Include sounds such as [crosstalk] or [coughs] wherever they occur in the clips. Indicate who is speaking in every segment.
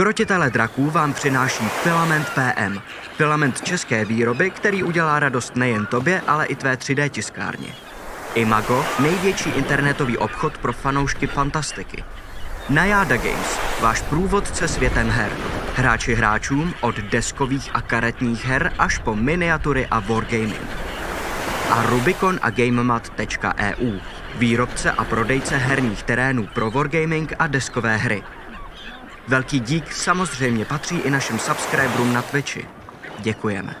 Speaker 1: Krotitele draků vám přináší Filament PM. Filament české výroby, který udělá radost nejen tobě, ale i tvé 3D tiskárně. Imago, největší internetový obchod pro fanoušky fantastiky. Najáda Games, váš průvodce světem her. Hráči hráčům od deskových a karetních her až po miniatury a wargaming. A Rubicon a GameMat.eu, výrobce a prodejce herních terénů pro wargaming a deskové hry. Velký dík samozřejmě patří i našim subscriberům na Twitchi. Děkujeme.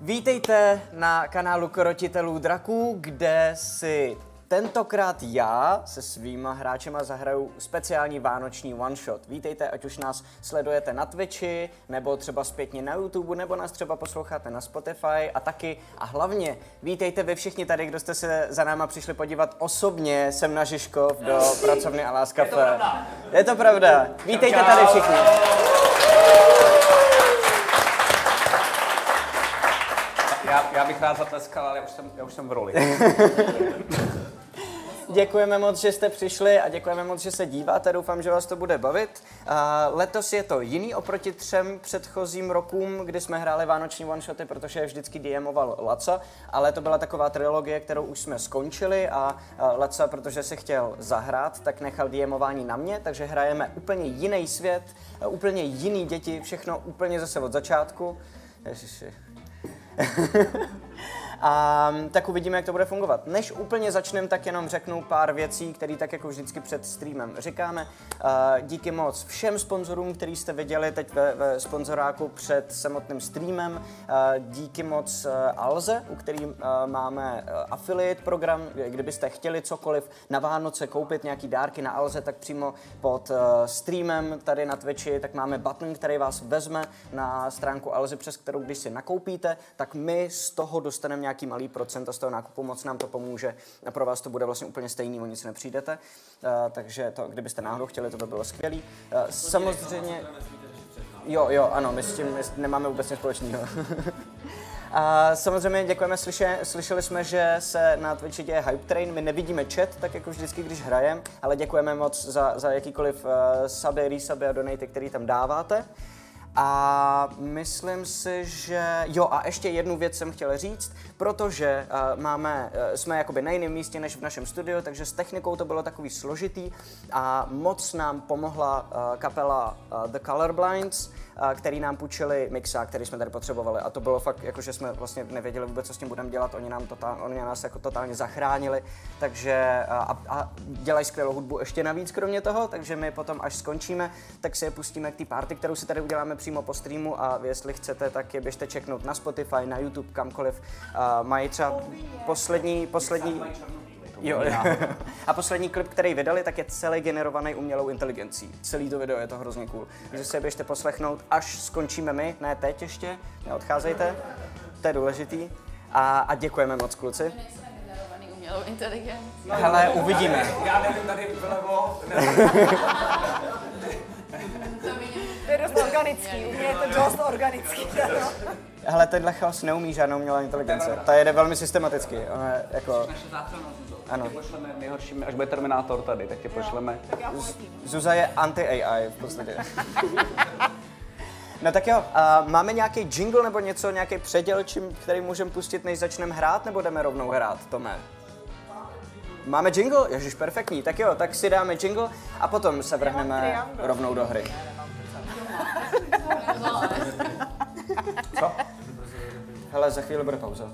Speaker 2: Vítejte na kanálu Krotitelů draků, kde si tentokrát já se svýma hráčema zahraju speciální vánoční one-shot. Vítejte, ať už nás sledujete na Twitchi, nebo třeba zpětně na YouTube, nebo nás třeba posloucháte na Spotify a taky. A hlavně vítejte vy všichni tady, kdo jste se za náma přišli podívat osobně sem na Žižkov do pracovny Alas Cafe. Je to pravda. Je to pravda. Vítejte tady všichni.
Speaker 3: Já, já bych rád zatleskal, ale já už jsem, já už jsem v roli.
Speaker 2: Děkujeme moc, že jste přišli a děkujeme moc, že se díváte. Doufám, že vás to bude bavit. A letos je to jiný oproti třem předchozím rokům, kdy jsme hráli vánoční one-shoty, protože je vždycky DMoval Laca, ale to byla taková trilogie, kterou už jsme skončili a a Laca, protože si chtěl zahrát, tak nechal DMování na mě, takže hrajeme úplně jiný svět, úplně jiný děti, všechno úplně zase od začátku. Ježiši. A tak uvidíme, jak to bude fungovat. Než úplně začneme, tak jenom řeknu pár věcí, které tak jako vždycky před streamem říkáme. Eh, Díky moc všem sponzorům, který jste viděli teď ve, ve sponzoráku před samotným streamem. Eh, Díky moc eh, Alze, u který eh, máme eh, affiliate program. Kdybyste chtěli cokoliv na Vánoce koupit, nějaký dárky na Alze, tak přímo pod eh, streamem tady na Twitchi, tak máme button, který vás vezme na stránku Alzy, přes kterou když si nakoupíte, tak my z toho dostaneme nějaký malý procent a z toho nákupu moc nám to pomůže. A pro vás to bude vlastně úplně stejný, o nic nepřijdete. Eh, takže to, kdybyste náhodou chtěli, to by bylo skvělý. Eh, samozřejmě... Jo, jo, ano, my s tím my s- nemáme vůbec nic společného. A samozřejmě děkujeme, slyše, slyšeli jsme, že se na Twitchi děje Hype Train, my nevidíme chat, tak jako vždycky, když hrajem, ale děkujeme moc za, za jakýkoliv uh, suby, resuby a donaty, který tam dáváte. A myslím si, že jo, a ještě jednu věc jsem chtěl říct, protože uh, máme, uh, jsme jakoby na jiném místě než v našem studiu, takže s technikou to bylo takový složitý a moc nám pomohla uh, kapela uh, The Colorblinds, a který nám půjčili mixa, který jsme tady potřebovali. A to bylo fakt, jako že jsme vlastně nevěděli vůbec, co s tím budeme dělat. Oni, nám totál, oni nás jako totálně zachránili. Takže a, a dělají skvělou hudbu ještě navíc, kromě toho. Takže my potom, až skončíme, tak si je pustíme k té party, kterou si tady uděláme přímo po streamu. A jestli chcete, tak je běžte čeknout na Spotify, na YouTube, kamkoliv. A mají třeba poslední, poslední, Jo, jo. [laughs] A poslední klip, který vydali, tak je celý generovaný umělou inteligencí. Celý to video je to hrozně cool. Takže se je běžte poslechnout, až skončíme my, ne teď ještě, neodcházejte, to je důležitý. A, a děkujeme moc, kluci.
Speaker 4: Nejsme generovaný umělou inteligencí.
Speaker 2: Hele, uvidíme.
Speaker 3: Já nevím, tady vlevo.
Speaker 4: To vidím.
Speaker 5: To je dost organický, u mě je to dost organický. ano.
Speaker 2: Hele, tenhle chaos neumí žádnou umělá inteligence. Ta jede velmi systematicky. Ona je jako...
Speaker 3: Naše záchranná Zuzo.
Speaker 2: Ano.
Speaker 3: Tě pošleme nejhorším, až bude Terminátor tady, tak tě pošleme.
Speaker 5: Tak já poletím.
Speaker 2: Zuza je anti-AI v podstatě. No tak jo, a máme nějaký jingle nebo něco, nějaký předěl, čím, který můžeme pustit, než začneme hrát, nebo jdeme rovnou hrát, Tome? Máme jingle? Ježiš, perfektní. Tak jo, tak si dáme jingle a potom se vrhneme
Speaker 5: triangl.
Speaker 2: rovnou do hry. Co? Hele, za chvíli bude pauza.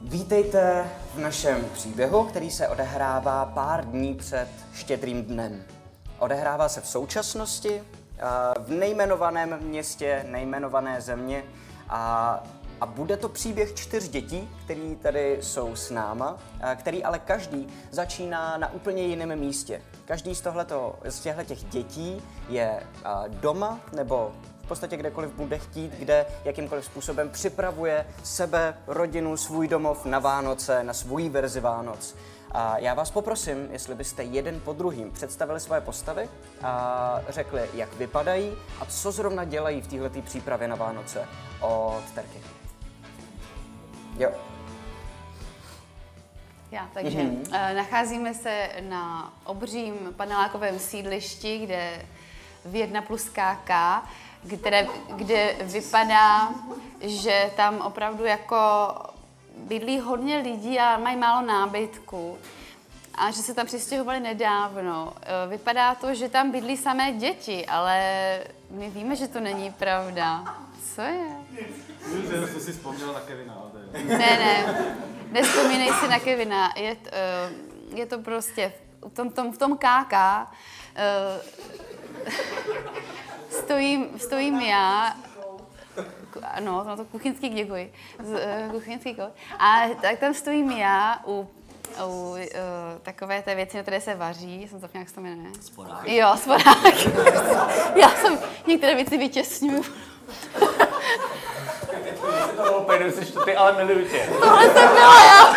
Speaker 2: Vítejte v našem příběhu, který se odehrává pár dní před štědrým dnem. Odehrává se v současnosti, eh, v nejmenovaném městě, nejmenované země a
Speaker 6: A bude to příběh čtyř dětí, který tady jsou s náma, a který ale každý začíná na úplně jiném místě. Každý z, tohleto, z těchto dětí je a, doma nebo v podstatě kdekoliv bude chtít, kde jakýmkoliv způsobem připravuje sebe, rodinu, svůj domov na Vánoce, na svůj verzi Vánoc. A já vás poprosím, jestli byste jeden po druhým představili své postavy a řekli, jak vypadají a co zrovna dělají v této přípravě na Vánoce od Terky. Jo.
Speaker 4: Já, takže eh, nacházíme se na obřím panelákovém sídlišti, kde v 1 plus KK, kde, kde vypadá, že tam opravdu jako bydlí hodně lidí a mají málo nábytku a že se tam přistěhovali nedávno. Eh, Vypadá to, že tam bydlí samé děti, ale my víme, že to není pravda. Co je?
Speaker 7: Jsem si vzpomněl na Kevina, ale to je...
Speaker 4: Ne, ne, nespomínej si na Kevina. Je, t- eh, je to prostě v tom, tom, v tom KK. eh, stojím, stojím já. Ku- Ano, no to kuchyňský, děkuji. Z, eh, kuchyňský kout. A tak tam stojím já u, u uh, takové té věci, na které se vaří. Jsem to nějak se to jmenuje. Sporák. Jo, sporák. [laughs] já jsem některé věci vytěsňuju.
Speaker 3: Úplně jsi to ty, ale miluju tě.
Speaker 4: Tohle jsem byla já.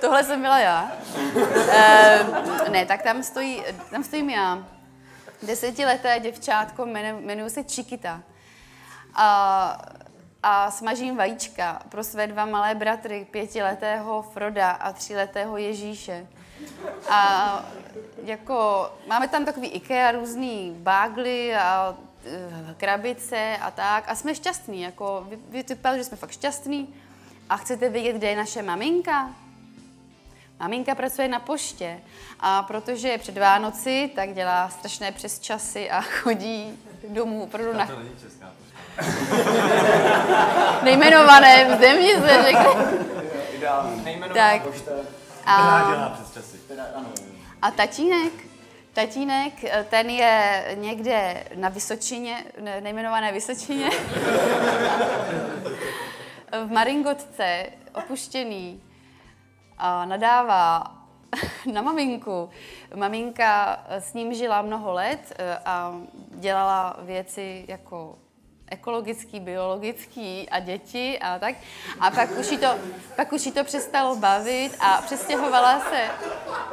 Speaker 4: Tohle jsem byla já. Eh, ne, tak tam, stojí, tam stojím já. Desetileté děvčátko, jmenu- jmenuji se Čikita. A, a smažím vajíčka pro své dva malé bratry, pětiletého Froda a tříletého Ježíše. A jako, máme tam takový IKEA, různý bágly a eh, krabice a tak. A jsme šťastní, jako vy- vy, vypadá, že jsme fakt šťastní. A chcete vědět, kde je naše maminka? Maminka pracuje na poště a protože je před Vánoci, tak dělá strašné přesčasy a [laughs] chodí domů opravdu na... To není česká pošta. [laughs] Nejmenované, v země se řekne.
Speaker 6: Nejmenovaná
Speaker 4: Tak.
Speaker 6: pošta.
Speaker 4: A...
Speaker 7: Dělá přes časy.
Speaker 4: A tatínek? Tatínek, eh, ten je někde na Vysočině, ne- nejmenované Vysočině. v Maringotce, opuštěný. A nadává [laughs] na maminku. Maminka eh, s ním žila mnoho let eh, a dělala věci jako ekologický, biologický a děti a tak. A pak už jí to, pak už jí to přestalo bavit a přestěhovala se,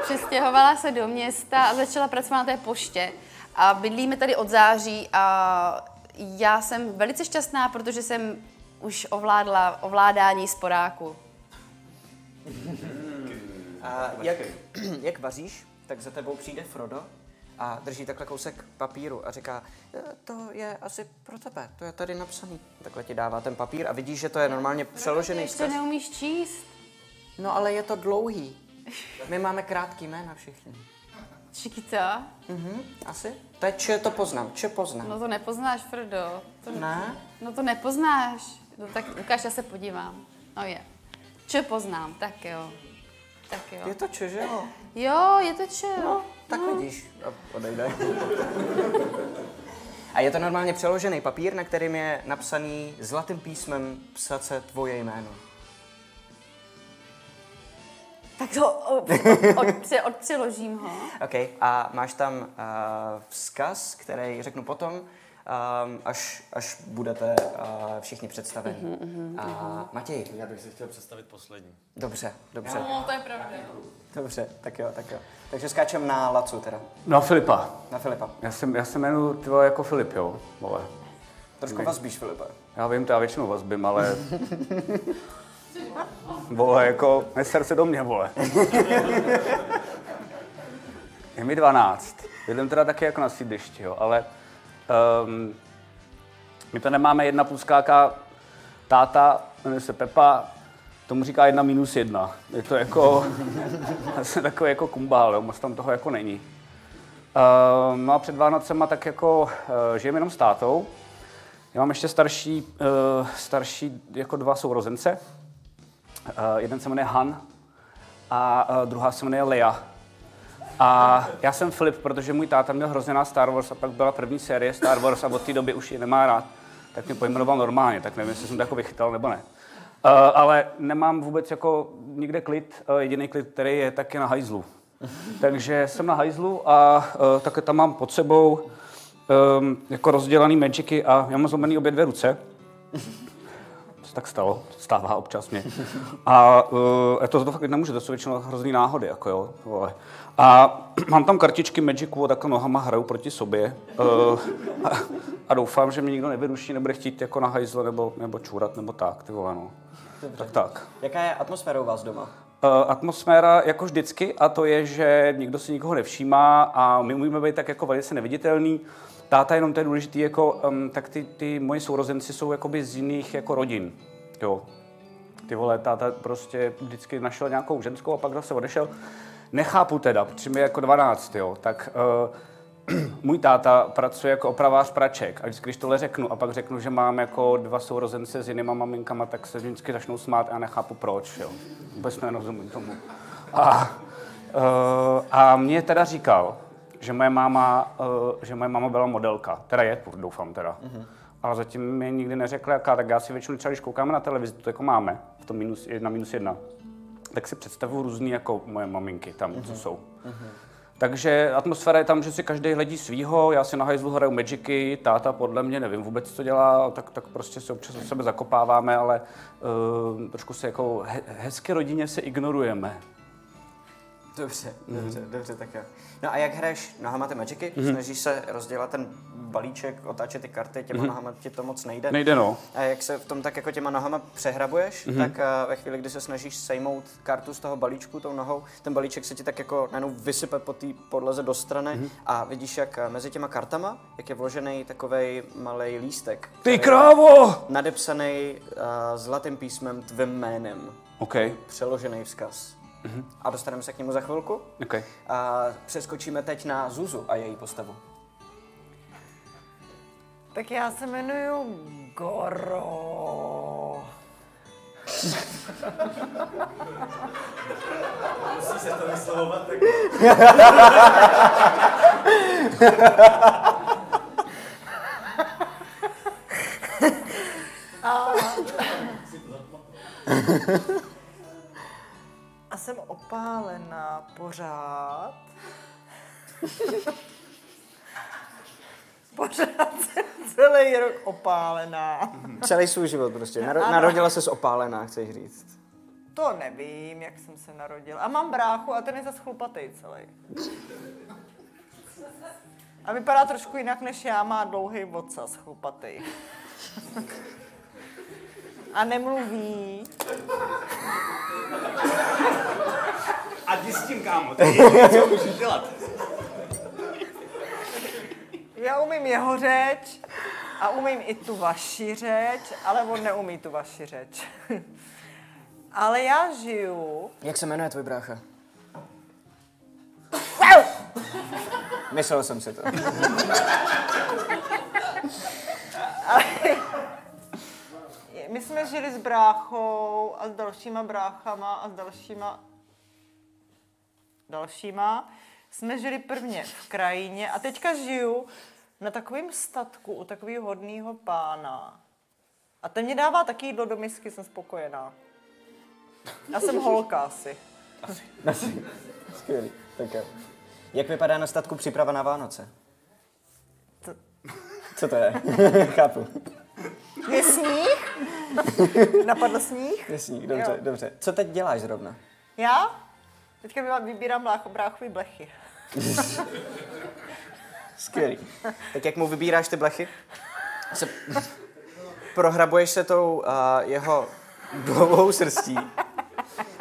Speaker 4: přestěhovala se do města a začala pracovat na té poště. A bydlíme tady od září a já jsem velice šťastná, protože jsem už ovládla ovládání sporáku.
Speaker 6: A jak, [clears throat] jak vaříš, tak za tebou přijde Frodo a drží takhle kousek papíru a říká, "E, to je asi pro tebe, to je tady napsaný. Takhle ti dává ten papír a vidíš, že to je normálně přeložený
Speaker 4: Ještě
Speaker 6: vzkaz.
Speaker 4: neumíš číst.
Speaker 6: No ale je to dlouhý. My máme krátký jména všichni.
Speaker 4: Čikita?
Speaker 6: Mhm, asi. Teď če to poznám, če poznám.
Speaker 4: No to nepoznáš, Frodo. To,
Speaker 6: Ne?
Speaker 4: no to nepoznáš. No tak ukáž, já se podívám. No je. Če poznám, tak jo. Tak jo.
Speaker 6: Je to če, že jo?
Speaker 4: Jo, je to če.
Speaker 6: No, tak vidíš. A odejde. [laughs] A je to normálně přeložený papír, na kterým je napsaný zlatým písmem psace tvoje jméno.
Speaker 4: Tak to o, od, pře- odpřeložím ho.
Speaker 6: OK, a máš tam uh, vzkaz, který řeknu potom, um, až, až budete uh, všichni představeni. mhm, a Matěj,
Speaker 7: Já bych si chtěl představit poslední.
Speaker 6: dobře, dobře,
Speaker 4: No, to je pravda.
Speaker 6: dobře, tak jo, tak jo. Takže skáčem na Lacu teda,
Speaker 3: No Filipa,
Speaker 6: na Filipa.
Speaker 3: já se, já se jmenuji ty vole, jako Filip, jo, vole.
Speaker 6: Trošku vás bíš, Filipe.
Speaker 3: Já vím, to já většinou vás bym, ale... vole, jako, neser se do mě, vole. Je mi 12. Bydlím teda taky jako na sídlišti, jo, ale... Um, my to nemáme jedna plus káka, táta, jmenuje se Pepa, tomu říká jedna minus jedna. Je to jako, [laughs] asi takový jako kumbál, jo, moc tam toho jako není. Uh, no a před Vánocema tak jako uh, žijeme jenom s tátou. Já mám ještě starší, uh, starší jako dva sourozence. Uh, jeden se jmenuje Han a uh, druhá se jmenuje Lea. A já jsem Filip, protože můj táta měl hrozně rád Star Wars a pak byla první série Star Wars a od té doby už ji nemá rád. tak mě pojmenoval normálně, tak nevím, jestli jsem to jako vychytal nebo ne. Uh, ale nemám vůbec jako nikde klid, uh, jediný klid, který je, tak je na hajzlu. Takže jsem na hajzlu a uh, také tam mám pod sebou um, jako rozdělaný mečiky a já mám zlomený obě dvě ruce. To se tak stalo, stává občas mě. A uh, to, to fakt nemůžu, to jsou většinou hrozný náhody, jako jo. Vole. A [clears throat] mám tam kartičky Magicu a takhle nohama hraju proti sobě. Uh, a, [laughs] a, doufám, že mě nikdo nevyruší, nebude chtít jako na hajzle nebo, nebo čůrat nebo tak, ty vole, no. Tak tak.
Speaker 6: Jaká je atmosféra u vás doma?
Speaker 3: Uh, atmosféra jako vždycky a to je, že nikdo si nikoho nevšímá a my umíme být tak jako velice neviditelný. Táta jenom to je důležitý, jako, um, tak ty, ty moji sourozenci jsou jakoby z jiných jako rodin. Jo. Ty vole, táta prostě vždycky našel nějakou ženskou a pak zase odešel. Nechápu teda, protože mi je jako 12, jo, tak uh, [clears throat] můj táta pracuje jako opravář praček a vždycky, když tohle řeknu a pak řeknu, že mám jako dva sourozence s jinýma maminkama, tak se vždycky začnou smát a já nechápu proč, jo. Vůbec nerozumím tomu. A, uh, a mě teda říkal, že moje máma, uh, že moje máma byla modelka, teda je, doufám teda. Mm-hmm. Ale zatím mi nikdy neřekla, jaká, tak já si většinou třeba, když koukáme na televizi, to jako máme, v tom minus jedna, minus jedna, tak si představuju různý jako moje maminky tam, co jsou. Takže atmosféra je tam, že si každý hledí svýho, já si na hajzlu hraju Magicy, táta podle mě nevím vůbec, co dělá, tak, tak prostě se občas o sebe zakopáváme, ale uh, trošku se jako he, hezky rodině se ignorujeme.
Speaker 6: Dobře, dobře, dobře, tak jo. Mhm. No a jak hraješ nohama ty magicy? Snažíš se rozdělat ten balíček, otáčet ty karty, těma nohama ti to moc nejde.
Speaker 3: Nejde no.
Speaker 6: A jak se v tom tak jako těma nohama přehrabuješ, tak a ve chvíli, kdy se snažíš sejmout kartu z toho balíčku tou nohou, ten balíček se ti tak jako najednou vysype po té podlaze do strany a vidíš, jak eh, mezi těma kartama, jak je vložený takovej malý lístek. který
Speaker 3: Ty
Speaker 6: je
Speaker 3: krávo!
Speaker 6: Nadepsaný uh, zlatým písmem tvým jménem,
Speaker 3: OK,
Speaker 6: přeložený vzkaz. A dostaneme se k němu za chvilku.
Speaker 3: OK.
Speaker 6: A přeskočíme teď na Zuzu a její postavu.
Speaker 5: Tak já se jmenuji Goro. A jsem opálená pořád. pořád jsem [laughs] celý rok opálená.
Speaker 6: Celý svůj život prostě. Naro- narodila se opálená, chceš říct.
Speaker 5: To nevím, jak jsem se narodila. A mám bráchu a ten je zas chlupatej celý. A vypadá trošku jinak než já, má dlouhý vocas chlupatej. A nemluví.
Speaker 3: A jdi s tím, kámo, to je co můžeš dělat.
Speaker 5: Já umím jeho řeč a umím i tu vaši řeč, ale on neumí tu vaši řeč. Ale já žiju.
Speaker 6: Jak se jmenuje tvůj brácha? Myslel jsem si to.
Speaker 5: My jsme žili s bráchou a s dalšíma bráchama a s dalšíma dalšíma. Jsme žili prvně v krajině a teďka žiju na takovém statku u takového hodného pána. A ten mě dává taky jídlo do misky, jsem spokojená. Já jsem holka asi.
Speaker 6: Skvělý. Tak jo. Jak vypadá na statku příprava na Vánoce?
Speaker 5: To-
Speaker 6: Co to je? [laughs] Chápu.
Speaker 5: Je sníh? [laughs] Napadl sníh?
Speaker 6: Jasný, dobře,
Speaker 5: Jo.
Speaker 6: dobře. Co teď děláš zrovna?
Speaker 5: Já? Teďka vyvá- vybírám brácho, bráchový blechy.
Speaker 6: Skvělý. Tak jak mu vybíráš ty blechy? Se... Prohrabuješ se tou uh, jeho dlouhou srstí.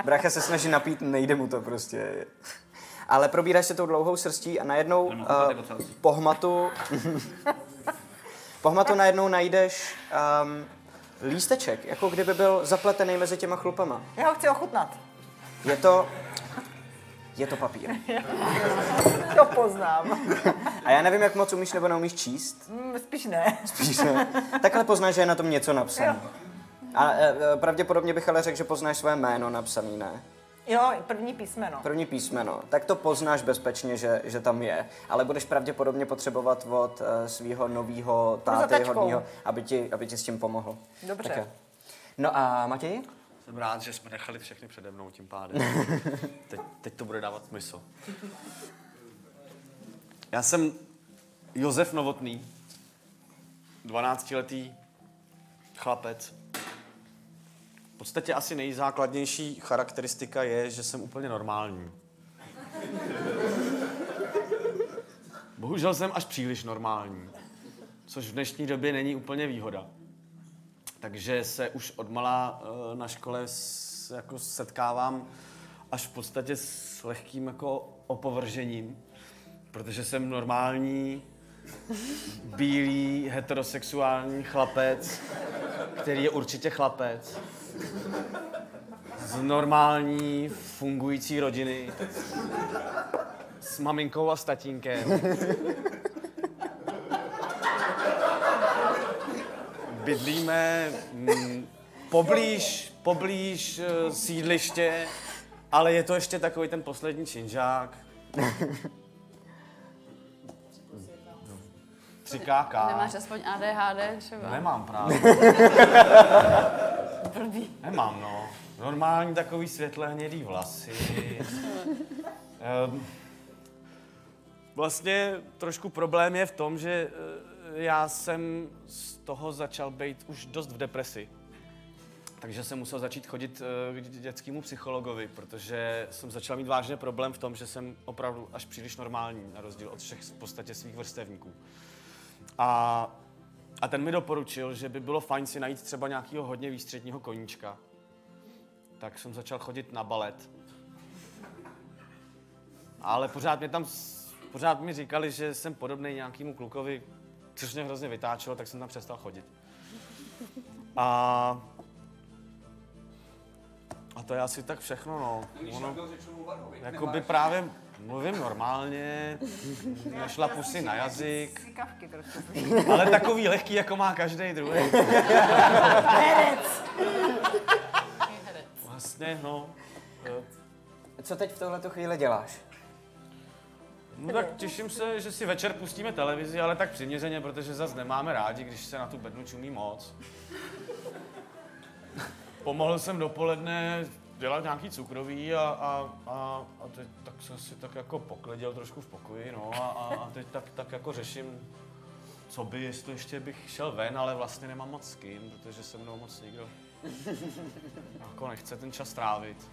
Speaker 6: Bracha se snaží napít, nejde mu to prostě. Ale probíráš se tou dlouhou srstí a najednou uh, pohmatu... pohmatu najednou najdeš um, lísteček, jako kdyby byl zapletený mezi těma chlupama.
Speaker 5: Já ho chci ochutnat.
Speaker 6: Je to... Je to papír.
Speaker 5: To poznám.
Speaker 6: A já nevím, jak moc umíš nebo neumíš číst,
Speaker 5: Mm, Spíš ne. [laughs]
Speaker 6: Spíš ne. Takhle poznáš, že je na tom něco napsané. A e, e, pravděpodobně bych ale řekl, že poznáš své jméno napsané, ne?
Speaker 5: Jo, první písmeno.
Speaker 6: První písmeno, tak to poznáš bezpečně, že, že tam je, ale budeš pravděpodobně potřebovat od uh, svého nového táty
Speaker 5: zatačkou.
Speaker 6: hodného, aby ti, aby ti s tím pomohl.
Speaker 5: Dobře.
Speaker 6: Tak jo. No a Matěj?
Speaker 8: Jsem rád, že jsme nechali všechny přede mnou tím pádem. Teď, teď to bude dávat smysl. Já jsem Josef Novotný, 12-letý chlapec. V podstatě asi nejzákladnější charakteristika je, že jsem úplně normální. Bohužel jsem až příliš normální, což v dnešní době není úplně výhoda. Takže se už odmala eh, na škole s, jako setkávám až v podstatě s lehkým jako opovržením, protože jsem normální, bílý, heterosexuální chlapec, který je určitě chlapec, z normální, fungující rodiny, s maminkou a s tatínkem. bydlíme mm, poblíž, poblíž eh, sídliště, ale je to ještě takový ten poslední činžák. Tři KK.
Speaker 4: Nemáš aspoň ADHD třeba?
Speaker 8: Nemám právě. Nemám, no. Normální takový světle hnědý vlasy. Ehm, vlastně trošku problém je v tom, že eh, já jsem z toho začal být už dost v depresi. Takže jsem musel začít chodit eh, k dě- dětskému psychologovi, protože jsem začal mít vážný problém v tom, že jsem opravdu až příliš normální, na rozdíl od všech v podstatě svých vrstevníků. A, a ten mi doporučil, že by bylo fajn si najít třeba nějakého hodně výstředního koníčka. Tak jsem začal chodit na balet. Ale pořád mě tam, s- pořád mi říkali, že jsem podobný nějakému klukovi, což mě hrozně vytáčelo, tak jsem tam přestal chodit. A, a to je asi tak všechno, no. Ono, jakoby právě mluvím normálně, nešlapu si na jazyk.
Speaker 5: Kavky trošku.
Speaker 8: Ale takový lehký, jako má každý druhý. Herec. Vlastně, no.
Speaker 6: Co teď v tohleto chvíli děláš?
Speaker 8: No tak těším se, že si večer pustíme televizi, ale tak přiměřeně, protože zas nemáme rádi, když se na tu bednu čumí moc. Pomohl jsem dopoledne dělat nějaký cukroví a, a, a, a teď tak jsem si tak jako pokleděl trošku v pokoji, no a, a, a teď tak, tak jako řeším, co by, jestli ještě bych šel ven, ale vlastně nemám moc s kým, protože se mnou moc nikdo jako nechce ten čas trávit.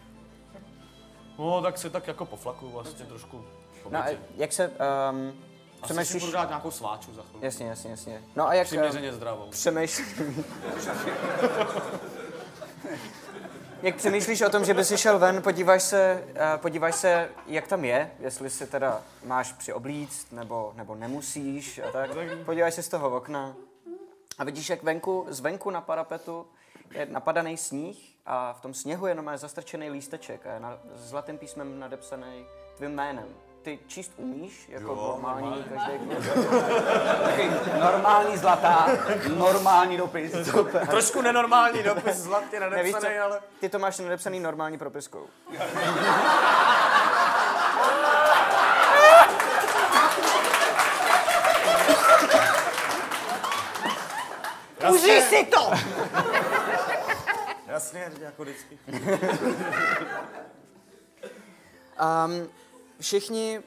Speaker 8: No, tak se tak jako poflakuju vlastně trošku po
Speaker 6: No a
Speaker 8: bytě.
Speaker 6: jak se... Um,
Speaker 8: Asi si
Speaker 6: přemýšlíš...
Speaker 8: budu dát nějakou sváču za chvilku.
Speaker 6: Jasně, jasně, jasně. No a jak...
Speaker 8: Přiměřeně zdravou.
Speaker 6: Přemýšlíš... jak přemýšlíš o tom, že by si šel ven, podíváš se, eh, podíváš se, jak tam je, jestli si teda máš přioblíct, nebo, nebo nemusíš a tak. Podíváš se z toho okna a vidíš, jak venku, zvenku na parapetu je napadaný sníh a v tom sněhu jenom je zastrčený lísteček a je na, zlatým písmem nadepsaný tvým jménem. Ty číst umíš, jako jo, normální, každý
Speaker 3: Takový normální zlatá, normální dopis.
Speaker 8: Trošku nenormální dopis, zlatě
Speaker 6: Nevíš co?
Speaker 8: nadepsaný, ale...
Speaker 6: Ty to máš nadepsaný normální propiskou.
Speaker 5: Užij si to!
Speaker 8: Jasně, jako vždycky.
Speaker 6: Um, všichni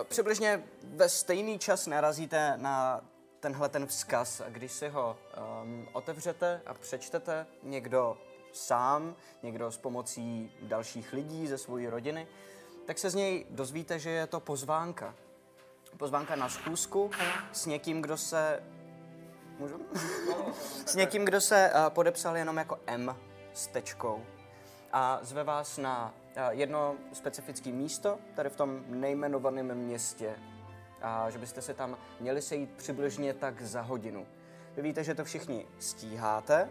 Speaker 6: eh, přibližně ve stejný čas narazíte na tenhle ten vzkaz a když si ho um, otevřete a přečtete někdo sám, někdo s pomocí dalších lidí ze své rodiny, tak se z něj dozvíte, že je to pozvánka. Pozvánka na schůzku s někým, kdo se... Můžu? s někým, kdo se eh, podepsal jenom jako M s tečkou a zve vás na eh, jedno specifické místo, tady v tom nejmenovaném městě, a že byste se tam měli sejít přibližně tak za hodinu. Vy víte, že to všichni stíháte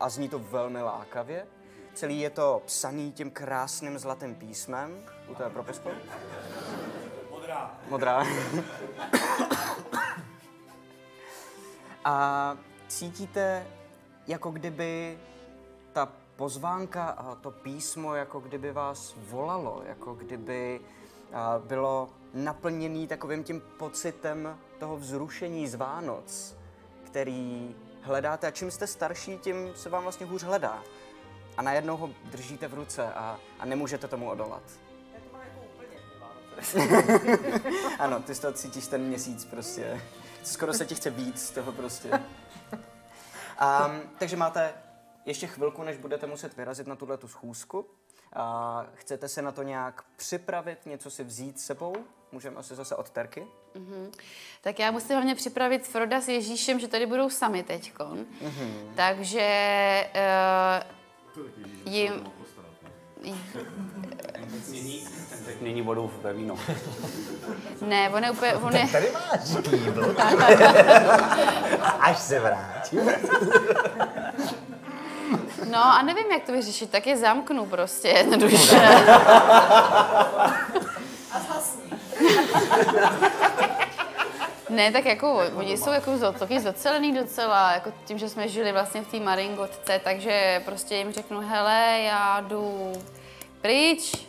Speaker 6: a zní to velmi lákavě. Celý je to psaný tím krásným zlatým písmem. U té propisku? Modrá. Modrá. a cítíte, jako kdyby ta pozvánka a to písmo jako kdyby vás volalo, jako kdyby a, bylo naplněný takovým tím pocitem toho vzrušení z Vánoc, který hledáte a čím jste starší, tím se vám vlastně hůř hledá. A najednou ho držíte v ruce a, a nemůžete tomu odolat. ano, ty z toho cítíš ten měsíc prostě. Skoro se ti chce víc z toho prostě.
Speaker 8: [laughs]
Speaker 6: Um, takže máte ještě chvilku, než budete muset vyrazit na tuhle tu schůzku. Uh, chcete se na to nějak připravit, něco si vzít s sebou? Můžeme asi zase od Terky.
Speaker 4: Tak já musím hlavně připravit Froda s Ježíšem, že tady budou sami teďkon.
Speaker 6: Mhm.
Speaker 4: Mm-hmm. Takže uh, jim...
Speaker 3: Teď není vodou ve víno.
Speaker 4: Ne, on je úplně... On je,
Speaker 9: Tady máš
Speaker 6: [laughs]
Speaker 9: kýbl. Až se vrátí.
Speaker 4: no a nevím, jak to vyřešit, tak je zamknu prostě jednoduše. Ne, tak jako oni jsou jako zo- taky zocelený docela, jako tím, že jsme žili vlastně v té maringotce, takže prostě jim řeknu, hele, já jdu pryč,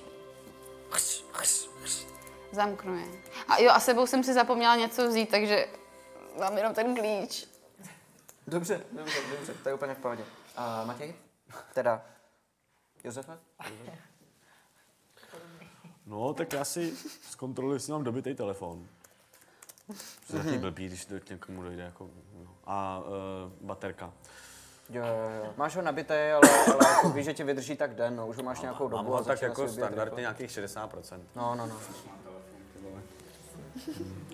Speaker 4: zamknu je. A jo, a sebou jsem si zapomněla něco vzít, takže mám jenom ten klíč.
Speaker 6: Dobře, dobře, dobře, to je úplně v pohodě. Uh, Matěj? Teda Josefa?
Speaker 8: No, tak já si zkontroluji, jestli mám dobitý telefon. Což je taky blbý, když to k někomu dojde jako... No. A uh, baterka.
Speaker 6: Jo, jo, jo. Máš ho nabité, ale, ale jako víš, že ti vydrží tak den, no, už ho máš nějakou dobu.
Speaker 8: Mám
Speaker 6: a
Speaker 8: ho tak
Speaker 6: začíná se
Speaker 8: jako
Speaker 6: vybírat
Speaker 8: standardně
Speaker 6: rychle.
Speaker 8: nějakých 60%.
Speaker 6: No, no, no.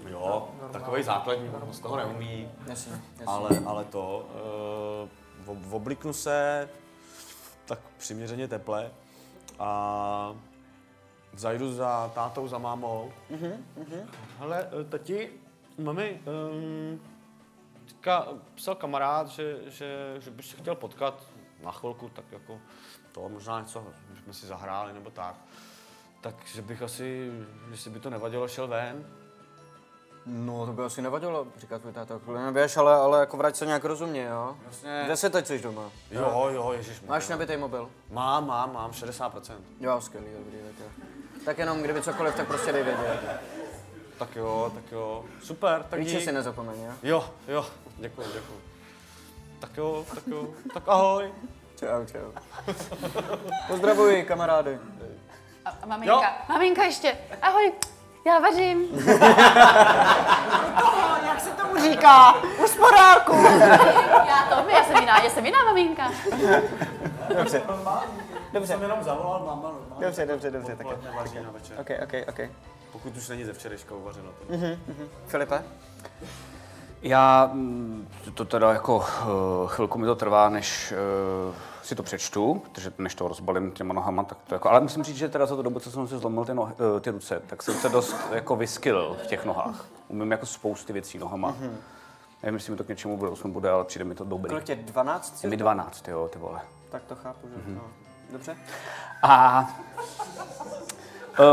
Speaker 8: Jo, takový základní, z toho neumí.
Speaker 6: Jasně, jasně.
Speaker 8: Ale, ale to, uh, obliknu se tak přiměřeně teple a zajdu za tátou, za mámou. Mm-hmm, Hele, eh, tati, mami, um, teďka psal kamarád, že, že, že bych se chtěl potkat na chvilku, tak jako to možná něco, jsme si zahráli nebo tak. Takže bych asi, jestli by to nevadilo, šel ven.
Speaker 6: No, to by asi nevadilo, říká tvůj táta, kvůli neběž, ale, ale jako vrať se nějak rozumně, jo? Jasně. Kde se teď jsi doma?
Speaker 8: Jo, jo, ježiš.
Speaker 6: Máš nabitý mobil?
Speaker 8: Mám, mám, mám, 60%.
Speaker 6: Jo, skvělý, dobrý, tak jo. Tak jenom, kdyby cokoliv, tak prostě dej vědět.
Speaker 8: Tak jo, tak jo. Super, tak
Speaker 6: Klíče
Speaker 8: dík.
Speaker 6: si nezapomeň, jo?
Speaker 8: Jo, jo, děkuji, děkuji. Tak jo, tak jo, tak ahoj.
Speaker 6: Čau, čau. [laughs] Pozdravuji, kamarády.
Speaker 4: A, a maminka, jo. maminka ještě, ahoj, já vařím.
Speaker 5: Aha, jak se tomu říká? Usporáku!
Speaker 4: Já to, já jsem jiná, já jsem jiná maminka.
Speaker 6: Dobře,
Speaker 8: Dobře. Jsem jenom zavolal máma normálně.
Speaker 6: dobře, dobře, dobře, tak jo.
Speaker 8: Odpoledne vaří na večer.
Speaker 6: OK, OK, OK. Mhm,
Speaker 8: Pokud už není ze včerejška uvařeno. To.
Speaker 6: Filipe?
Speaker 3: Já mm, to teda jako eh, chvilku mi to trvá, než eh, si to přečtu, protože než to rozbalím těma nohama, tak to jako, ale musím říct, že teda za tu dobu, co jsem si zlomil ty, nohy, eh, ty ruce, tak jsem se dost jako vyskylil v těch nohách. Umím jako spousty věcí nohama. Nevím, jestli mi to k něčemu budoucnu bude, ale přijde mi to dobrý.
Speaker 6: Kolik tě 12?
Speaker 3: Je mi 12, jo, ty vole.
Speaker 6: Tak to chápu, že no. Dobře.
Speaker 3: A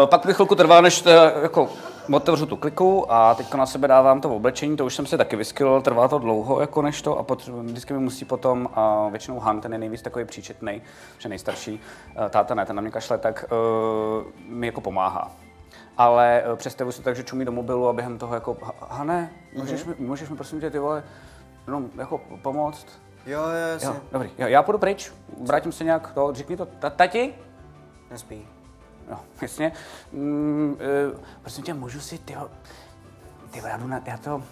Speaker 3: e, pak mi chvilku trvá, než to, jako, otevřu tu kliku a teď na sebe dávám to oblečení, to už jsem se taky vyskylil, trvá to dlouho, jako než to, a potřebu, vždycky mi musí potom, a většinou Han, ten je nejvíc takový příčetný, že nejstarší, e, táta ne, ten na mě kašle, tak e, mi jako pomáhá. Ale e, představuji si tak, že čumí do mobilu a během toho jako, "Ha- Hane, můžeš, mi, můžeš mi prosím tě ty vole, jenom jako pomoct?
Speaker 6: Jo, jo,
Speaker 3: Jo,
Speaker 6: jasně.
Speaker 3: dobrý, jo, já půjdu pryč, vrátím se nějak, to, řekni to, "Ta- tati,
Speaker 6: Nespí.
Speaker 3: No, [laughs] jasně. Mm, e, prosím tě, můžu si, ty ty vradu na, já to,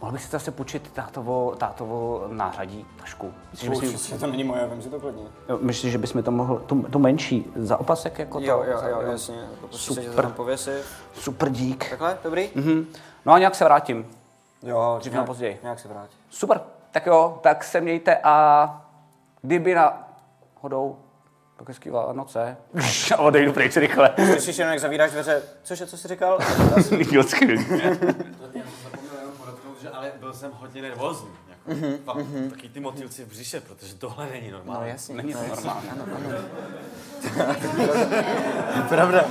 Speaker 3: mohl bych si zase půjčit tátovo, tátovo nářadí, tašku. Myslíš, že bys,
Speaker 6: Určitě to není moje, vím si to klidně.
Speaker 3: jo, myslíš, že bys mi to mohl, tu, tu menší, za opasek jako to?
Speaker 6: Jo, jo,
Speaker 3: za-
Speaker 6: jo, jasně. Jako prostě se tě
Speaker 3: Super.
Speaker 6: tam pověsit.
Speaker 3: Super dík.
Speaker 6: Takhle, dobrý?
Speaker 3: Mhm. No a nějak se vrátím.
Speaker 6: Jo,
Speaker 3: Dřív nebo
Speaker 6: nějak-
Speaker 3: později.
Speaker 6: Nějak se vrátí.
Speaker 3: Super, tak jo, tak se mějte a kdyby na hodou, tak hezký Vánoce. [laughs] A odejdu pryč [laughs] rychle.
Speaker 6: Slyšíš jenom, jak zavíráš dveře. Cože, co jsi [laughs] říkal?
Speaker 3: Idiotský.
Speaker 7: Zapomněl jenom podotknout, že ale byl jsem hodně nervózní. Jako,
Speaker 10: Mhm,
Speaker 7: mm-hmm. Taky ty motýlci v břiše, protože tohle není normální.
Speaker 6: No, jasně.
Speaker 3: Není to normální.
Speaker 6: Pravda.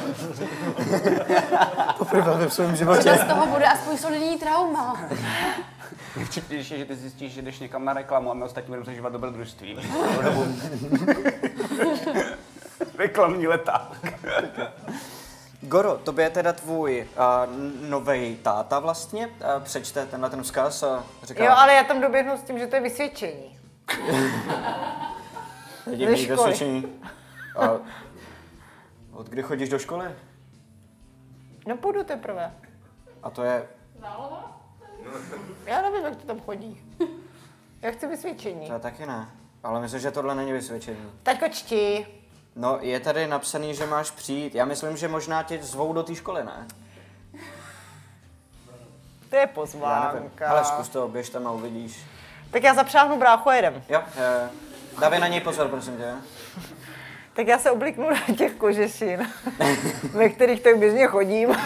Speaker 6: Poprvé v svém životě.
Speaker 4: Třeba z toho bude aspoň solidní trauma.
Speaker 3: Nejvtipnější je, že ty zjistíš, že jdeš někam na reklamu a my ostatní budeme zažívat dobrodružství. [laughs] Po dobu. Reklamní leta.
Speaker 6: [laughs] Goro, tobě je teda tvůj uh, novej táta vlastně, uh, přečte tenhle ten vzkaz a říká...
Speaker 5: Jo, ale já tam doběhnu s tím, že to je vysvědčení. ze
Speaker 6: Lidi mají
Speaker 5: školy. [laughs]
Speaker 6: vysvědčení. A od kdy chodíš do školy?
Speaker 5: No půjdu teprve.
Speaker 6: A to je,
Speaker 5: Já nevím, jak to tam chodí. [laughs] Já chci vysvědčení.
Speaker 6: to je taky ne. Ale myslím, že tohle není vysvědčení.
Speaker 5: Taťko čti.
Speaker 6: No, je tady napsaný, že máš přijít. Já myslím, že možná tě zvou do té školy, ne?
Speaker 5: To je
Speaker 6: Já nevím.
Speaker 5: pozvánka.
Speaker 6: Ale zkus to, běž tam a uvidíš.
Speaker 5: Tak já zapřáhnu bráchu a jedem.
Speaker 6: Jo, eh, dávej na něj pozor, prosím tě.
Speaker 5: Tak já se obliknu na těch kožešin, [laughs] ve kterých tak běžně chodím.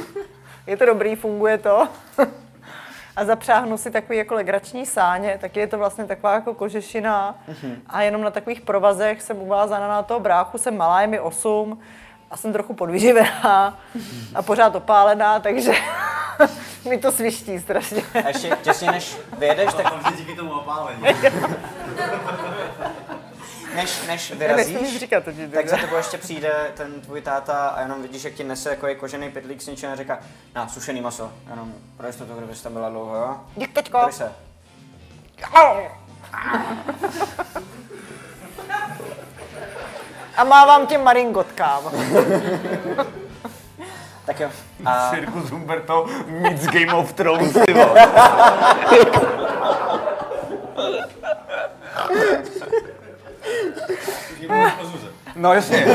Speaker 5: [laughs] Je to dobrý, funguje to. A zapřáhnu si takový jako legrační sáně, tak je to vlastně taková jako kožešina.
Speaker 6: Mhm.
Speaker 5: A jenom na takových provazech jsem uvázaná na toho bráchu, jsem malá, je mi 8 a jsem trochu podvyživená a pořád opálená, takže [laughs] mi to sviští strašně.
Speaker 6: A ještě těsně než vyjedeš, tak
Speaker 8: Tam díky tomu
Speaker 6: [laughs]
Speaker 8: opálení.
Speaker 6: než, než
Speaker 5: Nesmíš
Speaker 6: vyrazíš,
Speaker 5: říkat to ti
Speaker 6: tak za tebou ještě přijde ten tvůj táta a jenom vidíš, jak ti nese jako je kožený pytlík s něčím a říká, na, sušený maso, jenom proč to, kdyby jsi tam byla dlouho, jo?
Speaker 5: Dík, teďko.
Speaker 6: Ptej se.
Speaker 5: A mávám těm maringotkám. [laughs]
Speaker 6: Tak jo. A
Speaker 3: Cirkus Humberto meets Game of Thrones, ty vole. No jasně.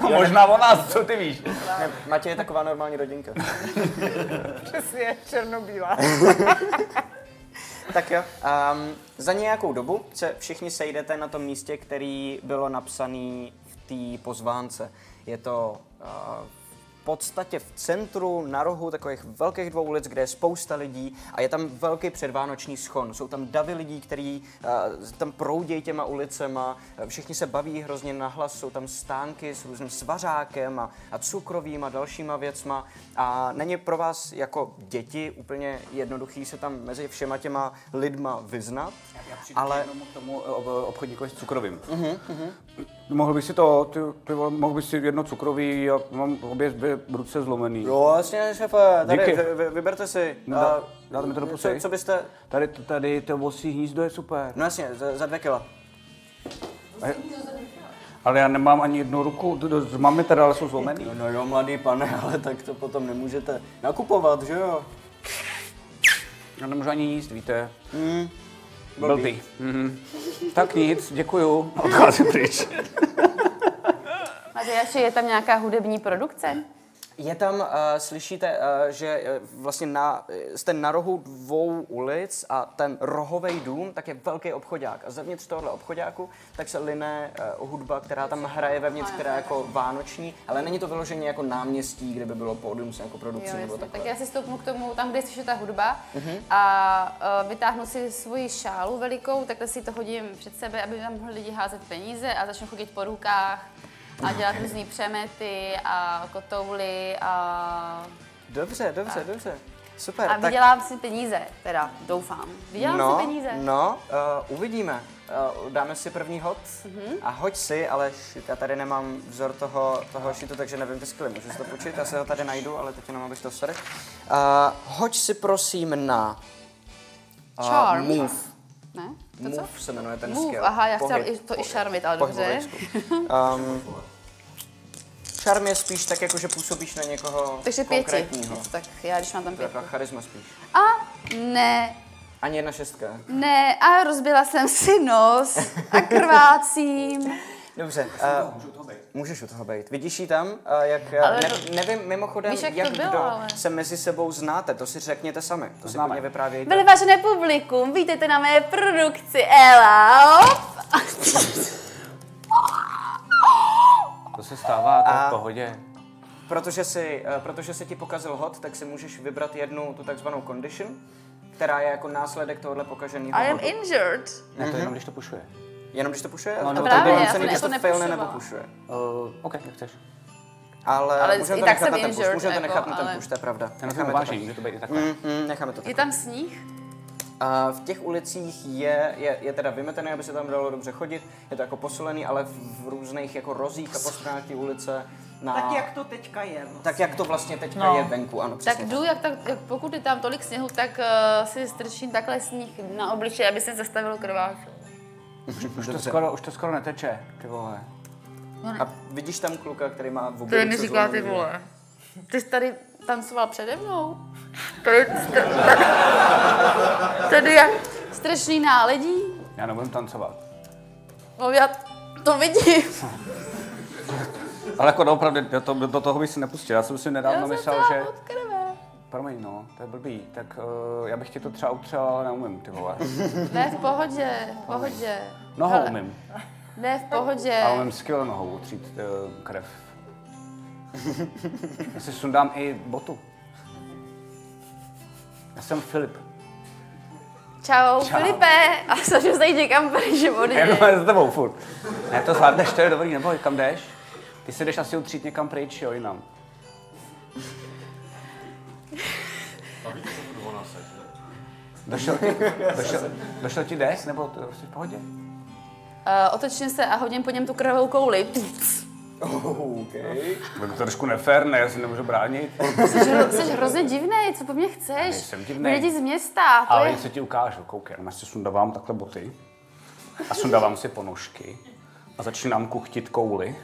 Speaker 3: Možná o nás, co ty víš?
Speaker 6: ne, Matěj je taková normální rodinka.
Speaker 5: Přesně, černobílá.
Speaker 6: Tak jo. Um, za nějakou dobu se všichni sejdete na tom místě, který bylo napsaný v té pozvánce. Je to uh, v podstatě v centru, na rohu takových velkých dvou ulic, kde je spousta lidí a je tam velký předvánoční schon. Jsou tam davy lidí, kteří uh, tam proudějí těma ulicema, eh, všichni se baví hrozně nahlas, jsou tam stánky s různým svařákem a, a cukrovým a dalšíma věcma a není pro vás jako děti úplně jednoduchý se tam mezi všema těma lidma vyznat, ale Mhm,
Speaker 3: K tomu eh, ob- obchodníkovi s cukrovým. Mohl bys si to, ty, ty, vole, mohl bys si jedno cukrový, já mám obě dvě ruce zlomený.
Speaker 6: Jo, vlastně, šefe, tady
Speaker 3: Díky.
Speaker 6: vy- vy- vyberte si.
Speaker 3: No,
Speaker 6: A
Speaker 3: dá- dáte mi to do
Speaker 6: co,
Speaker 3: pusy?
Speaker 6: co byste,
Speaker 3: Tady, tady to vosí hnízdo je super.
Speaker 6: no jasně, za, za dvě kila.
Speaker 3: Ale já nemám ani jednu ruku, d- d- mám je teda, ale jsou zlomený.
Speaker 6: No jo, mladý pane, [laughs] ale tak to potom nemůžete nakupovat, že jo?
Speaker 3: Já nemůžu ani jíst, víte. Mm.
Speaker 6: Mhm.
Speaker 3: Blbý. Mhm. Tak nic, děkuju. Odcházím pryč.
Speaker 4: Matyáši, je tam nějaká hudební produkce?
Speaker 6: Je tam, uh, slyšíte, uh, že uh, vlastně na, eh, jste na rohu dvou ulic a ten rohový dům, tak je velký obchodák. A zevnitř tohohle obchodáku tak se line uh, hudba, která tam hraje vevnitř, která je jako vánoční, ale není to vyloženě jako náměstí, kde by bylo pódium s nějakou
Speaker 4: Jo,
Speaker 6: produkcí nebo
Speaker 4: jasně.
Speaker 6: takhle.
Speaker 4: Tak
Speaker 6: Mhm.
Speaker 4: já si stoupnu k tomu, tam, kde je slyšet ta hudba a uh, vytáhnu si svoji šálu velikou, takhle si to hodím před sebe, aby tam mohli lidi házet peníze a začnu chodit po rukách a dělat různé přemety a kotouly a,
Speaker 6: Dobře, dobře, dobře. Super.
Speaker 4: a vydělám si peníze, teda doufám. Vydělám
Speaker 6: no,
Speaker 4: si peníze.
Speaker 6: No, uh, uvidíme. Uh, dáme si první hod
Speaker 4: Mhm.
Speaker 6: a hoď si, ale šit, já tady nemám vzor toho, toho šitu, takže nevím, ty skvěle, můžu si to počít, já se ho tady najdu, ale teď jenom abych to sorry. Uh, hoď si prosím na uh,
Speaker 4: Charm.
Speaker 6: move.
Speaker 4: Ne? To co?
Speaker 6: Move se jmenuje ten
Speaker 4: Move,
Speaker 6: skill.
Speaker 4: aha, já
Speaker 6: Pohyb,
Speaker 4: chtěla i- to i
Speaker 6: pohyb,
Speaker 4: šarmit, ale
Speaker 6: pohybový
Speaker 4: dobře.
Speaker 6: skill. Um, šarm je spíš tak, jako že působíš na někoho
Speaker 4: Takže pěti.
Speaker 6: konkrétního.
Speaker 4: Něco Tak já, když mám tam
Speaker 6: To je
Speaker 4: pět.
Speaker 6: jako charisma spíš.
Speaker 4: A ne,
Speaker 6: Ani jedna šestka.
Speaker 4: ne, a rozbila jsem si nos [laughs] a krvácím.
Speaker 6: Dobře, uh, můžeš u toho být. Vidíš ji tam, uh, jak, uh,
Speaker 4: Ale
Speaker 6: ne,
Speaker 4: to-
Speaker 6: nevím mimochodem,
Speaker 4: Víš, jak to bylo,
Speaker 6: kdo
Speaker 4: ale-
Speaker 6: se mezi sebou znáte, to si řekněte sami, to si
Speaker 3: Známe.
Speaker 6: mě vyprávějte.
Speaker 4: Byli vážené publikum, vítejte na mé produkci Ela.
Speaker 3: To se stává, to je v pohodě.
Speaker 6: Protože, si, uh, protože se ti pokazil hod, tak si můžeš vybrat jednu tu takzvanou condition, která je jako následek tohohle pokaženého
Speaker 4: I am
Speaker 6: hodu.
Speaker 4: injured.
Speaker 3: Ne,
Speaker 6: Mhm.
Speaker 3: to jenom, když to pušuje.
Speaker 6: Jenom když to pušuje,
Speaker 3: No,
Speaker 6: to,
Speaker 3: no, právě,
Speaker 6: bylo
Speaker 3: já
Speaker 4: jsem
Speaker 6: když
Speaker 4: jako
Speaker 6: to failne nebo
Speaker 4: nepušovala.
Speaker 6: pušuje.
Speaker 3: Uh, OK, jak chceš.
Speaker 6: Ale,
Speaker 4: Ale
Speaker 6: můžeme
Speaker 4: i
Speaker 6: to
Speaker 4: tak
Speaker 6: nechat
Speaker 4: jsem
Speaker 6: na ten puš,
Speaker 4: injured,
Speaker 6: můžeme to
Speaker 4: jako,
Speaker 6: nechat na ten
Speaker 4: ale-
Speaker 6: puš, to Mhm. je pravda.
Speaker 3: Já na to vážím, může to být i takhle.
Speaker 6: Mm, necháme to tak.
Speaker 4: Je tam sníh?
Speaker 6: A v těch ulicích je, je, je teda vymetený, aby se tam dalo dobře chodit, je to jako posolený, ale v, v různých jako rozích a po stranách ty ulice na...
Speaker 5: Tak jak to teďka je. Vlastně.
Speaker 6: tak jak to vlastně teďka
Speaker 5: No.
Speaker 6: je venku, ano,
Speaker 4: Tak
Speaker 6: přesně.
Speaker 4: jdu, jak, tak, jak pokud je tam tolik sněhu, tak uh, si strčím takhle sníh na obličej, aby se zastavil krváč.
Speaker 3: Už to, skoro, už to skoro neteče, ty vole.
Speaker 6: A vidíš tam kluka, který má
Speaker 4: To
Speaker 6: v
Speaker 4: je
Speaker 6: obličeji
Speaker 4: mi říká ty
Speaker 6: zlomený
Speaker 4: vole. Ty jsi tady tancoval přede mnou? Tady, tady, tady je strašný náledí.
Speaker 3: Já nebudu tancovat.
Speaker 4: No já to vidím.
Speaker 3: Ale jako opravdu, do, to, do toho bych si nepustil. Já jsem si nedávno
Speaker 4: Já jsem
Speaker 3: myslel,
Speaker 4: celá
Speaker 3: že...
Speaker 4: od krve.
Speaker 3: Promiň, no, to je blbý. Tak uh, já bych ti to třeba utřel, ale neumím, ty vole.
Speaker 4: Ne, v pohodě, v pohodě.
Speaker 3: Nohou
Speaker 4: Hele,
Speaker 3: umím.
Speaker 4: Ne, v pohodě.
Speaker 3: A umím skill nohou utřít uh, krev. Já si sundám i botu. Já jsem Filip.
Speaker 4: Čau, Filipe. A snažím se jít někam pryč,
Speaker 3: [laughs]
Speaker 4: že odejde.
Speaker 3: Jenom je za tebou furt. Ne, to zvládneš, to je dobrý, nebo kam jdeš? Ty se jdeš asi utřít někam pryč, jo, jinam. Došel [laughs] ti, došel, došel ti des, nebo to jsi v pohodě?
Speaker 4: Uh, otočím se a hodím po něm tu krvavou kouli.
Speaker 3: Bylo to trošku nefér, ne, já si nemůžu bránit.
Speaker 4: Jsi, hro, jsi hrozně divný, co po mně chceš?
Speaker 3: Nejsem divnej.
Speaker 4: Lidi z města, to
Speaker 3: Ale
Speaker 4: je...
Speaker 3: já se ti ukážu, koukej, já si sundávám takhle boty a sundávám si ponožky a začínám kuchtit kouli.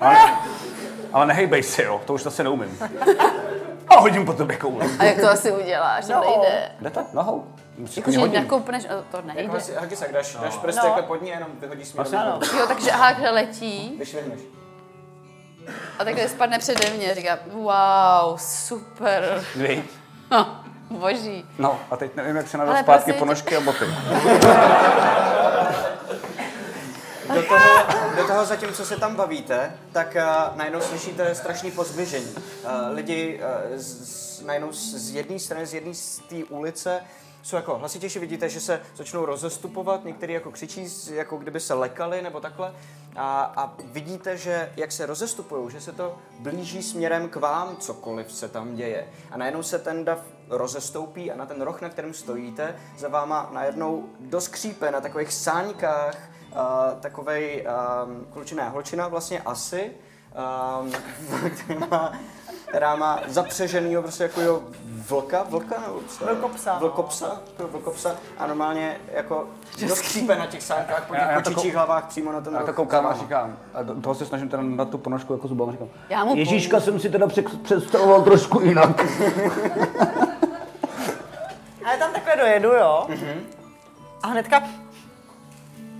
Speaker 3: Ale, [laughs] ale nehejbej se, jo, to už zase neumím. A hodím po tobě kouli.
Speaker 4: A jak to asi uděláš, no. to nejde.
Speaker 3: Jde to? Nohou? Musíš
Speaker 4: Jakože jako- nakoupneš, o, to
Speaker 3: Jako
Speaker 4: nejde.
Speaker 6: Jakhle si, jakhle si, dáš, dáš prst
Speaker 5: No.
Speaker 6: takhle pod ní a jenom vyhodíš směrem. dolů.
Speaker 4: Jo, takže aha, takhle letí
Speaker 6: Vyšvihneš.
Speaker 4: a takhle spadne přede mě. Říká, wow, super, [laughs]
Speaker 3: Dvě.
Speaker 4: Ha, boží.
Speaker 3: No a teď nevím, jak se na
Speaker 4: Ale
Speaker 3: zpátky
Speaker 4: prosím tě.
Speaker 3: ponožky a
Speaker 4: [laughs]
Speaker 3: boty.
Speaker 6: Do toho, do toho zatímco se tam bavíte, tak uh, najednou slyšíte strašný pozběžení. Uh, lidi uh, z, z, najednou z, z jedné strany, z jedné z té ulice jsou jako hlasitější, vidíte, že se začnou rozestupovat, někteří jako křičí, z- jako kdyby se lekali nebo takhle. A, a vidíte, že jak se rozestupují, že se to blíží směrem k vám, cokoliv se tam děje. A najednou se ten dav rozestoupí a na ten roh, na kterém stojíte, za váma najednou doskřípe na takových sáníkách a, takovej um, klučina je holčina vlastně asi, um, [laughs] která, má, která má zapřeženýho prostě jako jo, vlka, vlka nebo
Speaker 5: Vlkopsa,
Speaker 6: psa?
Speaker 5: no.
Speaker 6: Vlkopsa, to je vlkopsa a normálně jako doskřípe na těch sánkách po těch
Speaker 3: Já- já to
Speaker 6: kočičích hlavách přímo na ten
Speaker 3: Já
Speaker 6: roh
Speaker 3: to koukám a říkám, a do toho se snažím teda na tu ponožku jako zubama říkám.
Speaker 4: Já mu
Speaker 3: Ježíška jsem si teda přek- představoval trošku jinak.
Speaker 5: A já tam takhle dojedu, jo? A hnedka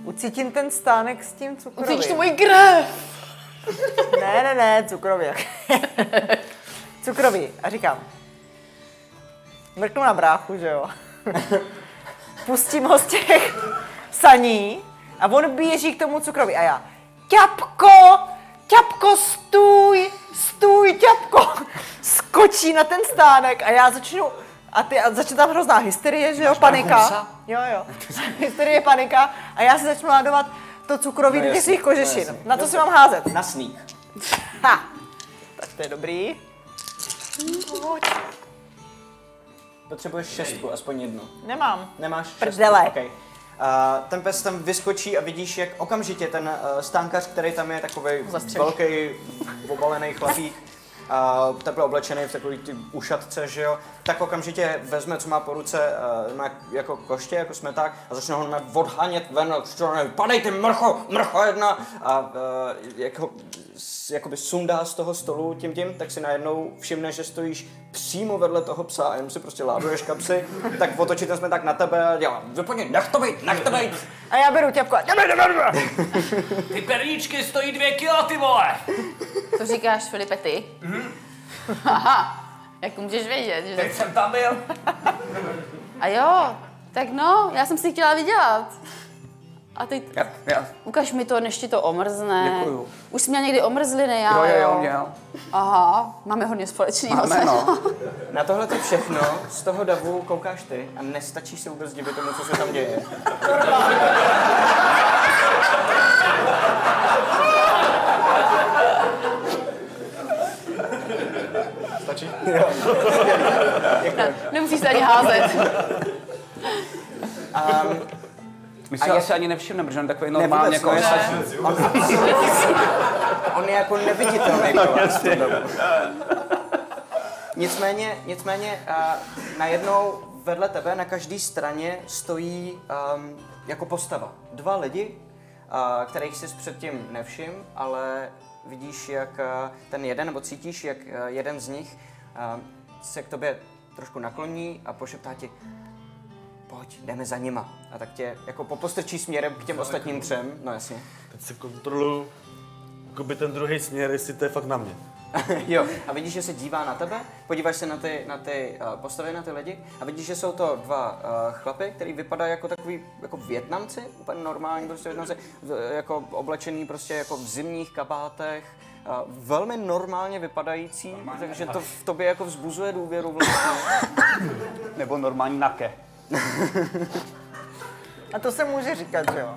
Speaker 5: ucítím ten stánek s tím cukrovým.
Speaker 4: Ucítíš tu můj krev.
Speaker 5: Ne, ne, ne, cukrový. [laughs] cukrový. A říkám, mrknu na bráchu, že
Speaker 6: [laughs]
Speaker 5: jo. Pustím ho z těch saní a on běží k tomu cukrovi. A já, ťapko, ťapko, stůj, stůj, ťapko. [laughs] Skočí na ten stánek a já začnu a, ty, a začne tam hrozná hysterie, že jo, panika. Jo, jo, [laughs] hysterie, panika a já si začnu ládovat to cukroví
Speaker 6: No
Speaker 5: do těch
Speaker 6: jasně,
Speaker 5: svých
Speaker 6: no
Speaker 5: kožešin.
Speaker 6: jasně.
Speaker 5: Na to si mám házet.
Speaker 6: Na sníh.
Speaker 5: Ha! Tak to je dobrý.
Speaker 6: Potřebuješ šestku, aspoň jednu.
Speaker 5: Nemám.
Speaker 6: Nemáš šestku?
Speaker 5: Prdele.
Speaker 6: Okay. A ten pes tam vyskočí a vidíš, jak okamžitě ten uh, stánkař, který tam je takový
Speaker 4: Zastřelí.
Speaker 6: velký, obalený chlapík, a takhle oblečený v takový ty ušatce, že jo, tak okamžitě vezme, co má po ruce, uh, má jako koště, jako smeták a začne ho normálně odhánět ven, čtyřený, padej ty mrcho, mrcho jedna a uh, jak ho s- jakoby sundá z toho stolu tím tím, tak si najednou všimne, že stojíš přímo vedle toho psa a jenom si prostě láduješ kapsy, tak otočí ten smeták na tebe a dělá, vypadni, nech to být, nech to být.
Speaker 5: A já beru ťapku a jdeme, jdeme, jdeme.
Speaker 3: Ty perníčky stojí dvě kilo, ty vole!
Speaker 4: To říkáš, Filipe, ty? Aha, jak můžeš vědět, že...
Speaker 3: Mhm. jsem tam byl.
Speaker 4: A jo, tak no, já jsem si chtěla vydělat. A teď
Speaker 3: Já, já,
Speaker 4: ukaž mi to, než ti to omrzne.
Speaker 3: Děkuju.
Speaker 4: Už jsi měl někdy omrzliny, já
Speaker 3: jo, jo, jo, měl.
Speaker 4: Aha, máme hodně společného.
Speaker 3: Máme, no.
Speaker 4: [laughs]
Speaker 6: Na tohle to všechno z toho davu koukáš ty a nestačíš se vůbec divit tomu, co se tam děje.
Speaker 4: Nemusíš se ani házet.
Speaker 6: Um,
Speaker 3: My si
Speaker 6: A
Speaker 3: ho
Speaker 6: je-
Speaker 3: asi ani nevšimneme, protože on je takový
Speaker 6: Ne,
Speaker 3: normálně
Speaker 6: vůbec,
Speaker 3: jako
Speaker 6: ne.
Speaker 3: osačí.
Speaker 6: [laughs] on je jako neviditelný pro vás. v tom domu. Nicméně, nicméně a najednou vedle tebe na každé straně stojí um, jako postava. Dva lidi, a, kterých jsi předtím nevšim, ale vidíš, jak a, ten jeden, nebo cítíš, jak a, jeden z nich a, se k tobě trošku nakloní a pošeptá ti pojď, jdeme za nima. A tak tě jako popostrčí směrem k těm ostatním třem, no jasně.
Speaker 8: Teď se kontroluju, jakoby ten druhý směr, jestli to je fakt na mě.
Speaker 6: [laughs] jo, a vidíš, že se dívá na tebe, podíváš se na ty, na ty uh, postavy, na ty lidi a vidíš, že jsou to dva uh, chlapy, který vypadají jako takový jako Větnamci, úplně normální prostě Větnamci, v, jako oblečený prostě jako v zimních kabátech, uh, velmi normálně vypadající, takže to v tobě jako vzbuzuje důvěru vlastně.
Speaker 3: Nebo normální nake.
Speaker 5: A to se může říkat, že jo?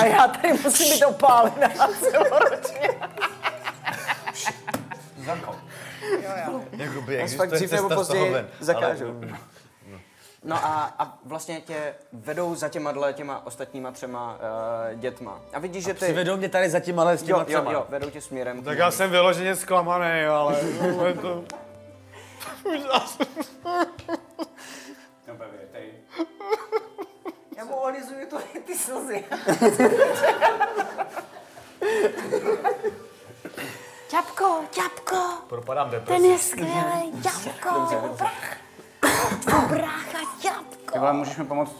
Speaker 5: A já tady musím být opálená celoročně.
Speaker 10: Jakoby
Speaker 6: Nás fakt
Speaker 10: existuje
Speaker 6: dřív
Speaker 10: cesta z toho
Speaker 6: nebo později
Speaker 10: ven. mm.
Speaker 6: zakážou. No a, a vlastně tě vedou za těma těma ostatníma třema uh, dětma. A vidíš, že ty...
Speaker 10: Přivedou mě tady zatím, ale s těma
Speaker 6: Jo, jo,
Speaker 10: třema.
Speaker 6: jo, vedou tě směrem. k
Speaker 7: No Tak
Speaker 6: ní.
Speaker 7: já jsem vyloženě zklamaný, ale tohle to...
Speaker 5: Já mu olizuju to, ty slzy.
Speaker 11: Ťapko, ťapko,
Speaker 8: Propadám
Speaker 11: ten
Speaker 8: depresi.
Speaker 11: je skvělý, ťapko, brach, tvůj brácha, ťapko.
Speaker 3: Ty vole, můžeš mi pomoct,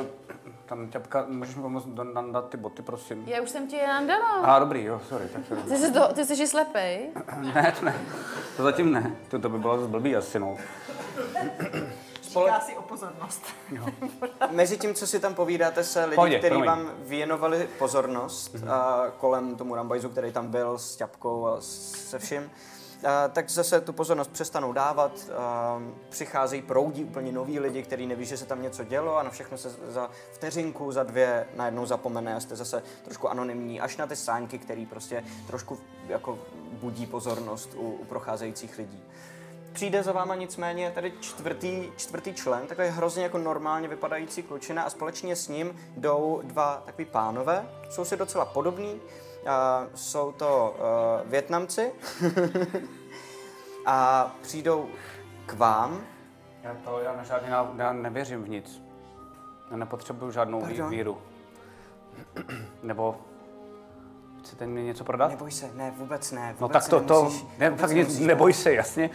Speaker 3: uh, [laughs] tam ťapka, můžeš mi pomoct do- nandat ty boty, prosím?
Speaker 4: Já už jsem ti je nandala.
Speaker 3: A ah, dobrý, jo, sorry, tak to... [laughs]
Speaker 4: Ty jsi, to, ty jsi že slepej?
Speaker 3: Ne, to ne, to zatím ne, to, to by bylo zase blbý asi, no.
Speaker 5: Říká si o pozornost.
Speaker 6: Mezi tím, co si tam povídáte, se lidi,
Speaker 3: Pohodě,
Speaker 6: kteří
Speaker 3: promiň. Mhm.
Speaker 6: vám věnovali pozornost a kolem tomu Rambajzu, který tam byl s ťapkou a s- se vším, a, tak zase tu pozornost přestanou dávat, a, přicházejí, proudí úplně noví lidi, kteří neví, že se tam něco dělo a na všechno se za vteřinku, za dvě najednou zapomene a jste zase trošku anonymní, až na ty sáňky, který prostě trošku jako budí pozornost u, u procházejících lidí. Přijde za váma nicméně tady čtvrtý, čtvrtý člen, takový hrozně jako normálně vypadající klučina a společně s ním jdou dva takový pánové, jsou si docela podobní, a jsou to uh, Větnamci [laughs] a přijdou k vám.
Speaker 3: Já to, já na žádný, náv- já nevěřím v nic. Já nepotřebuju žádnou Pardon?
Speaker 6: Pardon?
Speaker 3: víru. [clears throat] Nebo chcete mi něco prodat?
Speaker 6: Neboj se, ne, vůbec ne. Vůbec
Speaker 3: No tak
Speaker 6: se
Speaker 3: to, to,
Speaker 6: nemusíš,
Speaker 3: ne,
Speaker 6: vůbec
Speaker 3: fakt
Speaker 6: se
Speaker 3: nic,
Speaker 6: nemusíš.
Speaker 3: neboj se, jasně.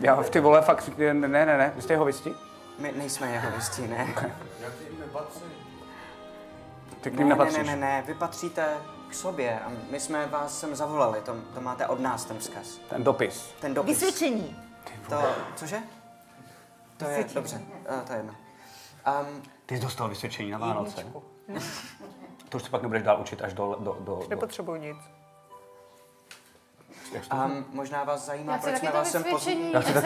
Speaker 3: já v ty vole fakt, ne, ne, ne, ne, vy jste jeho vysti?
Speaker 6: My nejsme jeho hostí,
Speaker 3: [laughs]
Speaker 6: ne.
Speaker 3: Ty k ním
Speaker 6: Ne, ne, ne,
Speaker 3: nepatříš.
Speaker 6: ne, ne, vy patříte k sobě a my jsme vás sem zavolali, to, to máte od nás ten vzkaz,
Speaker 3: Ten dopis.
Speaker 6: ten dopis.
Speaker 5: Vysvědčení.
Speaker 6: To, cože? To je, dobře, a, to je jedno. Um,
Speaker 3: Ty jsi dostal vysvědčení na Vánoce. To už se pak nebudeš dál učit až do... do, do, do
Speaker 5: Nepotřebuju nic.
Speaker 6: um, možná vás zajímá,
Speaker 4: Já chci
Speaker 6: proč
Speaker 4: taky
Speaker 6: jsme
Speaker 4: to
Speaker 6: vás sem pozvali.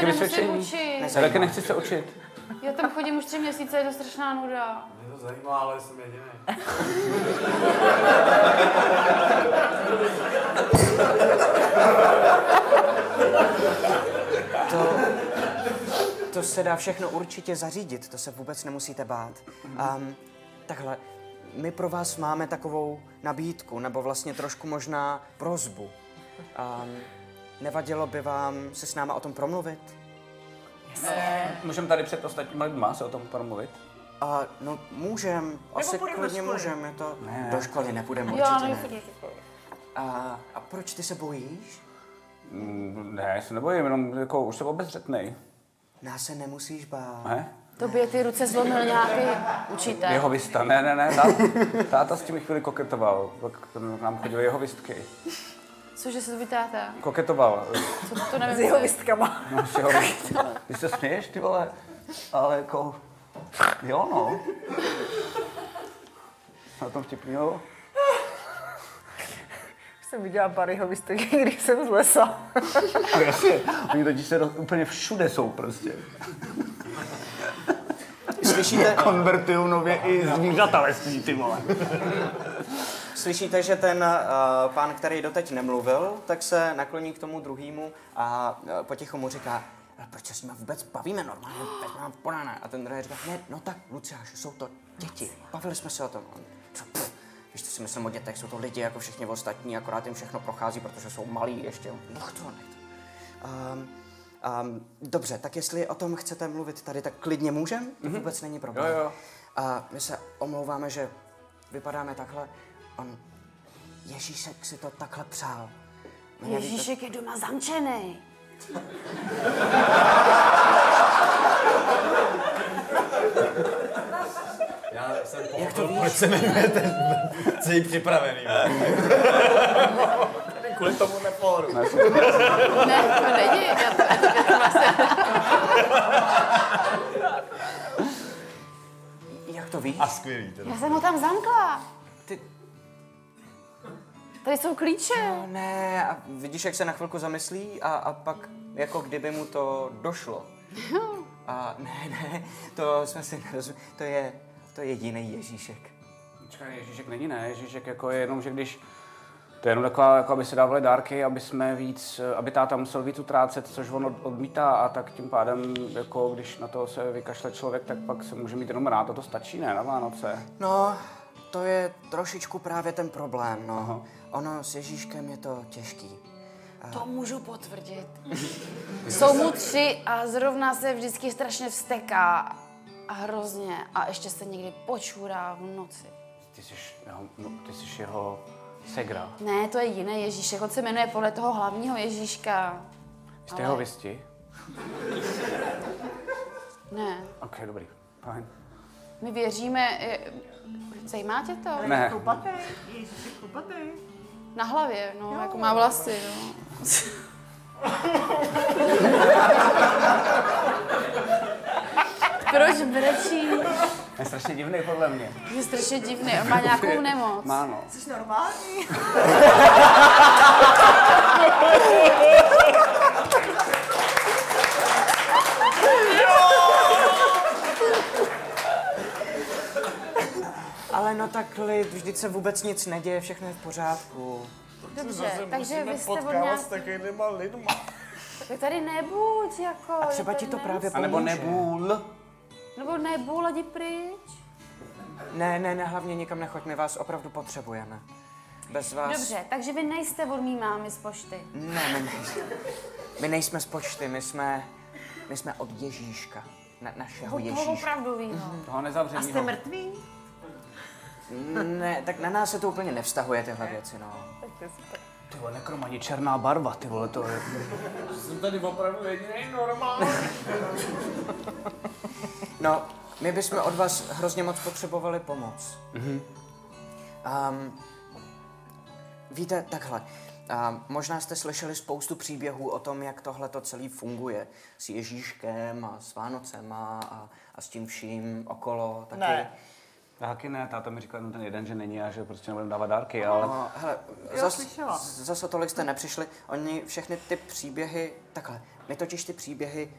Speaker 4: vysvědčení,
Speaker 3: Já chci
Speaker 4: ať
Speaker 3: taky vysvědčení. já
Speaker 4: se nemusím učit.
Speaker 3: taky nechci se učit.
Speaker 4: Já tam chodím už tři měsíce, je to strašná nuda.
Speaker 8: Mě to zajímá, ale jsem jediný.
Speaker 6: To, to se dá všechno určitě zařídit, to se vůbec nemusíte bát.
Speaker 4: Mhm.
Speaker 6: Um, takhle, my pro vás máme takovou nabídku, nebo vlastně trošku možná prozbu. Um, nevadilo by vám se s náma o tom promluvit?
Speaker 3: Můžeme tady před ostatními lidma se o tom promluvit?
Speaker 6: A no, můžem, asi
Speaker 5: půjdeme do
Speaker 6: klidně
Speaker 5: školy.
Speaker 6: můžem, je to... Ne. Do školy nepůjdeme
Speaker 4: Já
Speaker 6: určitě
Speaker 4: nejsem
Speaker 6: ne.
Speaker 4: do školy.
Speaker 6: A, a proč ty se bojíš?
Speaker 3: Mm, Ne, já se nebojím, jenom jako už jsem obezřetnej.
Speaker 6: Nás se nemusíš bát.
Speaker 3: Ne?
Speaker 4: Tobě ty ruce zlomil nějaký učitel.
Speaker 3: Jeho vista, ne, ne, ne, táta, táta s tím chvíli koketoval, pak k nám chodil jeho vistky.
Speaker 4: Cože se to vytáta?
Speaker 3: Koketoval,
Speaker 4: Co to nevím.
Speaker 5: S jeho listkama.
Speaker 3: no, s jeho Ty se směješ, ty vole, ale jako, jo no. Na tom vtipnilo.
Speaker 5: jsem viděla pár jeho listek, [laughs] když jsem z lesa.
Speaker 3: No jasně, oni totiž se roz, úplně všude jsou prostě.
Speaker 6: Slyšíte,
Speaker 3: Konvertují nově i zvířata lesní, ty vole.
Speaker 6: Slyšíte, že ten uh, pán, který doteď nemluvil, tak se nakloní k tomu druhému a uh, potichu mu eh, říká, "Ale proč se s nimi vůbec bavíme normálně, teď mám porána. A ten druhý říká, ne, no tak, Luciáš, jsou to děti, bavili jsme se o tom. A on, "Co, pff, Víš, co si myslím o dětech, jsou to lidi jako všichni ostatní, akorát jim všechno prochází, protože jsou malí ještě. Nech to, nech to. Um, um, dobře, tak jestli o tom chcete mluvit tady, tak klidně můžem, to vůbec není problém.
Speaker 3: Mhm. Jo, jo.
Speaker 6: A my se omlouváme, že vypadáme takhle. On, Ježíšek si to takhle přál. No, My neví-
Speaker 11: Ježíšek je doma zamčený.
Speaker 8: Já jsem
Speaker 6: Jak to víš?
Speaker 9: Proč se jmenuje ten celý připravený?
Speaker 8: kvůli tomu nepohodu.
Speaker 4: Ne, to není. Já to, já to vlastně...
Speaker 6: Jak to víš?
Speaker 9: A skvělý teda.
Speaker 4: Já jsem ho tam zamkla.
Speaker 6: Ty-
Speaker 4: Tady jsou klíče.
Speaker 6: No ne, a vidíš, jak se na chvilku zamyslí a, a pak jako kdyby mu to došlo. A ne, ne, to jsme si nerozuměli, to je, to je jiný Ježíšek.
Speaker 3: Počkej, Ježíšek není ne, Ježíšek jako je jenom, že když to je jenom taková, jako aby se dávali dárky, aby jsme víc, eh, aby táta musel víc utrácet, což on od- odmítá a tak tím pádem, jako když na to se vykašle člověk, tak pak se může mít jenom rád a to stačí, ne, na Vánoce.
Speaker 6: No, to je trošičku právě ten problém, no. Ono s Ježíškem je to těžký.
Speaker 4: To můžu
Speaker 6: [laughs]
Speaker 4: potvrdit. Jsou mu tři a zrovna se vždycky strašně vsteká. A hrozně. A ještě se někdy počurá v noci.
Speaker 3: Ty jsi, jeho, no, ty jsi jeho segra.
Speaker 4: Ne, to je jiné Ježíšek. On se jmenuje podle toho hlavního Ježíška.
Speaker 3: Jste jeho visti?
Speaker 4: Ne,
Speaker 3: Ok, dobrý. Fajn.
Speaker 4: my věříme... eh, Zajímá tě to?
Speaker 3: Ne,
Speaker 5: Chlupatej, Ježíšek chlupatej.
Speaker 4: Na hlavě, no, jako má vlasy, no. Proč brečí?
Speaker 3: je strašně divný podle [laughs] mě.
Speaker 4: Je strašně divný, on
Speaker 6: Jako
Speaker 4: má nějakou nemoc.
Speaker 3: Má no.
Speaker 5: Jsi normální?
Speaker 6: Ale no tak klid, vždyť se vůbec nic neděje, všechno je v pořádku.
Speaker 4: Dobře, takže vy jste od
Speaker 8: Potkávat s
Speaker 4: nějak...
Speaker 8: takovýma lidma.
Speaker 4: Tak tady nebuď, jako... A
Speaker 6: třeba ti to právě
Speaker 3: A nebo
Speaker 6: pomůže.
Speaker 3: nebůl.
Speaker 4: Nebo nebuď, jdi pryč.
Speaker 6: Ne, ne, ne, hlavně nikam nechoď, my vás opravdu potřebujeme. Bez vás...
Speaker 4: Dobře, takže vy nejste od mý mámy z pošty.
Speaker 6: Ne, my nejsme, my nejsme z počty, my jsme, my jsme od Ježíška. Na, našeho
Speaker 4: Toho no.
Speaker 6: Ježíška.
Speaker 4: opravdovýho.
Speaker 3: Toho nezavřenýho.
Speaker 5: Jste mrtví?
Speaker 6: Ne, tak na nás se to úplně nevztahuje tyhle věci, no.
Speaker 3: Ty vole, nekromani, černá barva, ty vole, to je... Jsem tady opravdu jediný normální.
Speaker 6: No, my bychom od vás hrozně moc potřebovali pomoc. Mm-hmm. Um, víte, takhle. Um, možná jste slyšeli spoustu příběhů o tom, jak tohle to celé funguje. S Ježíškem a s Vánocema a, a s tím vším okolo. Taky.
Speaker 5: Ne.
Speaker 3: Taky ne, táta mi říkal jenom ten jeden, že není a že prostě nebudeme dávat dárky, ale...
Speaker 6: No, hele,
Speaker 5: Jo,
Speaker 6: zas,
Speaker 5: slyšela.
Speaker 6: z- zas o tolik jste nepřišli. Oni všechny ty příběhy, takhle, my totiž ty příběhy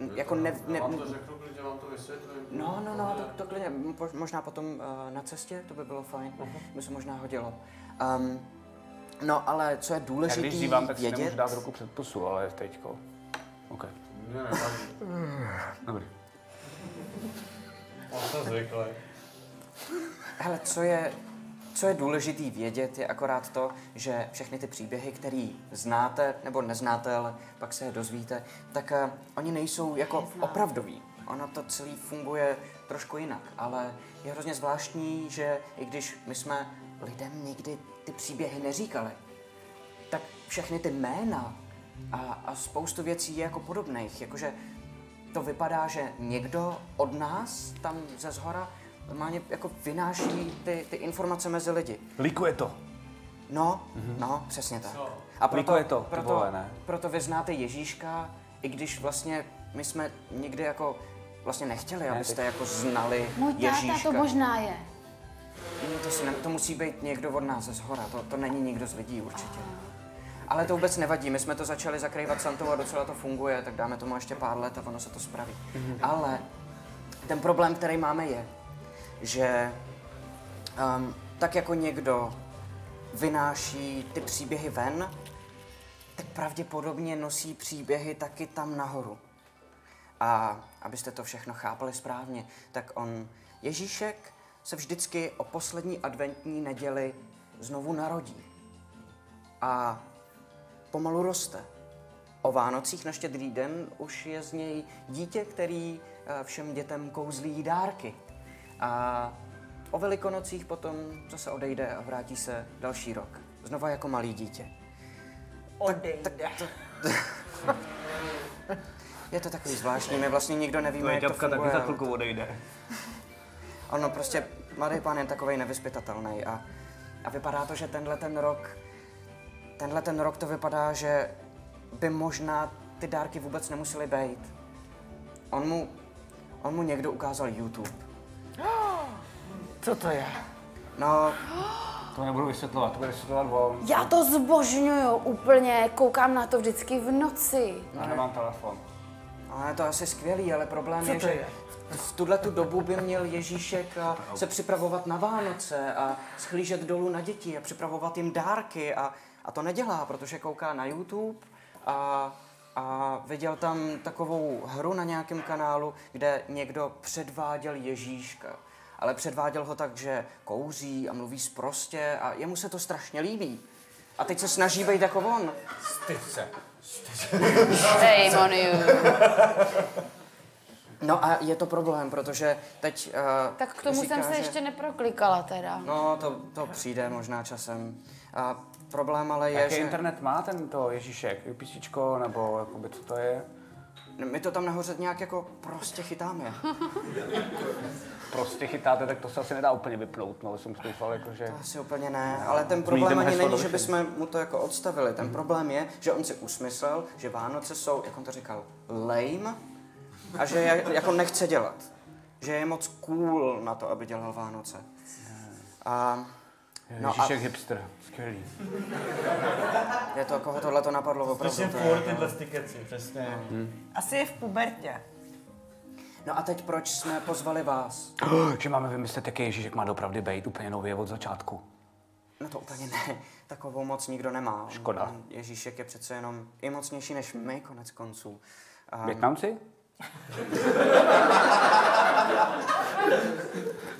Speaker 6: m, jako ne... ne vám to řeknu, klidně vám to vysvětlím. No, no, no, to, to klidně, m- po- možná potom eh, na cestě, to by bylo fajn, by se možná hodilo. Um, no, ale co je
Speaker 3: Já
Speaker 6: důležité
Speaker 3: když dívám, tak si nemůžu
Speaker 6: vědět...
Speaker 3: dát ruku před pusu, ale teďko. OK. Dobrý.
Speaker 8: Jsem zvyklý.
Speaker 6: Hele, co je, co je důležitý vědět, je akorát to, že všechny ty příběhy, které znáte nebo neznáte, ale pak se je dozvíte, tak eh, oni nejsou jako opravdoví. Ono to celé funguje trošku jinak, ale je hrozně zvláštní, že i když my jsme lidem nikdy ty příběhy neříkali, tak všechny ty jména a, a spoustu věcí je jako podobných. Jakože to vypadá, že někdo od nás tam ze zhora normálně jako vynáší ty, ty informace mezi lidi.
Speaker 3: Likuje to.
Speaker 6: No, no, přesně tak. A
Speaker 3: Jako Mhm. je to, ty
Speaker 6: proto,
Speaker 3: vole, ne?
Speaker 6: proto vy znáte Ježíška, i když vlastně my jsme nikdy jako vlastně nechtěli, abyste jako znali
Speaker 4: Můj
Speaker 6: Ježíška.
Speaker 4: táta to možná je.
Speaker 6: No, to, si ne, to musí být někdo od nás ze zhora, to, to není nikdo z lidí určitě. Ale to vůbec nevadí, my jsme to začali zakrývat Santou a docela to funguje, tak dáme tomu ještě pár let a ono se to spraví. Ale ten problém, který máme, je, že um, tak jako někdo vynáší ty příběhy ven, tak pravděpodobně nosí příběhy taky tam nahoru. A abyste to všechno chápali správně, tak on, Ježíšek, se vždycky o poslední adventní neděli znovu narodí. A pomalu roste. O Vánocích na štědrý den už je z něj dítě, který eh, všem dětem kouzlí dárky. A o Velikonocích potom zase odejde a vrátí se další rok. Znova jako malý dítě.
Speaker 5: Odejde.
Speaker 6: [laughs] Je to takový zvláštní, my vlastně nikdo nevíme, jak to
Speaker 3: ťapka
Speaker 6: funguje. ale-
Speaker 3: odejde.
Speaker 6: Ono prostě, mladý pán je takovej nevyspytatelný a, a vypadá to, že tenhle ten rok, tenhle ten rok to vypadá, že by možná ty dárky vůbec nemusely být. On mu, on mu někdo ukázal YouTube.
Speaker 5: Co to je?
Speaker 6: No,
Speaker 3: To nebudu vysvětlovat, to bude vysvětlovat on.
Speaker 4: Já to zbožňuju úplně, koukám na to vždycky v noci.
Speaker 3: Já nemám telefon.
Speaker 6: ale je to asi skvělý, ale problém je,
Speaker 5: to
Speaker 6: že
Speaker 5: je?
Speaker 6: v- v tuhle tu dobu by měl Ježíšek a, se připravovat na Vánoce a schlížet dolů na děti a připravovat jim dárky a, a to nedělá, protože kouká na YouTube a, a viděl tam takovou hru na nějakém kanálu, kde někdo předváděl Ježíška. Ale předváděl ho tak, že kouří a mluví sprostě a jemu se to strašně líbí. A teď se snaží být jako on.
Speaker 4: Hej, Moniu.
Speaker 6: No a je to problém, protože teď... Uh,
Speaker 4: Tak k tomu jsem se ještě neproklikala teda.
Speaker 6: No, to, to přijde možná časem. A problém ale je,
Speaker 3: Jaký
Speaker 6: že...
Speaker 3: internet má tento Ježíšek? Jupičičko, nebo jakoby, co to je?
Speaker 6: My to tam nahoře nějak jako
Speaker 4: [laughs]
Speaker 6: prostě chytáme.
Speaker 3: Prostě chytáte, tak to se asi nedá úplně vypnout, no, jsem si doufal, jakože...
Speaker 6: Asi úplně ne, ale ten problém
Speaker 3: jdeme
Speaker 6: ani
Speaker 3: heslo
Speaker 6: není,
Speaker 3: do
Speaker 6: že
Speaker 3: všech.
Speaker 6: bychom mu to jako odstavili.
Speaker 3: Mhm.
Speaker 6: Ten problém je, že on si usmyslel, že Vánoce jsou, jak on to říkal, lame a
Speaker 3: [laughs]
Speaker 6: že je, jako nechce dělat. Že je moc cool na to, aby dělal Vánoce. A No a-
Speaker 3: Ježíšek hipster, skvělý.
Speaker 6: je to jako tohle to napadlo opravdu. to je- jako-
Speaker 8: ty keci, přesně.
Speaker 3: Hmm.
Speaker 5: Asi je v pubertě.
Speaker 6: No a teď proč jsme pozvali vás?
Speaker 3: Že máme vymyslet, jaký Ježíšek má dopravdy být úplně nově od začátku.
Speaker 6: No to úplně ne, takovou moc nikdo nemá. On-
Speaker 3: Škoda.
Speaker 6: on- Ježíšek je přece jenom i mocnější než my, konec konců. A
Speaker 3: Větnamci?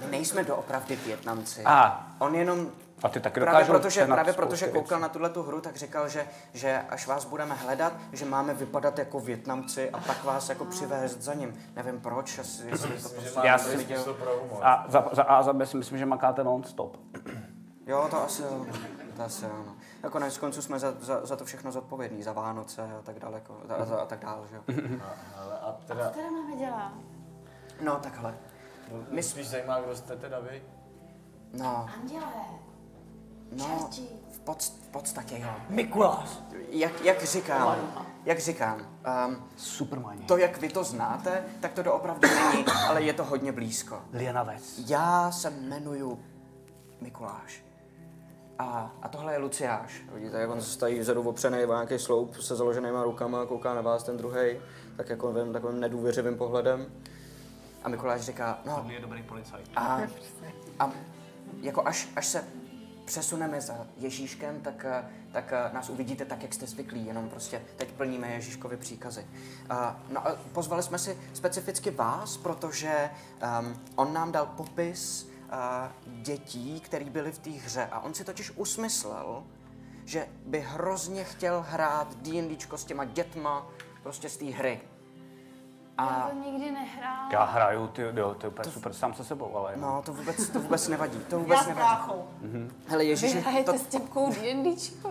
Speaker 6: my nejsme doopravdy Větnamci.
Speaker 3: A,
Speaker 6: On jenom
Speaker 3: a ty taky
Speaker 6: Právě
Speaker 3: dokážou
Speaker 6: protože,
Speaker 3: sehnat
Speaker 6: právě
Speaker 3: spousty
Speaker 6: protože
Speaker 3: věcí.
Speaker 6: koukal na tuhle tu hru, tak říkal, že, že až vás budeme hledat, že máme vypadat jako Větnamci a pak vás jako přivést za ním. Nevím proč, asi, jestli to prostě
Speaker 3: Já
Speaker 6: někdo
Speaker 3: si-
Speaker 6: viděl.
Speaker 3: A za, za A a za B si myslím, že makáte non-stop.
Speaker 6: Jo, to asi jo. To asi ano. A konec konců jsme za, za, za, to všechno zodpovědní, za Vánoce a tak daleko, a, za, a tak dál,
Speaker 7: [laughs]
Speaker 6: že jo.
Speaker 4: Co teda máme dělat?
Speaker 6: No, takhle.
Speaker 7: Mě No, spíš zajímá, kdo jste teda vy.
Speaker 6: No,
Speaker 4: Andělé,
Speaker 6: no, v, podst, v podstatě jo.
Speaker 5: Mikuláš.
Speaker 6: Jak, jak říkám, jak říkám, um,
Speaker 3: Supermani.
Speaker 6: to, jak vy to znáte, tak to doopravdy není, ale je to hodně blízko.
Speaker 3: Lianavec.
Speaker 6: Já se jmenuji Mikuláš. A, a tohle je Luciáš. Vidíte, jak on stojí vzadu opřený o nějaký sloup se založenýma rukama, kouká na vás ten druhý, tak jako vím, takovým nedůvěřivým pohledem. A Mikuláš říká, no,
Speaker 7: Je dobrý policajt.
Speaker 6: a, a jako až, až se přesuneme za Ježíškem, tak, eh, tak eh, nás uvidíte tak, jak jste zvyklí, jenom prostě teď plníme Ježíškovi příkazy. A, no a pozvali jsme si specificky vás, protože um, on nám dal popis a, dětí, který byly v té hře a on si totiž usmyslel, že by hrozně chtěl hrát D&Dčko s těma dětma prostě z té hry.
Speaker 4: já to nikdy nehrál.
Speaker 3: Já hraju, ty, jo, to je úplně super, sám se sebou, ale...
Speaker 6: No, to vůbec, to vůbec nevadí, to
Speaker 5: Já
Speaker 6: vůbec
Speaker 5: s
Speaker 6: nevadí.
Speaker 5: bráchou.
Speaker 6: Hele,
Speaker 4: Vy [laughs]
Speaker 6: Ježíši,
Speaker 4: hrajete
Speaker 6: to,
Speaker 4: s těpkou D&Dčko.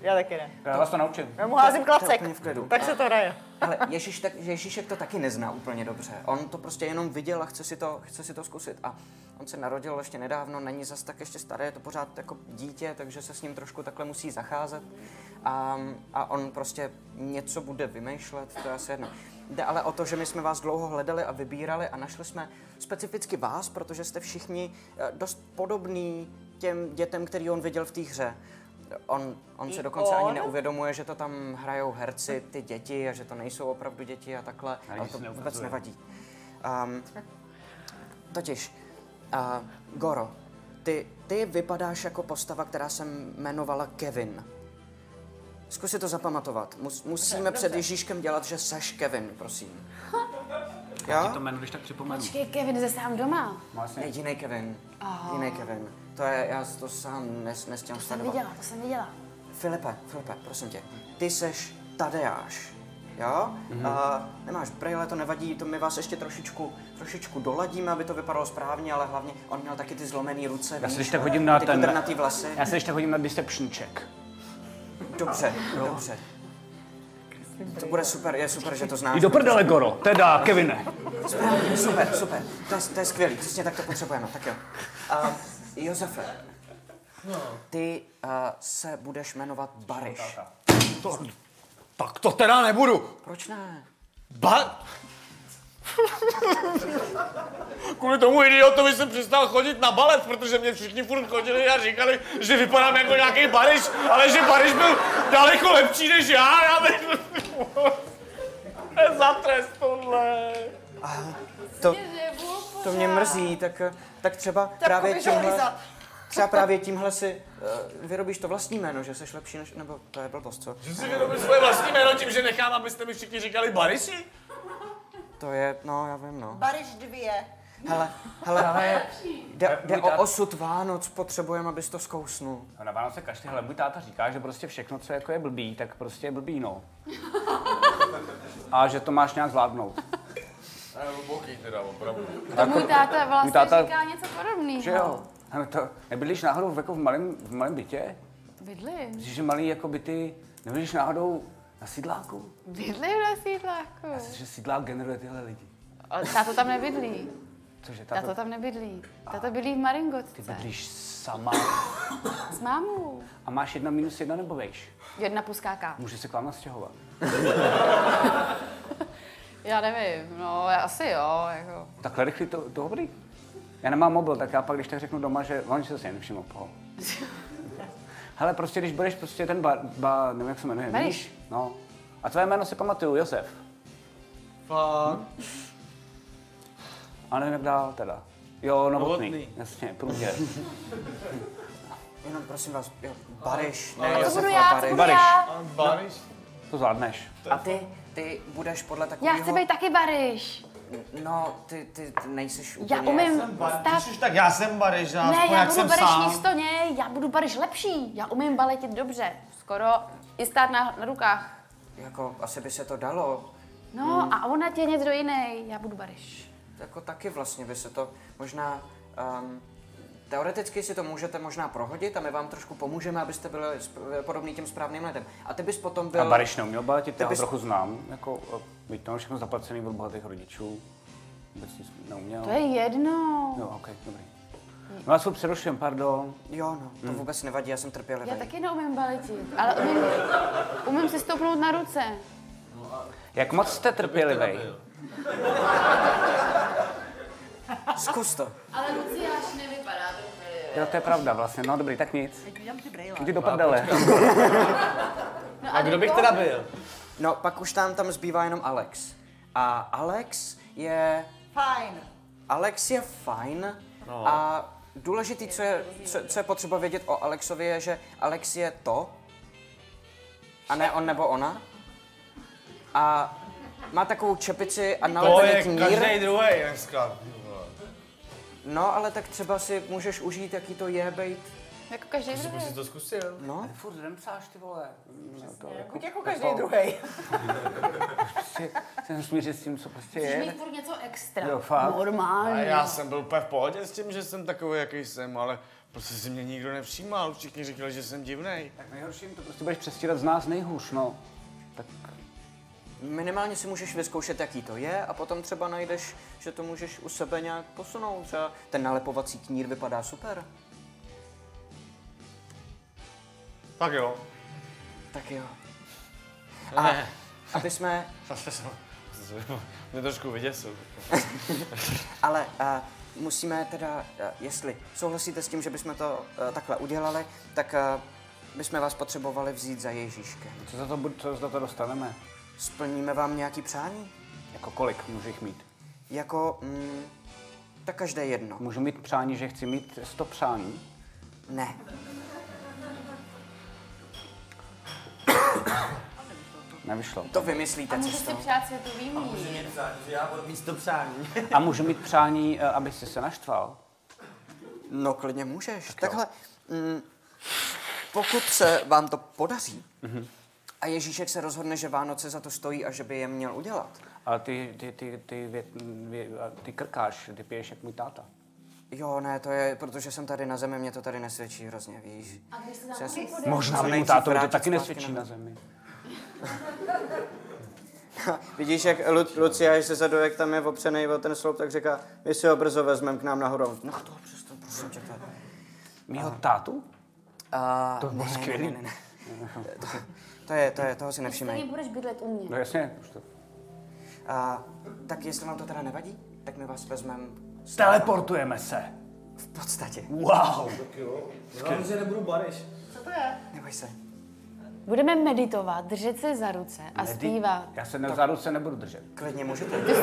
Speaker 5: Já taky ne.
Speaker 3: Já vás to naučím.
Speaker 5: Já mu házím klacek.
Speaker 6: úplně v klidu.
Speaker 5: Tak se to hraje.
Speaker 6: hele, Ježíš, tak, Ježíšek to taky nezná úplně dobře. On to prostě jenom viděl a chce si to, chce si to zkusit. A on se narodil ještě nedávno, není zas tak ještě staré, je to pořád jako dítě, takže se s ním trošku takhle musí zacházet. A, a on prostě něco bude vymýšlet, to je asi jedno. Jde ale o to, že my jsme vás dlouho hledali a vybírali a našli jsme specificky vás, protože jste všichni eh, dost podobní těm dětem, který on viděl v té hře. On, on se dokonce ani
Speaker 5: on?
Speaker 6: neuvědomuje, že to tam hrajou herci, ty děti, a že to nejsou opravdu děti a takhle, ale,
Speaker 3: když
Speaker 6: to
Speaker 3: se neukazuje.
Speaker 6: vůbec nevadí. Um, totiž, uh, Goro, ty, ty vypadáš jako postava, která se jmenovala Kevin. Zkus si to zapamatovat. Mus, musíme před Ježíškem dělat, že seš Kevin, prosím.
Speaker 3: To
Speaker 6: Jo?
Speaker 3: jméno, když tak připomenu. No,
Speaker 4: Počkej, Kevin, jsi sám doma.
Speaker 6: Ne, jiný Kevin. Jiný Kevin. To je, já to sám nes, nestěm
Speaker 4: To jsem
Speaker 6: sledovat.
Speaker 4: viděla, to jsem viděla.
Speaker 6: Filipe, Filipe, prosím tě, ty seš Tadeáš, jo?
Speaker 3: Mhm.
Speaker 6: Mm-hmm. A nemáš brejle, to nevadí, to my vás ještě trošičku, trošičku doladíme, aby to vypadalo správně, ale hlavně on měl taky ty zlomený ruce,
Speaker 3: Já se když tak hodím na
Speaker 6: ty
Speaker 3: ten-
Speaker 6: kudrnatý vlasy.
Speaker 3: Já se když tak hodím na deception check.
Speaker 6: Dobře, dobře. To bude super, je super, že to znáš.
Speaker 3: Jdi do prdele, Goro, teda Kevine.
Speaker 6: Správně, super, super. To je, to je skvělý, přesně tak to potřebujeme, tak jo. A Josefe, ty uh, se budeš jmenovat Bariš.
Speaker 8: Tak to teda nebudu.
Speaker 6: Proč ne?
Speaker 8: Ba... Kvůli tomu idiotovi jsem přestal chodit na balet, protože mě všichni furt chodili a říkali, že vypadám jako nějaký Baryš, ale že Baryš byl daleko lepší než já. já bych... [laughs] To je za trest tohle.
Speaker 6: To, to mě mrzí, tak, tak třeba právě tímhle, třeba právě tímhle si uh, vyrobíš to vlastní jméno, že jsi lepší než, nebo to je blbost, co?
Speaker 8: Že si vyrobím svoje vlastní jméno tím, že nechám, abyste mi všichni říkali Baryši?
Speaker 6: To je, no já vím, no.
Speaker 5: Baryš dvě.
Speaker 6: Hele, hele, ale jde, jde o osud Vánoc, potřebujeme, abys to zkousnul.
Speaker 3: No na Vánoce kašli, hele, můj táta říká, že prostě všechno, co jako je blbý, tak prostě je blbý, no. A že to máš nějak zvládnout.
Speaker 4: To můj táta vlastně
Speaker 3: Můj táta-
Speaker 4: říká něco podobného.
Speaker 3: Že jo? Hele, to, nebydlíš náhodou v- jako v malém, v malém bytě?
Speaker 4: Bydlím.
Speaker 3: Myslíš, že malý jako byty, nebydlíš náhodou na sídláku?
Speaker 4: Bydlím na sídláku.
Speaker 3: Že sídlák generuje tyhle lidi.
Speaker 4: A Táto tam nebydlí.
Speaker 3: Cože, tato,
Speaker 4: Táto tam nebydlí. Táta bydlí v Maringotce.
Speaker 3: ty bydlíš sama
Speaker 4: S mámou.
Speaker 3: a máš jedna minus jedna nebo vejš?
Speaker 4: Jedna puskáka.
Speaker 3: Může se k vám nastěhovat.
Speaker 4: Já nevím, no já asi jo, jako.
Speaker 3: Takhle rychle to, to dobrý. Já nemám mobil, tak já pak, když tak řeknu doma, že on si zase jen všiml
Speaker 4: [laughs]
Speaker 3: poho. Hele, prostě když budeš prostě ten ba, ba nevím, jak se jmenuje,
Speaker 4: Bariš.
Speaker 3: víš? No. A tvé jméno si pamatuju, Josef.
Speaker 7: Fakt?
Speaker 3: A nevím, jak dál teda. Jo, novotný.
Speaker 7: Novotný.
Speaker 3: Jasně, průměr.
Speaker 6: Jenom prosím vás, jo, Bariš, ne,
Speaker 4: To budu
Speaker 6: Josefa,
Speaker 4: No, já, to
Speaker 6: Bariš.
Speaker 4: budu já.
Speaker 7: Baryš?
Speaker 3: To zvládneš.
Speaker 6: A ty, ty budeš podle
Speaker 4: Já
Speaker 6: takového...
Speaker 4: chci být taky Baryš.
Speaker 6: No, ty, ty nejsiš úplně...
Speaker 4: Já umím
Speaker 7: Ty
Speaker 4: stát...
Speaker 7: jsi tak já jsem Baryš, já
Speaker 4: Ne,
Speaker 7: aspoň
Speaker 4: já
Speaker 7: jak
Speaker 4: budu
Speaker 7: jsem
Speaker 4: Baryš
Speaker 7: sám.
Speaker 4: místo něj, já budu Baryš lepší. Já umím baletit dobře, skoro i stát na, na rukách.
Speaker 6: Jako, asi by se to dalo.
Speaker 4: No a ona tě někdo jiný, já budu Baryš.
Speaker 6: Jako taky vlastně by se to možná... Um, teoreticky si to můžete možná prohodit a my vám trošku pomůžeme, abyste byli sp- podobný těm správným lidem. A ty bys potom byl...
Speaker 3: A Bariš neuměl baletit, já ho
Speaker 6: bys-
Speaker 3: trochu znám. Jako, eh, byť to mám všechno zaplacený od bohatých rodičů. Vůbec nic neuměl.
Speaker 4: To je jedno.
Speaker 3: Jo, ok, dobrý. No já se přeruším, pardon.
Speaker 6: Jo, no, to vůbec nevadí, já jsem trpělivý.
Speaker 4: Já taky neumím baletit, ale umím, umím si stoupnout na ruce.
Speaker 3: Jak moc jste trpělivý?
Speaker 6: Zkus to.
Speaker 4: Ale Luciáš nevypadá dobře.
Speaker 3: Jo, to je pravda vlastně, no dobrý, tak nic. Jdi do prdele.
Speaker 4: No a kdo bych teda byl?
Speaker 6: No, pak už tam, tam zbývá jenom Alex. A Alex je...
Speaker 5: Fajn.
Speaker 6: Alex je fajn no. a důležitý, co je, co, co je potřeba vědět o Alexovi, je, že Alex je to a ne on nebo ona. A má takovou čepici a
Speaker 7: To
Speaker 6: nalepený
Speaker 7: je
Speaker 6: knír.
Speaker 7: každý druhý dneska. ty vole.
Speaker 6: No, ale tak třeba si můžeš užít, jaký to je být.
Speaker 4: Jako každý druhý.
Speaker 8: prostě
Speaker 7: Jsi to zkusil?
Speaker 6: No,
Speaker 3: Furt nemcáš, ty vole. No, to jako,
Speaker 5: Jako každý druhý.
Speaker 3: prostě se smířit s tím, co prostě
Speaker 4: Musíš
Speaker 3: je.
Speaker 4: mít furt něco extra.
Speaker 3: Jo, fakt.
Speaker 7: A
Speaker 4: Normálně.
Speaker 7: já jsem byl úplně v pohodě s tím, že jsem takový, jaký jsem, ale prostě si mě nikdo nevšímal. Všichni říkali, že jsem divnej.
Speaker 3: Tak nejhorším to prostě budeš přestírat z nás nejhůř, no. Tak
Speaker 6: minimálně si můžeš vyzkoušet, jaký to je a potom třeba najdeš, že to můžeš u sebe nějak posunout. Třeba ten nalepovací knír vypadá super.
Speaker 7: Tak jo. [laughs]
Speaker 6: Tak jo. A aby jsme
Speaker 7: Mě trošku vyděsil.
Speaker 6: Ale uh, musíme teda, uh, jestli souhlasíte s tím, že bychom to uh, takhle udělali, tak uh, bychom vás potřebovali vzít za Ježíškem.
Speaker 3: co za to, bu- co za to dostaneme?
Speaker 6: Splníme vám nějaký přání?
Speaker 3: Jako kolik můžu jich mít?
Speaker 6: Jako, mm, tak každé jedno.
Speaker 3: Můžu mít přání, že chci mít 100 přání?
Speaker 6: Ne.
Speaker 3: Nevyšlo.
Speaker 6: To vymyslíte, co
Speaker 4: Můžu
Speaker 6: z
Speaker 4: si
Speaker 6: toho.
Speaker 4: přát světový mír.
Speaker 9: Místo přání.
Speaker 3: A můžu mít přání, eh, aby si se naštval?
Speaker 6: No klidně můžeš. Tak Takhle, mm, pokud se vám to podaří a Ježíšek se rozhodne, že Vánoce za to stojí a že by je měl udělat,
Speaker 3: Ale ty, ty, ty, ty, vě, vě, ty krkáš, ty piješ jak můj táta.
Speaker 6: Jo, ne, to je, protože jsem tady na zemi, mě to tady nesvědčí hrozně, víš. A když se
Speaker 3: Možná mému tátovi to taky nesvědčí na zemi.
Speaker 6: Vidíš, jak Lu- Lucia, když se zadu, jak tam je opřený o ten sloup, tak říká, my si ho brzo vezmeme k nám nahoru. No to přesto, prosím tě, to je-
Speaker 3: Mýho tátu?
Speaker 6: A,
Speaker 3: To bylo
Speaker 6: ne, ne,
Speaker 3: No, skvělý.
Speaker 6: ne, ne, ne. To, to, je, to je, toho si
Speaker 11: Stejně
Speaker 6: nevšimej.
Speaker 11: budeš bydlet u mě.
Speaker 3: No jasně, už to.
Speaker 6: A, tak jestli vám to teda nevadí, tak my vás vezmeme
Speaker 3: Teleportujeme se.
Speaker 6: v podstatě.
Speaker 3: Wow.
Speaker 6: Neboj se.
Speaker 4: Budeme meditovat, držet se za ruce a zpívat. [laughs]
Speaker 3: Já se na záruce nebudu držet.
Speaker 6: Klidně můžete.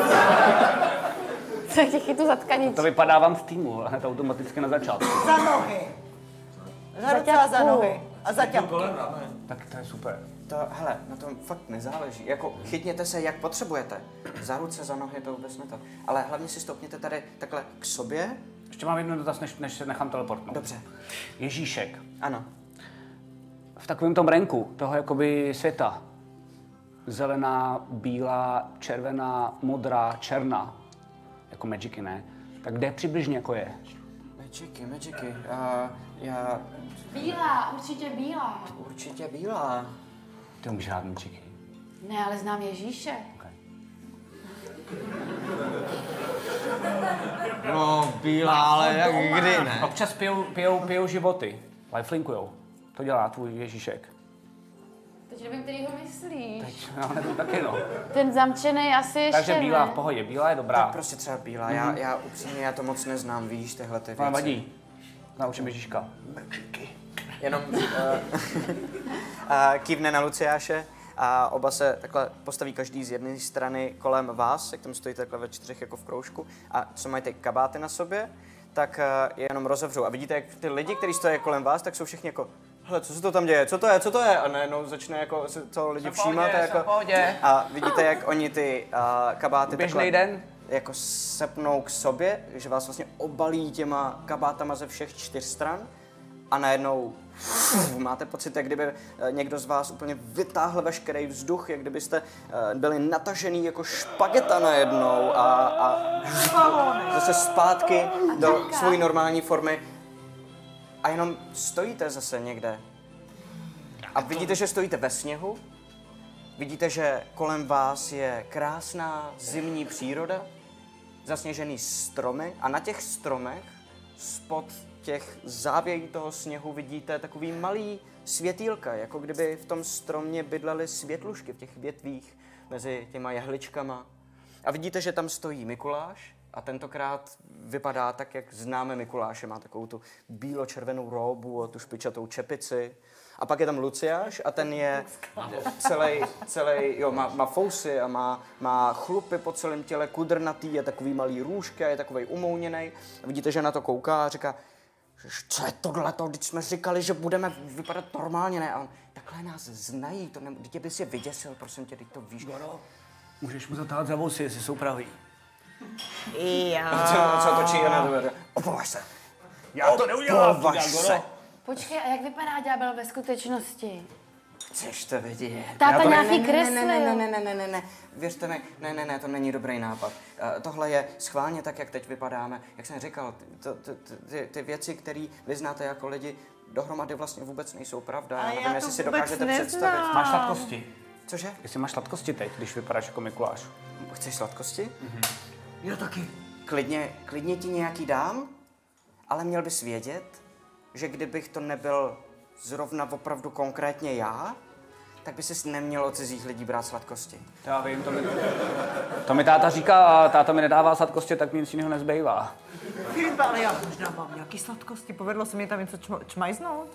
Speaker 4: Co tě chytu za tkaničku?
Speaker 3: To vypadávám z týmu, hned automaticky na začátku.
Speaker 5: Za nohy. Za ruce a za
Speaker 4: ťapku.
Speaker 5: nohy. A za ťapky.
Speaker 3: Tak to je super.
Speaker 6: To, hele, na tom fakt nezáleží. Jako chytněte se, jak potřebujete. Za ruce, za nohy, to vůbec ne to. Ale hlavně si stoupněte tady takhle k sobě.
Speaker 3: Ještě mám jeden dotaz, než, než se nechám teleportnout.
Speaker 6: Dobře.
Speaker 3: Ježíšek,
Speaker 6: Ano.
Speaker 3: v takovém tom renku toho jakoby světa, zelená, bílá, červená, modrá, černá, jako Magicy, ne? Tak kde přibližně jako je?
Speaker 6: Magicy, magicy. Uh, já
Speaker 4: Bílá, určitě bílá.
Speaker 6: určitě bílá.
Speaker 3: Ty umíš rád Magicy.
Speaker 4: Ne, ale znám Ježíše.
Speaker 6: No, bílá, ale jak kdy ne?
Speaker 3: Občas pijou, pijou, pijou životy, lifelinkujou. To dělá tvůj Ježíšek. [laughs]
Speaker 4: Teď nevím, který ho myslíš.
Speaker 3: Já nevím, taky no.
Speaker 4: Ten zamčený asi ještě
Speaker 3: Takže bílá v
Speaker 4: ne.
Speaker 3: pohodě, bílá je
Speaker 6: Tak
Speaker 3: dobrá.
Speaker 6: prostě třeba bílá. Já, já upřímně, já to moc neznám, víš, tyhle ty
Speaker 3: To
Speaker 6: věci.
Speaker 3: nevadí. Naučím Ježíška.
Speaker 6: Jenom uh, [laughs] uh, kývne na Luciáše a oba se takhle postaví každý z jedné strany kolem vás, jak tam stojí takhle ve čtyřech jako v kroužku a co mají ty kabáty na sobě, tak uh, je jenom rozevřou. A vidíte, jak ty lidi, kteří stojí kolem vás, tak jsou všichni jako Hele, co se to tam děje? Co to je? Co to je? A najednou začne jako se to lidi všímat. a jako, a vidíte, jak oni ty uh, kabáty
Speaker 3: Běžný
Speaker 6: takhle-
Speaker 3: den?
Speaker 6: jako sepnou k sobě, že vás vlastně obalí těma kabátama ze všech čtyř stran a najednou [sniffs] máte pocit, jak kdyby eh, někdo z vás úplně vytáhl veškerý vzduch, jak kdybyste eh, byli natažený jako špageta najednou a, a zase zpátky do své normální formy a jenom stojíte zase někde. A vidíte, že stojíte ve sněhu, Vidíte, že kolem vás je krásná zimní příroda, zasněžený stromy a na těch stromech spod těch závějí toho sněhu vidíte takový malý světýlka, jako kdyby v tom stromě bydlely světlušky v těch větvích mezi těma jehličkama. A vidíte, že tam stojí Mikuláš a tentokrát vypadá tak, jak známe Mikuláše. Má takovou tu bílo-červenou róbu a tu špičatou čepici. A pak je tam Luciáš a ten je celý, celý jo, má, má fousy a má, má chlupy po celém těle, kudrnatý, je takový malý růžka, je takový umouněný. Vidíte, že na to kouká a říká, "Žež, co je tohle, to, když jsme říkali, že budeme vypadat normálně, ne? A on, takhle nás znají, to ne, dítě bys je vyděsil, prosím tě, teď to víš.
Speaker 3: Můžeš mu zatáhat za vousy, jestli jsou pravý.
Speaker 6: Co, co točí a na to jde, opovaž se.
Speaker 3: Já to neudělám,
Speaker 6: Opovaž se.
Speaker 4: Počkej, a jak vypadá ďábel ve skutečnosti?
Speaker 6: Chceš to vidět?
Speaker 4: Táta
Speaker 6: Ne,
Speaker 4: nějaký
Speaker 6: ne, ne, ne, ne,
Speaker 4: kreslil.
Speaker 6: ne, ne, ne, ne, ne, věřte mi, ne, ne, ne, to není dobrý nápad. Eh, Tohle je schválně tak, jak teď vypadáme. Jak jsem říkal, to, to, to, ty, ty věci, které vy znáte jako lidi, dohromady vlastně vůbec nejsou pravda.
Speaker 5: Ale
Speaker 6: nevím,
Speaker 5: já to
Speaker 6: jestli si
Speaker 5: vůbec
Speaker 6: dokážete
Speaker 5: neznám.
Speaker 6: představit.
Speaker 3: Máš sladkosti.
Speaker 6: Cože?
Speaker 3: Jestli máš sladkosti teď, když vypadáš jako Mikuláš.
Speaker 6: Chceš sladkosti? Mhm. Já taky. Klidně, klidně ti nějaký dám, ale měl bys vědět, že kdybych to nebyl zrovna opravdu konkrétně já, tak by ses neměl od cizích lidí brát sladkosti.
Speaker 3: Já vím, to mi, to mi táta říká a táta mi nedává sladkosti, tak mi nic jiného nezbývá.
Speaker 5: Filipe, ale já možná mám nějaký sladkosti. Povedlo se mi tam něco čm- čmajznout?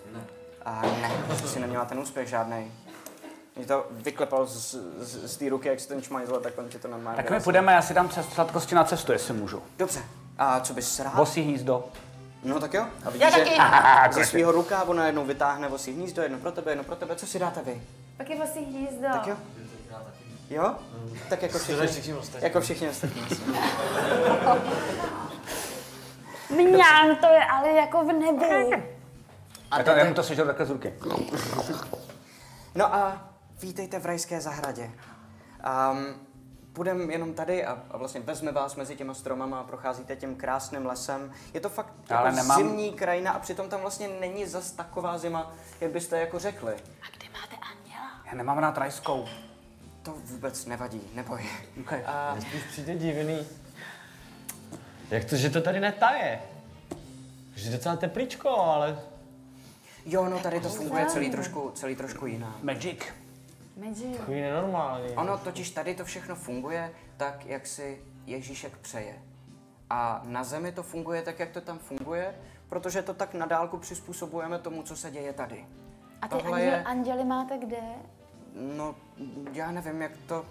Speaker 6: A ne, prostě si neměla ten úspěch žádný. Mě to vyklepal z, z, z té ruky, jak si ten čmajzl, tak on ti to normálně
Speaker 3: Tak my
Speaker 6: vyrazil.
Speaker 3: půjdeme, já si dám cest, sladkosti na cestu, jestli můžu.
Speaker 6: Dobře, a co bys rád?
Speaker 3: Bosí hnízdo.
Speaker 6: No tak jo. A vidíš, že ze svého rukávu najednou vytáhne vosí hnízdo, jedno pro tebe, jedno pro tebe, co si dáte vy?
Speaker 4: Pak je vlastně hnízdo.
Speaker 6: Tak jo. Jo? Tak jako všichni, Jako všichni ostatní.
Speaker 11: Mňám to je, ale jako v nebi.
Speaker 3: A to, jenom to sežel takhle z ruky.
Speaker 6: No a vítejte v rajské zahradě. Um, půjdeme jenom tady a, a vlastně vezme vás mezi těma stromama a procházíte tím krásným lesem. Je to fakt
Speaker 3: Ale
Speaker 6: jako
Speaker 3: nemám-
Speaker 6: zimní krajina a přitom tam vlastně není zas taková zima, jak byste jako řekli.
Speaker 3: Já nemám rád rajskou.
Speaker 6: To vůbec nevadí, neboj.
Speaker 3: Okay.
Speaker 7: Spíš přijde divný. Jak to, že to tady netaje? Že je docela teplíčko, ale...
Speaker 6: Jo, no tady to funguje celý trošku, celý trošku jiná.
Speaker 3: Magic.
Speaker 4: Magic.
Speaker 7: Takový nenormální.
Speaker 6: Ono totiž tady to všechno funguje tak, jak si Ježíšek přeje. A na zemi to funguje tak, jak to tam funguje, protože to tak na dálku přizpůsobujeme tomu, co se děje tady.
Speaker 11: A ty
Speaker 6: Tohle
Speaker 11: anděl,
Speaker 6: je-
Speaker 11: anděly máte kde?
Speaker 6: No, já nevím, jak to...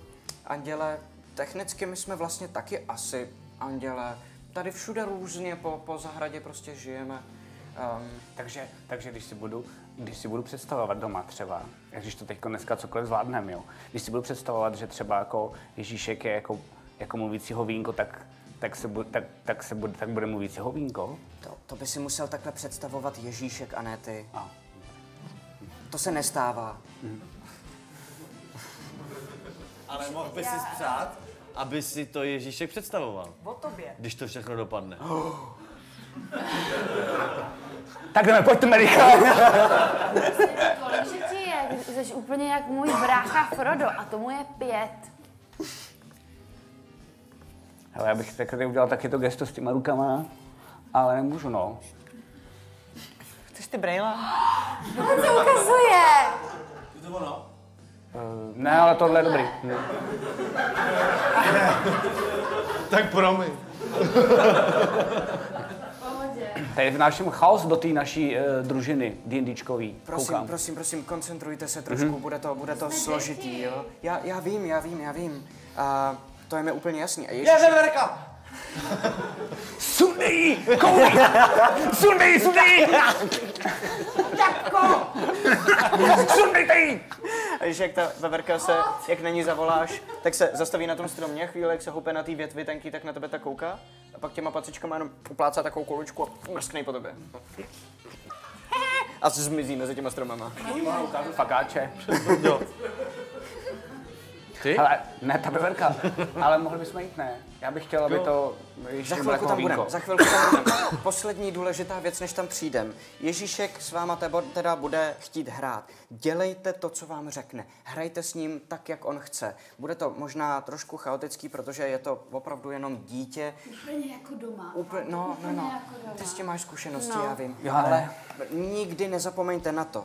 Speaker 6: Anděle, technicky my jsme vlastně taky asi anděle. Tady všude různě po, po zahradě prostě žijeme. Um,
Speaker 3: Takže, takže když, si budu, když si budu představovat doma třeba, jak když to teď dneska cokoliv zvládneme, jo, když si budu představovat, že třeba jako Ježíšek je jako, jako mluvící hovínko, tak, tak, se, bu, tak, tak, se bude, tak bude mluvící hovínko.
Speaker 6: to, to by si musel takhle představovat Ježíšek a ne ty.
Speaker 3: A.
Speaker 6: To se nestává.
Speaker 7: Ale mohl by si spřát, aby si to Ježíšek představoval,
Speaker 5: O tobě.
Speaker 7: když to všechno dopadne.
Speaker 3: Tak jdeme, pojďme rychle.
Speaker 11: Kolik že ti je? Jsi úplně jak můj brácha Frodo a tomu je pět.
Speaker 3: Hele, já bych tak tady udělal taky to gesto s těma rukama, ale nemůžu, no.
Speaker 5: Chceš ty brejla?
Speaker 11: On se ukazuje!
Speaker 3: Eh, Ne, ale tohle je dobrý.
Speaker 8: Tak promiň.
Speaker 3: Tady vnáším chaos do té naší eh, družiny D&Dčkový.
Speaker 6: Prosím,
Speaker 3: Koukám.
Speaker 6: prosím, prosím, koncentrujte se trošku, bude to, bude to složitý, jo? Já, já vím, já vím, já vím. A to je mi úplně jasný. A Ježíš,
Speaker 5: Veverka!
Speaker 3: Sundej ji! Kouli! Sundej, sundej! Jabko! Sundejte ji!
Speaker 6: a Ježíš, jak ta veverka se, jak na ní zavoláš, tak se zastaví na tom stromě, chvíli, jak se houpe na té větvi tenký, tak na tebe ta kouká. A pak těma pacičkama jenom uplácá takovou kolučku a mrsknej po tobě. A zmizí mezi těma stromama.
Speaker 3: Ukážu fakáče.
Speaker 7: Ty?
Speaker 3: Ale ne, ta beverka. Ale mohli bychom jít, ne? Já bych chtěl, aby to... ještě
Speaker 6: Za
Speaker 3: bylo
Speaker 6: chvilku
Speaker 3: jako
Speaker 6: tam
Speaker 3: vínko.
Speaker 6: budem, za chvilku tam budem. [coughs] Poslední důležitá věc, než tam přijdem. Ježíšek s váma tebo, teda bude chtít hrát. Dělejte to, co vám řekne. Hrajte s ním tak, jak on chce. Bude to možná trošku chaotický, protože je to opravdu jenom dítě.
Speaker 4: Úplně jako doma.
Speaker 6: Úplně, no, no,
Speaker 4: Úplně
Speaker 6: no.
Speaker 4: jako doma.
Speaker 6: Ty s tím máš zkušenosti, já vím.
Speaker 3: Já ne.
Speaker 6: Ale nikdy nezapomeňte na to,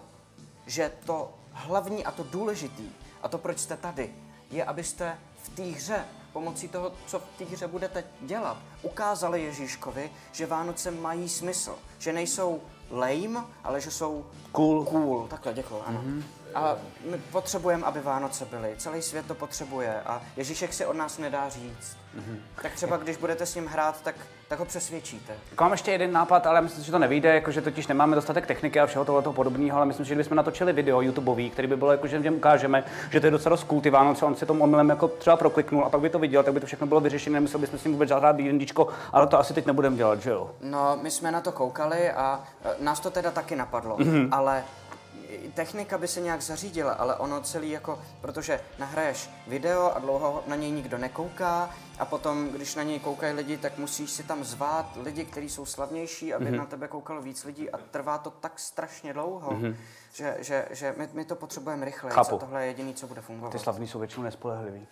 Speaker 6: že to hlavní a to důležitý a to, proč jste tady, je, abyste v té hře pomocí toho, co v té hře budete dělat, ukázali Ježíškovi, že Vánoce mají smysl. Že nejsou lame, ale že jsou cool. cool. Takhle, děkuji, ano. A my potřebujeme, aby Vánoce byly. Celý svět to potřebuje a Ježíšek si od nás nedá říct. Tak třeba, když budete s ním hrát, tak, tak ho přesvědčíte.
Speaker 3: Jako Mám ještě jeden nápad, ale myslím, že to nevyjde, jakože totiž nemáme dostatek techniky a všeho tohoto podobného, ale myslím, že kdybychom natočili video YouTubeový, který by bylo, jakože těm ukážeme, že to je docela dost cool, ty Vánoce, on si to omylem jako třeba prokliknul a pak by to viděl, tak by to všechno bylo vyřešené, nemuseli bychom s ním vůbec zahrát D&Dčko, ale to asi teď nebudeme dělat, že jo?
Speaker 6: No, my jsme na to koukali a e, nás to teda taky napadlo,
Speaker 3: Mhm.
Speaker 6: mm-hmm. ale technika by se nějak zařídila, ale ono celý jako, protože nahraješ video a dlouho na něj nikdo nekouká a potom, když na něj koukají lidi, tak musíš si tam zvát lidi, kteří jsou slavnější,
Speaker 3: Mhm.
Speaker 6: aby mm-hmm. na tebe koukalo víc lidí a trvá to tak strašně dlouho, mm-hmm. že, že, že my, my to potřebujeme rychle,
Speaker 3: Mhm. Chápu.
Speaker 6: tohle je jediný, co bude fungovat.
Speaker 3: Ty slavní jsou většinou nespolehliví.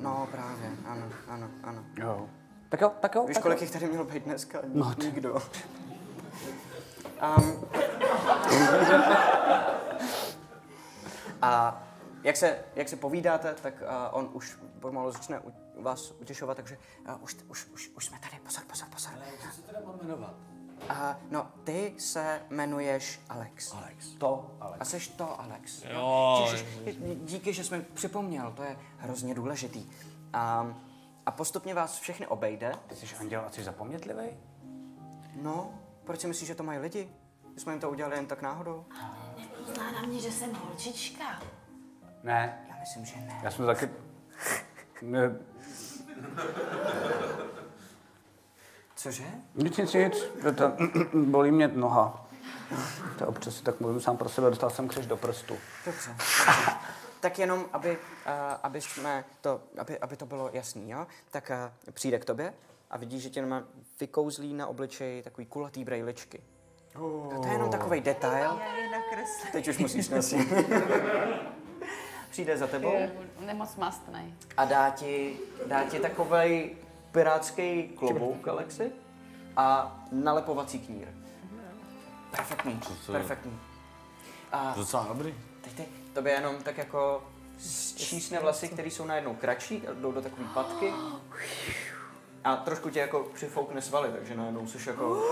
Speaker 6: No právě, ano, ano, ano.
Speaker 3: Jo. Tak jo, tak jo.
Speaker 6: Víš,
Speaker 3: tak
Speaker 6: kolik
Speaker 3: jo.
Speaker 6: jich tady mělo být dneska?
Speaker 3: No, ty-
Speaker 6: Nikdo. Um, a jak se, jak se povídáte, tak uh, on už pomalu začne u, vás utěšovat, takže uh, už, už, už, už jsme tady, pozor, pozor, pozor. Ale jak se teda mám jmenovat? Uh, no, ty se jmenuješ Alex. Alex.
Speaker 3: To, ale.
Speaker 6: A seš to, Alex. Jo. Díky, že jsme připomněl, to je hrozně důležitý. A, a postupně vás všechny obejde.
Speaker 3: Ty jsi anděl a jsi zapomnětlivý?
Speaker 6: No, proč si myslíš, že to mají lidi? My jsme jim to udělali jen tak náhodou.
Speaker 11: Zná na mě, že jsem holčička.
Speaker 3: Ne,
Speaker 6: Já myslím, že ne.
Speaker 3: já jsem to taky... Ne,
Speaker 6: Cože?
Speaker 3: Nic, nic, nic. To, to, bolí mě noha. To občas si tak mluvím sám pro sebe, dostal jsem křiž do prstu.
Speaker 6: Dobře. Tak jenom, aby, uh, aby, jsme to, aby, aby to bylo jasný, jo? tak uh, přijde k tobě a vidí, že tě má vykouzlí na obličeji takový kulatý brejličky. Oh. To je jenom takový detail.
Speaker 5: Já ji nakreslím.
Speaker 6: Teď už musíš nosit. [laughs] přijde za tebou
Speaker 4: Nemoc mastnej.
Speaker 6: a dá ti, dá ti takovej pirátský klobouk, Alexi, a nalepovací knír. Perfektní, perfektní. A
Speaker 8: Docela dobrý.
Speaker 6: Teď ty, tobě jenom tak jako čísne vlasy, které jsou najednou kratší, a jdou do takové patky. A trošku tě jako přifoukne svaly, takže najednou jsi jako...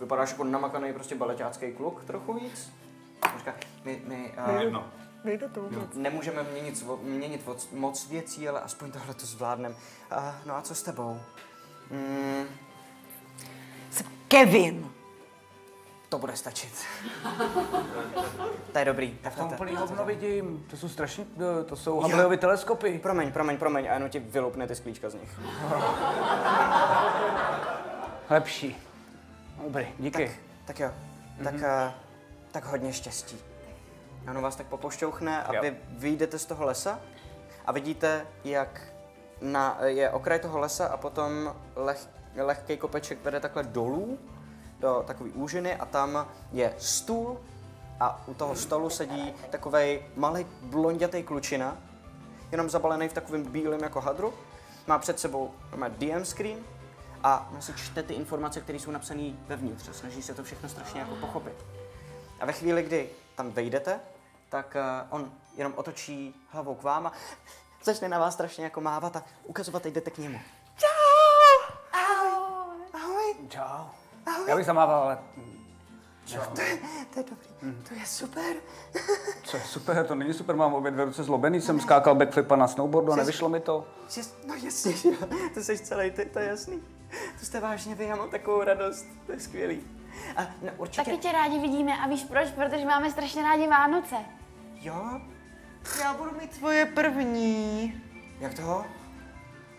Speaker 6: Vypadáš jako namakaný prostě baleťácký kluk trochu víc. Říká, my, my, uh,
Speaker 5: Nejde to vůbec.
Speaker 6: No. nemůžeme měnit, vo- měnit moc, moc věcí, ale aspoň tohle to zvládneme. Uh, no a co s tebou? Mm,
Speaker 5: Kevin!
Speaker 6: to bude [laughs] stačit. to je dobrý. Tak to, to,
Speaker 3: hovno vidím, to jsou strašně, to jsou Hubbleovy teleskopy.
Speaker 6: Promiň, promiň, promiň, a jenom ti vyloupne ty sklíčka z nich.
Speaker 3: Lepší. Dobrý, díky.
Speaker 6: Tak, tak jo, tak, mm-hmm. tak hodně štěstí. Ano, vás tak popošťouchne a
Speaker 3: Jo.
Speaker 6: vy vyjdete z toho lesa a vidíte, jak na, je okraj toho lesa a potom leh, lehký kopeček vede takhle dolů do takové úžiny a tam je stůl a u toho stolu sedí takovej malý blondětej klučina, jenom zabalený v takovém bílém jako hadru. Má před sebou má DM screen a on si čte ty informace, které jsou napsané vevnitř. a Snaží se to všechno strašně jako pochopit. A ve chvíli, kdy tam vejdete, tak eh, on jenom otočí hlavou k vám a začne na vás strašně jako mávat a ukazovat, teď jdete k němu.
Speaker 3: Čau. Já bych zamával, ale
Speaker 5: Mhm.
Speaker 6: To je dobrý, to je super.
Speaker 3: co je super, to není super, mám obě dvě ruce zlobený, jsem skákal backflipa na snowboardu a nevyšlo mi to.
Speaker 6: Že, no jasně, že jo, to jsi celý, ty, to je jasný. To jste vážně vy, já mám takovou radost, to je skvělý. A no, určitě,
Speaker 11: Taky tě rádi vidíme a víš proč? Protože máme strašně rádi Vánoce.
Speaker 6: jo,
Speaker 5: Já budu mít svoje první.
Speaker 6: jak toho?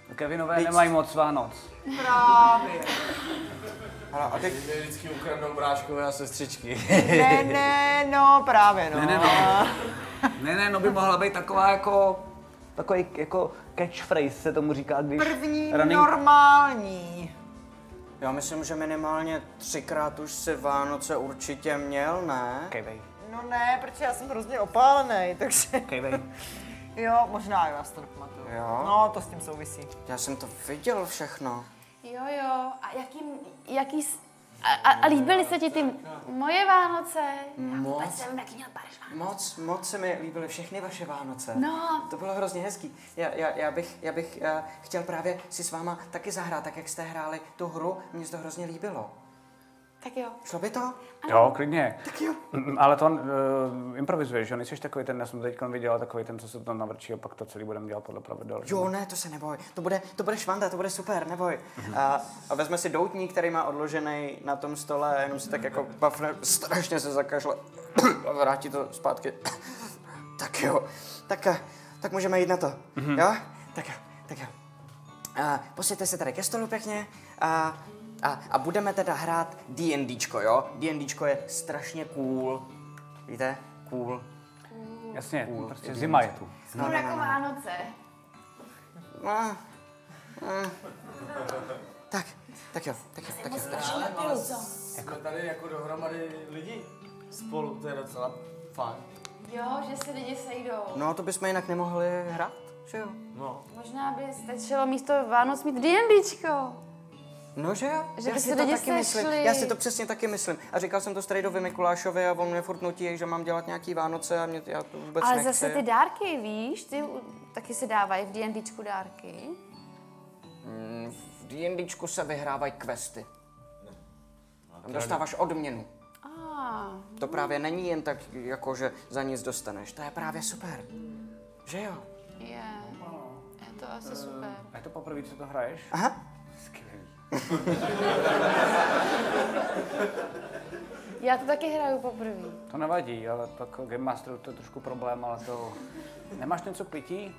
Speaker 3: No, Kevinové
Speaker 6: Víc.
Speaker 3: nemají moc Vánoc.
Speaker 6: Hele, a teď,
Speaker 8: Mě vždycky ukradnou bráškové a sestřičky.
Speaker 5: Ne, ne, no právě no.
Speaker 3: Ne, ne, no. ne, ne, no by mohla být taková jako, takový jako catchphrase se tomu říká, když
Speaker 5: První
Speaker 3: running-
Speaker 5: normální.
Speaker 6: já myslím, že minimálně třikrát už si Vánoce určitě měl, ne?
Speaker 3: Kejvej,
Speaker 5: No ne, protože já jsem hrozně opálený, takže
Speaker 3: kejvej.
Speaker 5: jo, možná jo, já si to nepamatuju.
Speaker 6: Jo.
Speaker 5: No, to s tím souvisí.
Speaker 6: Já jsem to viděl všechno.
Speaker 11: Jo, jo. A jaký, jaký s- a, a, a líbily se ti ty moje Vánoce? Já
Speaker 6: Moc.
Speaker 11: vůbec nevím, jaký měl Bareš Vánoce.
Speaker 6: Moc, moc se mi líbily všechny vaše Vánoce.
Speaker 11: No.
Speaker 6: To bylo hrozně hezký. Já, já, já bych, já bych uh, chtěl právě si s váma taky zahrát, tak jak jste hráli tu hru. Mně se to hrozně líbilo.
Speaker 11: Tak jo.
Speaker 6: Šlo by to?
Speaker 3: [laughs] Jo, klidně.
Speaker 6: Tak jo.
Speaker 3: Mm, Ale to uh, improvizuješ, že jo? Nejsi takový ten, já jsem teď viděl takový ten, co se tam navrčí a pak to celý budeme dělat podle pravidel. že?
Speaker 6: Jo, ne, to se neboj. To bude, to bude švanda, to bude super, neboj. A, a vezme si doutník, který má odložený na tom stole a jenom si tak jako bafne, strašně se zakašle [coughs] a vrátí to zpátky. [coughs] tak jo, tak, eh, tak můžeme jít na to, jo? Tak jo, tak jo. A, posaďte se tady ke stolu pěkně a, a, a budeme teda hrát D&Dčko, jo? D&Dčko je strašně cool, víte? Cool.
Speaker 3: Jasně, prostě zima je tu.
Speaker 11: Skoro jako Vánoce.
Speaker 6: No. no. Tak, tak jo, tak jo, tak jo. Tak jo.
Speaker 8: no, Jsme tady jako dohromady lidi spolu, to je docela fajn.
Speaker 11: Jo, že se lidi sejdou.
Speaker 6: No, to bychom jinak nemohli hrát, že jo?
Speaker 11: Možná by stačilo místo Vánoc mít D&Dčko.
Speaker 6: No, že jo?
Speaker 11: Že
Speaker 6: já
Speaker 11: by
Speaker 6: si
Speaker 11: se
Speaker 6: to
Speaker 11: lidi
Speaker 6: taky myslím.
Speaker 11: sešli.
Speaker 6: Já si to přesně taky myslím. A říkal jsem to strejdovi Mikulášovi a on mě furt nutí, že mám dělat nějaký Vánoce a mě, já to vůbec
Speaker 11: Ale
Speaker 6: nechci.
Speaker 11: zase ty dárky, víš, ty u- taky se dávají v D&Dčku dárky.
Speaker 6: V D&Dčku se vyhrávají questy. Tam dostáváš odměnu.
Speaker 11: Ah,
Speaker 6: To právě není jen tak, jako že za nic dostaneš. To je právě super. Že jo?
Speaker 4: Je. Je to asi super.
Speaker 3: A je to poprvé, co to hraješ?
Speaker 6: Aha,
Speaker 3: Skvělý.
Speaker 11: já to taky hraju poprvé.
Speaker 3: jako To nevadí, ale pak Game Masteru to je trošku problém, ale to... Nemáš něco k pití?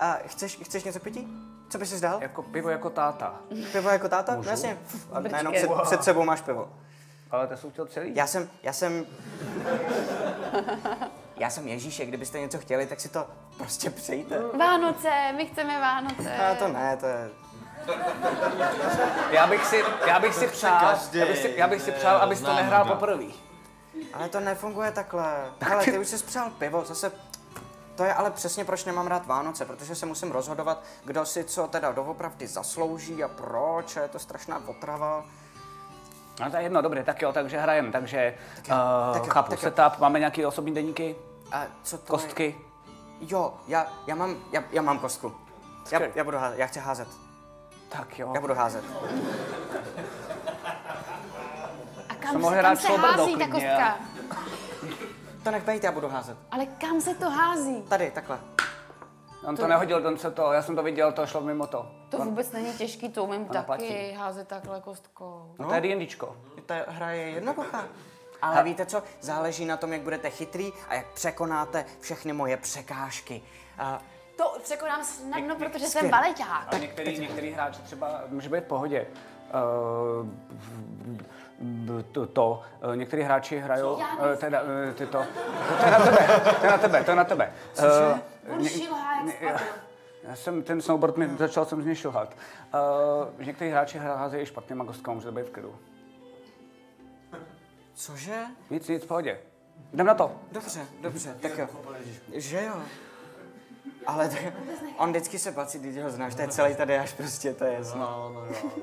Speaker 6: A chceš, chceš něco k pití? Co by si zdal?
Speaker 3: Jako pivo jako táta.
Speaker 6: Pivo jako táta? No jasně. A najednou před, před sebou máš pivo.
Speaker 3: Ale to jsou chtěl celý.
Speaker 6: Já jsem, já [laughs] jsem... Já jsem Ježíšek, kdybyste něco chtěli, tak si to prostě přejte.
Speaker 11: Vánoce, my chceme Vánoce.
Speaker 6: A to ne, to je...
Speaker 3: Já bych si, já bych si přál, já bych si, já bych si přál, abys to nehrál poprvé.
Speaker 6: Ale to nefunguje takhle. Ale ty už jsi přál pivo, zase... To je ale přesně proč nemám rád Vánoce, protože se musím rozhodovat, kdo si co teda doopravdy zaslouží a proč, a je to strašná otrava.
Speaker 3: No to je jedno, dobré, tak jo, takže hrajem, takže
Speaker 6: jo,
Speaker 3: eh,
Speaker 6: tak jo,
Speaker 3: chápu
Speaker 6: tak jo.
Speaker 3: setup, máme nějaký osobní deníky,
Speaker 6: A co to Je?
Speaker 3: kostky.
Speaker 6: Jo, já, já, mám, já, já mám kostku. Já,
Speaker 3: Skvělý.
Speaker 6: já budu házet, já chci házet.
Speaker 3: Tak jo.
Speaker 6: Já budu házet.
Speaker 11: A kam,
Speaker 3: mohl
Speaker 11: se, kam
Speaker 3: hrát
Speaker 11: se
Speaker 3: šloubrdou
Speaker 11: hází ta
Speaker 3: klidně,
Speaker 11: kostka?
Speaker 6: To nech bejt, já budu házet.
Speaker 11: Ale kam se to hází?
Speaker 6: Tady, takhle.
Speaker 3: On to nehodil, on se to, já jsem to viděl, to šlo mimo to.
Speaker 4: To vůbec není těžký, to umím taky
Speaker 3: platí.
Speaker 4: házet takhle kostkou.
Speaker 3: No. To je D&Dčko.
Speaker 6: Ta hra je jednoduchá. Ale víte co, záleží na tom, jak budete chytrý a jak překonáte všechny moje překážky. A
Speaker 11: To překonám snadno, protože jsem baleťák.
Speaker 3: A některý, některý hráči třeba může být v pohodě. Uh, to, to. eh, Některý hráči hrajou, eh, teda, eh, ty to, to je na tebe, to je na tebe, to je na tebe. Eh,
Speaker 11: On šilhá jak spadl.
Speaker 3: já jsem ten snowboard, mi, začal jsem z něj šilhat. Uh, některý hráči hra- házejí špatnýma kostkama, může to být v klidu.
Speaker 6: cože?
Speaker 3: Nic, nic, v pohodě. Jdem na to.
Speaker 6: Dobře, dobře, tak jo. Že jo? Ale to, on vždycky se bací, když ho znáš, to je celý tady až prostě, to je zná.
Speaker 8: No, no, no, no.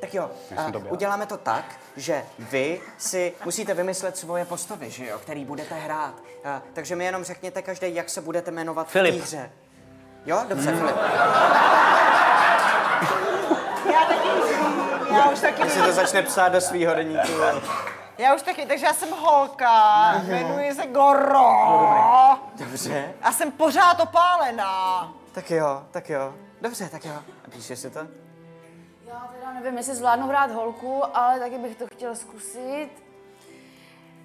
Speaker 6: Tak jo, a, uděláme to tak, že vy si musíte vymyslet svoje postavy, že jo, který budete hrát. A, takže mi jenom řekněte každý, jak se budete jmenovat v
Speaker 3: Filip.
Speaker 6: té hře. Jo, dobře, Filip.
Speaker 5: Já taky už, já už taky
Speaker 6: Když si to začne psát do svého deníku.
Speaker 5: Já už taky, takže já jsem holka, jmenuji se Goro.
Speaker 6: Dobře.
Speaker 5: A jsem pořád opálená.
Speaker 6: Tak jo, tak jo. Dobře, tak jo. A píše si to?
Speaker 4: Já teda nevím, jestli zvládnu hrát holku, ale taky bych to chtěla zkusit.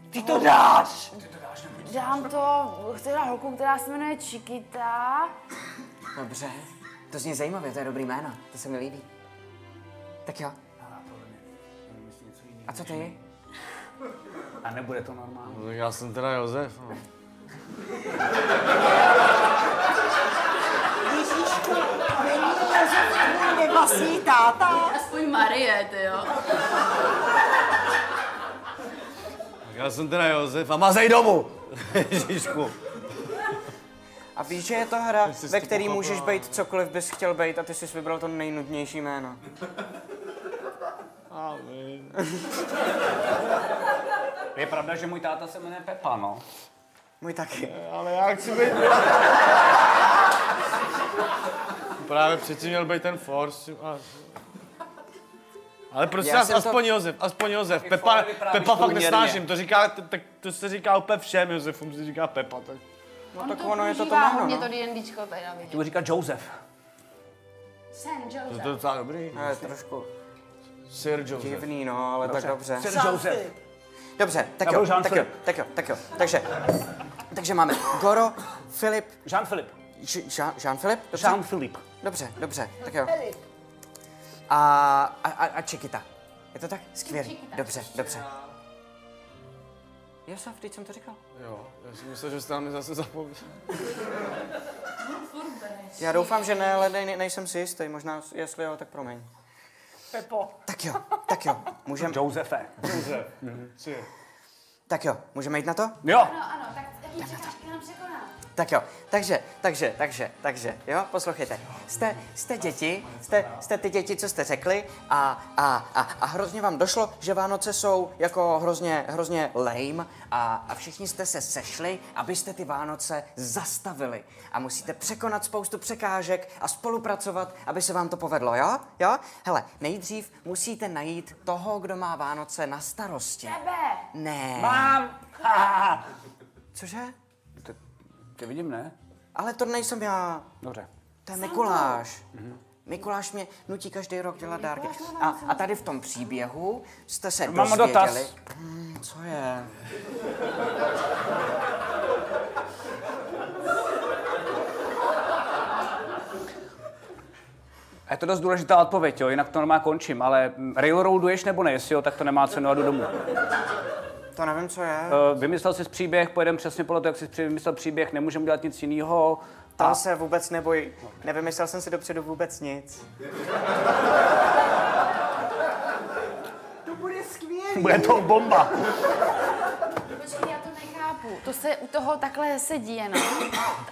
Speaker 5: Ty to dáš!
Speaker 4: Dám to, chci hrát holku, která se jmenuje Chiquita.
Speaker 6: Dobře. To zní zajímavě, to je dobrý jméno. To se mi líbí. Tak jo. A co ty?
Speaker 3: A nebude to normální.
Speaker 7: No, já jsem teda Josef. No.
Speaker 5: Ježíšku, není Josef tvůj nevlastní táta?
Speaker 4: Aspoň Marie, ty jo.
Speaker 7: Tak já jsem teda Josef a mazej domů! [laughs] Ježíšku.
Speaker 6: A víš, že je to hra,
Speaker 8: jsi
Speaker 6: ve
Speaker 8: to
Speaker 6: který
Speaker 8: pochopila.
Speaker 6: můžeš být cokoliv bys chtěl být a ty jsi vybral to nejnudnější jméno.
Speaker 3: Je pravda, že můj táta se jmenuje Pepa, no.
Speaker 6: Můj taky.
Speaker 8: Ale já chci být... Právě předtím měl být ten Force. a- Ale prosím
Speaker 6: Já
Speaker 8: vás,
Speaker 6: jsem to-
Speaker 8: aspoň Josef, aspoň Josef.
Speaker 3: Ty
Speaker 8: Pepa,
Speaker 3: fóry vyprávíš
Speaker 8: Pepa fakt
Speaker 3: průměrně.
Speaker 8: nesnáším, to říká, t- tak to se říká úplně všem Josefům, se říká Pepa. Tak.
Speaker 4: On
Speaker 6: No tak
Speaker 4: to
Speaker 6: ono je to to
Speaker 4: používá
Speaker 6: jméno,
Speaker 4: hodně
Speaker 6: no.
Speaker 4: to D&Dčko teda vidíš.
Speaker 3: Ty mu říká Joseph.
Speaker 11: Sen,
Speaker 8: To
Speaker 11: Joseph.
Speaker 8: je docela dobrý.
Speaker 6: To je trošku
Speaker 8: Sir Joseph.
Speaker 6: divný, no, ale tak dobře.
Speaker 3: Sir Joseph.
Speaker 6: Dobře, tak
Speaker 3: Já
Speaker 6: jo,
Speaker 3: budu Jean
Speaker 6: tak jo,
Speaker 3: Filip.
Speaker 6: tak jo, tak jo. Takže, takže máme Goro, Filip,
Speaker 3: Jean-Philippe.
Speaker 6: Ž- Jean- Jean-Filip? Dobře?
Speaker 3: Jean-Philippe.
Speaker 6: Dobře, dobře, tak jo. A, a, a, a Chiquita. Je to tak? Skvělý. Dobře, dobře. Josef, teď jsem to říkal.
Speaker 7: Jo, já jsem myslel, že jste na mě zase zapomněl.
Speaker 6: Já doufám, že ne, ale nej, nejsem si jistý. Možná, jestli jo, tak promiň.
Speaker 5: Pepo.
Speaker 6: Tak jo, tak jo. Můžem,
Speaker 3: Josefe.
Speaker 6: tak jo, můžeme jít na to?
Speaker 3: Jo.
Speaker 11: Ano, ano, tak jaký překážky nám překoná?
Speaker 6: Tak jo, takže, takže, takže, takže, jo, poslouchejte. Jste, jste děti, jste, jste ty děti, co jste řekli a, a, a, a hrozně vám došlo, že Vánoce jsou jako hrozně, hrozně lame a, a všichni jste se sešli, abyste ty Vánoce zastavili a musíte překonat spoustu překážek a spolupracovat, aby se vám to povedlo, jo? Jo? Hele, nejdřív musíte najít toho, kdo má Vánoce na starosti.
Speaker 11: Tebe.
Speaker 6: Ne.
Speaker 3: Mám. [laughs]
Speaker 6: Cože?
Speaker 3: Ty, ty vidím, ne?
Speaker 6: Ale to nejsem já.
Speaker 3: Dobře.
Speaker 6: To je Mikuláš.
Speaker 3: Mhm.
Speaker 6: Mikuláš mě nutí každý rok dělat dárky. A, a tady v tom příběhu jste se
Speaker 3: Mám
Speaker 6: dozvěděli...
Speaker 3: dotaz.
Speaker 6: Hmm, co je?
Speaker 3: je to dost důležitá odpověď, jo, jinak to normálně končím, ale mm, railroaduješ nebo ne, jestli jo, tak to nemá cenu a jdu domů.
Speaker 6: To nevím, co je.
Speaker 3: Eh, Vymyslel jsi příběh, pojedeme přesně podle toho, jak jsi při- vymyslel příběh, nemůžeme dělat nic jiného.
Speaker 6: Tam se vůbec neboj. Nevymyslel jsem si dopředu vůbec nic.
Speaker 8: Bude to bomba.
Speaker 11: Počkej, já to nechápu. To se u toho takhle sedí jenom.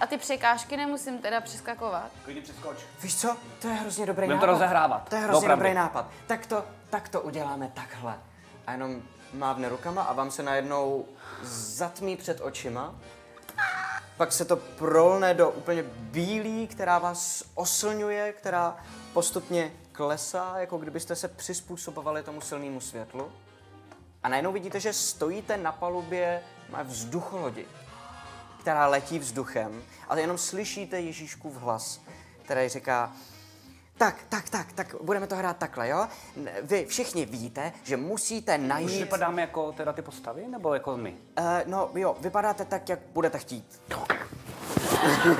Speaker 11: A ty překážky nemusím teda přeskakovat.
Speaker 3: Klidně přeskoč.
Speaker 6: Víš co? To je hrozně dobrý
Speaker 3: Budem to
Speaker 6: nápad.
Speaker 3: rozehrávat.
Speaker 6: To je hrozně
Speaker 3: Doopravdy.
Speaker 6: dobrý nápad. Tak to, tak to uděláme takhle. A jenom mávne rukama a vám se najednou zatmí před očima. Pak se to prolne do úplně bílý, která vás oslňuje, která postupně klesá, jako kdybyste se přizpůsobovali tomu silnému světlu. A najednou vidíte, že stojíte na palubě má vzducholodi, která letí vzduchem, ale jenom slyšíte Ježíškův hlas, který říká, tak, tak, tak, tak, budeme to hrát takhle, jo? N- Vy všichni víte, že musíte
Speaker 3: Už
Speaker 6: najít...
Speaker 3: vypadáme jako teda ty postavy, nebo jako my?
Speaker 6: Uh, no jo, vypadáte tak, jak budete chtít.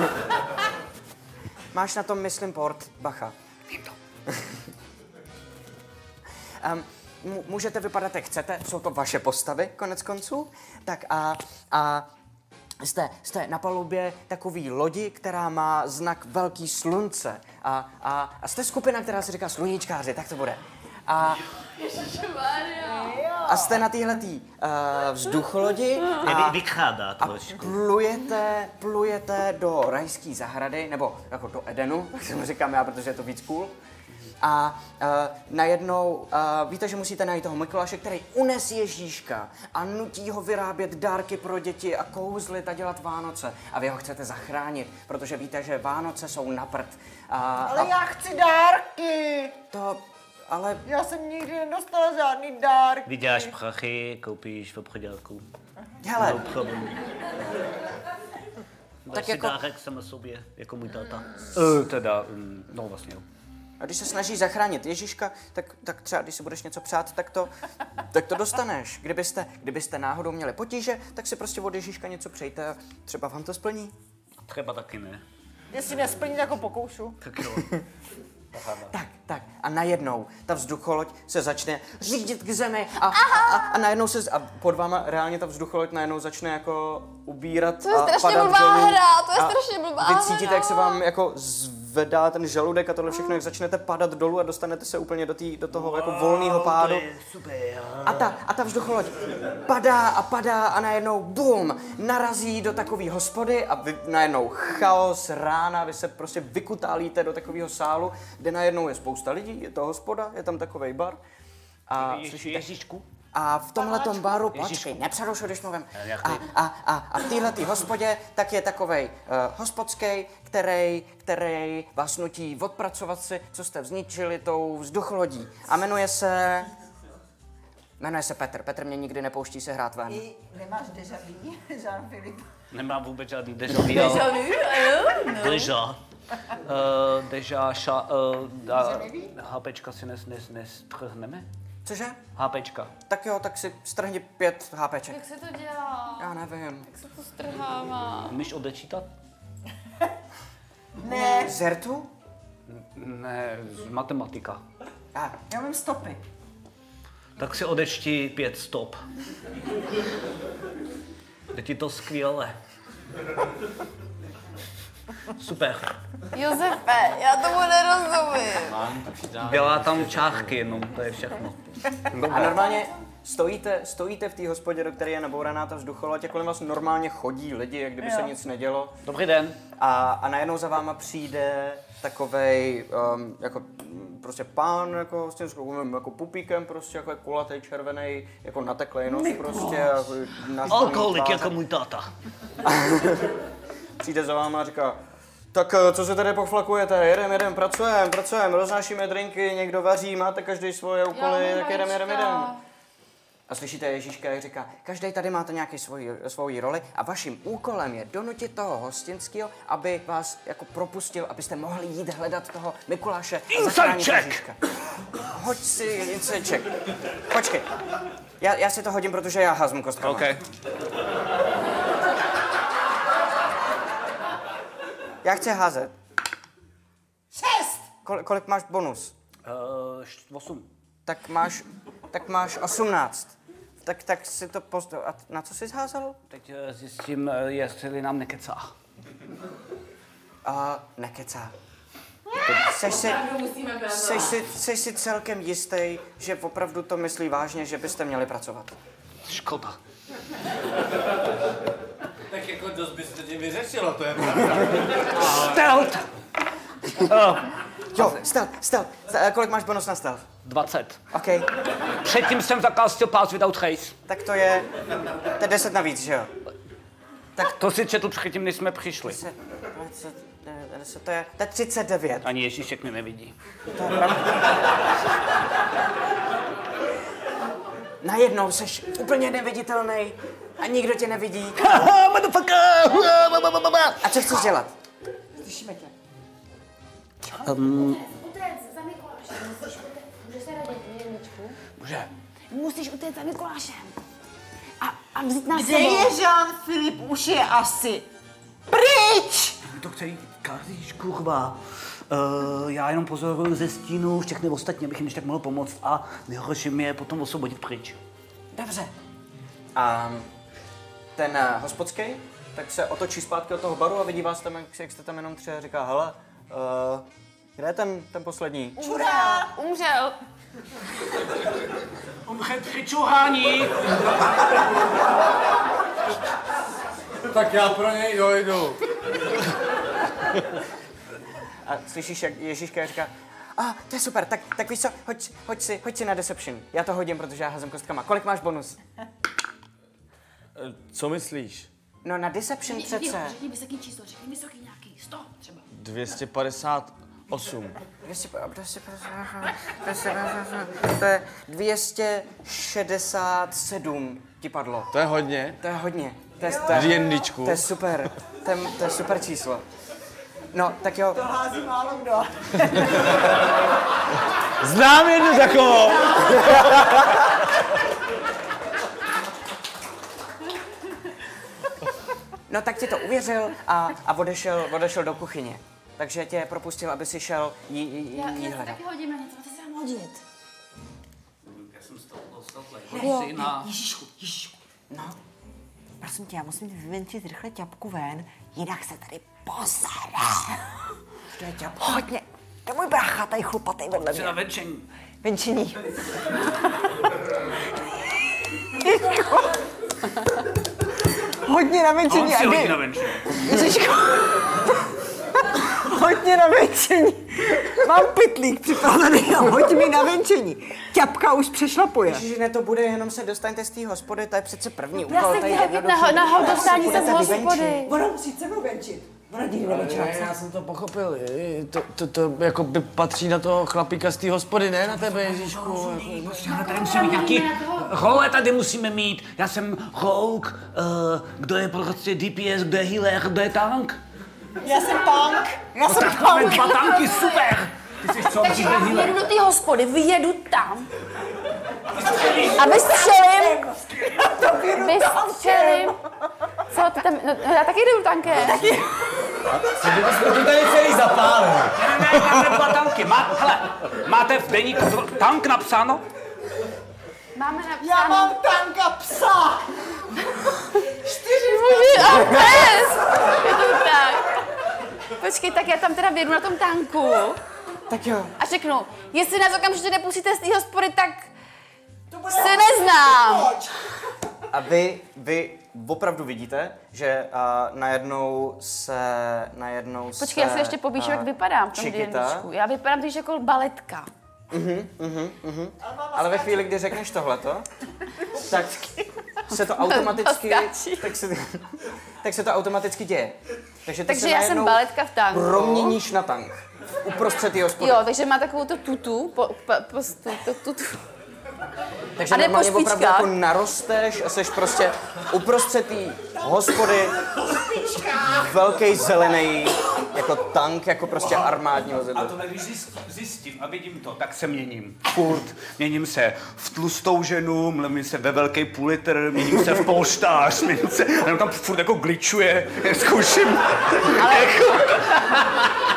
Speaker 6: [laughs] Máš na tom, myslím, port, bacha. [laughs] Vím to. um, můžete vypadat, jak chcete, jsou to vaše postavy, konec konců. Tak a, a jste, jste na palubě takový lodi, která má znak velký slunce. A, a, a jste skupina, která se říká sluníčkáři, tak to bude. A, a jste na téhletý uh, vzducholodi a
Speaker 9: Vy- Vychádá trošku.
Speaker 6: plujete, plujete do rajské zahrady, nebo jako do Edenu, tak tomu říkám já, protože je to víc cool. A uh, najednou uh, víte, že musíte najít toho Mikuláše, který unes Ježíška a nutí ho vyrábět dárky pro děti a kouzlit a dělat Vánoce. A vy ho chcete zachránit, protože víte, že Vánoce jsou na prd. A,
Speaker 5: Ale
Speaker 6: a
Speaker 5: já chci dárky!
Speaker 6: to, ale
Speaker 5: Já jsem nikdy nedostala žádný dárky.
Speaker 9: Vyděláš prachy, koupíš v obchodňáku.
Speaker 6: hele,
Speaker 9: No problem. Máš
Speaker 6: Tak
Speaker 9: si
Speaker 6: jako-
Speaker 9: jako... dárek sama sobě, jako můj táta.
Speaker 3: Uh, teda, mm, no vlastně jo.
Speaker 6: A když se snažíš zachránit Ježíška, tak, tak třeba když si budeš něco přát, tak to, tak to dostaneš. Kdybyste, kdybyste náhodou měli potíže, tak si prostě od Ježíška něco přejte a třeba vám to splní.
Speaker 9: Třeba taky ne.
Speaker 5: Jestli nesplní, tak ho pokoušu.
Speaker 9: Tak jo.
Speaker 6: Tak, tak. A najednou ta vzducholoď se začne řídit k zemi a, a, a najednou se, z- a pod váma reálně ta vzducholoď najednou začne jako ubírat
Speaker 4: To je
Speaker 6: a
Speaker 4: strašně
Speaker 6: padat
Speaker 4: blbá
Speaker 6: dolů.
Speaker 4: hra, to je
Speaker 6: A
Speaker 4: strašně blbá
Speaker 6: Vy cítíte,
Speaker 4: hra.
Speaker 6: jak se vám jako zvedá ten žaludek a tohle všechno, jak začnete padat dolů a dostanete se úplně do, tý, do toho jako volného
Speaker 9: Wow,
Speaker 6: pádu.
Speaker 9: To je super.
Speaker 6: A ta, a ta vzducholoď padá a padá a najednou bum, narazí do takové hospody a vy, najednou chaos, rána, vy se prostě vykutálíte do takového sálu, kde najednou je spousta lidí, je to hospoda, je tam takový bar. A, slyšíte-
Speaker 9: Ježíšku?
Speaker 6: a v tomhle baru, počkej, nepřerušu, když mluvím. A, a, a, a v téhle hospodě tak je takovej uh, hospodský, který, který vás nutí odpracovat si, co jste vzničili tou vzducholodí. A jmenuje se... Jmenuje se Petr. Petr mě nikdy nepouští se hrát ven.
Speaker 10: Nemáš deja vu, Jean-Philippe?
Speaker 9: Nemám vůbec žádný deja vu, no. ale deja.
Speaker 3: Uh, deja, ša, uh, da, HPčka si nes, nes, nestrhneme?
Speaker 6: Cože?
Speaker 3: HPčka.
Speaker 6: Tak jo, tak si strhni pět HPček.
Speaker 11: Jak se to dělá?
Speaker 6: Já nevím.
Speaker 11: Jak se to strhává?
Speaker 3: Umíš odečítat?
Speaker 10: Ne,
Speaker 6: Z rtu?
Speaker 3: Ne, z matematika.
Speaker 6: A,
Speaker 10: já mám stopy.
Speaker 9: Tak si odečti pět stop. Je ti to skvěle. Super.
Speaker 4: Josefe, já tomu nerozumím.
Speaker 9: Dělá tam čárky jenom, to je všechno.
Speaker 6: A normálně stojíte, stojíte v té hospodě, do které je nabouraná ta vzducholoď a kolem vás normálně chodí lidi, jak kdyby se nic nedělo.
Speaker 3: Dobrý den.
Speaker 6: A, a najednou za váma přijde takovej, um, jako mm, prostě pán, jako s tím sklouvem, jako pupíkem, prostě jako je kulatý, červený, jako nateklej nos, prostě. Jako, na
Speaker 9: Alkoholik
Speaker 6: tváře.
Speaker 9: jako můj táta.
Speaker 6: Přijde za váma a říká, tak eh, co se tady poflakujete? Jedem, jedem, pracujeme, pracujeme, roznášíme drinky, někdo vaří, máte každý svoje úkoly, tak jedem, jedem, jedem. A slyšíte Ježíška, jak říká, každý tady máte nějaký svoji, svoji roli a vaším úkolem je donutit toho hostinského, aby vás jako propustil, abyste mohli jít hledat toho Mikuláše a zachránit
Speaker 9: check!
Speaker 6: Ježíška. Hoď si inside check. Počkej, já, já si to hodím, protože já házím kostkama. Já chci házet.
Speaker 10: Šest!
Speaker 6: Kol, kolik máš bonus?
Speaker 3: Uh, 8.
Speaker 6: Tak máš, tak máš 18. Tak, tak si to pozdol. A na co jsi zházel?
Speaker 3: Teď eh, zjistím, eh, jestli nám nekecá.
Speaker 6: A nekecá. Seš si, seš, si, seš si celkem jistý, že opravdu to myslí vážně, že byste měli pracovat.
Speaker 3: Škoda.
Speaker 8: Tak jako dost byste tím vyřešila, to je pravda.
Speaker 3: Stealth!
Speaker 6: Jo, stealth, stealth. Eh, Kolik máš bonus na stealth?
Speaker 3: 20.
Speaker 6: OK,
Speaker 3: Předtím jsem zakástil Pass Without Trace.
Speaker 6: tak to je, to je 10 navíc, že jo?
Speaker 3: To si četl předtím, než jsme přišli.
Speaker 6: 10, 20, 10, to je, to je 39.
Speaker 3: Ani Ježíšek mě nevidí.
Speaker 6: Najednou seš úplně neviditelný a nikdo tě nevidí. A co chceš dělat?
Speaker 5: Slyšíme tě.
Speaker 4: Utéct za Mikulášem, musíš utéct. Můžeš se radit jedničku?
Speaker 3: Může.
Speaker 4: Musíš utéct za Mikulášem. A, a vzít nás
Speaker 5: Kde je Jean-Philippe? Už je asi pryč!
Speaker 3: To který kazíš, kurva. Uh, já jenom pozoruju ze stínu všechny ostatní, abych jim ještě tak mohl pomoct a nejhorší je potom osvobodit pryč.
Speaker 5: Dobře.
Speaker 6: A mm, ten uh, hospodský, tak se otočí zpátky od toho baru a vidí vás tam, jak, jak jste tam jenom tři a říká, hele, uh, kde je ten, ten poslední?
Speaker 5: Čurá!
Speaker 4: Umřel.
Speaker 3: Umřel při čuhání!
Speaker 8: tak já pro něj dojdu.
Speaker 6: A slyšíš, jak Ježíška říká, a ah, to je super, tak, tak víš co, hoď, hoď, si, hoď si na Deception. Já to hodím, protože já házím kostkama. Kolik máš bonus?
Speaker 12: Co myslíš?
Speaker 6: No na Deception přece.
Speaker 4: Řekni vysoký číslo, řekni vysoký nějaký. 100 třeba.
Speaker 12: 258.
Speaker 6: 200, 200, 200, to je 267 ti padlo.
Speaker 12: To je hodně.
Speaker 6: To je hodně. To je, to je,
Speaker 12: Jendičku.
Speaker 6: to je super. To je, to je super číslo. No, tak jo.
Speaker 5: To hází málo kdo.
Speaker 12: Znám jednu takovou.
Speaker 6: No tak ti to uvěřil a, a odešel, odešel do kuchyně. Takže tě propustil, aby si šel jí, jí,
Speaker 4: Já,
Speaker 6: jí
Speaker 4: já se
Speaker 6: hledat.
Speaker 4: taky hodím na něco, ty se mám hodit.
Speaker 3: Já jsem z toho dostal tlej. na...
Speaker 5: Ježíšku, Ježíšku. No. Prosím tě, já musím vyvenčit rychle ťapku ven, jinak se tady posere. To je ťapka? Hodně. To je můj brácha, tady chlupatej vedle mě.
Speaker 3: Na venčení.
Speaker 5: Venčení. Hodně na
Speaker 3: On
Speaker 5: venčení.
Speaker 3: si
Speaker 5: a
Speaker 3: hodí
Speaker 5: kdy-
Speaker 3: na venčení.
Speaker 5: Ježiško. Hoď mi na venčení. Mám pytlík připravený a hoď mi na venčení. Ťapka už přešlapuje.
Speaker 6: Ježiši, ne, to bude, jenom se dostaňte z té hospody, to je přece první úkol.
Speaker 4: Já se
Speaker 6: to
Speaker 4: chci
Speaker 6: je
Speaker 4: hodit na, ho-
Speaker 6: jednoduchý.
Speaker 4: na ho- dostání se z
Speaker 6: budete vyvenčit.
Speaker 4: hospody.
Speaker 5: Ono musí se mnou venčit. Ono nikdy nevenčila.
Speaker 8: Já jsem to pochopil, je, to, to, to jako by patří na toho chlapíka z té hospody, ne na tebe, Ježíšku.
Speaker 3: Ale tady musíme mít nějaký... Role tady musíme mít. Já jsem rogue, eh, kdo je prostě DPS, kdo je healer, kdo je tank.
Speaker 13: Já jsem punk. Já
Speaker 3: No
Speaker 13: jsem
Speaker 3: tak máme
Speaker 13: punk.
Speaker 3: dva tanky, super! Ty jsi co,
Speaker 4: Takže
Speaker 3: kdo je
Speaker 4: já vyjedu
Speaker 3: healer?
Speaker 4: do té hospody, vyjedu tam
Speaker 5: A vystřelím.
Speaker 4: Vystřelím. Co, ty tam, no, já taky jdu tankem.
Speaker 8: To tady celý zapálil.
Speaker 3: Ne, ne, máme dva tanky. Má, hele, máte v deníku dv- tank napsáno?
Speaker 4: Máme napsáno.
Speaker 13: Já mám tanka psa.
Speaker 4: Může, a pes! Je to tak. Počkej, tak já tam teda vědu na tom tanku
Speaker 6: Tak jo,
Speaker 4: a řeknu, jestli nás okamžitě nepustíte z té hospody, tak se neznám.
Speaker 6: A vy, vy opravdu vidíte, že uh, najednou se, najednou se...
Speaker 4: Počkej, já se ještě pobíšu,
Speaker 6: a,
Speaker 4: jak vypadám v tom
Speaker 6: Chiquita.
Speaker 4: D&Dčku. Já vypadám když jako baletka.
Speaker 6: Ale ve chvíli, kdy řekneš tohleto, tak
Speaker 4: [laughs]
Speaker 6: se to automaticky...
Speaker 4: Naskáčí.
Speaker 6: tak, se, tak se to automaticky děje. Takže ty
Speaker 4: Takže
Speaker 6: se
Speaker 4: já jsem
Speaker 6: najednou
Speaker 4: baletka v tanku.
Speaker 6: proměníš na tank. Uprostřed jeho hospody.
Speaker 4: Jo, takže má takovou tu tutu, po, po, po, tu, tu, tutu.
Speaker 6: Takže
Speaker 4: a jde po
Speaker 6: normálně opravdu
Speaker 4: špičkách.
Speaker 6: jako narosteš a jsi prostě uprostřed té hospody velký zelený jako tank, jako prostě armádního zedla.
Speaker 3: A tohle, když zjist- zjistím a vidím to, tak se měním. Furt. Měním se v tlustou ženu, měním se ve velký půl litr, měním se v polštář, měním se, jenom tam furt jako gličuje, zkouším.
Speaker 4: Ale,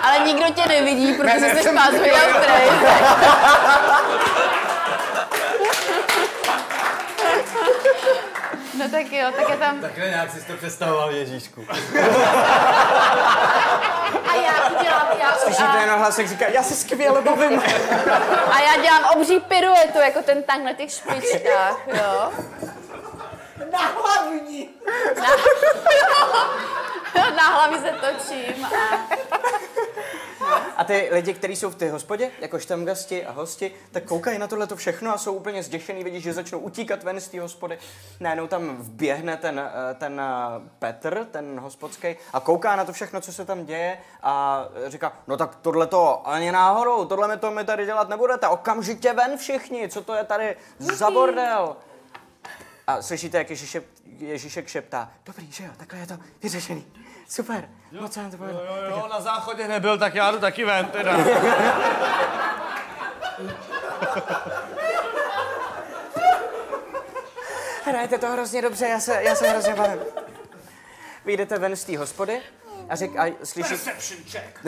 Speaker 4: Ale nikdo tě nevidí, protože
Speaker 5: ne,
Speaker 4: jsi
Speaker 5: jsem-
Speaker 4: pás viděl [laughs] No tak jo, tak je tam...
Speaker 5: Takhle nějak jsi to představoval, Ježíšku.
Speaker 4: A já udělám, já,
Speaker 6: Slyšíte
Speaker 4: a,
Speaker 6: jenom hlas, jak říká, já se skvěle bavím.
Speaker 4: a já dělám obří piruetu, jako ten tank na těch
Speaker 6: [laughs]
Speaker 4: špičkách, jo.
Speaker 14: Na hlavní!
Speaker 4: Na, [laughs] jo, na hlavě se točím a...
Speaker 6: A ty lidi, kteří jsou v té hospodě, jako štamgasti a hosti, tak koukají na tohle to všechno a jsou úplně zděšený, vidí, že začnou utíkat ven z té hospody. Najednou tam vběhne ten, eh, ten eh, Petr, ten hospodský, a kouká na to všechno, co se tam děje a eh, říká, no tak tohle to ani náhodou, tohle mi to my tady dělat nebudete, okamžitě ven všichni, co to je tady za bordel. A slyšíte, jak Ježíšek, Ježíšek šeptá, dobrý, že jo, takhle je to vyřešený, super, moc se nám to povedlo.
Speaker 8: Jo, jo, na záchodě nebyl, tak já jdu taky ven teda.
Speaker 6: Hrajete to hrozně dobře, já se, já se hrozně bavím. Vyjdete ven z té hospody a, řek, a slyší...
Speaker 5: Perception check.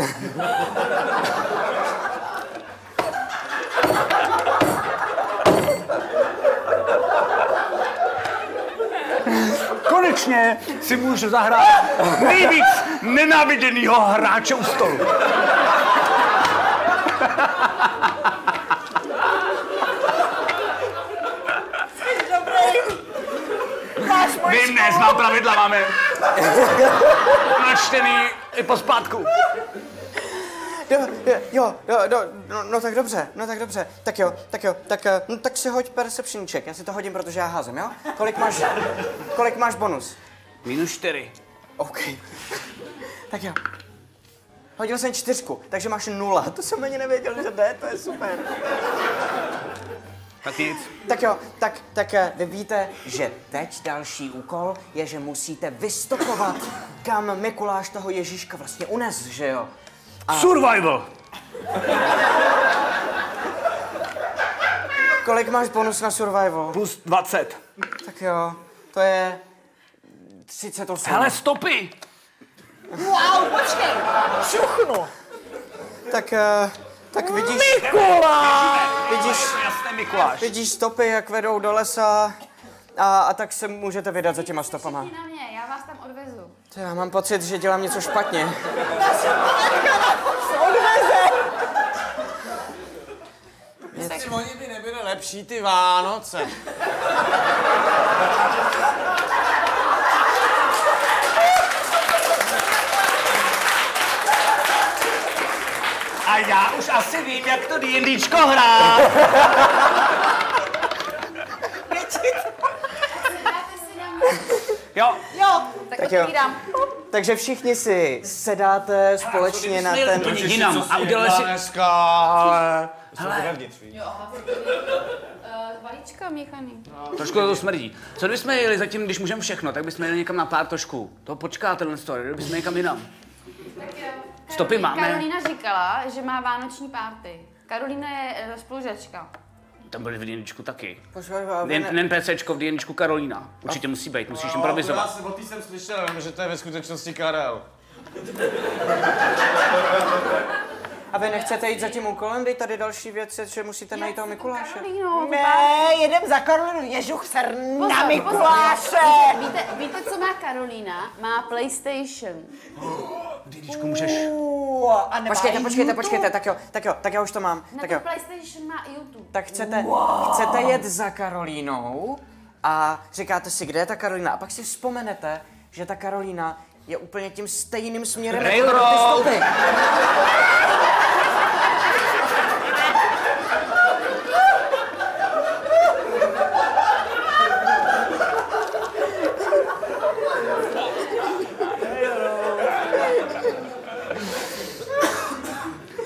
Speaker 15: Konečně si můžu zahrát nejvíc nenáviděnýho hráče u stolu.
Speaker 5: Jsi dobrý. Máš moji
Speaker 15: Vím, ne, znám pravidla, máme načtený i pospátku.
Speaker 6: Jo, jo, jo, jo, do, no, no, tak dobře, no tak dobře, tak jo, tak jo, tak, eh, no, tak si hoď perception check, já si to hodím, protože já házím, jo? Kolik máš, kolik máš bonus?
Speaker 3: Minus čtyři.
Speaker 6: OK. [laughs] Tak jo. Hodil jsem čtyřku, takže máš nula, to jsem ani nevěděl, že jde, to je super.
Speaker 3: Tak nic.
Speaker 6: Tak jo, tak, tak eh, vy víte, že teď další úkol je, že musíte vystopovat, kam Mikuláš toho Ježíška vlastně unes, že jo?
Speaker 15: Survival.
Speaker 6: Kolik máš bonus na survival?
Speaker 15: Plus 20.
Speaker 6: Tak jo, to je 38.
Speaker 15: Hele, stopy!
Speaker 5: Wow, počkej. Šuchnu.
Speaker 6: Tak, eh, tak vidíš...
Speaker 5: Mikuláš!
Speaker 6: Vidíš,
Speaker 15: Jasné, Mikuláš.
Speaker 6: vidíš stopy, jak vedou do lesa a, a tak se můžete vydat za těma stopama.
Speaker 4: Na mě, já vás tam odvezu.
Speaker 6: To já mám pocit, že dělám něco špatně.
Speaker 5: Naše palatka na odveze.
Speaker 8: Jestli oni by nebyly lepší ty Vánoce.
Speaker 15: A já už asi vím, jak to D&Dčko hrát. Jo.
Speaker 4: Jo. Tak,
Speaker 6: Tak
Speaker 4: tak
Speaker 6: jo.
Speaker 4: otvírám.
Speaker 6: Takže vymyslí všichni si sedáte společně na ten...
Speaker 15: ale...
Speaker 4: Uh, valíčka míchaný.
Speaker 3: Trošku to smrdí. Co kdybychom jeli zatím, když můžeme všechno, tak bychom jeli někam na pár trošku. To počká tenhle story, jeli bychom někam jinam. Stopy máme.
Speaker 4: Karolina říkala, že má vánoční párty. Karolina je eh, spolužačka.
Speaker 3: Tam byli v Děničku taky.
Speaker 6: Počkej,
Speaker 3: Nen, nen PCčko v Děničku Karolína. Určitě musí být, musíš
Speaker 8: Já
Speaker 3: improvizovat.
Speaker 8: jsem, o tý jsem slyšel, jenom, že to je ve skutečnosti Karel.
Speaker 6: A vy nechcete jít za tím úkolem, dej tady další věc, že musíte najít toho Mikuláše.
Speaker 14: Ne, jedem za Karolinu, ježuch ser na Mikuláše!
Speaker 4: Víte, víte, víte, co má Karolina? Má PlayStation.
Speaker 3: Děničku můžeš...
Speaker 14: a nemá
Speaker 6: Počkejte,
Speaker 14: i
Speaker 6: počkejte,
Speaker 14: YouTube?
Speaker 6: počkejte, tak jo, tak jo, tak já už to mám,
Speaker 13: No
Speaker 4: Na
Speaker 6: tak
Speaker 4: to
Speaker 6: jo.
Speaker 4: PlayStation má i YouTube.
Speaker 6: Tak chcete, chcete jet za Karolínou a říkáte si, kde je ta Karolína a pak si vzpomenete, že ta Karolína je úplně tím stejným směrem jako ty
Speaker 5: Railroad.
Speaker 6: stopy.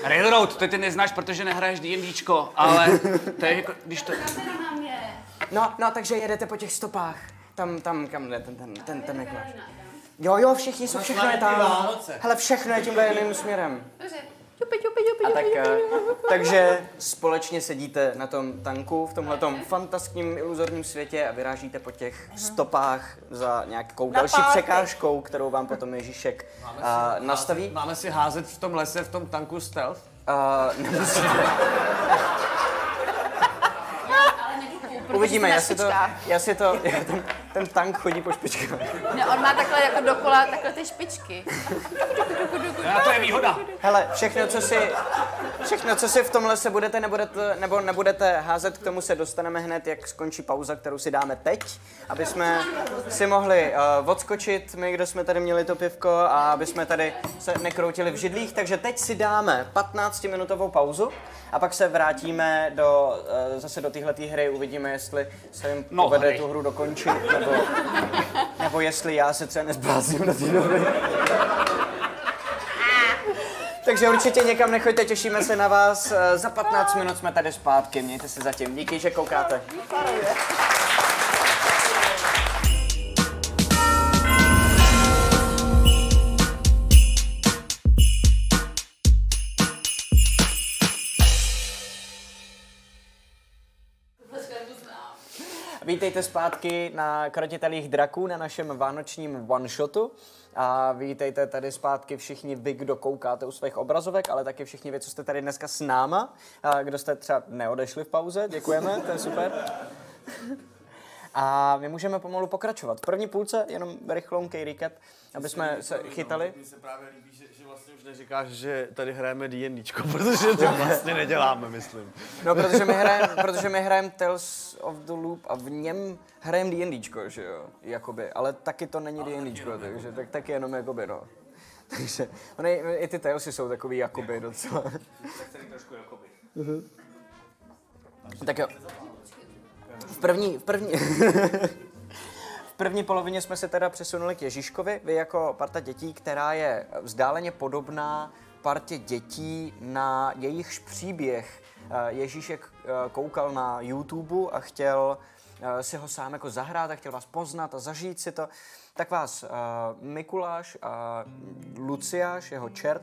Speaker 3: Railroad, to ty neznáš, protože nehraješ D&Dčko, ale to je jako, když to...
Speaker 6: No, no, takže jedete po těch stopách. Tam, tam, kam jde ten, ten, ten, ten Mikuláš. Jo, jo, všichni jsou, všechno je tam. Hele, všechno je tímhle jiným směrem.
Speaker 4: Dobře.
Speaker 6: A tak, eh, takže společně sedíte na tom tanku v tomhle fantastickém iluzorním světě a vyrážíte po těch stopách za nějakou
Speaker 16: Na
Speaker 6: další
Speaker 16: párty.
Speaker 6: překážkou, kterou vám potom Ježíšek a, nastaví.
Speaker 16: Máme si házet v tom lese, v tom tanku stealth?
Speaker 6: A, [laughs] nemusíte. Uvidíme, jestli to, jestli to, ten, ten tank chodí po špičkách.
Speaker 4: Ne, on má takhle jako dokola takhle ty špičky.
Speaker 6: [laughs] A to je výhoda.
Speaker 3: No,
Speaker 6: Hele, všechno, co si, všechno, co si v tomhle se budete, nebudete, nebo nebudete házet, k tomu se dostaneme hned, jak skončí pauza, kterou si dáme teď, aby jsme si mohli uh, odskočit, my, kdo jsme tady měli to pivko, a aby jsme tady se nekroutili v židlích. Takže teď si dáme 15-minutovou pauzu a pak se vrátíme do, uh, zase do téhle hry, uvidíme, jestli se jim
Speaker 3: No,
Speaker 6: povede
Speaker 3: hry.
Speaker 6: tu hru dokončit, nebo, nebo jestli já se třeba nezblázním do té doby. Takže určitě někam nechoďte, těšíme se na vás. Eh, Za 15 minut jsme tady zpátky, mějte se zatím. Díky, že koukáte. Vítejte zpátky na Krotitelých draků, na našem vánočním one-shotu. A vítejte tady zpátky všichni vy, kdo koukáte u svých obrazovek, ale taky všichni vy, co jste tady dneska s náma. A kdo jste třeba neodešli v pauze, děkujeme, to je super. A my můžeme pomalu pokračovat. V první půlce, jenom rychlounký recap, aby jsme se chytali.
Speaker 7: Mně se právě líbí, že, že vlastně už neříkáš, že tady hrajeme D&Dčko, protože to vlastně neděláme, myslím.
Speaker 6: No, protože my hrajeme protože my hrajem Tales of the Loop a v něm hrajeme D&Dčko, že jo, jakoby, ale taky to není D&Dčko, takže tak, taky jenom jakoby, no. [laughs] Takže, ony, i ty Talesy jsou takový jakoby docela.
Speaker 17: trošku jakoby.
Speaker 6: Tak jo. V první, v první, v první polovině jsme se teda přesunuli k Ježíškovi. Vy jako parta dětí, která je vzdáleně podobná partě dětí na jejichž příběh eh, Ježíšek eh, koukal na YouTube a chtěl eh, si ho sám jako zahrát a chtěl vás poznat a zažít si to, tak vás eh, Mikuláš eh, a Luciáš, jeho čert,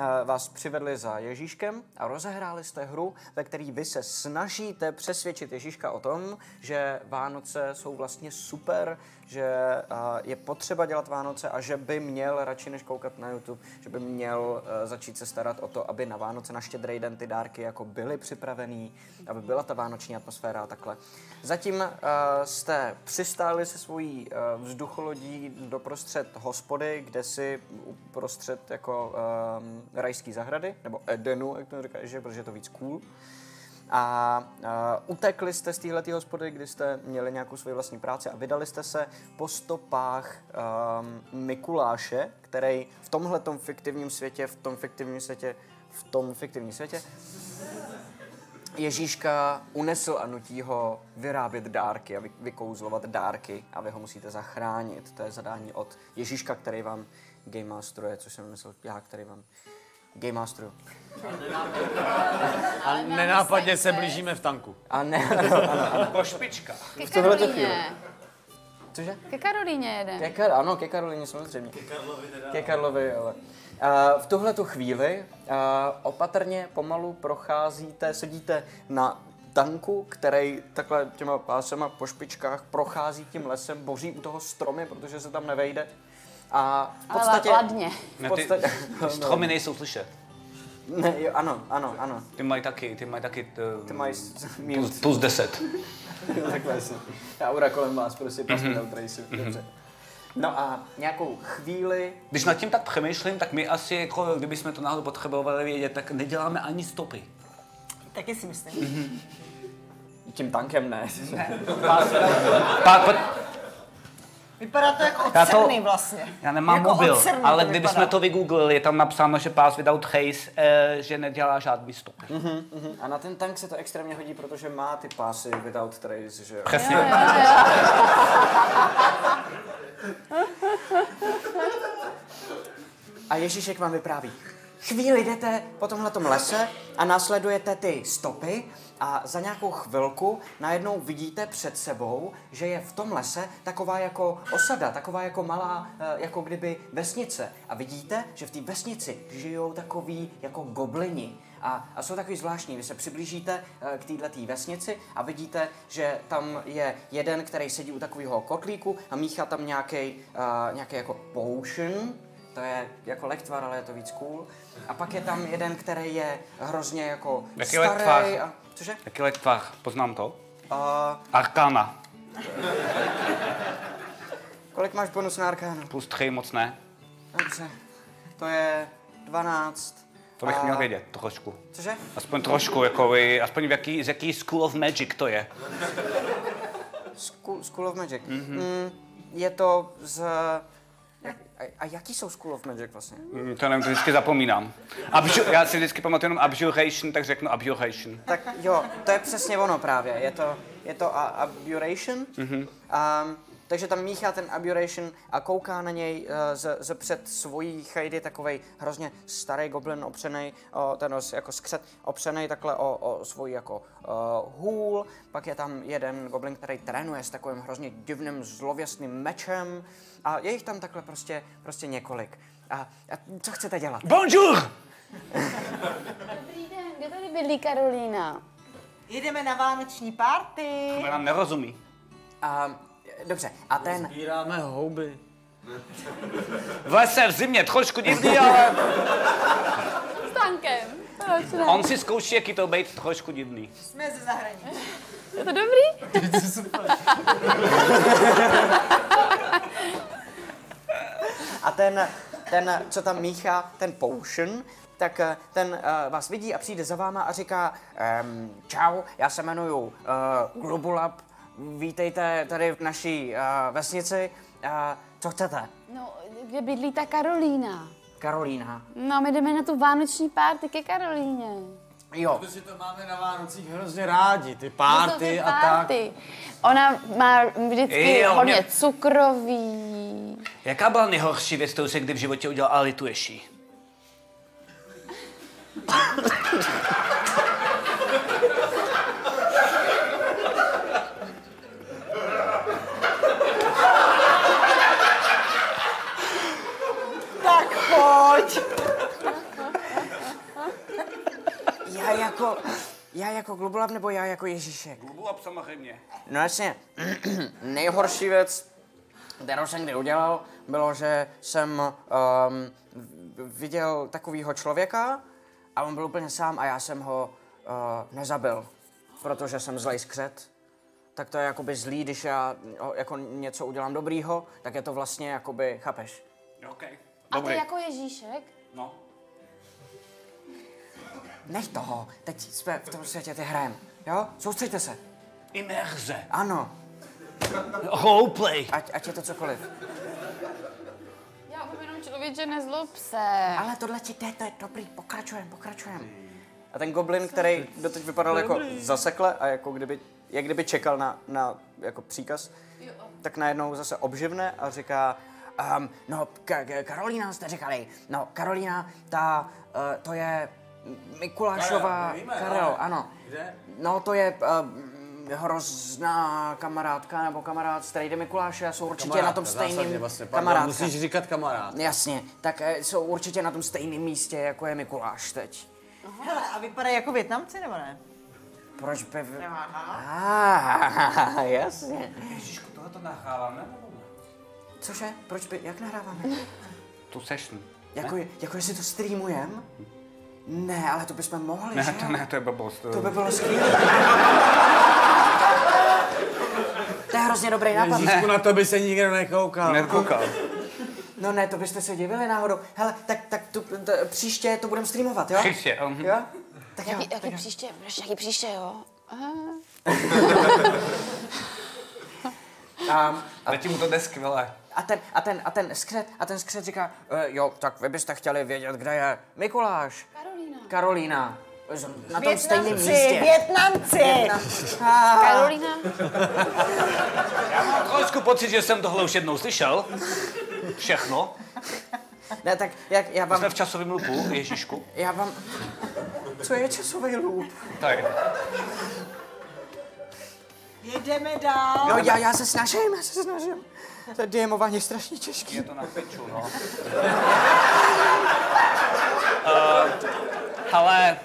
Speaker 6: eh, vás přivedli za Ježíškem a rozehráli jste hru, ve které vy se snažíte přesvědčit Ježíška o tom, že Vánoce jsou vlastně super, že eh, je potřeba dělat Vánoce a že by měl radši než koukat na YouTube, že by měl eh, začít se starat o to, aby na Vánoce, na štědrý den ty dárky jako byly připravený, aby byla ta vánoční atmosféra a takhle. Zatím uh, jste přistáli se svojí uh, vzducholodí doprostřed hospody, kde si uprostřed jako um, rajský zahrady, nebo Edenu, jak to říkáš, že, protože je to víc cool. A uh, utekli jste z téhleté hospody, kdy jste měli nějakou svoji vlastní práci a vydali jste se po stopách um, Mikuláše, který v tomhle fiktivním světě, v tom fiktivním světě, v tom fiktivním světě Ježíška unesl a nutí ho vyrábět dárky a vy- vykouzlovat dárky a vy ho musíte zachránit. To je zadání od Ježíška, který vám Game Masteruje, což jsem myslel já, který vám Game Masteru.
Speaker 16: A nenápadně se blížíme v tanku.
Speaker 6: A ne, ano, ano, ano.
Speaker 16: Po špičkách.
Speaker 4: Ke
Speaker 6: V tuhle
Speaker 4: Karolíně.
Speaker 6: Cože?
Speaker 4: Ke Karolíně jedem.
Speaker 6: Ke Kar- ano, ke Karolíně samozřejmě. Ke Karlovi teda. Ke Karlovi, ale. A v tuhle tu chvíli a opatrně pomalu procházíte, sedíte na tanku, který takhle těma pásema po špičkách prochází tím lesem, boří u toho stromy, protože se tam nevejde. A v
Speaker 4: Ale
Speaker 6: podstatě...
Speaker 4: ladně.
Speaker 6: V podstatě...
Speaker 3: ty stromy nejsou slyšet.
Speaker 6: [laughs] Ne, jo, ano, ano, ano.
Speaker 3: Ty mají taky, ty mají taky... t-
Speaker 6: Ty mají s- mute.
Speaker 3: plus, plus 10.
Speaker 6: [laughs] Jo, Takhle jasně. Aura kolem vás, prostě pasme mm-hmm. tracy. Dobře. No a nějakou chvíli
Speaker 3: Když nad tím tak přemýšlím, tak my asi, jako, kdybychom to náhodou potřebovali vědět, tak neděláme ani stopy.
Speaker 5: Taky si myslím.
Speaker 6: tím tankem ne.
Speaker 3: Pa, pa,
Speaker 5: Vypadá to jako
Speaker 3: Já to-
Speaker 5: ocerný vlastně.
Speaker 3: já nemám
Speaker 5: jako
Speaker 3: mobil,
Speaker 5: ocerný
Speaker 3: ale
Speaker 5: to
Speaker 3: kdybychom
Speaker 5: vypadá.
Speaker 3: to vygooglili, je tam napsáno, že pás without trace, eh, že nedělá žádný stopy.
Speaker 6: Mhm, mhm. A na ten tank se to extrémně hodí, protože má ty pásy without trace, že jo?
Speaker 3: Přesně.
Speaker 17: Jo, jo,
Speaker 6: A Ježíšek vám vypráví. chvíli jdete po tomhle lese a následujete ty stopy a za nějakou chvilku najednou vidíte před sebou, že je v tom lese taková jako osada, taková jako malá, eh, jako kdyby vesnice. A vidíte, že v té vesnici žijou takový jako goblini. A, a jsou takový zvláštní. Vy se přiblížíte eh, k této vesnici a vidíte, že tam je jeden, který sedí u takového kotlíku a míchá tam nějaký jako potion, to je jako lektvar, ale je to víc cool. A pak je tam jeden, který je hrozně jako
Speaker 3: Jaký
Speaker 6: starý.
Speaker 3: lektvar?
Speaker 6: A, cože?
Speaker 3: Jaký lektvar? Poznám to.
Speaker 6: A
Speaker 3: Arkana.
Speaker 6: kolik máš bonus na arkánu?
Speaker 3: Plus 3 moc ne.
Speaker 6: Dobře. To je 12.
Speaker 3: To bych
Speaker 6: A-
Speaker 3: měl vědět trošku.
Speaker 6: Cože?
Speaker 3: Aspoň trošku, jako by, aspoň v jaký, z jaký School of Magic to je.
Speaker 6: School, School of Magic. Mm-hmm. Mm, je to z... Jak, a, a jaký jsou School of Magic vlastně?
Speaker 3: Mm, To nevím, to vždycky zapomínám. Abžu, já si vždycky pamatuju jenom abjuration, tak řeknu abjuration.
Speaker 6: Tak jo, to je přesně ono právě. Je to, je to a, aburation.
Speaker 3: Mhm.
Speaker 6: Um, takže tam míchá ten aburation a kouká na něj uh, ze, ze před svojí chajdy takovej hrozně starý goblin opřenej, o, ten os- jako skřet opřenej takhle o, o svoji jako uh, hůl. Pak je tam jeden goblin, který trénuje s takovým hrozně divným zlověstným mečem a je jich tam takhle prostě, prostě několik. A, a co chcete dělat?
Speaker 3: Bonjour!
Speaker 11: Dobrý den, kde tady bydlí Karolína?
Speaker 5: Jedeme na vánoční party.
Speaker 3: Ona nám nerozumí.
Speaker 6: A, dobře, a ten...
Speaker 16: Sbíráme houby.
Speaker 3: V lese v zimě trošku divný, ale
Speaker 11: S tankem. Proč ne?
Speaker 3: on si zkouší, jaký to být trošku divný.
Speaker 5: Jsme ze zahraničí.
Speaker 11: Je to dobrý?
Speaker 6: A ten, ten, co tam míchá, ten potion, tak eh, ten eh, vás vidí a přijde za váma a říká ehm, čau, já se jmenuji uh, Globulab, vítejte tady v naší eh, vesnici, Eh, co chcete?
Speaker 11: No, kde bydlí ta Karolína?
Speaker 6: Karolína.
Speaker 11: No, my jdeme na tu vánoční párty ke Karolíně.
Speaker 6: Jo.
Speaker 16: My si to máme na Vánocích hrozně rádi, ty
Speaker 8: No
Speaker 11: To jsou ty
Speaker 16: párty a tak.
Speaker 11: párty. Ona má vždycky
Speaker 3: Jo,
Speaker 11: hodně
Speaker 3: mě-
Speaker 11: cukroví.
Speaker 3: Jaká byla nejhorší věc, kterou jsi kdy v životě udělal a lituješ jí?
Speaker 6: Tak pojď! já jako, já jako Globulab nebo já jako Ježíšek?
Speaker 3: Globulab samozřejmě.
Speaker 6: No jasně, [clears throat] nejhorší věc, kterou jsem kdy udělal, bylo, že jsem um, viděl takového člověka a on byl úplně sám a já jsem ho uh, nezabil, protože jsem zlej skřet. Tak to je jakoby zlý, když já o, jako něco udělám dobrýho, tak je to vlastně jakoby, chápeš?
Speaker 3: OK.
Speaker 11: A to jako Ježíšek?
Speaker 3: No.
Speaker 6: Nech toho, teď jsme v tom světě ty hrajem, jo? Soustřeďte se.
Speaker 3: Imerze.
Speaker 6: Ano.
Speaker 3: Roleplay.
Speaker 6: Ať, ať je to cokoliv.
Speaker 11: Já bych jenom člověče, nezlob se.
Speaker 6: Ale tohle ti jde, to je dobrý, pokračujeme, pokračujeme. A ten goblin, který doteď vypadal jako
Speaker 17: Dobrý.
Speaker 6: zasekle a jako kdyby, jak kdyby čekal na, na jako příkaz, tak najednou zase obživne a říká, um, no, Ka- Ka- Karolína jste říkali, no, Karolína, ta, uh, to je Mikulášová,
Speaker 16: Karel, víme,
Speaker 6: Karel,
Speaker 16: ale-
Speaker 6: ano.
Speaker 16: Kde?
Speaker 6: No, to je uh, hrozná kamarádka nebo kamarád s Trejde Mikuláše a jsou určitě na tom
Speaker 16: Kamarádka, zásadně
Speaker 6: stejným
Speaker 16: vlastně, pardon,
Speaker 6: kamarádka.
Speaker 16: Musíš říkat kamarád.
Speaker 6: Jasně, tak eh, jsou určitě na tom stejném místě, jako je Mikuláš teď.
Speaker 5: Hele, a vypadají jako Větnamci, nebo ne?
Speaker 6: Proč by...
Speaker 5: Aha.
Speaker 6: Ah, jasně.
Speaker 3: Ježíšku, tohle to nahráváme?
Speaker 6: Cože? Proč by... Jak nahráváme?
Speaker 3: Tu session.
Speaker 6: Jako, je- jako jestli to streamujem? Ne, ale to bychom mohli,
Speaker 3: Ne, [laughs]
Speaker 6: že?
Speaker 3: to ne, to je blbost.
Speaker 6: To by bylo skvělé. To je hrozně dobrý nápad.
Speaker 16: Ježíšku, na to by se nikdo nekoukal.
Speaker 3: Nekoukal.
Speaker 6: No ne, to byste se divili náhodou. Hele, tak, tak tu, t, příště to budeme streamovat, jo?
Speaker 3: Příště, mhm.
Speaker 6: jo? Tak jo,
Speaker 11: Jaký,
Speaker 6: tak
Speaker 11: jaký
Speaker 6: jo.
Speaker 11: příště, budeš jaký příště, jo? Aha.
Speaker 6: Um,
Speaker 3: Zatím mu to jde skvěle.
Speaker 6: A ten, a ten, a ten skřet, a ten skřet říká, e, jo, tak vy byste chtěli vědět, kde je Mikuláš.
Speaker 11: Karolína.
Speaker 6: Karolína. Z- Na tom stejném
Speaker 5: Větnamci,
Speaker 6: místě.
Speaker 5: Větnamci.
Speaker 6: Větnam- Ah.
Speaker 11: Karolína.
Speaker 3: Já mám trošku pocit, že jsem tohle už jednou slyšel. Všechno.
Speaker 6: Ne, tak jak, já vám...
Speaker 3: Jsme v časovém lupu, Ježíšku.
Speaker 6: Já vám... Co je časový lup?
Speaker 3: Tak.
Speaker 5: Jedeme dál.
Speaker 6: No, já, já se snažím, já se snažím. To diemování je strašně těžké.
Speaker 3: Je to na piču, no. Uh, ale...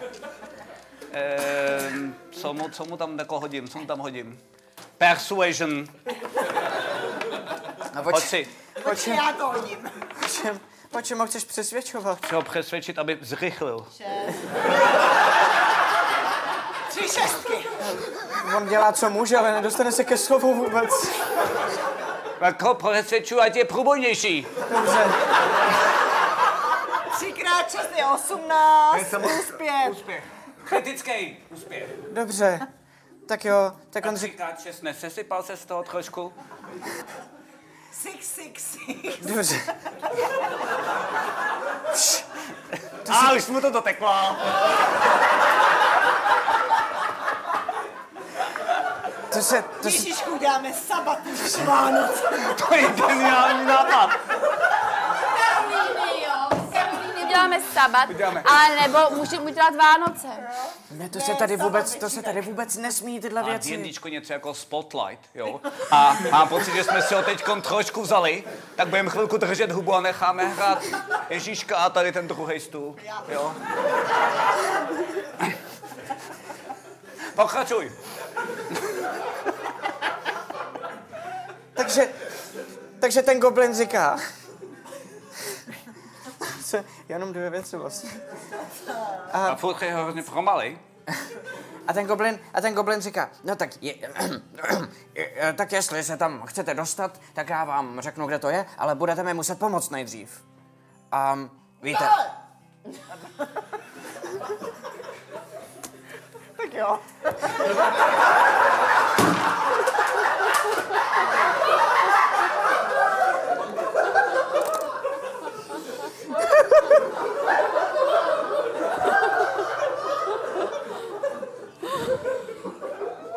Speaker 3: Uh, co, mu, co mu tam jako hodím, co mu tam hodím? Persuasion.
Speaker 6: No,
Speaker 3: Pojď si.
Speaker 6: po čem, já to hodím. Po čem, po čem ho chceš přesvědčovat?
Speaker 3: Chci ho přesvědčit, aby zrychlil.
Speaker 18: Tři šestky.
Speaker 6: On dělá, co může, ale nedostane se ke slovu vůbec.
Speaker 3: Tak ho přesvědčuji, Jako ať je průbojnější.
Speaker 6: Dobře.
Speaker 5: Třikrát šest je osmnáct.
Speaker 3: Já jsem-
Speaker 5: Úspěch.
Speaker 3: Úspěch. Kritický úspěch.
Speaker 6: Dobře. Tak jo, tak on říká...
Speaker 3: Třikrát šest, nesesypal se z toho trošku?
Speaker 5: Six, six, six.
Speaker 6: Dobře.
Speaker 3: A už mu to doteklo.
Speaker 6: To se, to se...
Speaker 5: Ježíšku, dáme sabatu v Vánoce.
Speaker 3: To je geniální nápad.
Speaker 4: Karolíny, jo. Karolíny děláme sabat,
Speaker 6: Uděláme.
Speaker 4: ale nebo můžeme udělat Vánoce.
Speaker 6: Ne, to se tady vůbec, to se tady vůbec nesmí tyhle
Speaker 3: A
Speaker 6: věci.
Speaker 3: D&Dčko něco jako Spotlight, jo? A mám pocit, že jsme si ho teď trošku vzali, tak budeme chvilku držet hubu a necháme hrát Ježíška a tady ten druhý stůl, jo? Pokračuj.
Speaker 6: Takže, takže ten goblin říká. Se, jenom dvě věci vlastně.
Speaker 3: A furt je hrozně pomalej.
Speaker 6: A ten goblin, a ten goblin říká, no tak, je, [clears throat] je, tak jestli se tam chcete dostat, tak já vám řeknu, kde to je, ale budete mi muset pomoct nejdřív. A
Speaker 4: No!
Speaker 6: víte,
Speaker 5: Tak jo.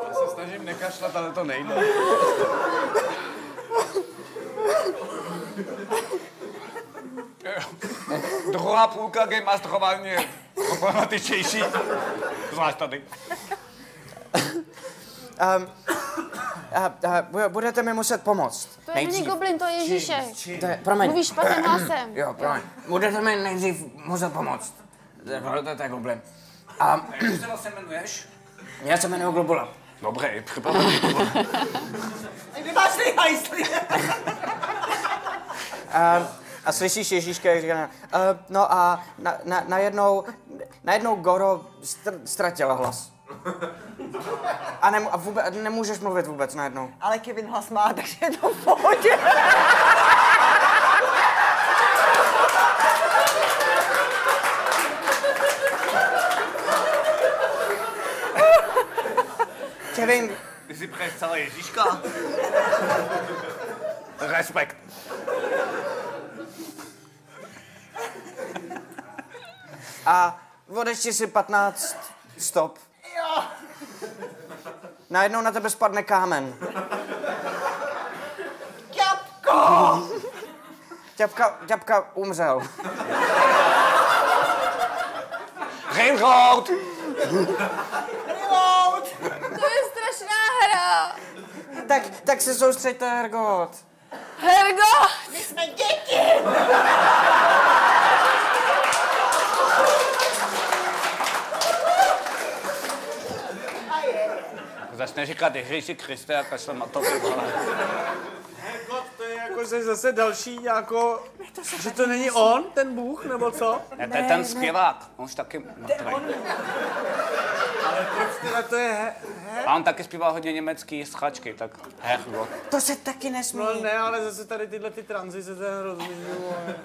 Speaker 19: Já se snažím nekašlat, ale to nejde.
Speaker 3: Druhá půlka Game Masterování je problematičnější. Zvlášť tady.
Speaker 6: um, a, a, bu- budete mi muset pomoct.
Speaker 4: To je není goblin, to je Ježíšek.
Speaker 6: To je, promiň.
Speaker 4: Mluvíš špatným hlasem.
Speaker 6: Jo, promiň. Budete mi nejdřív muset pomoct. To je- To je- to je goblin. A
Speaker 3: Jak se vlastně jmenuješ?
Speaker 6: já se jmenuji Globula.
Speaker 3: Dobré, připadám.
Speaker 5: Vy máš hajsli.
Speaker 6: A, a slyšíš Ježíška, jak říká, "Eh, no a na, na, najednou, najednou Goro str- ztratil hlas. A, nemu, a vůbec, nemůžeš mluvit vůbec najednou.
Speaker 5: Ale Kevin hlas má, [laughs] takže je to v pohodě.
Speaker 6: Kevin,
Speaker 3: Ty jsi přeješ celé Ježíška? Respekt.
Speaker 6: a odečti si 15, stop.
Speaker 18: Jo.
Speaker 6: Najednou na tebe spadne kámen.
Speaker 18: Kapko!
Speaker 6: Ťapka, ťapka umřel.
Speaker 3: Railroad!
Speaker 5: Reload!
Speaker 4: To je strašná hra.
Speaker 6: Tak, tak se soustřeďte, Hergot.
Speaker 4: Hergo!
Speaker 18: My jsme děti!
Speaker 3: Začne říkat Ježíši Kriste a kašlem na to.
Speaker 8: to je jako, že zase další jako... že to není on, ten Bůh, nebo co?
Speaker 3: Ne, to je ten zpěvák. On už taky no, mrtvej.
Speaker 8: Teda to je... he-
Speaker 3: A on taky zpívá hodně německý schačky, tak Hergot.
Speaker 6: To se taky nesmí.
Speaker 8: No ne, ale zase tady tyhle ty tranzice, to je hrozný. vole.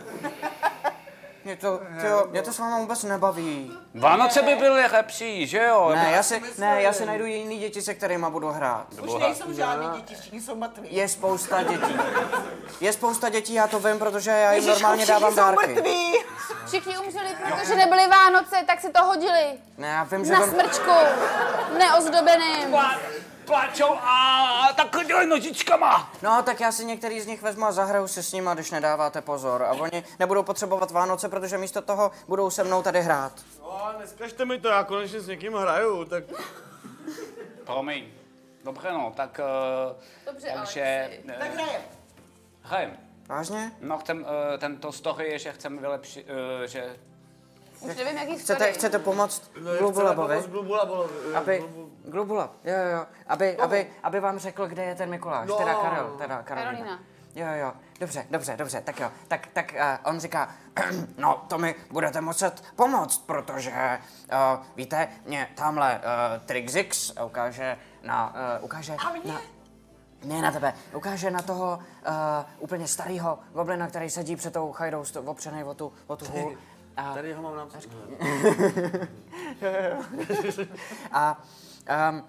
Speaker 6: Mě to, tyjo, mě to s váma vůbec nebaví.
Speaker 3: Vánoce by byly lepší, že jo?
Speaker 5: No,
Speaker 6: Ne, já si, ne, já si najdu jiný děti, se kterými budu hrát.
Speaker 5: Už nejsou žádný děti, všichni jsou mrtví.
Speaker 6: Je spousta dětí. Je spousta dětí, já to vím, protože já jim
Speaker 5: Ježišku,
Speaker 6: normálně dávám
Speaker 5: všichni jsou
Speaker 6: dárky.
Speaker 5: mrtví.
Speaker 4: Všichni umřeli, protože nebyly Vánoce, tak si to hodili.
Speaker 6: Ne, já vím, že
Speaker 4: Na
Speaker 6: to...
Speaker 4: smrčku. Neozdobeným.
Speaker 3: pláčou a tak dělají nožičkama.
Speaker 6: No, tak já si některý z nich vezmu a zahraju si s nima, když nedáváte pozor. A oni nebudou potřebovat Vánoce, protože místo toho budou se mnou tady hrát.
Speaker 8: No, neskažte mi to, já konečně s někým hraju, tak...
Speaker 3: Promiň. Dobře, no, tak... eh,
Speaker 20: Dobře,
Speaker 3: takže...
Speaker 20: Alexi.
Speaker 3: eh,
Speaker 20: Tak hrajem.
Speaker 3: Hrajem.
Speaker 6: Vážně?
Speaker 3: No, chcem, eh, tento story je, že chcem vylepšit, eh, že...
Speaker 20: Už nevím, jaký
Speaker 6: Chcete,
Speaker 20: story.
Speaker 6: chcete pomoct
Speaker 20: je
Speaker 6: Glubulabovi?
Speaker 20: chceme No, pomoct
Speaker 8: Glubulabovi.
Speaker 6: Aby, Glubula, jo, jo, jo. Aby, aby, aby vám řekl, kde je ten Mikuláš,
Speaker 20: No.
Speaker 6: teda Karel, teda Karolina.
Speaker 20: Karolina.
Speaker 6: Jo, jo, dobře, dobře, dobře, tak jo. Tak, tak uh, on říká, [clears throat] no to mi budete muset pomoct, protože, uh, víte, mě tamhle uh, Trixix ukáže na, uh, ukáže na... Ne na tebe, ukáže na toho uh, úplně starého goblina, který sedí před tou chajdou sto- opřenej o tu, o tu hůl. A,
Speaker 8: Tady ho mám napsat.
Speaker 6: a, um,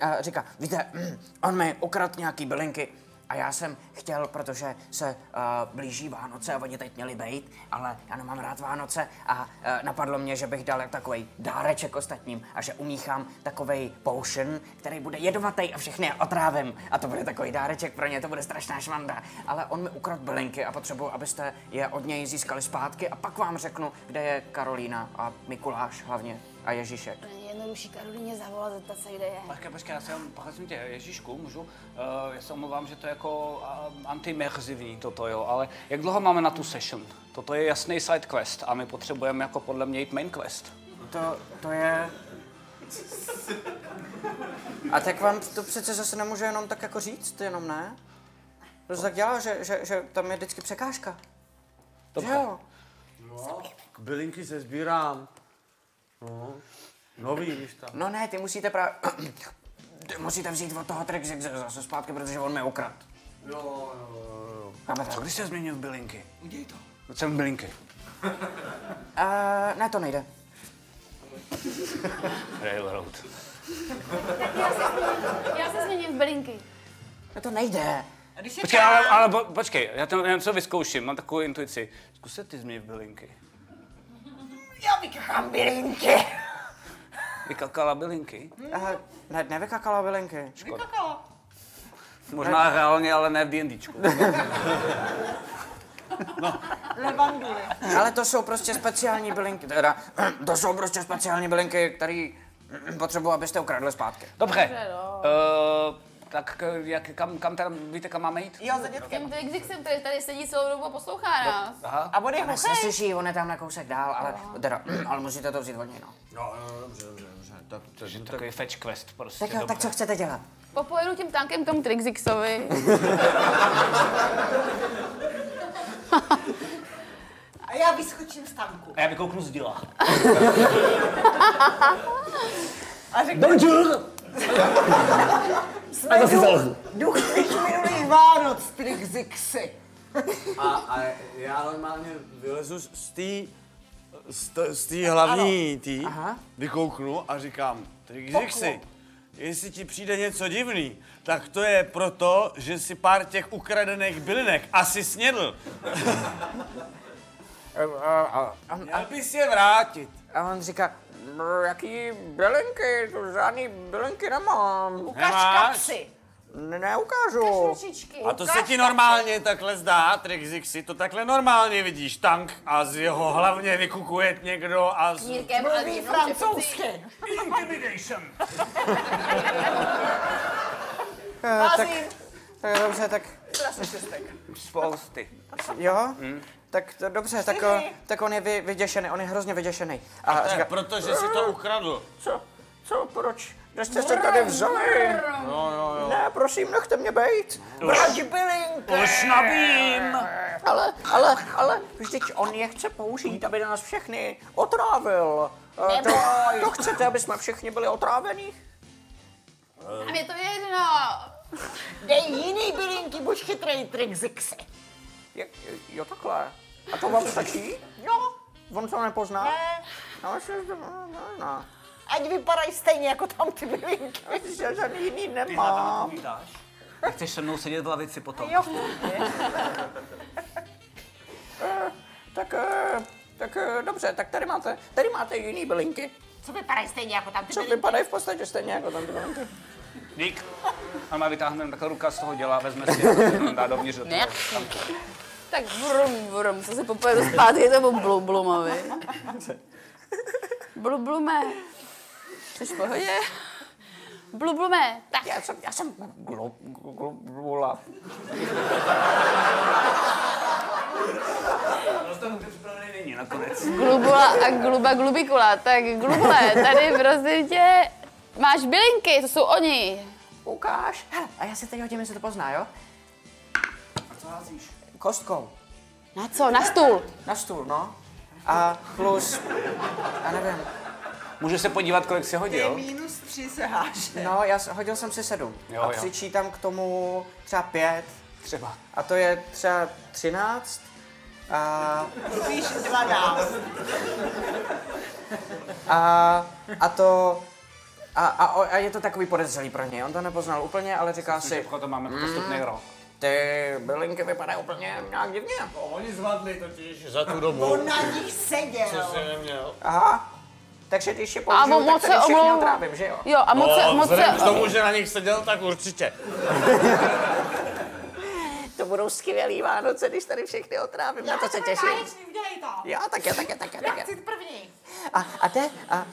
Speaker 6: a říká, víte, mm, on mi ukradl nějaký bylinky a já jsem chtěl, protože se uh, blíží Vánoce a oni teď měli být, ale já nemám rád Vánoce a uh, napadlo mě, že bych dal takový dáreček ostatním a že umíchám takový potion, který bude jedovatý a všechny je otrávím. A to bude takový dáreček pro ně, to bude strašná švanda. Ale on mi ukradl bylinky a potřebuju, abyste je od něj získali zpátky a pak vám řeknu, kde je Karolína a Mikuláš hlavně a Ježíšek.
Speaker 4: Jednodušší Karolíně zavolat, zeptat se, kde je.
Speaker 3: Počkej, počkej, já jsem, prosím tě, Ježíšku, můžu? Uh, já se omlouvám, že to je jako uh, antimerzivní toto, jo, ale jak dlouho máme na tu session? Toto je jasný side quest a my potřebujeme jako podle mě jít main quest.
Speaker 6: To, to je... A tak vám to přece zase nemůže jenom tak jako říct, jenom ne? To se tak dělá, že, že, že tam je vždycky překážka. Dobře. Že jo?
Speaker 8: No, bylinky se sbírám. No, nový, víš tam.
Speaker 6: No ne, ty musíte právě... [coughs] Ty musíte vzít od toho Trixix zase zpátky, protože on mi ukradl.
Speaker 8: Jo, jo, jo.
Speaker 6: Chápete?
Speaker 3: Co když se změnil v bylinky?
Speaker 6: Uděj to.
Speaker 3: No, jsem bylinky.
Speaker 6: Uh, ne, to nejde.
Speaker 3: Railroad.
Speaker 4: Já se změním, já se změním v bylinky.
Speaker 6: No to nejde.
Speaker 3: Počkej, ale, ale po, počkej, já to já něco vyzkouším, mám takovou intuici. Zkus se ty změnit v bylinky.
Speaker 21: Já vykachám bylinky.
Speaker 3: Vykakala bylinky?
Speaker 6: Uh, ne, nevykakala bylinky.
Speaker 3: Škoda. Možná reálně, ale ne v D&Dčku.
Speaker 22: Levanduly.
Speaker 6: Ale to jsou prostě speciální bylinky, teda, [clears throat] to jsou prostě speciální bylinky, které potřebuji, abyste ukradli zpátky.
Speaker 3: Dobře.
Speaker 4: Dobře, no.
Speaker 3: Uh, tak k- jak, kam, kam teda, víte, kam máme jít?
Speaker 22: Jo, za
Speaker 4: Těm Trixixem, který tady sedí celou dobu a poslouchá nás.
Speaker 3: Aha.
Speaker 6: A on je No.
Speaker 4: hokej.
Speaker 6: Neslyší, on je tamhle kousek dál, ale, teda, [clears throat] ale musíte to vzít od něj, no.
Speaker 8: No, jo, dobře, dobře, dobře. Tak,
Speaker 3: Takže takový fetch quest prostě.
Speaker 6: Tak jo, tak co chcete dělat?
Speaker 4: Popojedu tím tankem k tomu Trixixovi.
Speaker 21: A já vyskočím z tanku.
Speaker 3: A já vykouknu z díla.
Speaker 22: A řekne,
Speaker 21: Bonjour.
Speaker 22: jsme
Speaker 21: zase
Speaker 22: duch,
Speaker 21: zalezl.
Speaker 22: duch těch minulých Vánoc, Trixixy.
Speaker 8: A, a já normálně vylezu z- z té z t- z té hlavní tý, vykouknu a říkám, Trixixi, jestli ti přijde něco divný, tak to je proto, že si pár těch ukradených bylinek asi snědl.
Speaker 6: Měl
Speaker 8: bys je vrátit.
Speaker 6: A on říká, "Brr, jaký bylinky, to žádný bylinky nemám.
Speaker 8: Ukaž Nemáš? kapsy.
Speaker 6: Ne, neukážu.
Speaker 8: A to se ti no- normálně takhle zdá, Trixixi, to takhle normálně vidíš, tank a z jeho hlavně vykukuje někdo a z...
Speaker 4: Knírkem a
Speaker 21: Mluví
Speaker 4: divnou
Speaker 21: francouzsky.
Speaker 3: Intimidation.
Speaker 6: Eh, tak, tak, dobře, tak
Speaker 3: Spousty.
Speaker 6: jo? Tak to, dobře, tak, o, tak on je vy, vyděšený, on je hrozně vyděšený. A,
Speaker 8: To je proto, že si to ukradl.
Speaker 6: Co? Co? Proč? Kde jste se tady vzali?
Speaker 8: No, jo, jo.
Speaker 6: Ne, prosím, nechte mě být. Brať bylinky.
Speaker 21: Už nabím.
Speaker 6: Ale, ale, ale, vždyť on je chce použít, aby nás všechny otrávil. Eh, To,
Speaker 21: Neboj.
Speaker 6: to chcete, aby jsme všichni byli otrávení?
Speaker 4: A mě to je jedno.
Speaker 21: Dej jiný bylinky, buď chytrej, Trixixy.
Speaker 6: Je, jo, takhle. A to vám stačí? Jo. On to nepozná?
Speaker 21: No. Ne.
Speaker 6: No, že, no, no, no.
Speaker 21: Ať vypadají stejně jako tam ty bylinky.
Speaker 6: Já žádný jiný
Speaker 21: nemám.
Speaker 3: Chceš se mnou sedět v lavici potom?
Speaker 21: Jo.
Speaker 6: [laughs] Tak, eh, tak eh, dobře, tak tady máte, tady máte jiný bylinky.
Speaker 21: Co vypadají stejně jako tam ty
Speaker 6: Co
Speaker 21: bylinky?
Speaker 6: vypadají v podstatě stejně jako tam ty bylinky.
Speaker 3: Dík. A má vytáhneme takhle ruka z toho dělá, vezme si a dá dovnitř do toho.
Speaker 4: Ne.
Speaker 3: Tam.
Speaker 4: Tak vrum, vrum, co se popojedu zpátky, je to blum, blumovi. Blum, blume. Jsi v pohodě? Blum, blume. Tak. Já jsem, já jsem
Speaker 3: Glu, glu, glu, glula. Dostanu ty připravený není nakonec.
Speaker 4: glubula a gluba glubikula. Tak glubule, tady prosím tě, máš bylinky, to jsou oni.
Speaker 6: Ukáž. Hele, a já si teď hodím, jestli to pozná, jo?
Speaker 3: A co házíš?
Speaker 6: Kostkou.
Speaker 4: Na co? Na stůl?
Speaker 6: Na stůl, no. A plus, já nevím.
Speaker 3: Může se podívat, kolik si hodil?
Speaker 6: minus tři se háže. No, já s- hodil jsem si sedm.
Speaker 3: Jo,
Speaker 6: a
Speaker 3: jo.
Speaker 6: přičítám k tomu třeba pět.
Speaker 3: Třeba.
Speaker 6: A to je třeba třináct. A,
Speaker 5: Víš, dva dám.
Speaker 6: a, a to... A, a, o- a, je to takový podezřelý pro něj. On to nepoznal úplně, ale říká si...
Speaker 3: to máme
Speaker 4: Mm.
Speaker 3: postupný rok.
Speaker 6: Ty bylinky vypadají úplně nějak divně.
Speaker 22: No, Oni zvládli totiž
Speaker 6: [laughs]
Speaker 22: za tu dobu.
Speaker 5: On na nich seděl.
Speaker 22: Co jsi neměl?
Speaker 6: Aha. Takže když je
Speaker 4: A
Speaker 6: použiju, tak
Speaker 4: moc
Speaker 6: tady
Speaker 4: se
Speaker 6: všechny
Speaker 4: omlouvám.
Speaker 6: otrávím, že jo?
Speaker 4: Jo, a moc se,
Speaker 22: no,
Speaker 4: moc se,
Speaker 22: vzhledem k tomu, že na nich seděl, tak určitě.
Speaker 6: To budou skvělý Vánoce, když tady všechny otrávím, na to se těším.
Speaker 5: udělej to.
Speaker 6: Jo, tak jo, tak jo, tak jo,
Speaker 5: Já
Speaker 6: tak jo.
Speaker 5: chci první.
Speaker 6: A, a jde a,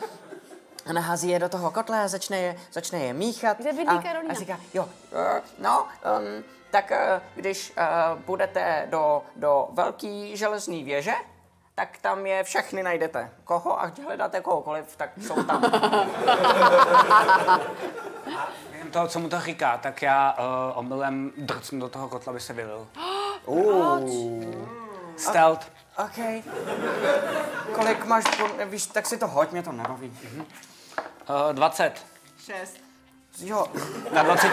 Speaker 6: a nahází je do toho kotle a začne je, začne je míchat. Kde
Speaker 4: bydlí
Speaker 6: a,
Speaker 4: Karolína?
Speaker 6: a říká, jo, eh, no, um, tak eh, když uh, půjdete do, do velký železný věže, tak tam je všechny najdete. Koho? A když hledáte kohokoliv, tak jsou tam.
Speaker 3: Během toho, co mu to říká, tak já uh, omylem drcnu do toho kotla, aby se vylil.
Speaker 4: [gasps]
Speaker 3: Stealth.
Speaker 6: [laughs] OK. Kolik máš, po- víš, tak si to hoď, mě to nebaví.
Speaker 3: Uh, 20.
Speaker 5: Šest.
Speaker 6: Jo,
Speaker 3: Na 20,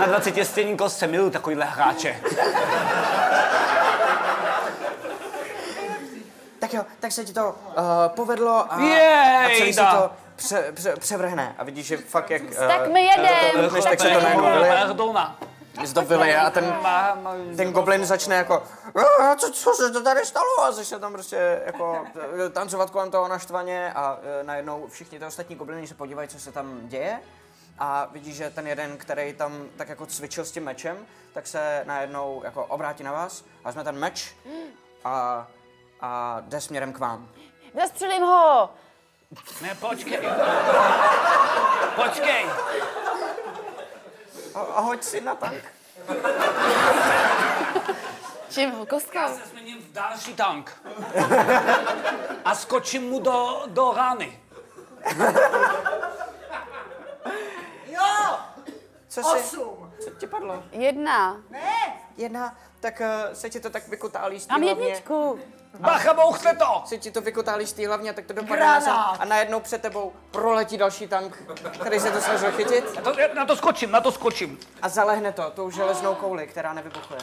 Speaker 3: na 20 stění kostce miluju takovýhle hráče.
Speaker 6: tak jo, tak se ti to uh, povedlo a, a
Speaker 3: Jej,
Speaker 6: celý se
Speaker 3: da.
Speaker 6: to pře, pře, převrhne. A vidíš, že fakt jak... eh,
Speaker 4: Tak my jedem.
Speaker 6: Než tak se to najednou vylije.
Speaker 3: Pardona.
Speaker 6: zdobili je a ten,
Speaker 3: eh,
Speaker 6: ten goblin začne jako "A, co, co se to tady stalo a začne tam prostě jako eh, tancovat kolem toho naštvaně a eh, najednou všichni ty ostatní goblini se podívají, co se tam děje a vidí, že ten jeden, který tam tak jako cvičil s tím mečem, tak se najednou jako obrátí na vás a jsme ten meč a, a jde směrem k vám.
Speaker 4: Zastřelím ho.
Speaker 3: Ne, počkej. Počkej.
Speaker 6: A, a hoď si na tank.
Speaker 4: Čím ho? Kostkou.
Speaker 3: Já se změním v další tank. A skočím mu do, do rány.
Speaker 5: Jo!
Speaker 6: Co si?
Speaker 5: Osm.
Speaker 6: Co ti padlo?
Speaker 4: Jedna.
Speaker 5: Ne!
Speaker 6: Jedna, tak eh, se ti to tak vykutálí z té
Speaker 4: Mám
Speaker 6: hlavně.
Speaker 4: jedničku.
Speaker 3: Bacha, bouchne to!
Speaker 6: se ti to vykotálí z té hlavně a tak to dopadne na zem
Speaker 5: Granát.
Speaker 6: a najednou před tebou proletí další tank, který se to snažil chytit
Speaker 3: Na to, na to skočím, na to skočím.
Speaker 6: a zalehne to tou železnou kouli, která nevybuchuje.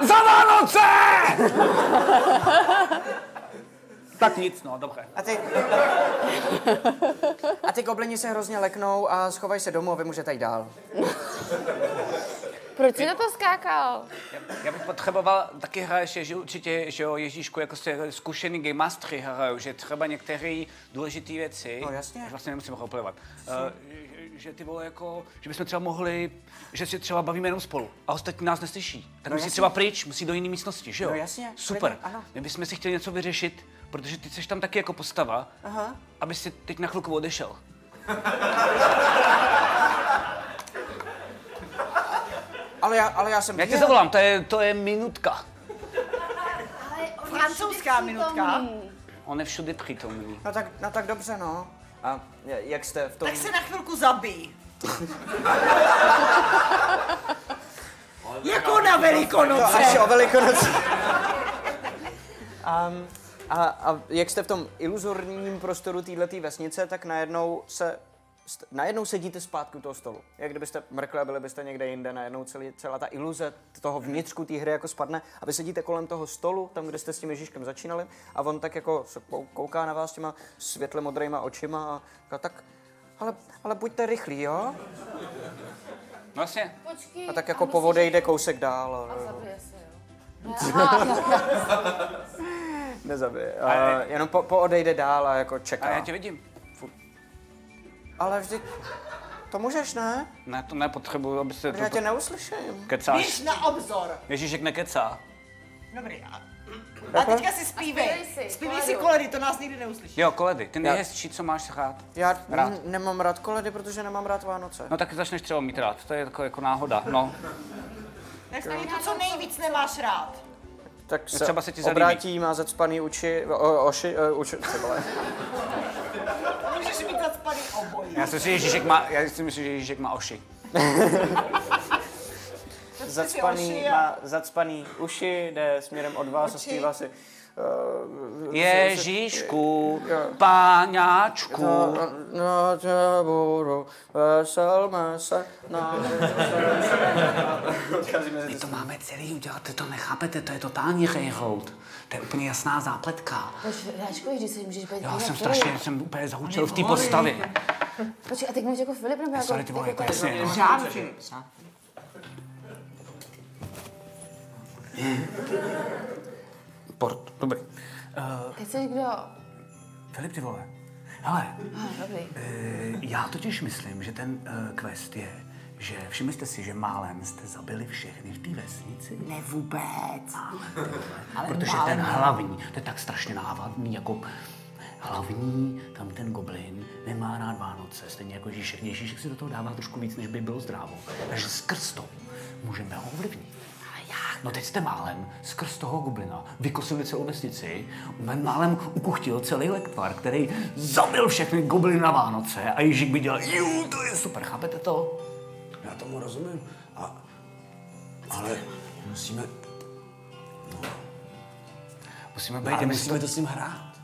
Speaker 3: Za Vánoce! tak nic, no, dobře.
Speaker 6: A ty... A ty goblini se hrozně leknou a schovají se domů a vy můžete jít dál.
Speaker 4: Proč jsi na to skákal?
Speaker 3: Já bych potřeboval, taky hraješ, že určitě, že jo, Ježíšku, jako jste zkušený game mastery hrajou, že třeba některé důležité věci,
Speaker 6: No, jasně.
Speaker 3: Už vlastně nemusím opravovat, uh, že ty vole jako, že bychom třeba mohli, že si třeba bavíme jenom spolu a ostatní nás neslyší. Ten
Speaker 6: No,
Speaker 3: musí
Speaker 6: jasně.
Speaker 3: třeba pryč, musí do jiné místnosti, že jo?
Speaker 6: No, jasně,
Speaker 3: Super.
Speaker 6: klidně, ano.
Speaker 3: My bychom si chtěli něco vyřešit, protože ty jsi tam taky jako postava,
Speaker 6: Aha.
Speaker 3: aby si teď na chvilku odešel.
Speaker 6: Ale já, ale já jsem...
Speaker 3: Já tě
Speaker 6: je-
Speaker 3: zavolám, to je, to je minutka.
Speaker 5: Francouzská minutka.
Speaker 3: On je všude přítomný.
Speaker 6: No tak, no tak dobře, no. A j- jak jste v tom...
Speaker 5: Tak se na chvilku zabij. jako na
Speaker 6: To
Speaker 5: velikonoce.
Speaker 6: No, až o velikonoci. Um, a, a jak jste v tom iluzorním prostoru této vesnice, tak najednou se st- najednou sedíte zpátky u toho stolu. Jak kdybyste mrkli a byli byste někde jinde, najednou celý, celá ta iluze toho vnitřku té hry jako spadne a vy sedíte kolem toho stolu, tam, kde jste s tím Ježíškem začínali a on tak jako se kou- kouká na vás těma světle modrýma očima a říká, tak ale, ale buďte rychlí, jo?
Speaker 3: No jasně,
Speaker 4: Počkej.
Speaker 6: A tak jako po vode jde kousek dál. A
Speaker 4: Zabije se, jo.
Speaker 3: [laughs]
Speaker 6: Nezabije. A jenom po, po odejde dál a jako
Speaker 3: a
Speaker 6: čeká.
Speaker 3: já tě vidím.
Speaker 6: Ale vždyť to můžeš, ne?
Speaker 3: Ne, to nepotřebuju, aby se
Speaker 6: Já
Speaker 3: to...
Speaker 6: tě neuslyším.
Speaker 3: Kecáš.
Speaker 23: na obzor.
Speaker 3: Ježíšek nekecá.
Speaker 5: Dobrý. A, a teďka si zpívej.
Speaker 23: zpívej si
Speaker 5: Zpívej si
Speaker 23: koledu.
Speaker 5: koledy, to nás nikdy neuslyší.
Speaker 3: Jo, koledy, ty
Speaker 6: Já-
Speaker 3: nejhezčí, co máš rád.
Speaker 6: Já
Speaker 3: Rád.
Speaker 6: n- nemám rád koledy, protože nemám rád Vánoce.
Speaker 3: No tak začneš třeba mít rád, to je jako, jako náhoda, no.
Speaker 5: Tak tady to, co nejvíc nemáš rád.
Speaker 6: Tak se,
Speaker 3: no třeba se ti zalíbí.
Speaker 6: obrátí, má zacpaný uči, o, oši, o, uči,
Speaker 3: [laughs]
Speaker 6: ty vole.
Speaker 5: Můžeš být zacpaný obojí.
Speaker 3: Já si myslím, že Ježíšek má, já si myslím, že Ježíšek má oši.
Speaker 6: zacpaný,
Speaker 5: oši a-
Speaker 6: má zacpaný uši, jde směrem od vás a zpívá si. e, eh,
Speaker 3: Ježíšku, páňáčku.
Speaker 6: No, no, tě budu, veselme se, na
Speaker 3: My to máme celý udělat, ty to nechápete, to je totální rejhout. To je úplně jasná zápletka.
Speaker 4: Ráčko, když si můžeš být
Speaker 3: Já jsem strašně, jsem úplně zaučil v té postavě.
Speaker 4: Počkej, a teď mluvíš jako Filip, nebo jako...
Speaker 3: Sorry, ty vole, jako jasně. no.
Speaker 4: Řádu,
Speaker 24: Filip, řádu.
Speaker 3: Port, dobrý.
Speaker 4: Teď jsi kdo?
Speaker 3: Filip, ty vole. Hele,
Speaker 4: Ah, dobrý.
Speaker 3: eh, já totiž myslím, že ten eh, quest je, že všimli jste si, že málem jste zabili všechny v té vesnici. Ne vůbec.
Speaker 24: Ale
Speaker 3: Protože
Speaker 24: málem
Speaker 3: ten
Speaker 24: ne.
Speaker 3: hlavní, to je tak strašně návadný, jako hlavní, tam ten goblin nemá rád Vánoce, stejně jako Ježíšek. Ježíšek si do toho dává trošku víc, než by bylo zdrávo. Takže skrz to můžeme ho ovlivnit. No teď jste málem skrz toho goblina vykosili celou vesnici, ten málem ukuchtil celý lektvar, který zabil všechny gobliny na Vánoce a Ježík by dělal, "Jú, to je super, chápete to?
Speaker 25: Já tomu rozumím. A, ale musíme...
Speaker 3: Musíme
Speaker 25: No, ale
Speaker 3: my
Speaker 25: musíme
Speaker 3: si
Speaker 25: to s ním hrát.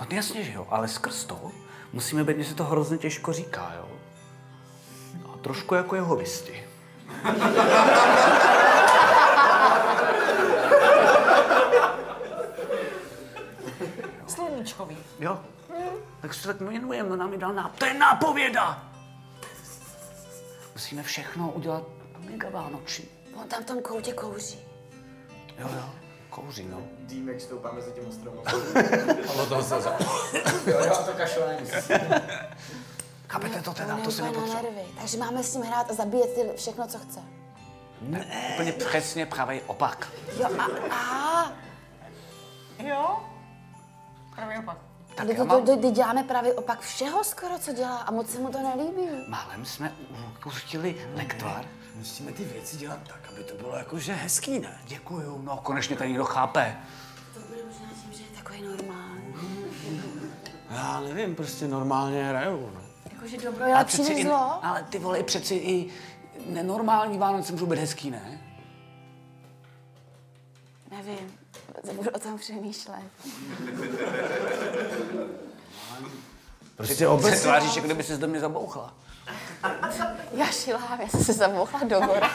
Speaker 3: No to jasně, že jo, ale skrz to musíme být, mně se to hrozně těžko říká, jo. A trošku jako jeho visti.
Speaker 5: Sluníčkový.
Speaker 3: Jo. Tak se to tak jmenujeme, nám ji dal nápověda. To je nápověda! Musíme všechno udělat mega vánoční.
Speaker 4: On tam v tom koutě kouří.
Speaker 3: Jo, jo. Kouří, no.
Speaker 26: Dýmek stoupá mezi těm
Speaker 3: [laughs]
Speaker 26: ostromem.
Speaker 3: A od toho se za-
Speaker 26: Jo, já to kašlání.
Speaker 3: [laughs] Chápete to teda,
Speaker 4: On je
Speaker 3: to se
Speaker 4: úplně na
Speaker 3: nepotřebuje.
Speaker 4: nervy. Takže máme s ním hrát a zabíjet ty, všechno, co chce.
Speaker 3: Ne, úplně přesně pravý opak.
Speaker 4: Jo, a, a,
Speaker 5: Jo? Pravý opak.
Speaker 4: tak teď,
Speaker 3: já
Speaker 4: mám...
Speaker 3: mám-
Speaker 4: teď, teď děláme právě opak všeho skoro, co dělá a moc se mu to nelíbí.
Speaker 3: Málem jsme upustili lektvar.
Speaker 25: Musíme ty věci dělat tak, aby to bylo jakože hezký, ne?
Speaker 3: Děkuju, no konečně to někdo chápe.
Speaker 4: To bude možná tím, že je takový normální.
Speaker 25: Já nevím, prostě normálně hraju, no.
Speaker 4: Jakože dobro je lepší
Speaker 3: přeci
Speaker 4: než
Speaker 3: i-
Speaker 4: zlo.
Speaker 3: ale ty vole, přeci i nenormální Vánoce můžou být hezký, ne?
Speaker 4: Nevím, budu o tom přemýšlet.
Speaker 3: Prostě obecně. Se tváříš, jako kdyby ses do mě zabouchla.
Speaker 4: Já šilám, já jsem se zabouchla do hora.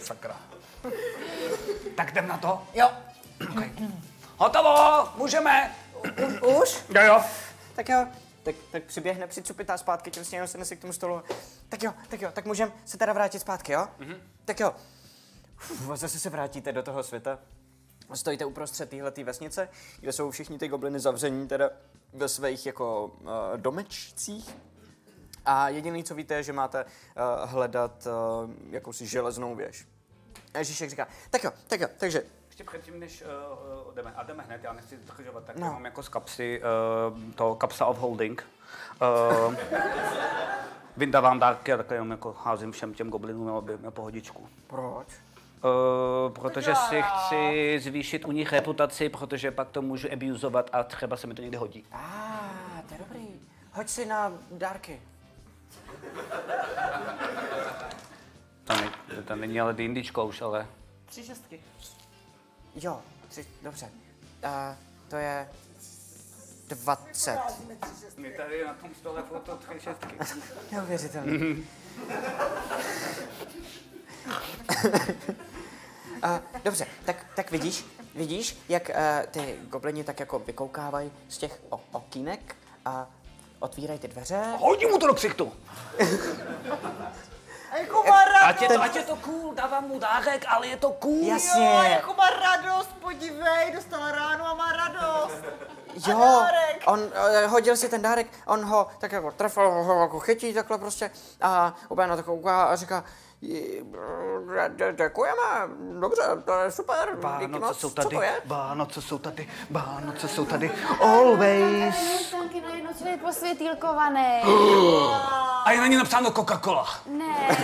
Speaker 3: Sakra. Tak jdem na to? [clears throat] Jo. Okay. Hotovo, můžeme.
Speaker 6: Už?
Speaker 3: Jo, jo.
Speaker 6: Tak jo. Tak, tak přiběhne přicupitá zpátky, tím sněhem se nese k tomu stolu. Tak jo, tak jo, tak můžem se teda vrátit zpátky, jo? Mm-hmm. Tak jo. Uf, zase se vrátíte do toho světa. Stojíte uprostřed téhleté vesnice, kde jsou všichni ty gobliny zavření teda ve svých jako uh, domečcích. A jediné, co víte, je, že máte uh, hledat uh, jakousi železnou věž. A Ježíšek říká, tak jo, tak jo, takže
Speaker 3: Ještě předtím, než uh, jdeme, a jdeme hned, já nechci zdržovat, tak
Speaker 6: No.
Speaker 3: no. mám jako z kapsy, uh, to kapsa of holding. Uh, vyndávám dárky a takhle jenom jako házím všem těm goblinům, aby měl pohodičku.
Speaker 6: proč?
Speaker 3: Uh, protože si chci zvýšit u nich reputaci, protože pak to můžu abusovat a třeba se mi to někde hodí.
Speaker 6: A, to je dobrý. Hoď si na dárky.
Speaker 3: To, ne, to, to není ale dindičko už, ale...
Speaker 5: Tři šestky.
Speaker 6: Jo, tři, dobře. A to je 20.
Speaker 3: My tady na tom stole foto tři šestky.
Speaker 6: Neuvěřitelné. A, dobře, tak, tak vidíš, vidíš, jak eh, ty goblini tak jako vykoukávají z těch o, okýnek a otvírají ty dveře.
Speaker 3: Hodí mu to do ksichtu!
Speaker 5: A jako má
Speaker 3: Ať je,
Speaker 5: radost.
Speaker 3: to, ať je to cool, dávám mu dárek, ale je to cool!
Speaker 5: Jo,
Speaker 6: Jasně.
Speaker 5: jako má radost, podívej, dostala ráno a má radost.
Speaker 6: Jo, on eh, hodil si ten dárek, on ho tak jako trefil, ho- ho jako chytí takhle prostě a úplně na to kouká a říká, "J- eh, dě- děkujeme, dobře, to je super, díky
Speaker 3: Vánoce
Speaker 6: moc,
Speaker 3: no, jsou
Speaker 6: co
Speaker 3: tady,
Speaker 6: to je?
Speaker 3: Vánoce jsou tady, Vánoce jsou tady, always.
Speaker 27: Tanky najednou svět posvětýlkovaný.
Speaker 3: A je na ní napsáno Coca-Cola.
Speaker 27: Ne.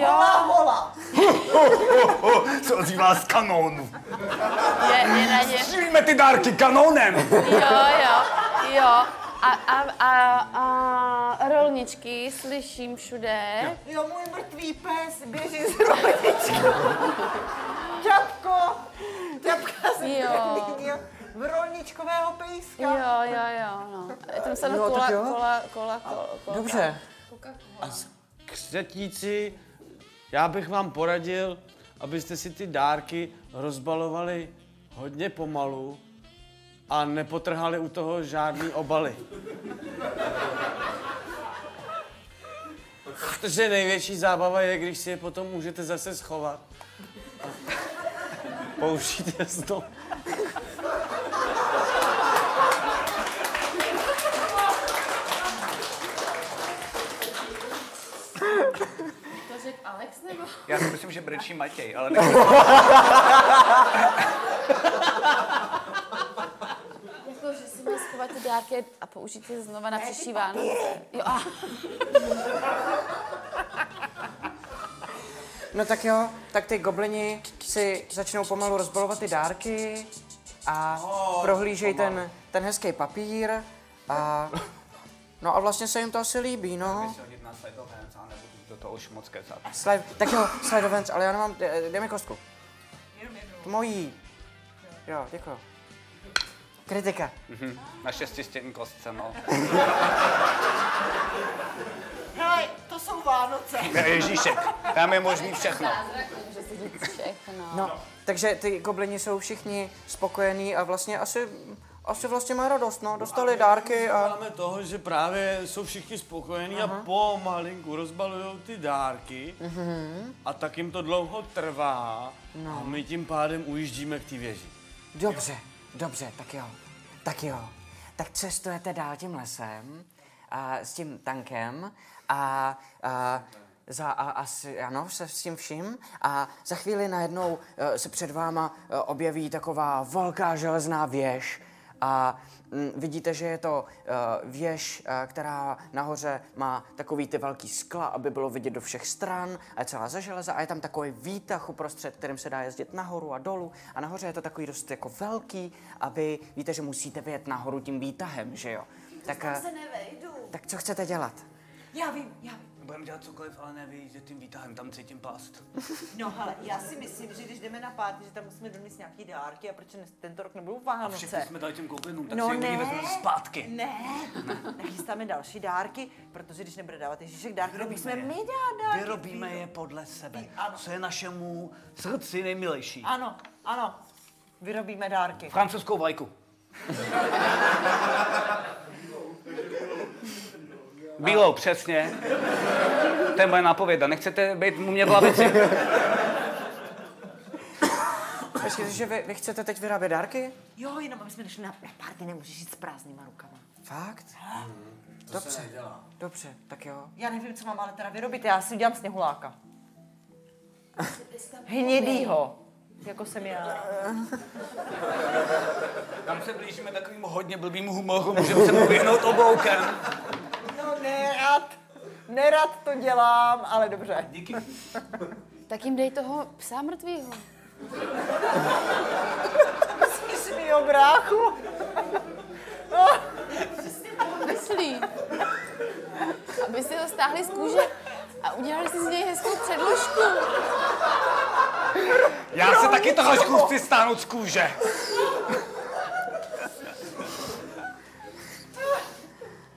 Speaker 4: Jo.
Speaker 28: Hola.
Speaker 3: Co vás z kanónu.
Speaker 4: Je, je na ně.
Speaker 3: Střílíme ty dárky kanónem.
Speaker 4: Jo, jo, jo. A, a, a, a rolničky slyším všude.
Speaker 5: Jo, můj mrtvý pes běží
Speaker 4: [laughs]
Speaker 5: z rovičky. Ťapko! Ťapka z
Speaker 4: Jo.
Speaker 5: v rolničkového pejska.
Speaker 4: Jo, jo, jo, no. Je tam se
Speaker 5: Jo, tak
Speaker 4: kola,
Speaker 5: jo.
Speaker 4: kola, kola, kola, kola.
Speaker 5: dobře.
Speaker 8: Křetníci, já bych vám poradil, abyste si ty dárky rozbalovali hodně pomalu a nepotrhali u toho žádný obaly. Protože největší zábava je, když si je potom můžete zase schovat. A Použít je znovu.
Speaker 27: To řekl Alex nebo?
Speaker 3: Já si myslím, že brečí Matěj, ale
Speaker 27: Jako, že si má schovat ty dárky a použít je znova na příští Vánoce. Jo. a-
Speaker 4: [laughs]
Speaker 6: No tak jo, tak ty goblini si začnou pomalu rozbalovat ty dárky a prohlížej ten, ten hezký papír a... No a vlastně se jim to asi líbí, no.
Speaker 3: to, to už moc kecat.
Speaker 6: Slide, tak jo, slide events, ale já nemám, dej, dej mi kostku. Tu mojí. Jo, děkuji. Kritika.
Speaker 3: Mhm. Na šestistěný kostce, no.
Speaker 5: Hele, to jsou Vánoce.
Speaker 3: Ježíšek, tam je možný všechno.
Speaker 27: Může se dít všechno.
Speaker 6: No, takže ty goblini jsou všichni spokojení a vlastně asi, asi vlastně má radost, no. Dostali dárky a...
Speaker 8: Máme toho, že právě jsou všichni spokojení a pomalinku rozbalují ty dárky
Speaker 6: Mhm.
Speaker 8: a tak jim to dlouho trvá
Speaker 6: No.
Speaker 8: a my tím pádem ujíždíme k té věži.
Speaker 6: Dobře, dobře, tak jo. Tak jo. Tak cestujete dál tím lesem a s tím tankem a, a za, a, asi, ano, se s tím vším a za chvíli najednou eh, se před váma eh, objeví taková velká železná věž a mm, vidíte, že je to eh, věž, eh, která nahoře má takový ty velký skla, aby bylo vidět do všech stran a je celá ze železa a je tam takový výtah uprostřed, kterým se dá jezdit nahoru a dolů a nahoře je to takový dost jako velký a vy víte, že musíte vyjet nahoru tím výtahem, že jo? Tak, eh,
Speaker 29: nevejdu.
Speaker 6: tak co chcete dělat?
Speaker 29: Já vím, já vím.
Speaker 3: Budeme dělat cokoliv, ale nevíš, že tím výtahem tam cítím past.
Speaker 5: No ale já si myslím, že když jdeme na párty, že tam musíme donést nějaký dárky a proč nes- tento rok nebudou
Speaker 3: A všechny
Speaker 5: Vánoce.
Speaker 3: jsme dali těm goblinům, tak
Speaker 5: No
Speaker 3: si je
Speaker 5: ne.
Speaker 3: vezmeme zpátky.
Speaker 5: Ne, nachystáme další dárky, protože když nebude dávat Ježíšek dárky, tak musíme
Speaker 3: je.
Speaker 5: my dát dárky.
Speaker 3: Vyrobíme je podle sebe, co je našemu srdci nejmilejší.
Speaker 5: Ano, ano, vyrobíme dárky.
Speaker 3: Francouzskou vlajku. [laughs] Bílou, přesně. To je moje nápověda. Nechcete být u mě v lavici?
Speaker 6: Myslíte, že vy, vy chcete teď vyrábět dárky?
Speaker 29: Jo, jenom aby jsme nešli na, na party, nemůžeš jít s prázdnýma rukama.
Speaker 6: Fakt? Dobře, dobře, tak jo.
Speaker 5: Já nevím, co mám ale teda vyrobit, já si udělám sněhuláka. Hnědýho. Jako jsem já.
Speaker 3: Tam se blížíme takovým hodně blbým humoru, můžeme se pověhnout obloukem.
Speaker 5: No nerad, nerad to dělám, ale dobře.
Speaker 3: Díky.
Speaker 4: Tak jim dej toho psa mrtvýho.
Speaker 5: Jsi mi jo, bráchu.
Speaker 4: Myslí. Aby si ho stáhli z kůže a udělali si z něj hezkou předložku.
Speaker 3: Já se taky toho žku chci stáhnout z kůže.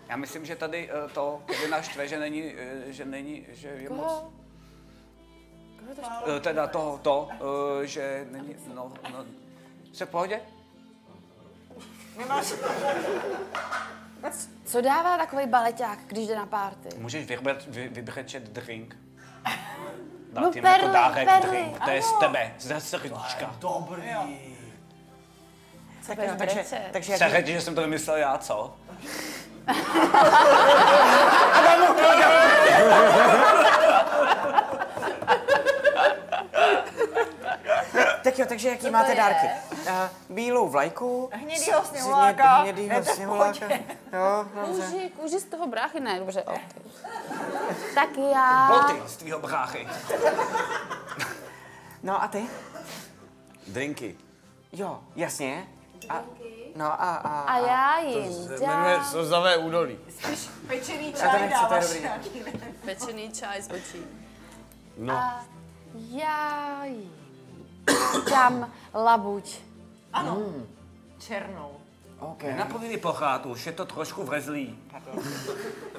Speaker 3: Já myslím, že tady eh, to Kevina štve, že není, eh, že není, že je moc...
Speaker 4: Koho? Koho to štve?
Speaker 3: Eh, Teda to, to, eh, že není, no, no. Jste v pohodě?
Speaker 5: Nemáš...
Speaker 4: Co dává takový baleťák, když jde na párty?
Speaker 3: Můžeš vybrat, vy, vybrečet drink.
Speaker 4: No
Speaker 3: jim jako
Speaker 4: perly,
Speaker 3: dárek
Speaker 4: perly,
Speaker 3: drink, to je z
Speaker 4: No ano.
Speaker 3: tebe, ze srdíčka.
Speaker 30: Dobrý.
Speaker 5: Tak
Speaker 4: budeš
Speaker 5: jo, takže-
Speaker 4: brečet.
Speaker 5: takže
Speaker 3: Se řeči, že jsem to vymyslel já, co?
Speaker 31: Adamu,
Speaker 6: Tak jo, takže jaký
Speaker 5: Co to
Speaker 6: máte
Speaker 5: je?
Speaker 6: dárky? Uh, bílou vlajku.
Speaker 5: Hnědýho
Speaker 6: s- s
Speaker 5: sněhuláka.
Speaker 6: hněd- Hnědýho
Speaker 5: Ne, tak
Speaker 6: sněhuláka.
Speaker 5: pojď.
Speaker 6: Jo, dobře.
Speaker 4: Kůži, kůži z toho bráchy, ne, dobře,
Speaker 5: No.
Speaker 4: ok. Tak já...
Speaker 3: Boty z tvýho bráchy.
Speaker 6: No a ty?
Speaker 8: Drinky.
Speaker 6: Jo, jasně. A, no a, a,
Speaker 4: A já jim
Speaker 8: Se jmenuje
Speaker 4: dám...
Speaker 8: Slzavé údolí.
Speaker 4: Spíš pečený
Speaker 6: čaj nechci, to je dáváš dobrý.
Speaker 4: Pečený čaj z očí.
Speaker 8: No.
Speaker 4: A já jim dám labuť.
Speaker 5: Ano. Černou.
Speaker 3: Okay.
Speaker 5: No.
Speaker 3: Napovídej pochát už, je to trošku vrzlý.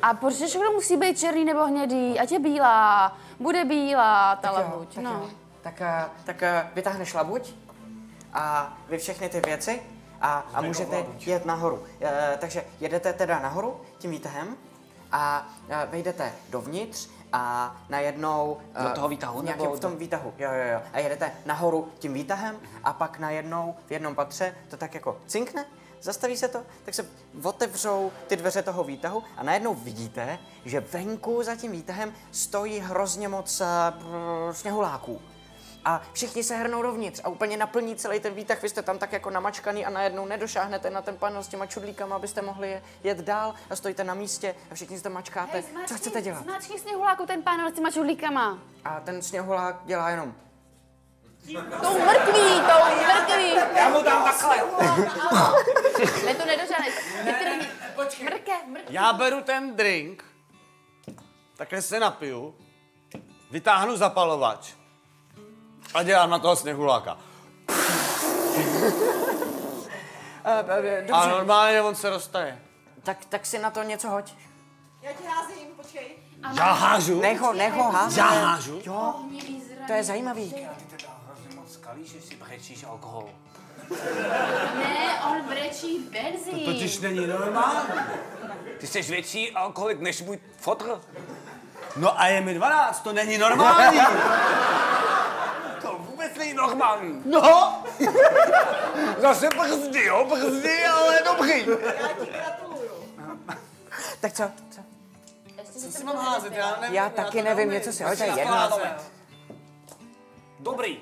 Speaker 4: A proč všechno musí být černý nebo hnědý? Ať je bílá. Bude bílá ta labuť.
Speaker 6: tak
Speaker 4: No.
Speaker 6: jo. Tak, eh, tak eh, vytáhneš labuť a vy všechny ty věci a, a
Speaker 3: jako
Speaker 6: můžete jet nahoru. E, takže jedete teda nahoru tím výtahem a e, vejdete dovnitř a najednou...
Speaker 3: Do
Speaker 6: eh,
Speaker 3: toho výtahu,
Speaker 6: v nějakém-
Speaker 3: nebo
Speaker 6: V tom výtahu, jo, jo, jo. A jedete nahoru tím výtahem a pak najednou v jednom patře to tak jako cinkne, zastaví se to, tak se otevřou ty dveře toho výtahu a najednou vidíte, že venku za tím výtahem stojí hrozně moc eh, br- sněhuláků. A všichni se hrnou dovnitř a úplně naplní celý ten výtah. Vy jste tam tak jako namačkaný a najednou nedošáhnete na ten panel s těma čudlíkama, abyste mohli je jet dál a stojíte na místě a všichni se tam mačkáte.
Speaker 4: Hej, zmáčkni-
Speaker 6: Co chcete dělat?
Speaker 4: Zmáčkni sněhuláku ten pán, ale s těma čudlíkama.
Speaker 6: A ten sněhulák dělá jenom.
Speaker 4: Tou mrtvý, tou mrtvý.
Speaker 3: Já mu dám takhle.
Speaker 4: [laughs] Ne, to nedožáneš. Vytrhni. Mrke, mrke.
Speaker 8: Já beru ten drink, takhle se napiju, vytáhnu zapalovač a dělám na
Speaker 6: [laughs]
Speaker 8: toho sněhuláka.
Speaker 6: Eh,
Speaker 8: A normálně on se roztaje.
Speaker 6: Tak, tak si na to něco hoď.
Speaker 5: Já ti házím, počkej.
Speaker 8: Já hážu?
Speaker 6: Necho, necho, házet.
Speaker 8: Já hážu?
Speaker 6: Jo, to je zajímavý.
Speaker 3: Ty teda hrozně moc skalíš, že si brečíš alkohol.
Speaker 4: Ne, on brečí benzín.
Speaker 8: není normální.
Speaker 3: Ty jsi větší alkoholik než můj fotr.
Speaker 8: No a je mi 12, to není normální.
Speaker 3: [laughs] To vůbec není normální.
Speaker 8: No.
Speaker 3: [laughs] Zase brzdy, jo, brzdy, ale dobrý.
Speaker 6: Tak co?
Speaker 4: Co
Speaker 8: si mám házet, já nevím.
Speaker 6: Já taky
Speaker 8: to
Speaker 6: nevím,
Speaker 8: neumím.
Speaker 6: něco si
Speaker 8: To
Speaker 6: hoďte,
Speaker 8: na to
Speaker 6: jedno.
Speaker 8: házet.
Speaker 3: Dobrý.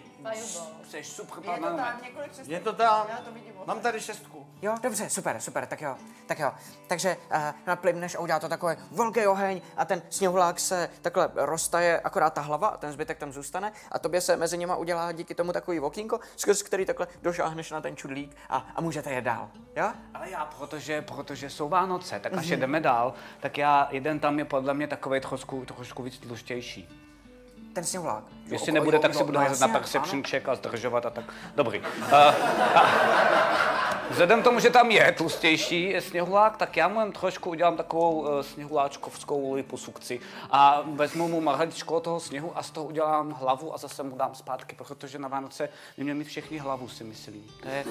Speaker 3: Jsi super
Speaker 5: Je to
Speaker 3: panomen.
Speaker 5: tam, několik přes...
Speaker 8: Je to tam.
Speaker 5: Já to vidím.
Speaker 8: Mám tady šestku.
Speaker 6: Jo, dobře, super, super, tak jo, tak jo. Takže uh, naplivneš a udělá to takový velký oheň a ten sněhulák se takhle roztaje, akorát ta hlava a ten zbytek tam zůstane a tobě se mezi nima udělá díky tomu takový okýnko, skrz který takhle došáhneš na ten čudlík a, a můžete jet dál, jo?
Speaker 3: Ale já, protože, protože jsou Vánoce, tak
Speaker 8: Mhm.
Speaker 3: až jdeme dál, tak já, jeden tam je podle mě takový trošku, trošku víc tlustější.
Speaker 6: Ten sněhulák.
Speaker 3: Jestli
Speaker 6: Jo,
Speaker 3: nebude,
Speaker 6: jo,
Speaker 3: tak se
Speaker 6: jo,
Speaker 3: budu
Speaker 6: no
Speaker 3: házet na
Speaker 6: jasně,
Speaker 3: perception
Speaker 6: ano.
Speaker 3: check a zdržovat a tak. Dobrý. Uh, a, [laughs] vzhledem k tomu, že tam je tlustější je sněhulák, tak já mu jen trošku udělám takovou uh, sněhuláčkovskou liposukci a vezmu mu maličko toho sněhu a z toho udělám hlavu a zase mu dám zpátky, protože na Vánoce by měli mít všichni hlavu, si myslím. To je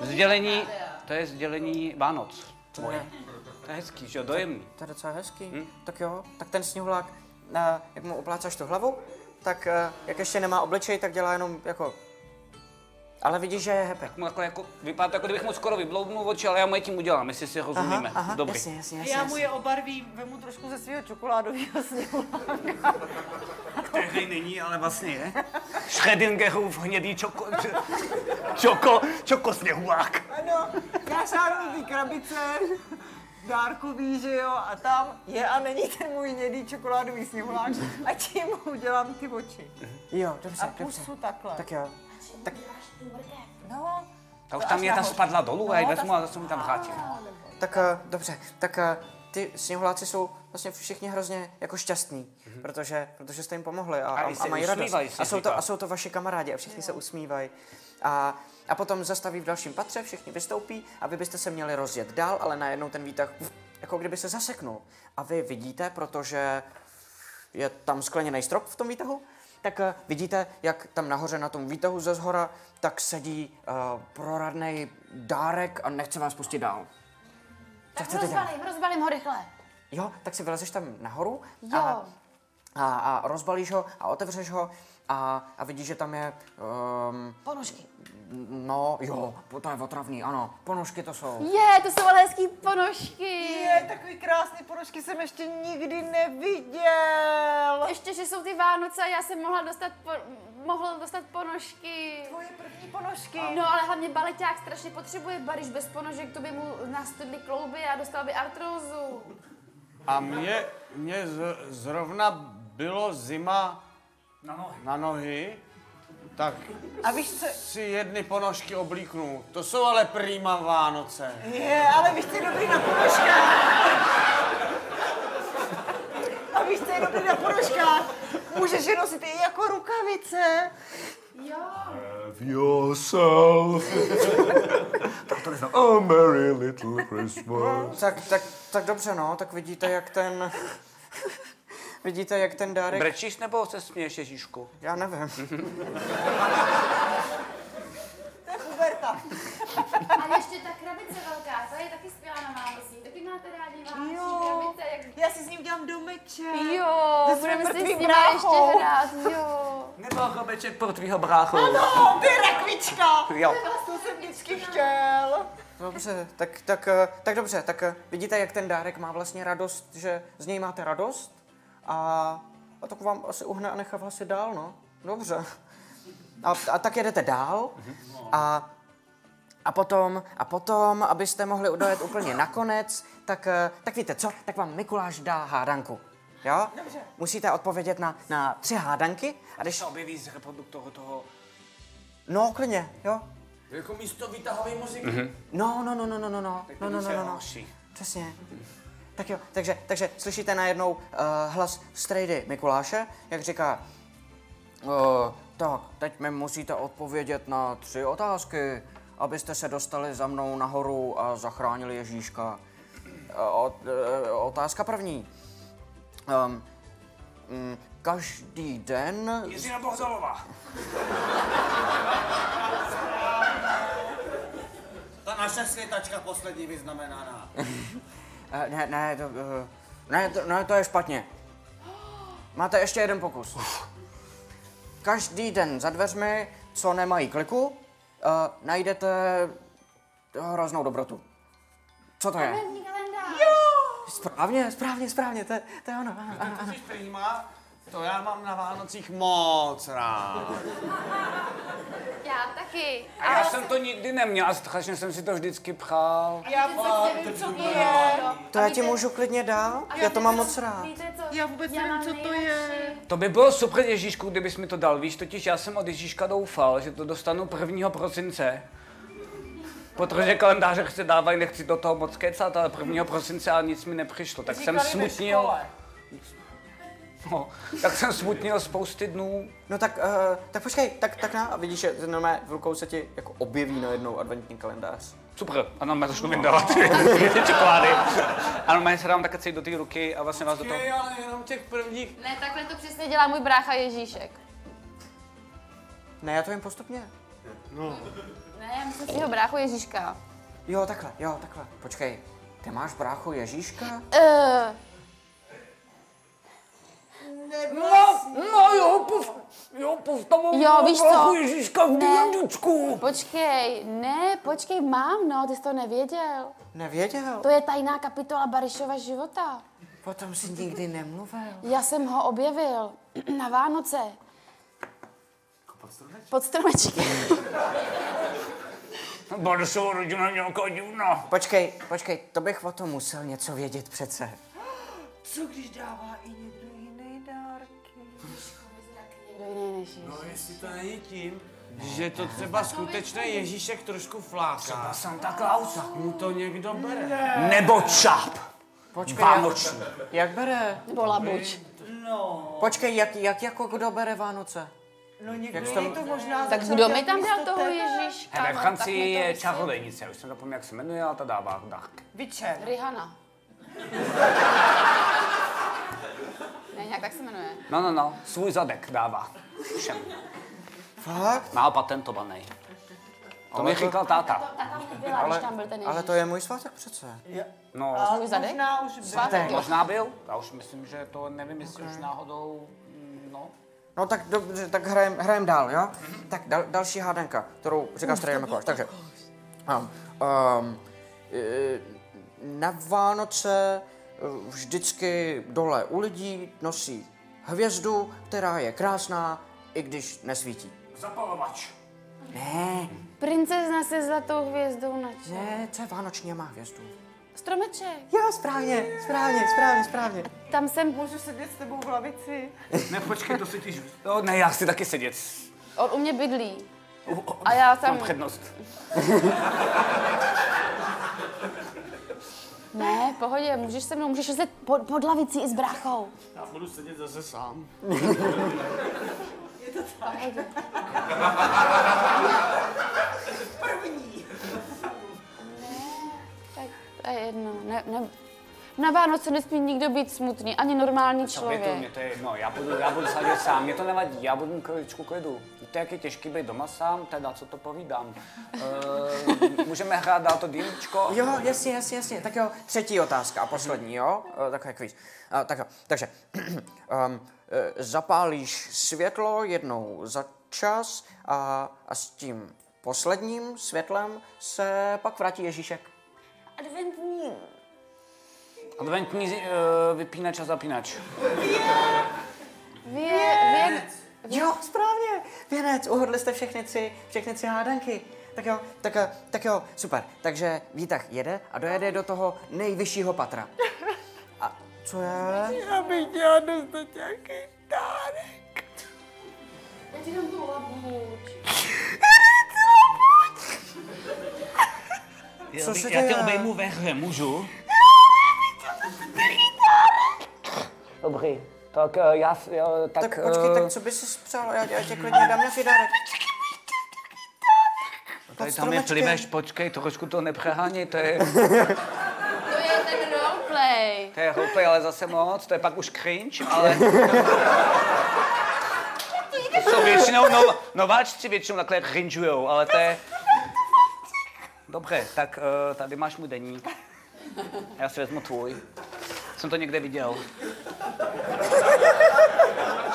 Speaker 3: sdělení, to je sdělení Vánoc. To je, to je hezký, že jo, dojemný.
Speaker 6: To je docela hezký.
Speaker 3: Hm?
Speaker 6: Tak jo, tak ten sněhulák, eh, jak mu oplácáš tu hlavu, tak eh, jak ještě nemá obličej, tak dělá jenom jako... Ale vidíš, že je happy.
Speaker 3: Mu Jako, jako, vypadá to, jako kdybych mu skoro vybloudnul oči, ale já mu je tím udělám, jestli si rozumíme.
Speaker 6: Aha, aha,
Speaker 3: Dobrý.
Speaker 6: jasně, jasně,
Speaker 5: A
Speaker 6: jasně.
Speaker 5: já mu je obarvím, vemu trošku ze svého čokoládového sněhuláka.
Speaker 3: Tehdy není, ale vlastně je. Schrödingerův hnědý čoko... Čoko... Čoko sněhulák.
Speaker 5: Ano, já šáhnu ty krabice, dárkový, že jo, a tam je a není ten můj hnědý čokoládový sněhulák a tím mu udělám ty oči.
Speaker 6: Jo, dobře,
Speaker 5: A
Speaker 6: dobře.
Speaker 5: pusu takhle.
Speaker 6: Tak jo. Tak
Speaker 5: No,
Speaker 3: Ta už tam je, ta spadla dolů a ji vezmu a zase mi tam vrátím.
Speaker 6: Tak eh, dobře, tak eh, ty sněhuláci jsou vlastně všichni hrozně jako šťastní, protože, protože jste jim pomohli a,
Speaker 3: Mhm. A
Speaker 6: a,
Speaker 3: vy
Speaker 6: a
Speaker 3: se
Speaker 6: mají radost.
Speaker 3: usmívají, se
Speaker 6: A jsou, to,
Speaker 3: říká.
Speaker 6: a jsou to vaši kamarádi a všichni se usmívají. A, a potom zastaví v dalším patře, všichni vystoupí a vy byste se měli rozjet dál, ale najednou ten výtah uf, jako kdyby se zaseknul. A vy vidíte, protože je tam skleněný strop v tom výtahu, tak eh, vidíte, jak tam nahoře na tom výtahu ze zhora, tak sedí uh, proradný dárek a nechce vás pustit dál. Co
Speaker 4: Tak
Speaker 6: chcete dělat?
Speaker 4: rozbalím, rozbalím ho rychle.
Speaker 6: Jo, tak si vylezeš tam nahoru
Speaker 4: Jo.
Speaker 6: a, a, a rozbalíš ho a otevřeš ho a, a vidíš, že tam je... Um,
Speaker 4: Ponožky.
Speaker 6: No, jo, to je otravný, ano, ponožky to jsou.
Speaker 4: Je, to jsou ale hezký ponožky.
Speaker 5: Je, takový krásný ponožky jsem ještě nikdy neviděl.
Speaker 4: Ještě, že jsou ty Vánoce a já jsem mohla dostat, po, mohl dostat ponožky. Tvoje
Speaker 5: první ponožky.
Speaker 4: No ale hlavně baleták strašně potřebuje bariš bez ponožek, to by mu nastydly klouby a dostal by artrózu.
Speaker 8: A mě, mě z, zrovna bylo zima
Speaker 3: na nohy.
Speaker 8: na nohy, tak
Speaker 5: A víš co-
Speaker 8: si jedny ponožky oblíknu. To jsou ale prýma Vánoce.
Speaker 5: Je, ale víš, co je dobrý na ponožkách. A víš, co je dobrý na ponožkách. Můžeš je nosit i jako rukavice.
Speaker 4: Jo.
Speaker 32: Have yourself a merry little Christmas.
Speaker 6: Tak, tak, tak dobře, no, tak vidíte,
Speaker 5: [laughs]
Speaker 6: jak ten... vidíte, jak ten dárek...
Speaker 3: Brečíš nebo se směješ, Ježíšku?
Speaker 6: Já nevím. [laughs]
Speaker 5: To je puberta.
Speaker 4: Ale ještě ta krabice velká, ta je taky skvělá na Vánocí. Taky máte rádi Vánoční
Speaker 5: Jo,
Speaker 4: krabice, jak...
Speaker 5: já si s ním dělám domeček.
Speaker 4: Jo,
Speaker 5: Se svým
Speaker 4: budeme si s
Speaker 5: mrtvým
Speaker 4: ním
Speaker 5: bráchou.
Speaker 4: ještě hrát, jo.
Speaker 3: Nebo chlapeček pro tvýho bráchu.
Speaker 5: Ano, ty rakvička.
Speaker 3: Jo.
Speaker 5: To jsem vždycky chtěl.
Speaker 6: Dobře, tak, tak, eh, tak dobře, tak eh, vidíte, jak ten dárek má vlastně radost, že z něj máte radost a, a tak vám asi uhne a nechá vás je dál, no. Dobře. A, a tak jedete dál
Speaker 3: Mhm.
Speaker 6: a, a potom, a potom, abyste mohli dojet úplně nakonec, tak, eh, tak víte co, tak vám Mikuláš dá hádanku. Jo?
Speaker 3: Dobře.
Speaker 6: Musíte odpovědět na, na tři hádanky a když...
Speaker 3: se objeví z reproduktoru toho...
Speaker 6: No, klidně, jo.
Speaker 3: Jako místo vytahový muziky.
Speaker 6: No, no, no, no, no, no, no, no, no, no, no, no. Přesně. Tak jo, takže, takže slyšíte najednou uh, hlas strejdy Mikuláše, jak říká, uh, tak, teď mi musíte odpovědět na tři otázky, abyste se dostali za mnou nahoru a zachránili Ježíška. Uh, ot, uh, otázka první. Um, mm, každý den...
Speaker 3: Jiřina Bohdalová.
Speaker 33: Ta naše světačka poslední vyznamenaná.
Speaker 6: [laughs] Eh, ne, ne, to, eh, ne, to, ne, to je špatně. Máte ještě jeden pokus. Každý den za dveřmi, co nemají kliku, eh, najdete hroznou dobrotu. Co to je?
Speaker 4: Adventní kalendář.
Speaker 6: Správně, správně, správně, to, je- to je ono. ano, ano, ano.
Speaker 8: Jsi prýma, to já mám na Vánocích moc rád.
Speaker 4: Já taky.
Speaker 3: A já jsem to nikdy neměl a strašně jsem si to vždycky přál.
Speaker 5: Já
Speaker 4: vůbec nevím, co to je.
Speaker 6: To já ti můžu klidně dát,
Speaker 4: A
Speaker 6: já to mám
Speaker 4: víte,
Speaker 6: moc rád.
Speaker 4: Víte co? Já vůbec nevím, co to je.
Speaker 3: To by bylo super, Ježíšku, kdybys mi to dal. Víš, totiž já jsem od Ježíška doufal, že to dostanu 1. prosince. Protože kalendáře chci dávat, nechci do toho moc kecat, ale 1. prosince a nic mi nepřišlo. Tak jsem
Speaker 6: Říkali ve
Speaker 3: smutnil.
Speaker 6: škole.
Speaker 3: No, tak jsem smutnil spousty dnů.
Speaker 6: No tak, uh, tak počkej, tak, tak na, a vidíš, že normálně v rukou se ti jako objeví najednou adventní kalendář.
Speaker 3: Super, ano, já začnu [laughs] vyndávat ty ty čokolády. Ano, já se dám také cít do té ruky a vlastně vás do toho...
Speaker 8: ale jenom těch prvních.
Speaker 4: Ne, takhle to přesně dělá můj brácha Ježíšek.
Speaker 6: Ne, já to jim postupně.
Speaker 8: No.
Speaker 4: Ne, já myslím svého bráchu Ježíška.
Speaker 6: Jo, takhle, jo, takhle. Počkej, ty máš bráchu Ježíška?
Speaker 4: Uh,
Speaker 5: No,
Speaker 3: no jo, puf, jo, puf, tam
Speaker 4: jo, víš co? Ne.
Speaker 3: Dučku.
Speaker 4: Počkej, ne, počkej, mám, no, ty jsi to nevěděl.
Speaker 6: Nevěděl?
Speaker 4: To je tajná kapitola Barišova života.
Speaker 6: Potom si nikdy nemluvil.
Speaker 4: Já jsem ho objevil na Vánoce. Pod stromečkem.
Speaker 3: Borisova rodina nějaká divná.
Speaker 6: Počkej, počkej, to bych o tom musel něco vědět přece.
Speaker 5: Co když dává i někdo jiný dárky?
Speaker 8: No jestli to není tím, že to třeba skutečný Ježíšek trošku fláká. Třeba
Speaker 3: Santa Claus.
Speaker 8: Tak mu to někdo bere.
Speaker 3: Nebo čáp.
Speaker 6: Počkej,
Speaker 3: Vánoční.
Speaker 6: Jak, jak bere?
Speaker 4: Nebo labuť.
Speaker 5: No.
Speaker 6: Počkej, jak, jak jako kdo bere Vánoce?
Speaker 5: No někdo
Speaker 6: Jak
Speaker 5: jiný
Speaker 6: tam-
Speaker 5: to možná
Speaker 4: Tak
Speaker 5: začal
Speaker 4: kdo
Speaker 5: dělat
Speaker 4: mi tam dal
Speaker 5: místo
Speaker 4: toho
Speaker 5: tebe.
Speaker 4: Ježíška?
Speaker 3: Hele,
Speaker 4: no,
Speaker 3: ve
Speaker 4: tak
Speaker 3: Francii
Speaker 4: mi to
Speaker 3: je
Speaker 4: musí-
Speaker 3: čarodějnice, už jsem zapomněl, jak se jmenuje, ale ta dává dárky.
Speaker 5: Vyčer.
Speaker 4: Rihana. ne, nějak tak se jmenuje.
Speaker 3: No, no, no, svůj zadek dává. Všem.
Speaker 6: Fakt?
Speaker 3: Má patentovaný. To
Speaker 6: Ale
Speaker 3: mi
Speaker 6: to-
Speaker 3: říkal táta.
Speaker 4: Ta tam nebyla, když tam byl ten Ježíš.
Speaker 6: ale to je můj svátek přece.
Speaker 3: No,
Speaker 4: A svůj zadek?
Speaker 5: Možná už
Speaker 4: Svátek.
Speaker 3: možná byl. Já už myslím, že to nevím, jestli už náhodou, mm, no.
Speaker 6: No tak dobře, tak hrajem, hrajem dál, jo? Tak dal, další hádanka, kterou říkáš tady Mikuláš. Takže, um, um, e, na Vánoce eh, vždycky dole u lidí nosí hvězdu, která je krásná, i když nesvítí.
Speaker 3: Zapalovač.
Speaker 6: Ne,
Speaker 4: Princezna se zlatou hvězdou na čele.
Speaker 6: ne, co je vánoční a má hvězdu?
Speaker 4: Stromeček.
Speaker 6: Jo, správně, správně, správně, správně.
Speaker 4: Tam jsem...
Speaker 34: Můžu sedět s tebou v lavici.
Speaker 3: Ne, počkej, to si tíž... No, ne, já chci taky sedět.
Speaker 4: On u mě bydlí. A já tam...
Speaker 3: Mám přednost.
Speaker 4: Ne, v pohodě, můžeš se mnou, můžeš sedět pod, pod lavicí i s bráchou.
Speaker 8: Já budu sedět zase sám.
Speaker 4: Je to tak.
Speaker 35: První.
Speaker 4: tak to je jedno. Ne, ne, na Vánoce nesmí nikdo být smutný, ani normální
Speaker 3: Člověk. To, mě
Speaker 4: člověk.
Speaker 3: to je jedno, já budu, já budu sedět sám, mě to nevadí, já budu mít chviličku klidu. Víte, jak je těžký být doma sám, teda co to povídám. Uh, můžeme hrát dál to dýmčko?
Speaker 6: Jo, jasně, jasně, jasně. Tak jo, třetí otázka a poslední, jo? E, Takhle kvíz. A, tak, jo, takže, [clears throat] um, zapálíš světlo jednou za čas a, a s tím posledním světlem se pak vrátí Ježíšek.
Speaker 4: Adventní.
Speaker 3: Adventní uh, vypínač a zapínač.
Speaker 4: Vě, věn,
Speaker 6: Jo, správně, věnec, uhodli jste všechny tři, všechny tři hádanky. Tak jo, tak, jo, tak jo, super. Takže výtah jede a dojede do toho nejvyššího patra. A co je?
Speaker 34: Já bych chtěla dostat nějaký dárek.
Speaker 4: Já ti dám tu labuť.
Speaker 6: Co se
Speaker 3: já tě
Speaker 6: děje?
Speaker 3: obejmu ve hře, můžu? Dobrý, tak uh, já, s- já tak... eh,
Speaker 6: Tak počkej, tak co by si přál? Já, já tě klidně dám nějaký dárek.
Speaker 3: No Tady tam je
Speaker 6: stromečkem.
Speaker 3: pliveš, počkej, trošku to nepřeháněj, to je,
Speaker 4: To je ten roleplay.
Speaker 3: to je hloupý, ale zase moc, to je pak už cringe, ale... To jsou většinou, no, nováčci většinou takhle cringeujou, ale to je... Dobře, tak eh, tady máš můj deník. Já si vezmu tvůj. Jsem to někde viděl.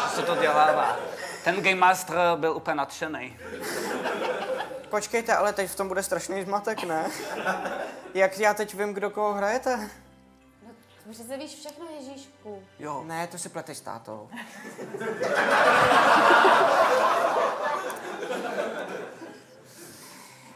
Speaker 3: Že se to dělává. Ten Game Master byl úplně nadšený.
Speaker 6: Počkejte, ale teď v tom bude strašný zmatek, ne? Jak já teď vím, kdo koho hrajete?
Speaker 4: Ty přece víš No, všechno, Ježíšku.
Speaker 6: Jo. Ne, to si pleteš s tátou.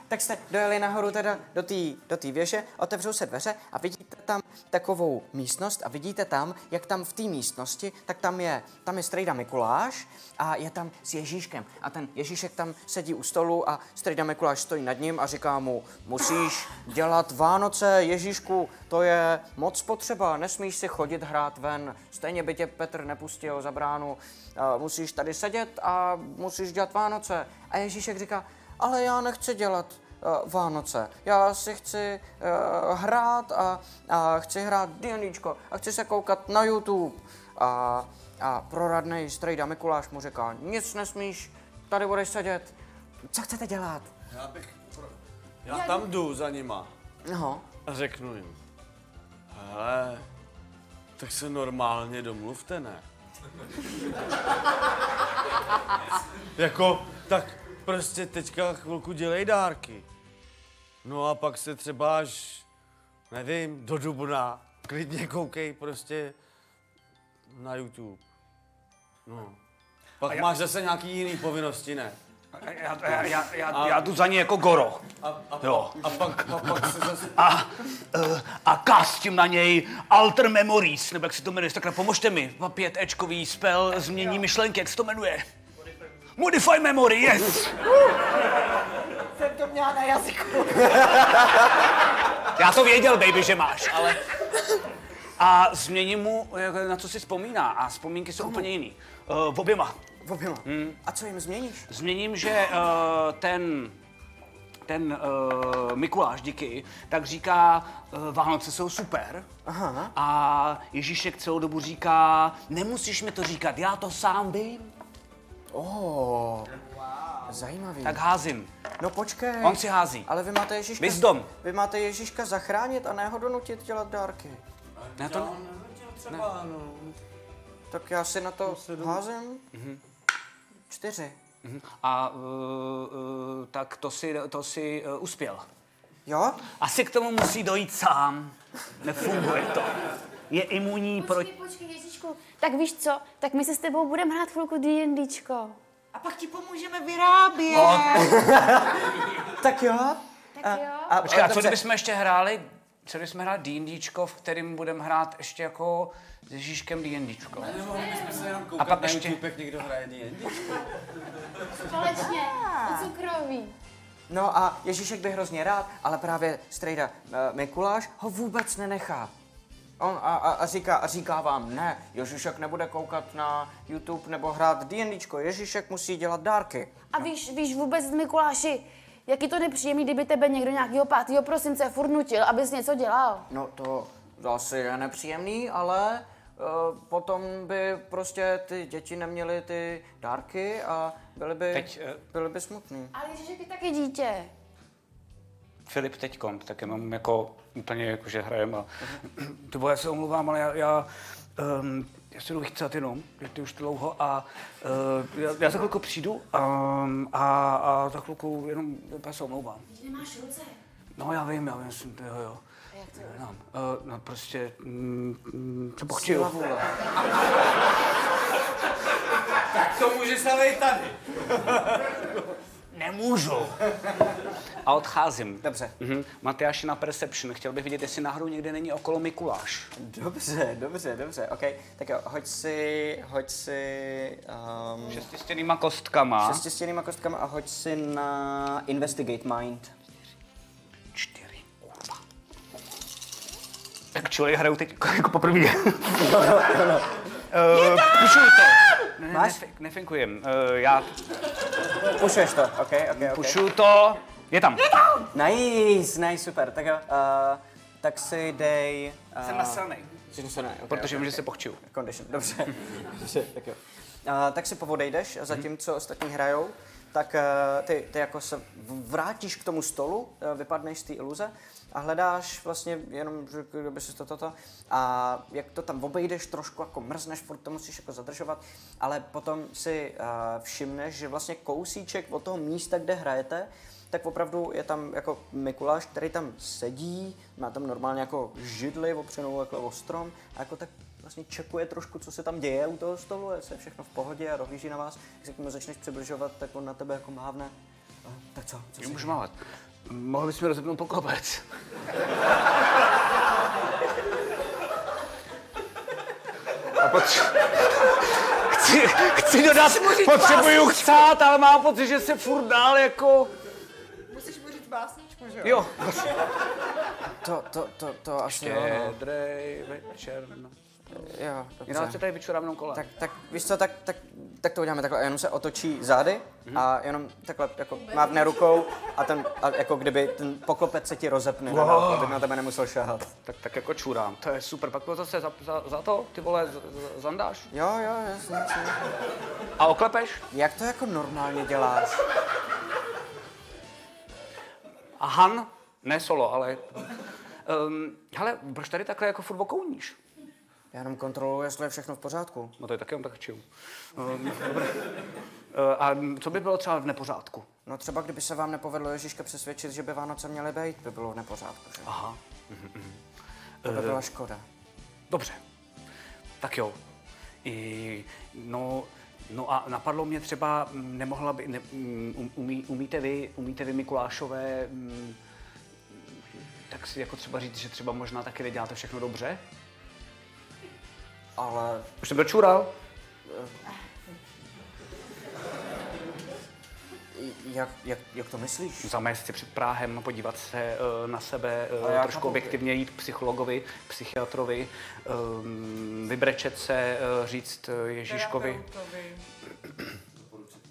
Speaker 6: tak jste dojeli nahoru teda do té do tý věže, otevřou se dveře a vidíte tam takovou místnost a vidíte tam, jak tam v té místnosti, tak tam je, tam je strejda Mikuláš a je tam s Ježíškem. A ten Ježíšek tam sedí u stolu a strejda Mikuláš stojí nad ním a říká mu, musíš dělat Vánoce, Ježíšku, to je moc potřeba, nesmíš si chodit hrát ven, stejně by tě Petr nepustil za bránu, a musíš tady sedět a musíš dělat Vánoce. A Ježíšek říká, ale já nechci dělat uh, Vánoce. Já si chci uh, hrát a, a chci hrát D&Dčko a chci se koukat na YouTube. A, a proradnej strejda Mikuláš mu říká, nic nesmíš, tady budeš sedět. Co chcete dělat?
Speaker 8: Já bych... Já tam jdu za nima.
Speaker 6: No,
Speaker 8: A řeknu jim. Hele, tak se normálně domluvte, ne? [laughs] Jako, tak prostě teďka chvilku dělej dárky. No a pak se třeba až, nevím, do dubna klidně koukej prostě na YouTube. No. Pak
Speaker 3: A já-
Speaker 8: máš zase nějaký jiný povinnosti, ne?
Speaker 3: Já, já, já, já, já jdu za ní jako Goro. jo.
Speaker 8: A pak, a pak se zase...
Speaker 3: a, eh, a kastím na něj Alter Memories, nebo jak se to jmenuje, takhle pomožte mi. Pět Ečkový spell změní myšlenky, jak se to jmenuje? Modify Memory, yes!
Speaker 34: Jsem to měla na jazyku.
Speaker 3: [laughs] Já to věděl, baby, že máš, ale... A změním mu, eh, na co si vzpomíná, a vzpomínky jsou úplně jiný. Uh, oběma. Hmm.
Speaker 6: oběma. A co jim změníš?
Speaker 3: Změním, že uh, ten ten uh, Mikuláš, díky, tak říká, uh, Vánoce jsou super. Aha. A Ježíšek celou dobu říká, nemusíš mi to říkat, já to sám vím.
Speaker 6: Oh, zajímavý.
Speaker 3: Tak házím.
Speaker 6: No počkej.
Speaker 3: On si hází.
Speaker 6: Ale vy máte Ježíška...
Speaker 3: Wisdom.
Speaker 6: Vy máte Ježíška zachránit a ne ho donutit dělat dárky.
Speaker 3: Ne, to...
Speaker 8: Třeba, no.
Speaker 6: Tak já si na to házím.
Speaker 3: Mhm.
Speaker 6: Čtyři.
Speaker 3: Mhm. A uh, uh, tak to si, to si uh, uspěl.
Speaker 6: Jo?
Speaker 3: Asi k tomu musí dojít sám. Nefunguje to. Je imunní proti...
Speaker 4: Počkej, počkej, Ježíšku. Tak víš co, tak my se s tebou budeme hrát chvilku D&Dčko.
Speaker 36: A pak ti pomůžeme vyrábět.
Speaker 6: No.
Speaker 36: [laughs]
Speaker 6: tak jo.
Speaker 4: Tak jo.
Speaker 6: A,
Speaker 3: Počkej, a co
Speaker 6: dobře.
Speaker 3: kdybychom ještě hráli, co kdybychom hráli D&Dčko, v kterém budeme hrát ještě jako s Ježíškem D&Dčko.
Speaker 37: Nemohli bychom se jenom
Speaker 3: A pak
Speaker 37: koukat na
Speaker 3: ještě-
Speaker 37: YouTube, jak někdo hraje D&D.
Speaker 4: Společně, o cukroví.
Speaker 6: No a Ježíšek by hrozně rád, ale právě strejda eh, Mikuláš ho vůbec nenechá. On a, a, a, říká, a říká vám, ne, Ježíšek nebude koukat na YouTube nebo hrát D&Dčko, Ježíšek musí dělat dárky.
Speaker 4: A víš, víš vůbec, Mikuláši, jak je to nepříjemný, kdyby tebe někdo nějakého 5. prosince furt nutil, abys něco dělal.
Speaker 6: No to asi je nepříjemný, ale eh, potom by prostě ty děti neměly ty dárky a byly by,
Speaker 3: Teď, eh,
Speaker 6: byly by smutný.
Speaker 4: Ale Ježíšek je taky dítě.
Speaker 3: Filip teď tak jenom jako úplně jako, že hrajem a [clears throat] to já se omluvám, ale já, já, um, já se jdu vychcat jenom, je to už dlouho a uh, já, já, za chvilku přijdu um, a, a, za chvilku jenom já se omlouvám.
Speaker 4: Nemáš ruce.
Speaker 3: No já vím, já vím, jsem to, jo, jo.
Speaker 4: Jak to
Speaker 3: No, uh, no prostě, mm, mm, co
Speaker 6: Síla
Speaker 3: pochčil.
Speaker 6: vůle.
Speaker 37: Tak to může se tady.
Speaker 3: Nemůžu. A odcházím.
Speaker 6: Dobře.
Speaker 3: Mhm. Matyáši na Perception, chtěl bych vidět, jestli náhodou někde není okolo Mikuláš.
Speaker 6: Dobře, dobře, dobře, OK. Tak jo, hoď si, hoď si... Um,
Speaker 3: Šestistěnýma kostkama.
Speaker 6: Šestistěnýma kostkama a hoď si na Investigate Mind.
Speaker 3: Tak člověk hraju teď [laughs] jako poprvé. No, Eh,
Speaker 6: Je tam!
Speaker 3: Píšu to. Ne, ne,
Speaker 6: Máš?
Speaker 3: nefink- Nefinkujem. Uh, já
Speaker 6: Pušuješ to, OK, OK, OK.
Speaker 3: pušu to. Je tam.
Speaker 6: Nice, nice, super. Tak jo, uh, tak si dej... Uh,
Speaker 3: Jsem nasilnej.
Speaker 6: Jsi nasilnej, okay,
Speaker 3: Protože
Speaker 6: okay,
Speaker 3: vím, že
Speaker 6: okay.
Speaker 3: se pochčuju.
Speaker 6: Condition, dobře. [laughs] dobře tak jo. Uh, tak si povodejdeš a zatímco ostatní hrajou, tak uh, ty, ty jako se vrátíš k tomu stolu, uh, vypadneš z té iluze a hledáš vlastně jenom, že kdo by si to toto a jak to tam obejdeš trošku, jako mrzneš, furt to musíš jako zadržovat, ale potom si uh, všimneš, že vlastně kousíček od toho místa, kde hrajete, tak opravdu je tam jako Mikuláš, který tam sedí, má tam normálně jako židli opřenou jako o strom a jako tak vlastně čekuje trošku, co se tam děje u toho stolu, jestli je všechno v pohodě a rohlíží na vás. Když se k němu začneš přibližovat, tak on na tebe jako mávne. A, tak co? co si-
Speaker 3: Můžu mávat. Mohl bys mi rozepnout pokopec. A potř- chci, chci dodat, potřebuju chcát, ale mám pocit, že se furt dál jako...
Speaker 38: Musíš mu říct básničku, že jo?
Speaker 3: Jo.
Speaker 6: To, to, to, to asi jo, no.
Speaker 3: Štědrej večer. no.
Speaker 6: Jo, dobře.
Speaker 3: Jinak se tady vyčurám jenom kolem.
Speaker 6: Tak, tak víš co, tak, tak, tak to uděláme takhle, A jenom se otočí zády
Speaker 3: Mhm.
Speaker 6: a jenom takhle jako mávne rukou a, ten, a jako kdyby ten poklopec se ti rozepne,
Speaker 3: Wow.
Speaker 6: wow. aby na tebe nemusel šahat.
Speaker 3: Tak, tak jako čurám, to je super. Pak to zase za, za, za to, ty vole, z, z, zandáš.
Speaker 6: Jo, jo, jasně, jasně.
Speaker 3: A oklepeš?
Speaker 6: Jak to jako normálně děláš?
Speaker 3: A Han? Ne solo, ale... Um, hele, proč tady takhle jako furt okouníš?
Speaker 6: Já jenom kontroluji, jestli je všechno v pořádku.
Speaker 3: No to je taky on tak čiju. Um, dobré. Eh, a co by bylo třeba v nepořádku?
Speaker 6: No třeba kdyby se vám nepovedlo Ježíška přesvědčit, že by Vánoce měly být, by bylo v nepořádku, že?
Speaker 3: Aha.
Speaker 6: To by
Speaker 3: Eh,
Speaker 6: byla škoda.
Speaker 3: Dobře. Tak jo. I, no, no a napadlo mě třeba, mm, nemohla by, ne, mm, um, umí, umíte, vy, umíte vy Mikulášové, mm, tak si jako třeba říct, že třeba možná taky neděláte všechno dobře?
Speaker 6: Ale
Speaker 3: Už jsem dočural?
Speaker 6: jak, jak, jak to myslíš?
Speaker 3: Zamést si před Práhem, podívat se eh, na sebe, eh,
Speaker 6: Ale já
Speaker 3: trošku
Speaker 6: chápu.
Speaker 3: objektivně jít k psychologovi, psychiatrovi, um, vybrečet se, eh, říct eh, Ježíškovi.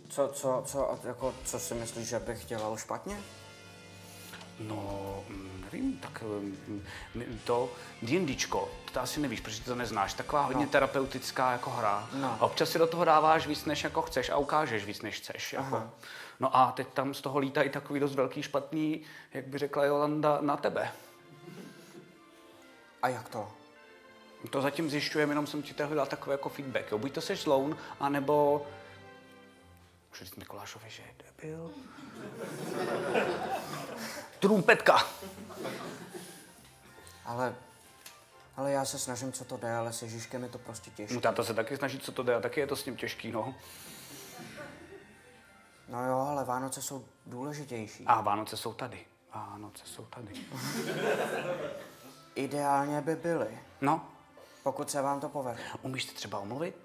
Speaker 6: Co, co, co, a jako, co si myslíš, že bych dělal špatně?
Speaker 3: No, mm, nevím, tak mm, my- to D&Dčko, to ty asi nevíš, protože ty to neznáš, taková hodně
Speaker 6: No.
Speaker 3: terapeutická jako hra.
Speaker 6: No.
Speaker 3: A občas si do toho dáváš víc, než jako chceš a ukážeš víc, než chceš. Jako.
Speaker 6: Aha.
Speaker 3: No a teď tam z toho lítají takový dost velký špatný, jak by řekla Jolanda, na tebe.
Speaker 6: A jak to?
Speaker 3: To zatím zjišťujeme, jenom jsem ti tehdy dal takový jako feedback. Jo. Buď to seš zloun, anebo Můžu říct Mikulášovi, že je debil. Trumpetka.
Speaker 6: Ale, ale já se snažím, co to jde, ale s Ježíškem je to prostě těžké.
Speaker 3: No táta se taky snaží, co to jde, a taky je to s ním těžký, no.
Speaker 6: No jo, ale Vánoce jsou důležitější.
Speaker 3: A Vánoce jsou tady. Vánoce jsou tady.
Speaker 6: Ideálně by byly.
Speaker 3: No.
Speaker 6: Pokud se vám to povede.
Speaker 3: Umíš se třeba omluvit?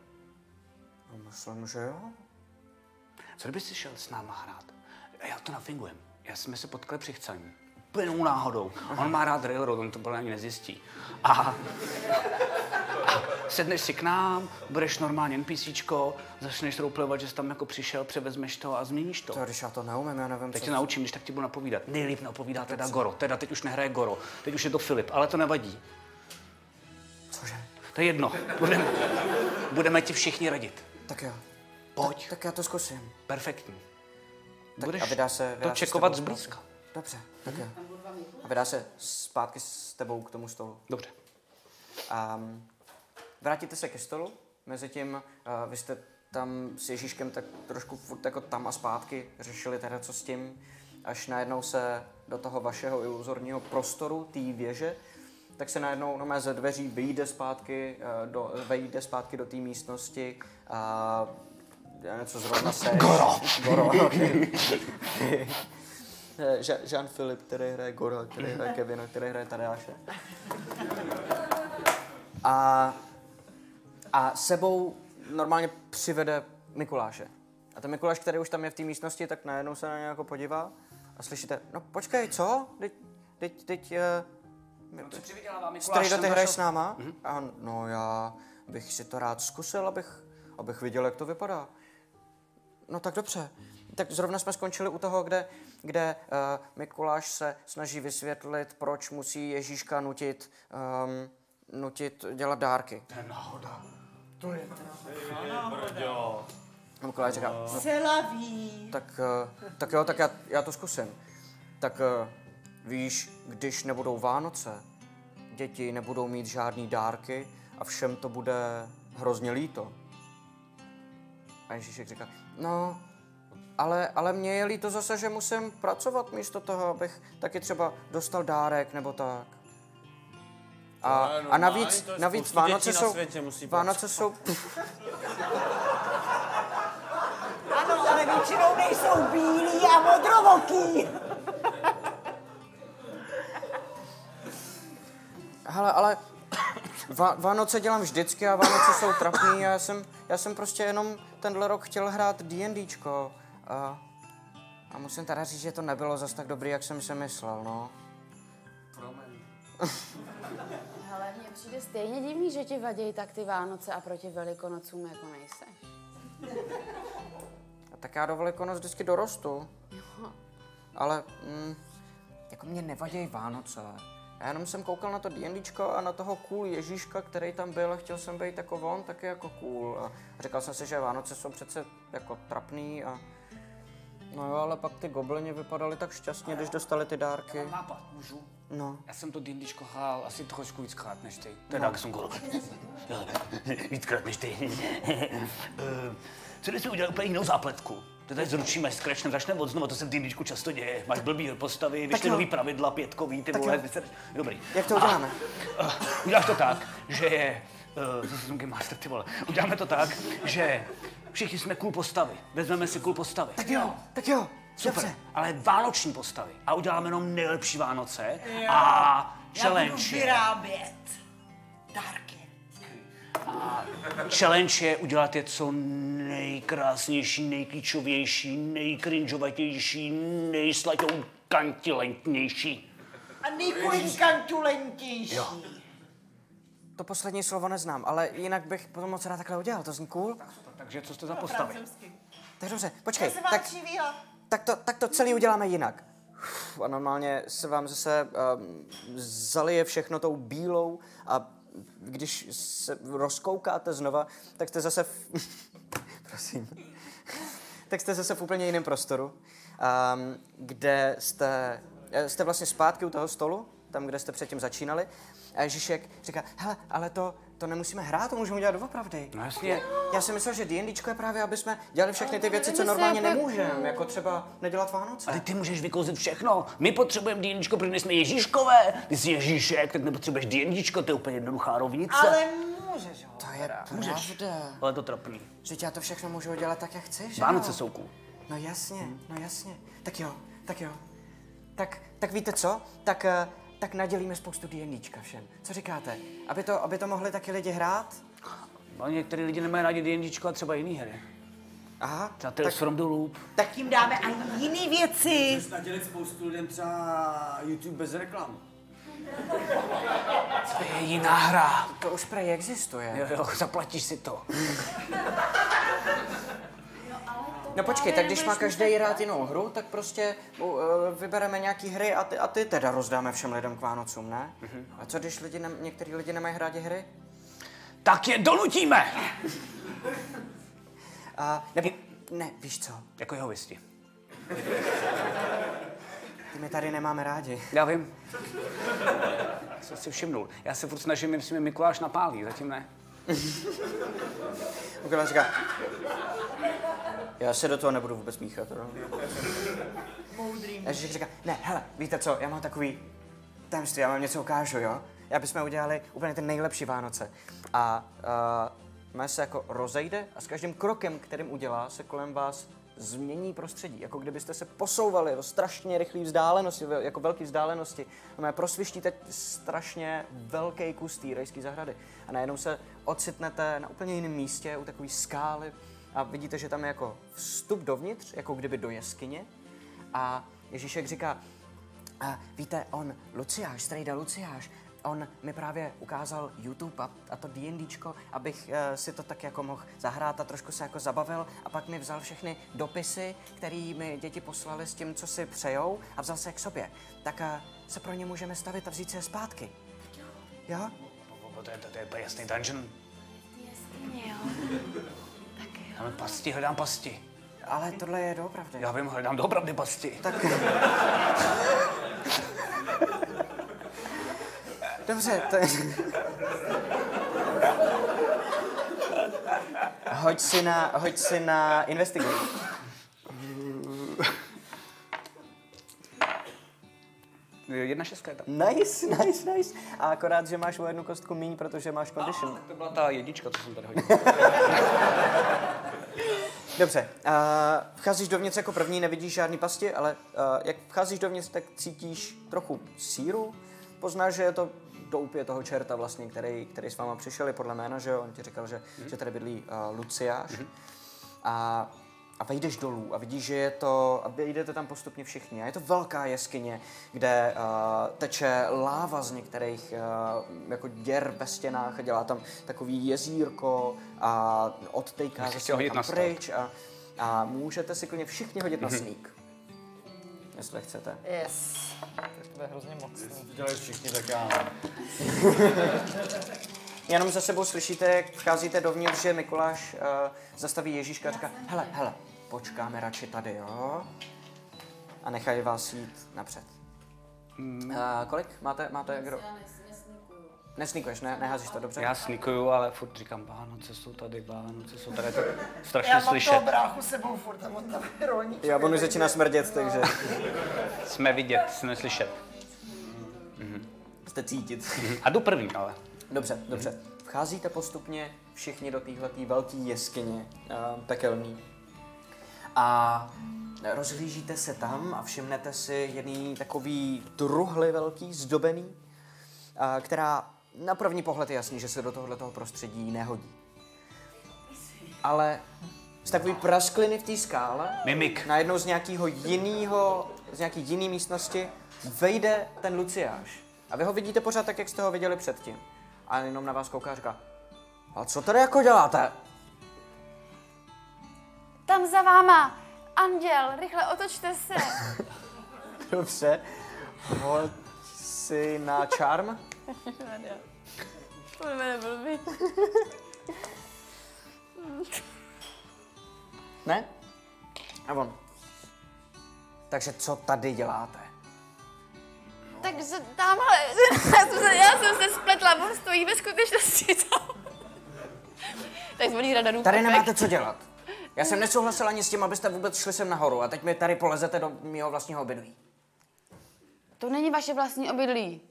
Speaker 6: No, myslím, že jo.
Speaker 3: Co kdyby si šel s náma hrát? A Já to nafingujem. Já jsme se potkali při chcaní. Úplnou náhodou. On má rád railroad, on to podle mě nezjistí. A, a sedneš si k nám, budeš normálně NPCčko, začneš rouplovat, že jsi tam jako přišel, převezmeš to a změníš to.
Speaker 6: To, když já to neumím, já nevím,
Speaker 3: Teď
Speaker 6: co-
Speaker 3: tě naučím, když tak ti budu napovídat. Nejlíp napovídá teda
Speaker 6: co?
Speaker 3: Goro. Teda teď už nehraje Goro. Teď už je to Filip, ale to nevadí. Cože? To je jedno. Budeme, budeme ti všichni radit.
Speaker 6: Tak jo.
Speaker 3: Pojď.
Speaker 6: Tak, tak já to zkusím.
Speaker 3: Perfektní.
Speaker 6: Tak
Speaker 3: Budeš
Speaker 6: a vydá se,
Speaker 3: to
Speaker 6: vydá se s
Speaker 3: čekovat
Speaker 6: tebou
Speaker 3: zblízka. Mhm.
Speaker 6: zpátky. Dobře, tak jo. A vydá se zpátky s tebou k tomu stolu.
Speaker 3: Dobře.
Speaker 6: A vrátíte se ke stolu, mezitím uh, vy jste tam s Ježíškem tak trošku furt jako tam a zpátky řešili teda co s tím, až najednou se do toho vašeho iluzorního prostoru, té věže, tak se najednou no, ze dveří vyjde zpátky, eh, do, vejde zpátky do té místnosti a já něco zrovna se...
Speaker 3: Goro!
Speaker 6: Goro, [laughs] okay. Jean Filip, který hraje Gora, který hraje Kevina, který hraje Tadeáše. A, a sebou normálně přivede Mikuláše. A ten Mikuláš, který už tam je v té místnosti, tak najednou se na něj jako podívá a slyšíte, no počkej, co? Teď, teď, teď, uh,
Speaker 3: No, Co přivydělává Mikuláš?
Speaker 6: Strejdo,
Speaker 3: jsem Mhm.
Speaker 6: ty
Speaker 3: našel-
Speaker 6: hraješ s náma? A on, no já bych si to rád zkusil, abych, abych viděl, jak to vypadá. No tak dobře. Tak zrovna jsme skončili u toho, kde, kde uh, Mikuláš se snaží vysvětlit, proč musí Ježíška nutit, um, nutit dělat dárky.
Speaker 3: To je náhoda.
Speaker 39: To je
Speaker 6: Brďo. A Mikuláš říká, no,
Speaker 39: Celá ví.
Speaker 6: tak, eh, tak jo, tak já, já to zkusím. Tak eh, víš, když nebudou Vánoce, děti nebudou mít žádný dárky a všem to bude hrozně líto. A Ježíšek říká, no, ale, ale mně je líto zase, že musím pracovat místo toho, abych taky třeba dostal dárek nebo tak. A,
Speaker 40: To je
Speaker 6: a
Speaker 40: normální,
Speaker 6: navíc,
Speaker 40: to je
Speaker 6: navíc
Speaker 40: spoustu
Speaker 6: Vánoce
Speaker 40: dětí na
Speaker 6: jsou,
Speaker 40: světě musí
Speaker 6: Vánoce jsou,
Speaker 5: Ano, ale většinou nejsou bílí a modrovoký.
Speaker 6: Hele, ale Va- Vánoce dělám vždycky a Vánoce jsou trapný a já jsem, já jsem prostě jenom tenhle rok chtěl hrát D&Dčko a, a musím teda říct, že to nebylo zas tak dobrý, jak jsem si myslel, no.
Speaker 4: Hele, mně přijde stejně divný, že ti vadějí tak ty Vánoce a proti Velikonocům jako nejseš.
Speaker 6: A tak já do Velikonoc vždycky dorostu,
Speaker 4: Jo.
Speaker 6: ale mm, jako mě nevadějí Vánoce. Já jenom jsem koukal na to D&Dčko a na toho cool Ježíška, který tam byl a chtěl jsem být jako on, taky jako cool. A říkal jsem si, že Vánoce jsou přece jako trapný a... No jo, ale pak ty goblini vypadali tak šťastně, když dostali ty dárky.
Speaker 3: Nápad, můžu?
Speaker 6: No.
Speaker 3: Já jsem to dindíčko hrál asi trošku víckrát než ty. Teda,
Speaker 6: No.
Speaker 3: jak jsem go. víckrát než [laughs] ty. Ehm, Co když si udělal úplně jinou zápletku? To tady zručíme, skrečneme, začneme od znova, to se v dindíčku často děje. Máš blbý postavy, vyšly
Speaker 6: jo.
Speaker 3: nový pravidla, pětkový, ty
Speaker 6: Tak
Speaker 3: vole.
Speaker 6: jo.
Speaker 3: vysr- Dobrý.
Speaker 6: Jak to
Speaker 3: A-
Speaker 6: uděláme?
Speaker 3: Eh, uděláš to tak, že je... Uh, zase jsem Game Master, ty vole. Uděláme to tak, že všichni jsme cool postavy. Vezmeme si cool postavy.
Speaker 6: Tak jo, tak jo,
Speaker 3: Super,
Speaker 6: dobře.
Speaker 3: ale vánoční postavy. A uděláme jenom nejlepší Vánoce. A
Speaker 41: Já budu
Speaker 3: challenge je,
Speaker 41: vyrábět dárky.
Speaker 3: challenge je udělat je co nejkrásnější, nejklíčovější, nejkrinžovatější, nejslatou kantilentnější.
Speaker 41: A nejkulinkantulentější.
Speaker 3: Jo.
Speaker 6: To poslední slovo neznám, ale jinak bych potom moc rád takhle udělal, to zní cool.
Speaker 3: Takže co jste za postavy?
Speaker 6: Tak dobře,
Speaker 39: To
Speaker 6: počkej,
Speaker 39: se vám
Speaker 6: tak,
Speaker 39: křivýho.
Speaker 6: tak, to, tak to celý uděláme jinak. Uf, A normálně se vám zase um, zalije všechno tou bílou a když se rozkoukáte znova, tak jste zase v... [laughs] Prosím. tak jste zase v úplně jiném prostoru, um, kde jste, eh, jste vlastně zpátky u toho stolu, tam, kde jste předtím začínali. A Ježíšek říká, hele, ale to, to to nemusíme hrát, to můžeme udělat doopravdy.
Speaker 3: No jasně.
Speaker 6: Já si myslel, že D&Dčko je právě, aby jsme dělali všechny ty
Speaker 3: Ale
Speaker 6: věci, co
Speaker 3: nevím, jestli
Speaker 6: normálně
Speaker 3: já pak-
Speaker 6: nemůžeme, jako třeba nedělat Vánoce.
Speaker 3: Ale ty můžeš vykouzit všechno. My potřebujeme dýničko, protože jsme Ježíškové. Ty jsi Ježíšek, tak nepotřebuješ dýničko, to je úplně jednoduchá rovnice.
Speaker 42: Ale můžeš ho.
Speaker 6: To je
Speaker 3: Můžeš.
Speaker 6: pravda.
Speaker 3: Ale to trapný.
Speaker 6: Vždyť já to všechno můžu udělat tak, jak chci, že
Speaker 3: Vánoce
Speaker 6: jo?
Speaker 3: jsou cool.
Speaker 6: No jasně, no jasně. Tak jo, tak jo. Tak, tak víte co? Tak, eh, tak nadělíme spoustu D&Dčka všem. Co říkáte? Aby to, aby to mohli taky lidi hrát?
Speaker 3: No, některý lidi nemají rádi D&Dčko a třeba jiný hry.
Speaker 6: Aha.
Speaker 3: Třeba Tales from the Loop.
Speaker 43: Tak jim dáme a jiný věci.
Speaker 44: Můžeš nadělit spoustu lidem třeba YouTube bez reklam.
Speaker 3: [laughs] To je jiná hra.
Speaker 6: To už prej existuje.
Speaker 3: Jo, jo, zaplatíš si to.
Speaker 6: No počkej, tak když má
Speaker 4: nebudeš
Speaker 6: každý rád jinou hru, tak prostě uh, vybereme nějaký hry a ty, a ty teda rozdáme všem lidem k Vánocům, ne? A co když lidi ne, některý lidi nemají rádi hry?
Speaker 3: Tak je donutíme!
Speaker 6: A, nebo, ne, víš co?
Speaker 3: Jako jeho visti.
Speaker 6: Ty my tady nemáme rádi.
Speaker 3: Já vím. Co jsi všimnul? Já se furt snažím, jestli mi Mikuláš napálí, zatím ne.
Speaker 6: Mikuláš říká, já se do toho nebudu vůbec míchat. No.
Speaker 43: Moudrý.
Speaker 6: Ježíšek říká, ne, hele, víte co, já mám takový tajemství, já vám něco ukážu, jo? Já bychom udělali úplně ty nejlepší Vánoce. A uh, má se jako rozejde a s každým krokem, kterým udělá, se kolem vás změní prostředí. Jako kdybyste se posouvali do strašně rychlé vzdálenosti, ve- jako velké vzdálenosti. No, A má prosvištíte strašně velký kus té rajské zahrady. A najednou se ocitnete na úplně jiném místě, u takové skály. A vidíte, že tam je jako vstup dovnitř, jako kdyby do jeskyně. A Ježíšek říká, a víte, on, Luciáš, strejda Luciáš, on mi právě ukázal YouTube a, a to D&Dčko, abych eh, si to tak jako mohl zahrát a trošku se jako zabavil a pak mi vzal všechny dopisy, který mi děti poslali s tím, co si přejou a vzal se je k sobě. Tak eh, se pro ně můžeme stavit a vzít si je zpátky. Jo?
Speaker 3: To je, to, to je úplně jasný dungeon.
Speaker 4: Jasně, jo.
Speaker 3: Dáme pasti, hledám pasti.
Speaker 6: Ale tohle je doopravdy.
Speaker 3: Já vím, hledám doopravdy pasti.
Speaker 6: Tak... Dobře, to je... Hoď si na, hoď si na investigate.
Speaker 3: Jedna šestka je tam.
Speaker 6: Nice, nice, nice. A akorát, že máš o jednu kostku míň, protože máš condition.
Speaker 3: No, To byla ta jednička, co jsem tady hodil.
Speaker 6: Dobře, uh, vcházíš dovnitř jako první, nevidíš žádný pasti, ale uh, jak vcházíš dovnitř, tak cítíš trochu síru. Poznáš, že je to doupě toho čerta vlastně, který, který s váma přišel, je podle jména, že jo? On ti říkal, že,
Speaker 3: Mhm.
Speaker 6: že tady bydlí uh, Luciáš. A, a vejdeš dolů a vidíš, že je to, a vejdete tam postupně všichni. A je to velká jeskyně, kde uh, teče láva z některých uh, jako děr ve stěnách a dělá tam takový jezírko a odtejká
Speaker 3: Bych si
Speaker 6: zase
Speaker 3: chtěl hodit
Speaker 6: někam
Speaker 3: na Mhm. stealth.
Speaker 6: pryč a, a můžete si klidně všichni hodit na sník, jestli chcete.
Speaker 42: Yes. To je hrozně mocný.
Speaker 44: Dělají všichni tak já.
Speaker 6: Jenom za sebou slyšíte, jak vcházíte dovnitř, že Mikuláš uh, zastaví Ježíška a říká, hele, hele, počkáme radši tady, jo? A nechají vás jít napřed. Uh, kolik máte, máte kdo? Nesníkuješ, ne, neházíš to dobře?
Speaker 3: Já snikuju, ale furt říkám, Vánoce jsou tady, Vánoce jsou tady, to je
Speaker 43: Já
Speaker 3: strašně
Speaker 43: mám toho
Speaker 3: slyšet.
Speaker 43: bráchu sebou furt a on tam je rolnička.
Speaker 6: Já on už začíná smrdět, takže
Speaker 3: Jsme vidět, jsme slyšet.
Speaker 6: jste cítit.
Speaker 3: A jdu první, ale.
Speaker 6: Dobře, dobře. Vcházíte postupně všichni do téhletý velké jeskyně eh, pekelný. A rozhlížíte se tam a všimnete si jedný takový truhly velký, zdobený, eh, která na první pohled je jasný, že se do tohoto prostředí nehodí. Ale z takový praskliny v té skále,
Speaker 3: Mimik.
Speaker 6: najednou z nějakého jiného, z nějaký jiný místnosti, vejde ten Luciáš. A vy ho vidíte pořád tak, jak jste ho viděli předtím. A jenom na vás kouká a říká, a co tady jako děláte? [laughs]
Speaker 4: Tam za váma, anděl, rychle otočte se.
Speaker 6: Dobře, hoď si na charm.
Speaker 4: To mě nebyl
Speaker 6: Ne? A on. Takže co tady děláte?
Speaker 4: [laughs] Takže tamhle, já jsem se, já jsem se spletla, on stojí ve skutečnosti tam. Takzvaný radarů
Speaker 6: Tady
Speaker 4: efekt.
Speaker 6: nemáte co dělat. Já jsem nesouhlasil ani s tím, abyste vůbec šli sem nahoru a teď mi tady polezete do mého vlastního obydlí.
Speaker 4: To není vaše vlastní obydlí.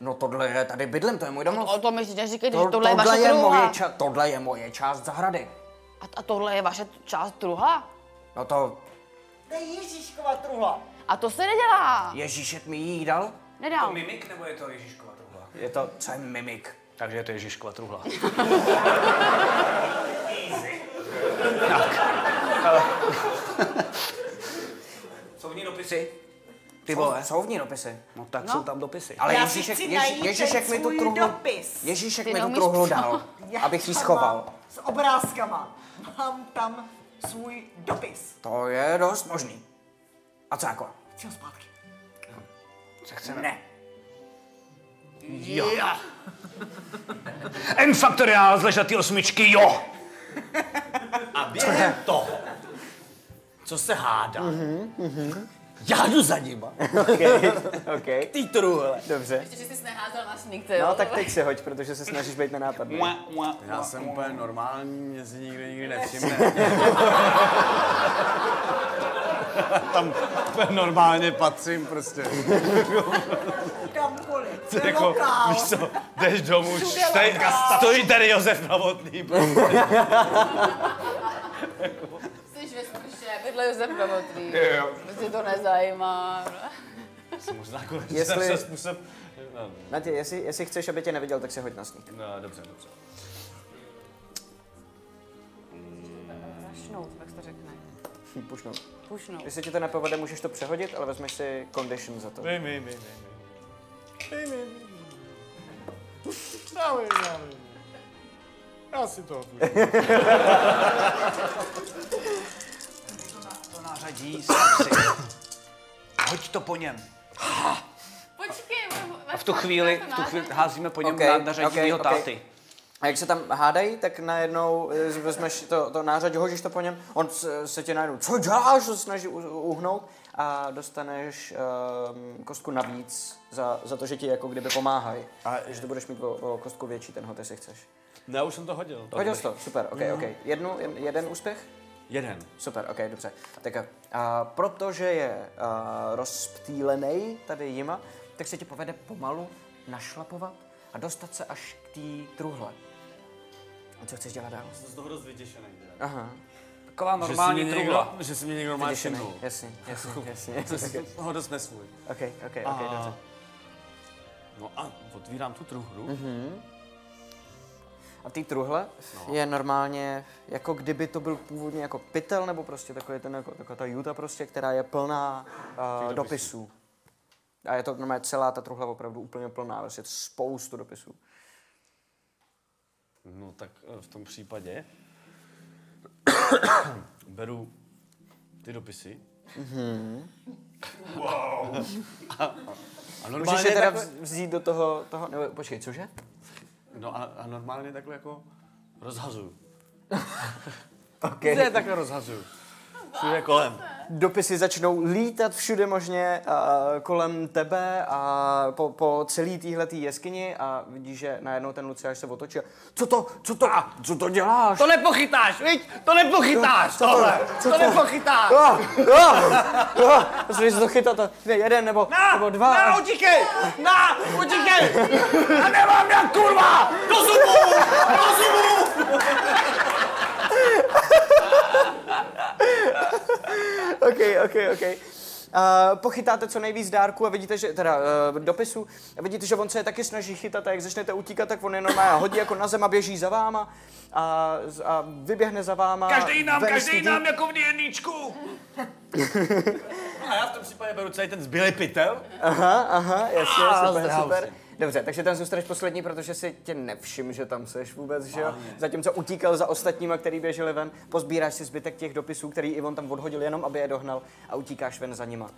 Speaker 6: No tohle je tady bydlem, to je můj domov.
Speaker 4: O tom ještě neříkejte,
Speaker 6: No, To-
Speaker 4: že tohle je vaše
Speaker 6: je moje
Speaker 4: druhá.
Speaker 6: ča- tohle je moje část zahrady.
Speaker 4: A, a tohle je vaše část druhá?
Speaker 6: No to
Speaker 17: To je Ježíškova truhla.
Speaker 4: A to se nedělá.
Speaker 6: Ježíšek mi ji dal?
Speaker 4: Nedal.
Speaker 22: Mimik nebo je to Ježíškova truhla?
Speaker 6: Je to, co je mimik?
Speaker 22: Takže je to Ježíškova truhla. Jsou v ní dopisy? Ty vole.
Speaker 6: Jsou, jsou v ní dopisy.
Speaker 22: No tak
Speaker 6: No.
Speaker 22: jsou tam dopisy.
Speaker 6: Ale
Speaker 22: Já si
Speaker 6: Ježíšek,
Speaker 22: chci
Speaker 6: Ježí,
Speaker 22: najít
Speaker 6: Ježíšek
Speaker 22: ten
Speaker 6: mi tu
Speaker 22: svůj
Speaker 6: truhlu,
Speaker 22: dopis.
Speaker 6: Ježíšek
Speaker 22: Ty
Speaker 6: mi tu
Speaker 22: neumíš
Speaker 6: truhlu
Speaker 22: psát.
Speaker 6: [laughs] dal,
Speaker 22: Já
Speaker 6: abych ji
Speaker 22: tam
Speaker 6: schoval.
Speaker 17: S obrázkama. Mám tam svůj dopis.
Speaker 6: To je dost možný. A co [laughs] jako?
Speaker 17: Chci ho zpátky.
Speaker 22: Se chceme.
Speaker 6: Ne.
Speaker 22: Jo. N faktoriál z ležatý osmičky, jo!
Speaker 45: A během toho, co se hádá,
Speaker 22: Mhm,
Speaker 6: já jdu za ním.
Speaker 45: Okay,
Speaker 6: okay.
Speaker 45: Ty truhle.
Speaker 6: Dobře.
Speaker 4: Ještě, že jsi neházel na sník, ty
Speaker 6: No
Speaker 4: jo.
Speaker 6: tak teď se hoď, protože se snažíš být nenápadný.
Speaker 8: Já jsem úplně normální, mě si nikdo nikdy nevšimne. [laughs] Tam úplně normálně patřím prostě.
Speaker 17: Kamkoliv.
Speaker 8: To je jako,
Speaker 17: Lokál.
Speaker 8: víš co, jdeš domů,
Speaker 17: Všude
Speaker 8: stej,
Speaker 17: lokál.
Speaker 8: stojí tady Josef Novotný. prostě.
Speaker 4: Jsi ve sprše, vedle Josef Novotný.
Speaker 8: Jo.
Speaker 4: Prostě to nezajímá.
Speaker 8: Možná konečně
Speaker 6: Jestli-
Speaker 8: našel způsob. No,
Speaker 6: Natě, jestli, jestli chceš, aby tě neviděl, tak se hoď na sník.
Speaker 8: no, dobře, dobře.
Speaker 4: Rašnout, jak se to řekne.
Speaker 6: Pušnout.
Speaker 4: Pušnout.
Speaker 6: no. Jestli ti to nepovede, můžeš to přehodit, ale vezmeš si condition za to.
Speaker 8: Vím, vím, vím,
Speaker 45: Já vím, já vím. Já si to odpůjdu.
Speaker 22: To nářadí, sám si. Hoď to po něm.
Speaker 4: Počkej,
Speaker 22: A v tu chvíli, v tu chvíli házíme po něm
Speaker 6: Okej,
Speaker 22: okay, nářadí
Speaker 6: okej,
Speaker 22: okay,
Speaker 6: okej.
Speaker 22: táty.
Speaker 6: A jak se tam hádají, tak najednou eh, vezmeš to, to nářadí, hodíš to po něm, on eh, se, se tě najednou, co děláš, se snaží u- uhnout a dostaneš um, kostku navíc za, za to, že ti jako kdyby pomáhají. A že to budeš mít o, o kostku větší ten hod, jestli chceš.
Speaker 8: Ne, už jsem to hodil.
Speaker 6: To Hodil jsi to, super, ok, ok. Jednu, jen, jeden úspěch?
Speaker 8: Jeden.
Speaker 6: Super, ok, dobře. Tak eh, a protože je a, rozptýlený tady jima, tak se ti povede pomalu našlapovat a dostat se až k té truhle. A co chceš dělat dál?
Speaker 7: Jsem z toho dost vyděšený. teda.
Speaker 6: Aha.
Speaker 22: Taková
Speaker 8: Že si
Speaker 22: normální
Speaker 8: mě
Speaker 22: truhla.
Speaker 8: někdo- Že si mě někdo normálně
Speaker 6: Vyděšený,
Speaker 8: všimnul.
Speaker 6: jasně, jasně, jasně.
Speaker 8: Jako To jsem toho dost nesvůj.
Speaker 6: Ok, ok, ok,
Speaker 8: A-
Speaker 6: dobře.
Speaker 8: No a otvírám tu truhlu.
Speaker 6: Mhm. A ty truhle
Speaker 8: No.
Speaker 6: je normálně, jako kdyby to byl původně jako pytel, nebo prostě takový ten, jako, taková ta juta prostě, která je plná uh,
Speaker 8: Těch
Speaker 6: dopisů. A je to normálně celá ta truhla opravdu úplně plná, prostě spoustu dopisů.
Speaker 8: No tak eh, v tom [coughs] případě beru ty dopisy.
Speaker 6: Mhm.
Speaker 8: Wow. [laughs] A, a normálně
Speaker 6: Můžeš je teda
Speaker 8: takhle-
Speaker 6: vz- vzít do toho, toho nebo počkej, cože?
Speaker 8: No a, a normálně takhle jako rozhazuju.
Speaker 6: Okay.
Speaker 8: Ne, takhle rozhazuju. Všude kolem.
Speaker 6: Dopisy začnou lítat všude možně uh, kolem tebe a po, po celý téhle jeskyni a vidíš, že najednou ten Luciáš se otočí a co to, co to, a co to děláš?
Speaker 45: To nepochytáš, viď? To nepochytáš,
Speaker 6: Co to-
Speaker 45: tohle.
Speaker 6: co
Speaker 45: To
Speaker 6: to-
Speaker 45: nepochytáš.
Speaker 6: Ah, ah, ah, Musíš to chytat a ne, jeden nebo, nebo dva.
Speaker 45: Na,
Speaker 6: a-
Speaker 45: utíkej! Na, utíkej! A nemám jak kurva! Do zubu! Do zubu!
Speaker 6: [laughs] OK, OK, OK. Uh, pochytáte co nejvíc dárků a vidíte, že teda uh, dopisů, a vidíte, že on se je taky snaží chytat a jak začnete utíkat, tak on je normálně hodí jako na zem a běží za váma a, a vyběhne za váma.
Speaker 45: Každý nám,
Speaker 6: ven z
Speaker 45: každý
Speaker 6: té-
Speaker 45: nám jako v DNDčku!
Speaker 8: A já v tom případě beru celý ten zbylý pytel.
Speaker 6: Aha, aha, jasně,
Speaker 8: A,
Speaker 6: super,
Speaker 8: zdrhal
Speaker 6: super.
Speaker 8: jsem.
Speaker 6: Dobře, takže tam zůstaneš poslední, protože si tě nevšim, že tam seš vůbec, že jo? Zatímco utíkal za ostatníma, který běželi ven, pozbíráš si zbytek těch dopisů, který Ivon tam odhodil jenom, aby je dohnal a utíkáš ven za nima.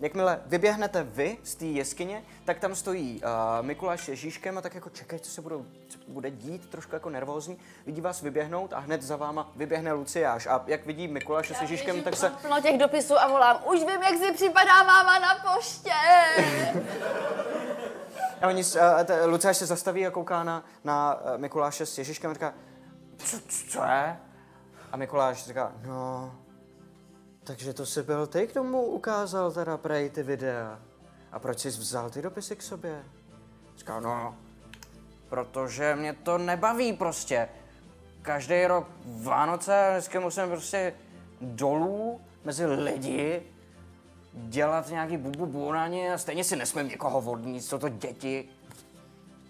Speaker 6: Jakmile vyběhnete vy z té jeskyně, tak tam stojí uh, Mikuláš s Ježíškem a tak jako čekají, co se budou, co bude dít, trošku jako nervózní. Vidí vás vyběhnout a hned za váma vyběhne Luciáš. A jak vidí Mikuláš s Ježíškem, tak se...
Speaker 4: Plno těch dopisů a volám, už vím, jak si připadá máma na poště.
Speaker 6: eh, A oni, s- a, a, t- Luciáš se zastaví a kouká na, na eh, Mikuláše s eh, Ježíškem a říká, co, co, co je? A Mikuláš říká, no, takže to si byl ty, kdo mu ukázal teda prej ty videa. A proč jsi vzal ty dopisy k sobě? Říká, no, protože mě to nebaví prostě. Každý rok Vánoce, vždycky musím prostě dolů mezi lidi dělat nějaký bubu na ně a stejně si nesmím někoho vodnit, jsou to děti.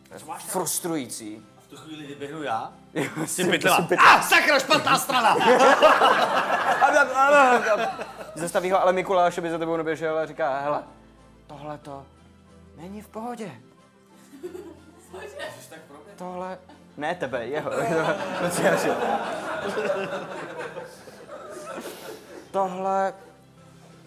Speaker 6: To je Frustrující.
Speaker 46: A v tu chvíli vyběhnu já? Jsi Ah,
Speaker 6: bytla.
Speaker 46: pytla.
Speaker 6: A, sakra, špatná strana! [laughs] Zastaví ho, ale Mikuláš by za tebou neběžel a říká, hele, tohle to není v pohodě. Tohle... Ne tebe,
Speaker 46: [laughs]
Speaker 6: jeho. Luciáši. tohle...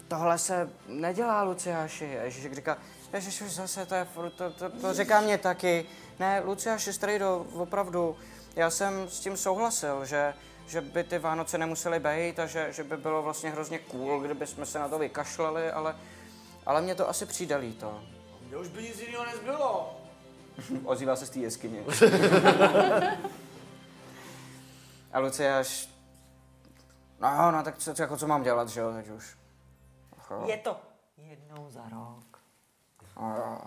Speaker 6: Tohle se nedělá, Luciáši. A Ježíšek říká, Ježíš, už zase to je furt, to, to, to říká mě taky. Ne, Luciáši, strejdo, opravdu, já jsem s tím souhlasil, že, že by ty Vánoce nemusely být a že, že by bylo vlastně hrozně cool, kdyby jsme se na to vykašlali, ale, ale mně to asi přijde líto.
Speaker 47: Mně už by nic jiného nezbylo.
Speaker 6: [laughs] Ozývá se z
Speaker 47: [laughs]
Speaker 6: té jeskyně. a Luciáš... No, no, tak co, co- jako co mám dělat, že jo, teď už. Ach, jo.
Speaker 5: Je to jednou za rok.
Speaker 6: A jo.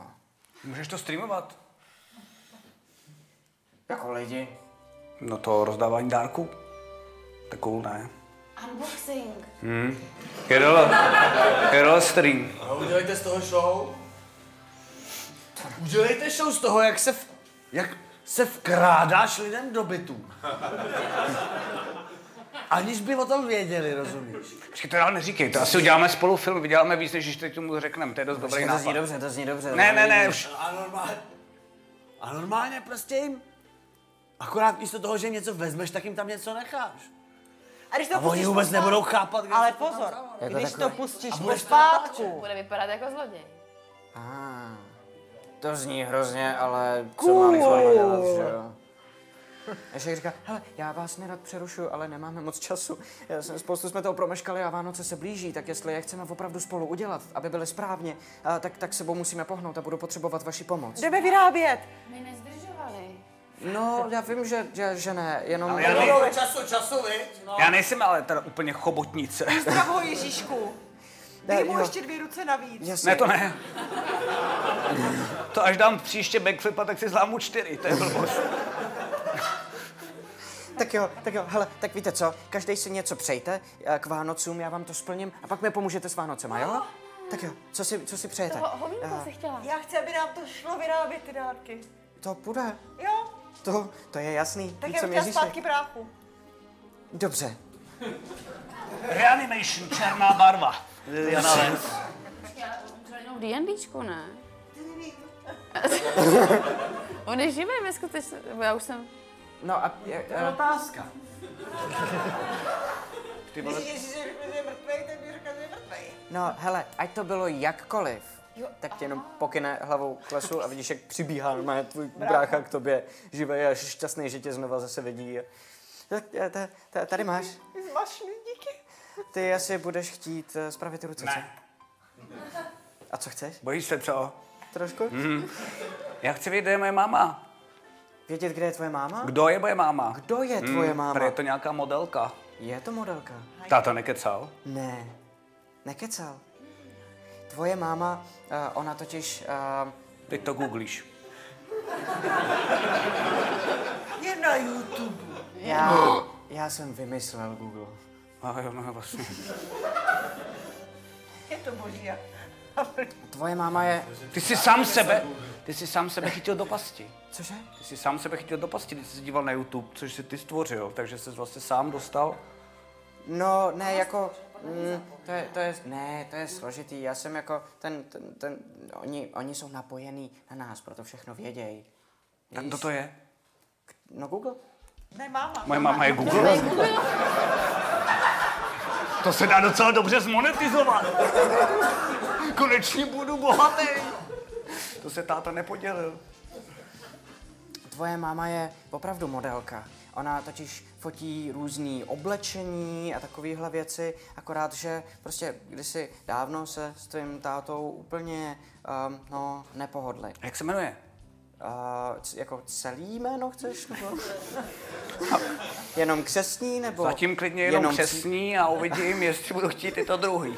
Speaker 3: Můžeš to streamovat?
Speaker 6: Jako lidi.
Speaker 3: No to rozdávání dárku? Tak cool, ne?
Speaker 4: Unboxing.
Speaker 3: Hmm. Kerala. Kerala stream.
Speaker 22: No, udělejte z toho show. Udělejte show z toho, jak se, v, jak se vkrádáš lidem do bytu. Aniž by o tom věděli, rozumíš?
Speaker 3: Počkej, to dál neříkej, to asi uděláme spolu film, vyděláme víc, než když teď tomu řekneme, to je dost dobrý
Speaker 6: to zní
Speaker 3: nápad.
Speaker 6: dobře, to zní dobře.
Speaker 3: Ne, ne, ne, už.
Speaker 47: A normálně, a normálně prostě jim, akorát místo toho, že jim něco vezmeš, tak jim tam něco necháš.
Speaker 5: A, když
Speaker 47: A oni
Speaker 5: pustíš
Speaker 47: vůbec
Speaker 5: po
Speaker 47: nebudou
Speaker 5: spátku-
Speaker 47: chápat, kde
Speaker 5: Ale
Speaker 47: jsi to tam
Speaker 5: pozor,
Speaker 47: vzal.
Speaker 6: Je to
Speaker 5: když to
Speaker 6: jako takhle.
Speaker 5: pustíš
Speaker 47: A
Speaker 5: po
Speaker 47: budeš
Speaker 5: spátku.
Speaker 4: Bude vypadat jako zloděj.
Speaker 6: Ah, to zní hrozně, ale co mám cool. dělat, že jo? Ještě říká, hele, já vás nerad přerušuju, ale nemáme moc času. Já jsem, spoustu jsme toho promeškali a Vánoce se blíží, tak jestli je chceme opravdu spolu udělat, aby byly správně, a, tak, tak sebou musíme pohnout a budu potřebovat vaši pomoc.
Speaker 5: Jdeme vyrábět.
Speaker 4: My nezdržovali.
Speaker 6: No, já vím, že, že, že ne, jenom...
Speaker 3: Ale já nejsem-
Speaker 48: Času, času, viď? No.
Speaker 3: Já nejsem ale teda
Speaker 48: [laughs]
Speaker 3: úplně chobotnice.
Speaker 5: Zdrav ho Ježíšku. Dej mu
Speaker 3: jo.
Speaker 5: ještě dvě ruce navíc.
Speaker 3: Ne, to ne. To až dám příště backflip a tak si zlámu čtyři, to je blbost.
Speaker 6: Tak jo, tak jo, hele, tak víte co, každý si něco přejte eh, k Vánocům, já vám to splním a pak mi pomůžete s Vánocema, jo? Tak jo, co si, co si přejete? Eh,
Speaker 4: chtěla.
Speaker 5: Já chci, aby nám to šlo vyrábět ty dárky.
Speaker 6: To půjde,
Speaker 5: Jo,
Speaker 6: to, to je jasný.
Speaker 5: tak
Speaker 6: Víc
Speaker 5: já
Speaker 6: jsem
Speaker 5: bych chtěla
Speaker 6: Ježíšek.
Speaker 5: zpátky práchu.
Speaker 6: Dobře.
Speaker 3: Reanimation, černá barva. Jana Lenz.
Speaker 4: No v D&Dčku, ne? [laughs] On je živý ve skutečnosti, nebo já už jsem...
Speaker 6: No a... Je,
Speaker 4: To je otázka.
Speaker 3: Ty
Speaker 5: Když Ježíš řekne, že je mrtvej, tak mi říká, že je mrtvej.
Speaker 6: No, hele, ať to bylo jakkoliv, tak tě jenom pokyne hlavou k lesu a vidíš, jak přibíhá normálně tvůj brácha k tobě, živý a šťastný, že tě znova zase vidí. Tak eh, ta- ta- tady máš.
Speaker 5: Zmašný, díky.
Speaker 6: Ty asi budeš chtít eh, spravit ruce, co? A co chceš?
Speaker 3: Bojíš se, co?
Speaker 6: Trošku?
Speaker 3: Mhm. Já chci vědět, kde je moje máma.
Speaker 6: Vědět, kde je tvoje máma?
Speaker 3: Kdo je moje máma?
Speaker 6: Kdo je tvoje máma?
Speaker 3: Je to nějaká modelka.
Speaker 6: Je to modelka.
Speaker 3: Táta nekecal.
Speaker 6: Ne, nekecal. Tvoje máma, eh, ona totiž... eh,
Speaker 3: Teď to googlíš.
Speaker 5: Je na YouTube.
Speaker 6: Já, já jsem vymyslel Google.
Speaker 3: A jo, no vlastně.
Speaker 5: Je to boží.
Speaker 6: Tvoje máma je...
Speaker 3: Ty jsi sám sebe, ty jsi sám sebe chytil do pasti.
Speaker 6: Cože?
Speaker 3: Ty jsi sám sebe chytil do pasti, když jsi se díval na YouTube, což jsi ty stvořil, takže jsi vlastně sám dostal.
Speaker 6: No, ne, jako... Mm, to, je, to je, ne, to je složitý. Já jsem jako ten, ten, ten oni, oni jsou napojení na nás, proto všechno vědějí.
Speaker 3: A kdo to je?
Speaker 6: No Google.
Speaker 5: Ne, máma.
Speaker 3: Moje máma je Google? To se dá docela dobře zmonetizovat. Konečně budu bohatý. To se táta nepodělil.
Speaker 6: Tvoje máma je opravdu modelka. Ona totiž fotí různý oblečení a takovéhle věci, akorát, že prostě kdysi dávno se s tvým tátou úplně, um, no, nepohodli.
Speaker 3: Jak se jmenuje? [laughs]
Speaker 6: Uh, c- jako celý jméno chceš? Nebo? Jenom křesní nebo?
Speaker 3: Zatím klidně No, jenom, jenom
Speaker 6: psí?
Speaker 3: křesní a uvidím, jestli budu chtít i to druhý.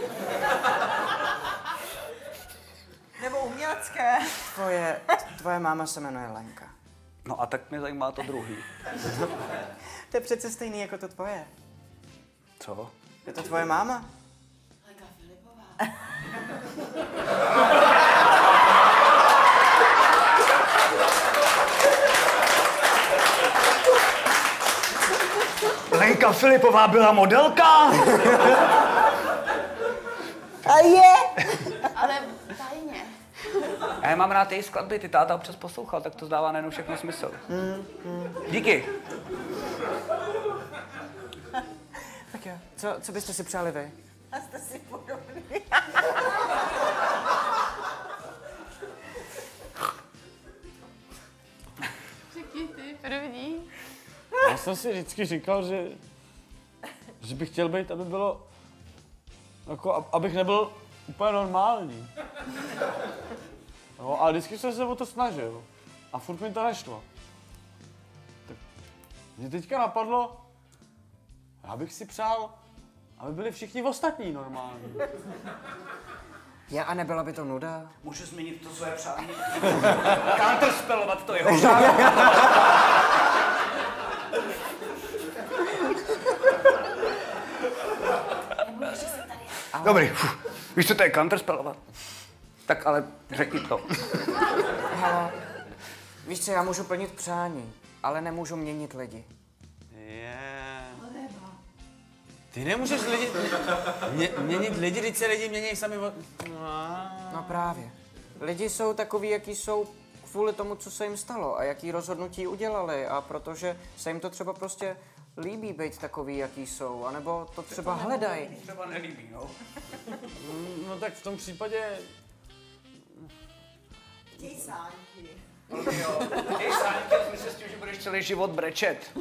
Speaker 49: Nebo umělecké.
Speaker 6: Tvoje, tvoje máma se jmenuje Lenka.
Speaker 3: No a tak mě zajímá to druhý.
Speaker 6: To je přece stejný jako to tvoje.
Speaker 3: Co?
Speaker 6: Je to tvoje máma?
Speaker 3: Lenka Filipová byla modelka?
Speaker 50: A je!
Speaker 4: Ale tajně.
Speaker 3: A já mám rád její skladby, ty táta občas poslouchal, tak to zdává najednou všechno smysl. Díky.
Speaker 6: Tak jo. Co, co byste si přáli vy?
Speaker 49: A jste si podobný.
Speaker 4: Řekni ty první.
Speaker 8: Já jsem si vždycky říkal, že, že bych chtěl být, aby bylo, jako, ab- abych nebyl úplně normální. No, ale vždycky jsem se o to snažil. A furt mi to nešlo. Tak mě teďka napadlo, já bych si přál, aby byli všichni ostatní normální.
Speaker 6: Já a nebyla by to nuda?
Speaker 3: Můžu změnit to své přání? Counterspellovat to jeho žák. Dobrý, fuh. víš, co to je counterspellovat? Tak ale řekni to.
Speaker 6: Hele, víš co, já můžu plnit přání, ale nemůžu měnit lidi.
Speaker 51: Ty nemůžeš lidi, mě, měnit lidi, když se lidi mění sami od...
Speaker 6: No právě. Lidi jsou takový, jaký jsou kvůli tomu, co se jim stalo a jaký rozhodnutí udělali a protože se jim to třeba prostě líbí být takový, jaký jsou, anebo to třeba hledají.
Speaker 3: Třeba nelíbí, no.
Speaker 8: No tak v tom případě...
Speaker 49: Chtějí sánky.
Speaker 3: Jo, Hej, Sáni, chtěl jsem se s tím, že budeš celý život brečet.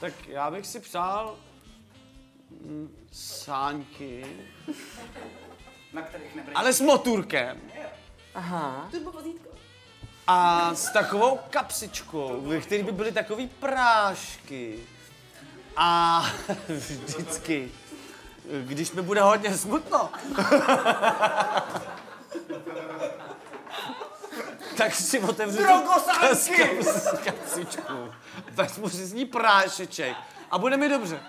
Speaker 8: Tak já bych si přál mm, sáňky,
Speaker 3: Na kterých nebrečet.
Speaker 8: ale s moturkem.
Speaker 6: Aha.
Speaker 4: Turbo vozítko.
Speaker 8: A s takovou kapsičkou, ve které by byly takový prášky. A [laughs] vždycky, když mi bude hodně smutno, tak si otevřu tu
Speaker 52: Drogosánky!
Speaker 8: [laughs] kaps- kapsičku. Vezmu si z ní prášeček a bude mi dobře.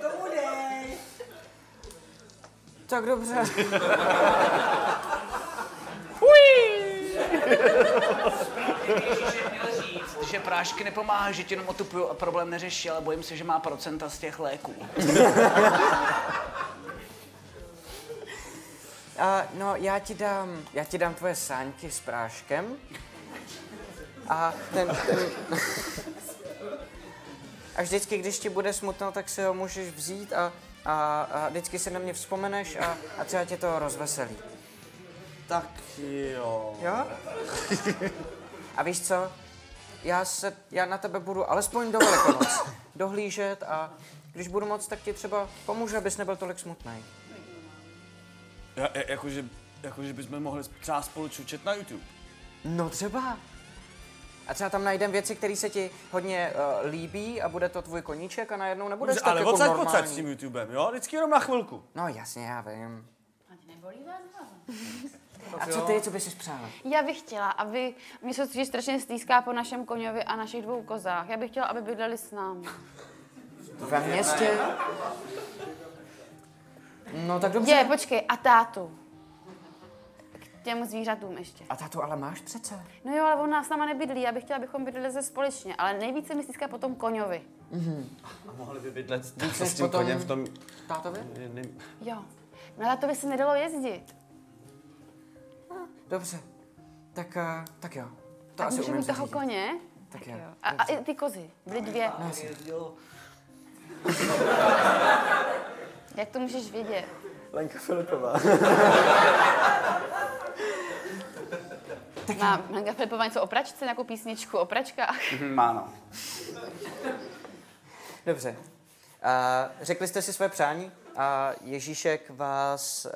Speaker 49: Tomu dej.
Speaker 6: Tak dobře.
Speaker 3: Měl říct, že prášky nepomáhají, že ti jenom otupují a problém neřeší, ale bojím se, že má procenta z těch léků.
Speaker 6: A, no, já ti dám, já ti dám tvoje sáňky s práškem. A ten, ten... A vždycky, když ti bude smutno, tak si ho můžeš vzít a, a, a vždycky si na mě vzpomeneš a, a třeba tě to rozveselí.
Speaker 8: Tak jo.
Speaker 6: Jo? A víš co? Já, se, já na tebe budu alespoň do Velikonoc dohlížet a když budu moc, tak ti třeba pomůžu, abys nebyl tolik smutný.
Speaker 8: Ja, ja, jakože, jakože bychom mohli třeba spolu čučet na YouTube.
Speaker 6: No třeba. A třeba tam najdeme věci, které se ti hodně uh, líbí a bude to tvůj koníček a najednou nebudeš
Speaker 8: Dobře,
Speaker 6: tak
Speaker 8: ale
Speaker 6: jako
Speaker 8: odsaď
Speaker 6: normální.
Speaker 8: odsaď s tím YouTubem, jo? Vždycky jenom na chvilku.
Speaker 6: No jasně, já vím.
Speaker 4: Nebolí vás hlava?
Speaker 6: A co ty, co bys si přála?
Speaker 4: Já bych chtěla, aby... Mě se totiž strašně stýská po našem koňovi a našich dvou kozách. Já bych chtěla, aby bydleli s [laughs] námi.
Speaker 6: Ve městě? No tak dobře.
Speaker 4: Je, počkej, a tátu. K těm zvířatům ještě.
Speaker 6: A tátu ale máš přece.
Speaker 4: No jo, ale on nás s náma nebydlí, já bych chtěla, abychom bydleli ze společně, ale nejvíce mi stýská potom koňovi.
Speaker 6: Mhm.
Speaker 8: A mohli by bydlet s,
Speaker 6: Víc než
Speaker 8: s tím
Speaker 6: potom
Speaker 8: koněm v tom...
Speaker 6: Tátovi?
Speaker 8: Ne, ne,
Speaker 4: Jo. No ale to by se nedalo jezdit.
Speaker 6: Dobře. Tak, uh, tak jo. To
Speaker 4: tak
Speaker 6: asi
Speaker 4: můžu
Speaker 6: umím
Speaker 4: mít toho
Speaker 6: zařídit.
Speaker 4: koně?
Speaker 6: Tak jo.
Speaker 4: A, a i ty kozy, byly dvě.
Speaker 6: No, jasně.
Speaker 4: [laughs] Jak to můžeš
Speaker 6: [laughs]
Speaker 4: vědět?
Speaker 6: Lenka Filipová.
Speaker 4: Má Hanka Filipová něco o pračce, nějakou písničku o
Speaker 6: [laughs]
Speaker 4: pračkách?
Speaker 22: Mhm,
Speaker 3: Má no.
Speaker 6: Dobře. A řekli jste si své přání a Ježíšek vás a,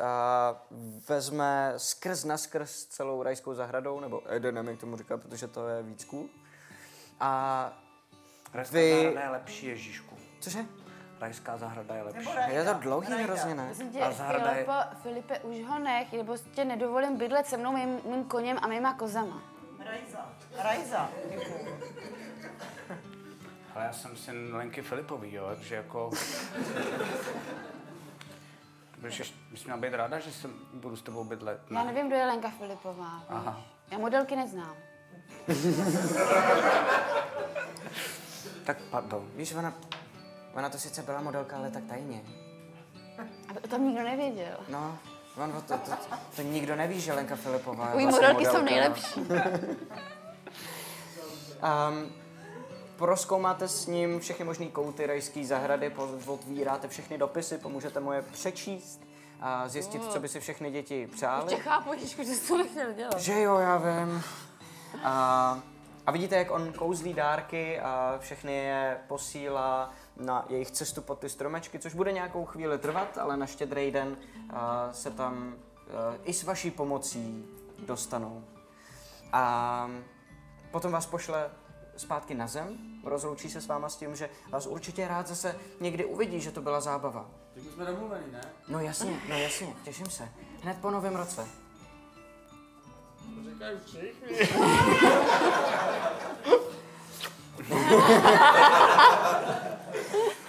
Speaker 6: vezme skrz na skrz celou rajskou zahradou, nebo Edenem, jak tomu říká, protože to je víc cool. A
Speaker 22: Rajská
Speaker 6: vy...
Speaker 22: zahrada je lepší, Ježíšku.
Speaker 6: Cože?
Speaker 22: Rajská zahrada je lepší.
Speaker 6: A je to dlouhý hrozně, ne?
Speaker 4: Prosím tě,
Speaker 22: A zahrada je...
Speaker 4: Filipo, Filipe, už ho nech, nebo tě nedovolím bydlet se mnou, mým, mým koněm a mýma kozama.
Speaker 5: Rajza. Rajza. Děkuju.
Speaker 22: Ale já jsem syn Lenky Filipový, jo, takže jako... Protože bys měla být ráda, že jsem, budu s tebou bydlet.
Speaker 4: Já nevím, kdo je Lenka Filipová.
Speaker 22: Aha.
Speaker 4: Já modelky neznám.
Speaker 22: Tak pardon.
Speaker 6: Víš, ona, ona to sice byla modelka, ale tak tajně.
Speaker 4: Aby o tom nikdo nevěděl.
Speaker 6: No, on, o to, to, to, nikdo neví, že Lenka Filipová je
Speaker 4: Ují
Speaker 6: vlastně
Speaker 4: modelky jsou nejlepší.
Speaker 6: um, proskoumáte s ním všechny možné kouty rajské zahrady, po- otvíráte všechny dopisy, pomůžete mu je přečíst a zjistit, co by si všechny děti přáli.
Speaker 4: Ještě chápu, Ježíšku, že jsi to nechtěl dělat.
Speaker 6: Že jo, já vím. A, a vidíte, jak on kouzlí dárky a všechny je posílá na jejich cestu pod ty stromečky, což bude nějakou chvíli trvat, ale na štědrý den a, se tam a, i s vaší pomocí dostanou. A potom vás pošle zpátky na zem, rozloučí se s váma s tím, že vás určitě rád zase někdy uvidí, že to byla zábava.
Speaker 53: Tak jsme domluveni, ne?
Speaker 6: No jasně, no jasně, těším se. Hned po novém roce.
Speaker 53: Říkají všichni.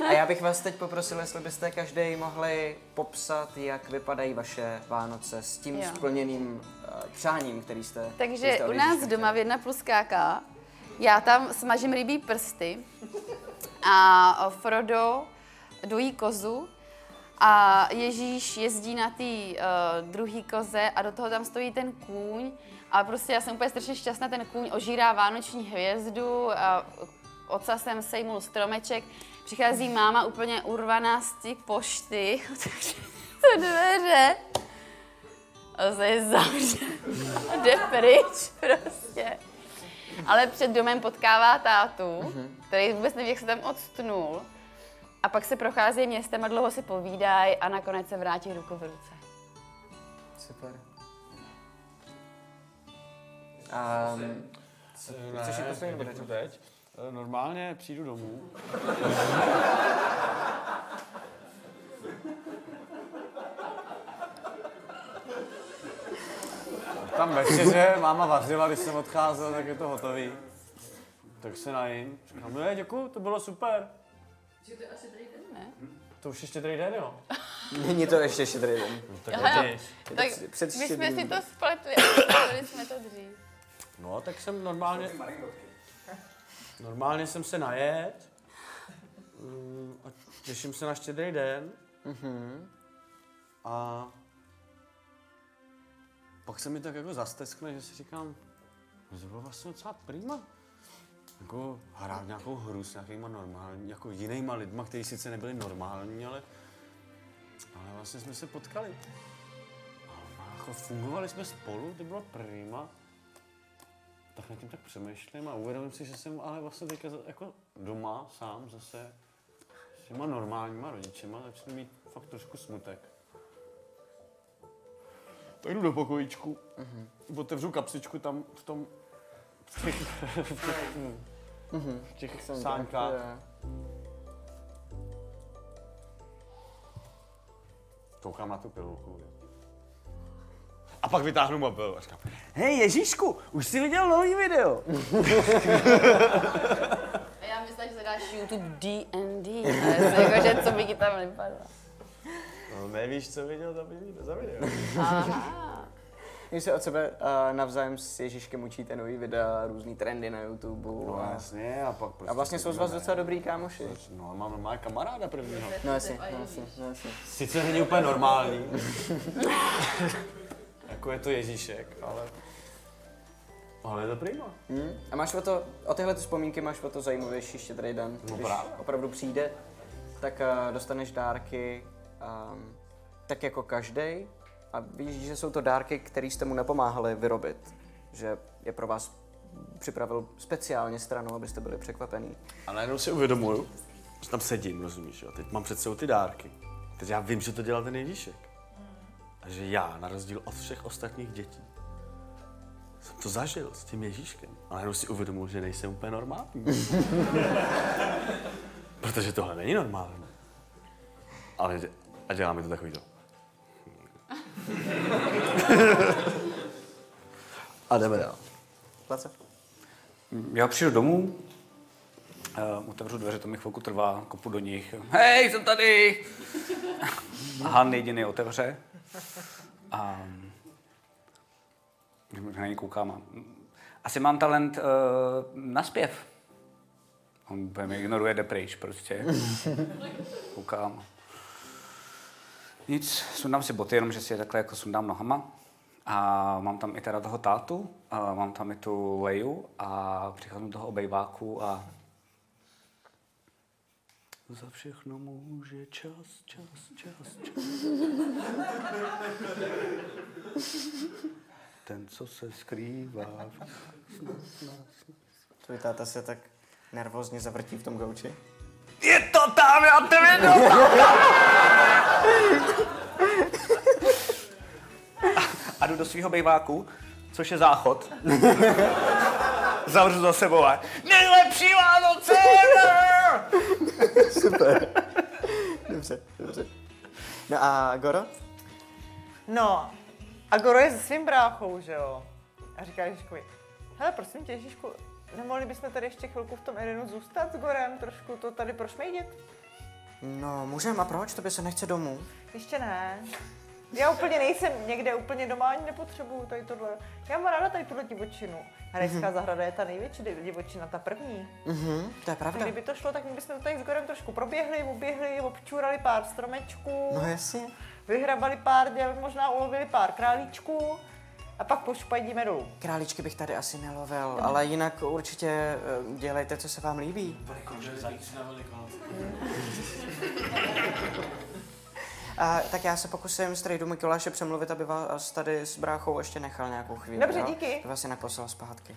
Speaker 6: A já bych vás teď poprosil, jestli byste každý mohli popsat, jak vypadají vaše Vánoce s tím
Speaker 4: Jo.
Speaker 6: splněným uh, přáním, který jste který
Speaker 4: Takže
Speaker 6: jste
Speaker 4: u
Speaker 6: od
Speaker 4: nás
Speaker 6: Ježíška.
Speaker 4: doma v jedna plus KK, já tam smažím rybí prsty a Frodo dojí kozu a Ježíš jezdí na té uh, druhé koze a do toho tam stojí ten kůň a prostě já jsem úplně strašně šťastná, ten kůň ožírá vánoční hvězdu a oca jsem sejmul stromeček, přichází máma úplně urvaná z té pošty, [laughs] to dveře a se je zavře a jde pryč prostě. Ale před domem potkává tátu,
Speaker 11: Mhm.
Speaker 4: který vůbec neví, jak se tam odstnul. A pak se prochází městem a dlouho si povídají a nakonec se vrátí ruku v ruce.
Speaker 6: Super. A... Chceš jít poslední, nebo
Speaker 8: děkuju teď. Eh, Normálně přijdu domů. Tam večeře, máma vařila, když jsem odcházel, tak je to hotový. Tak se najím. Říkám, no je, děkuju, to bylo super.
Speaker 4: Že to je asi tady ten, ne?
Speaker 8: To už ještě tady den, jo? No,
Speaker 6: Není to ještě štědrý den.
Speaker 4: Aha,
Speaker 8: je
Speaker 4: jo.
Speaker 8: to
Speaker 4: tak
Speaker 8: před- před
Speaker 4: my jsme si
Speaker 8: štědrým
Speaker 4: to spletli a spletli jsme to dřív.
Speaker 8: No, tak jsem normálně... [laughs] Normálně jsem se najet. Mm, A těším se na štědrý den.
Speaker 6: Mhm.
Speaker 8: A pak se mi tak jako zasteskne, že si říkám, no to bylo vlastně docela prima. Jako hrát nějakou hru s nějakýma normální, jako jinýma lidma, kteří sice nebyli normální, ale, ale vlastně jsme se potkali. A jako fungovali jsme spolu, to bylo prima. Tak nad tím tak přemýšlím a uvědomím si, že jsem ale vlastně teďka za- jako doma sám zase s těma normálníma rodičema začnu mít fakt trošku smutek. Tak jdu do pokojíčku, otevřu kapsičku tam v tom, v těch, v těch, v těch
Speaker 6: Jsem
Speaker 8: sánkách.
Speaker 6: tak, jo.
Speaker 8: Koukám na tu pilulku. A pak vytáhnu mobil a říkám, hej Ježíšku, už jsi viděl nový video?
Speaker 4: A já myslím, že [laughs] zadáš YouTube D&D, ale jsem [laughs] jako, že co by ti tam nepadlo.
Speaker 8: no, nevíš, co viděl za video? Za video.
Speaker 4: Aha.
Speaker 6: Vy se od sebe uh, navzájem s Ježíškem učíte nový videa, různý trendy na YouTube.
Speaker 8: No jasně, a pak prostě...
Speaker 6: A vlastně jsou z vás docela dobrý kámoši.
Speaker 8: No, mám normálně kamaráda prvního.
Speaker 6: No jasně, no jasně, no jasně.
Speaker 8: Sice není úplně normální. [laughs] jako je to Ježíšek, ale... Ale je to prima.
Speaker 6: Hmm? A máš o to, o tyhle ty vzpomínky máš o to zajímavější štědrý den.
Speaker 8: No
Speaker 6: Když
Speaker 8: právě.
Speaker 6: opravdu přijde, tak uh, dostaneš dárky um, tak jako každý. A víš, že jsou to dárky, které jste mu nepomáhali vyrobit. Že je pro vás připravil speciálně stranu, abyste byli překvapený.
Speaker 8: A najednou si uvědomuju, že tam sedím, rozumíš, jo? Teď mám před sebou ty dárky. Takže já vím, že to dělal ten Ježíšek. A že já, na rozdíl od všech ostatních dětí, jsem to zažil s tím Ježíškem. A najednou si uvědomil, že nejsem úplně
Speaker 22: [laughs]
Speaker 8: normální. Protože tohle není normální. Ale dě- a dělá mi to takový to.
Speaker 16: A jdeme dál.
Speaker 6: Laco?
Speaker 22: Já přijdu domů, uh, otevřu dveře, to mi chvilku trvá, kopu do nich. Hej, jsem tady! A Han jediný otevře. A když na něj koukám, a, asi mám talent uh, na zpěv. On úplně mě ignoruje, jde pryč prostě. Koukám. Nic, sundám si boty, jenom že si je takhle jako sundám nohama. A mám tam i teda toho tátu, a mám tam i tu Leju a přicházím do toho obejváku a za všechno může čas, čas, čas, čas. ten, co se skrývá.
Speaker 6: Tvůj táta se tak nervózně zavrtí v tom gauči.
Speaker 22: Je to tam, já to vědu! A jdu do svého bejváku, což je záchod. Zavřu za sebou a Nejlepší Vánoce ever!
Speaker 6: Super. Dobře, dobře. No a Goro?
Speaker 5: No, a Goro je se svým bráchou, že jo? A říká Ježíškovi, hele, prosím tě, Ježíšku, nemohli bychom tady ještě chvilku v tom Edenu zůstat s Gorem, trošku to tady prošmejdit?
Speaker 6: No, můžem, a proč? Tobě se nechce domů?
Speaker 5: Ještě ne. Já úplně nejsem někde úplně doma, ani nepotřebuju tady tohle. Já mám ráda tady tuhle divočinu. Hrajská
Speaker 6: Mhm.
Speaker 5: zahrada je ta největší di- divočina, ta první.
Speaker 6: Mhm, to je pravda.
Speaker 5: Kdyby to šlo, tak my bychom tady s Gorem trošku proběhli, uběhli, občurali pár stromečků.
Speaker 6: No jasně.
Speaker 5: Vyhrabali pár děl, možná ulovili pár králíčků a pak pošpadíme dolů.
Speaker 6: Králičky bych tady asi nelovil, ale jinak určitě eh, dělejte, co se vám líbí. A, tak já se pokusím strejdu Mikuláše přemluvit, aby vás tady s bráchou ještě nechal nějakou chvíli.
Speaker 5: Dobře,
Speaker 6: jo?
Speaker 5: díky.
Speaker 6: Aby vás jinak poslal zpátky.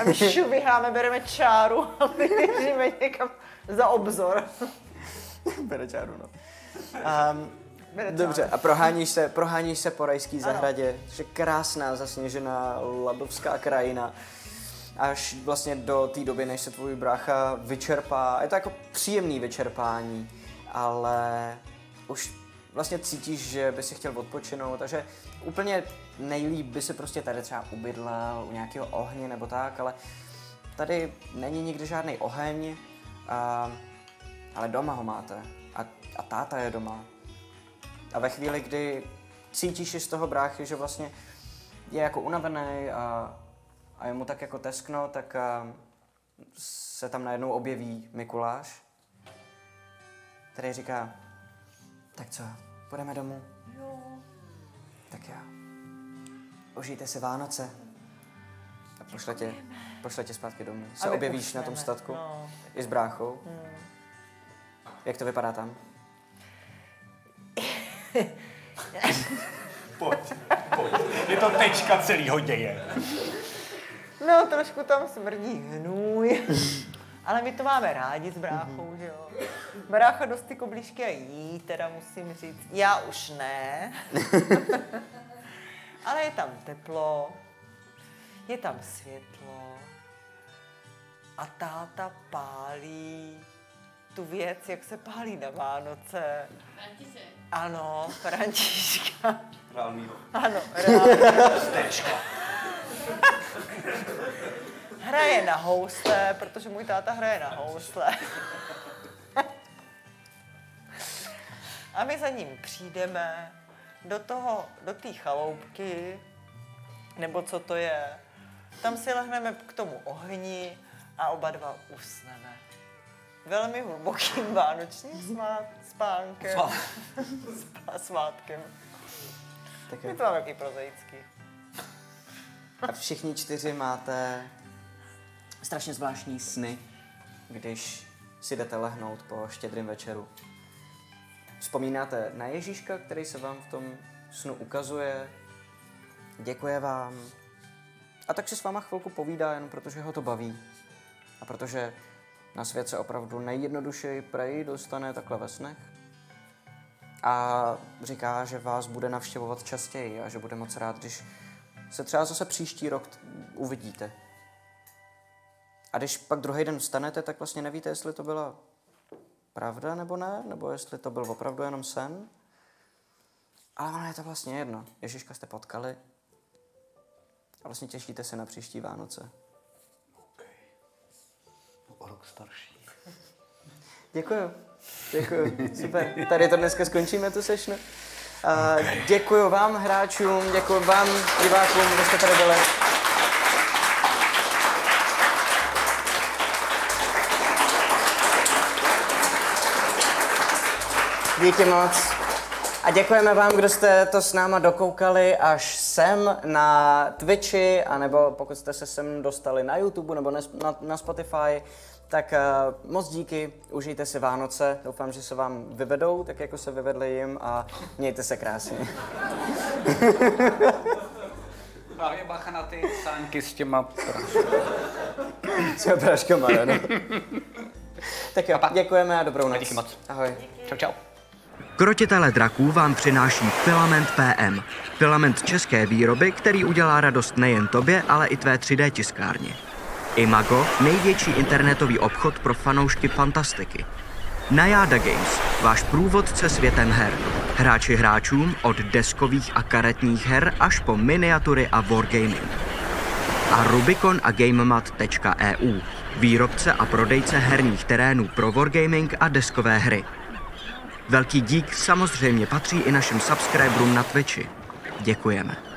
Speaker 5: A my šu vyháme, bereme čáru a vyjíždíme někam za obzor.
Speaker 6: [laughs] Bere čáru, no. Um,
Speaker 5: Bere
Speaker 6: dobře,
Speaker 5: čáru.
Speaker 6: a proháníš se, proháníš se po rajský zahradě, že krásná zasněžená labovská krajina. Až vlastně do té doby, než se tvůj brácha vyčerpá. Je to jako příjemný vyčerpání, ale už vlastně cítíš, že by si chtěl odpočinout, takže úplně nejlíp by si prostě tady třeba ubydlel u nějakého ohně nebo tak, ale tady není nikdy žádný oheň. A ale doma ho máte. A, a táta je doma. A ve chvíli, kdy cítíš i z toho bráchy, že vlastně je jako unavený a, a je mu tak jako teskno, tak a, se tam najednou objeví Mikuláš, který říká, tak co, půjdeme domů? Tak jo. Užijte si Vánoce. A pošle tě, pošle tě zpátky domů.
Speaker 5: A
Speaker 6: Se
Speaker 5: my
Speaker 6: objevíš na tom
Speaker 5: usneme,
Speaker 6: statku
Speaker 5: no.
Speaker 6: i s bráchou.
Speaker 5: Hmm.
Speaker 6: Jak to vypadá tam?
Speaker 22: Pojď, pojď. Je to tečka celýho děje.
Speaker 5: No, trošku tam smrdí hnůj. Ale my to máme rádi s bráchou, že jo. Brácha dost ty koblížky a jí, teda musím říct. Já už ne. Ale je tam teplo, je tam světlo a táta pálí tu věc, jak se pálí na Vánoce.
Speaker 11: František.
Speaker 5: Ano, Františka.
Speaker 22: Reálnýho.
Speaker 5: Ano, reálně.
Speaker 22: Tečka.
Speaker 5: Hraje na housle, protože můj táta hraje na housle. [laughs] A my za ním přijdeme do toho, do té chaloupky, nebo co to je. Tam si lehneme k tomu ohni a oba dva usneme. Velmi hlubokým vánočním smát, spánkem. [laughs] Spá- Svátkem.
Speaker 6: Tak
Speaker 5: Je
Speaker 6: jo.
Speaker 5: to mám jaký prozaický.
Speaker 6: A všichni čtyři máte strašně zvláštní sny, když si jdete lehnout po štědrým večeru. Vzpomínáte na Ježíška, který se vám v tom snu ukazuje, děkuje vám a tak si s váma chvilku povídá, jenom protože ho to baví. A protože na svět se opravdu nejjednodušeji prej dostane takhle ve snech. A říká, že vás bude navštěvovat častěji a že bude moc rád, když se třeba zase příští rok t- uvidíte. A když pak druhý den vstanete, tak vlastně nevíte, jestli to byla pravda nebo ne, nebo jestli to byl opravdu jenom sen. Ale ono je to vlastně jedno. Ježíška jste potkali a vlastně těšíte se na příští Vánoce.
Speaker 22: No, O rok starší.
Speaker 6: Děkuju. Děkuju. Super. Tady to dneska skončíme, tu sešnu. A děkuju vám hráčům, děkuju vám divákům, že jste tady byli. Díky moc. A děkujeme vám, kdo jste to s náma dokoukali až sem na Twitchi, anebo pokud jste se sem dostali na YouTube nebo na, na, na Spotify, tak uh, moc díky, užijte si Vánoce, doufám, že se vám vyvedou, tak jako se vyvedli jim a mějte se krásně.
Speaker 22: Právě bacha na ty sánky s těma
Speaker 6: S těma práškama,
Speaker 22: [laughs]
Speaker 6: ano. no. tak jo, děkujeme a dobrou noc. Díky moc. Ahoj.
Speaker 22: Čau, čau.
Speaker 2: Krotitele draků vám přináší Filament PM, filament české výroby, který udělá radost nejen tobě, ale i tvé 3D tiskárně. Imago, největší internetový obchod pro fanoušky fantastiky. Najada Games, váš průvodce světem her. Hráči hráčům od deskových a karetních her až po miniatury a wargaming. A Rubicon a GameMat.eu, výrobce a prodejce herních terénů pro wargaming a deskové hry. Velký dík samozřejmě patří i našim subscriberům na Twitchi. Děkujeme.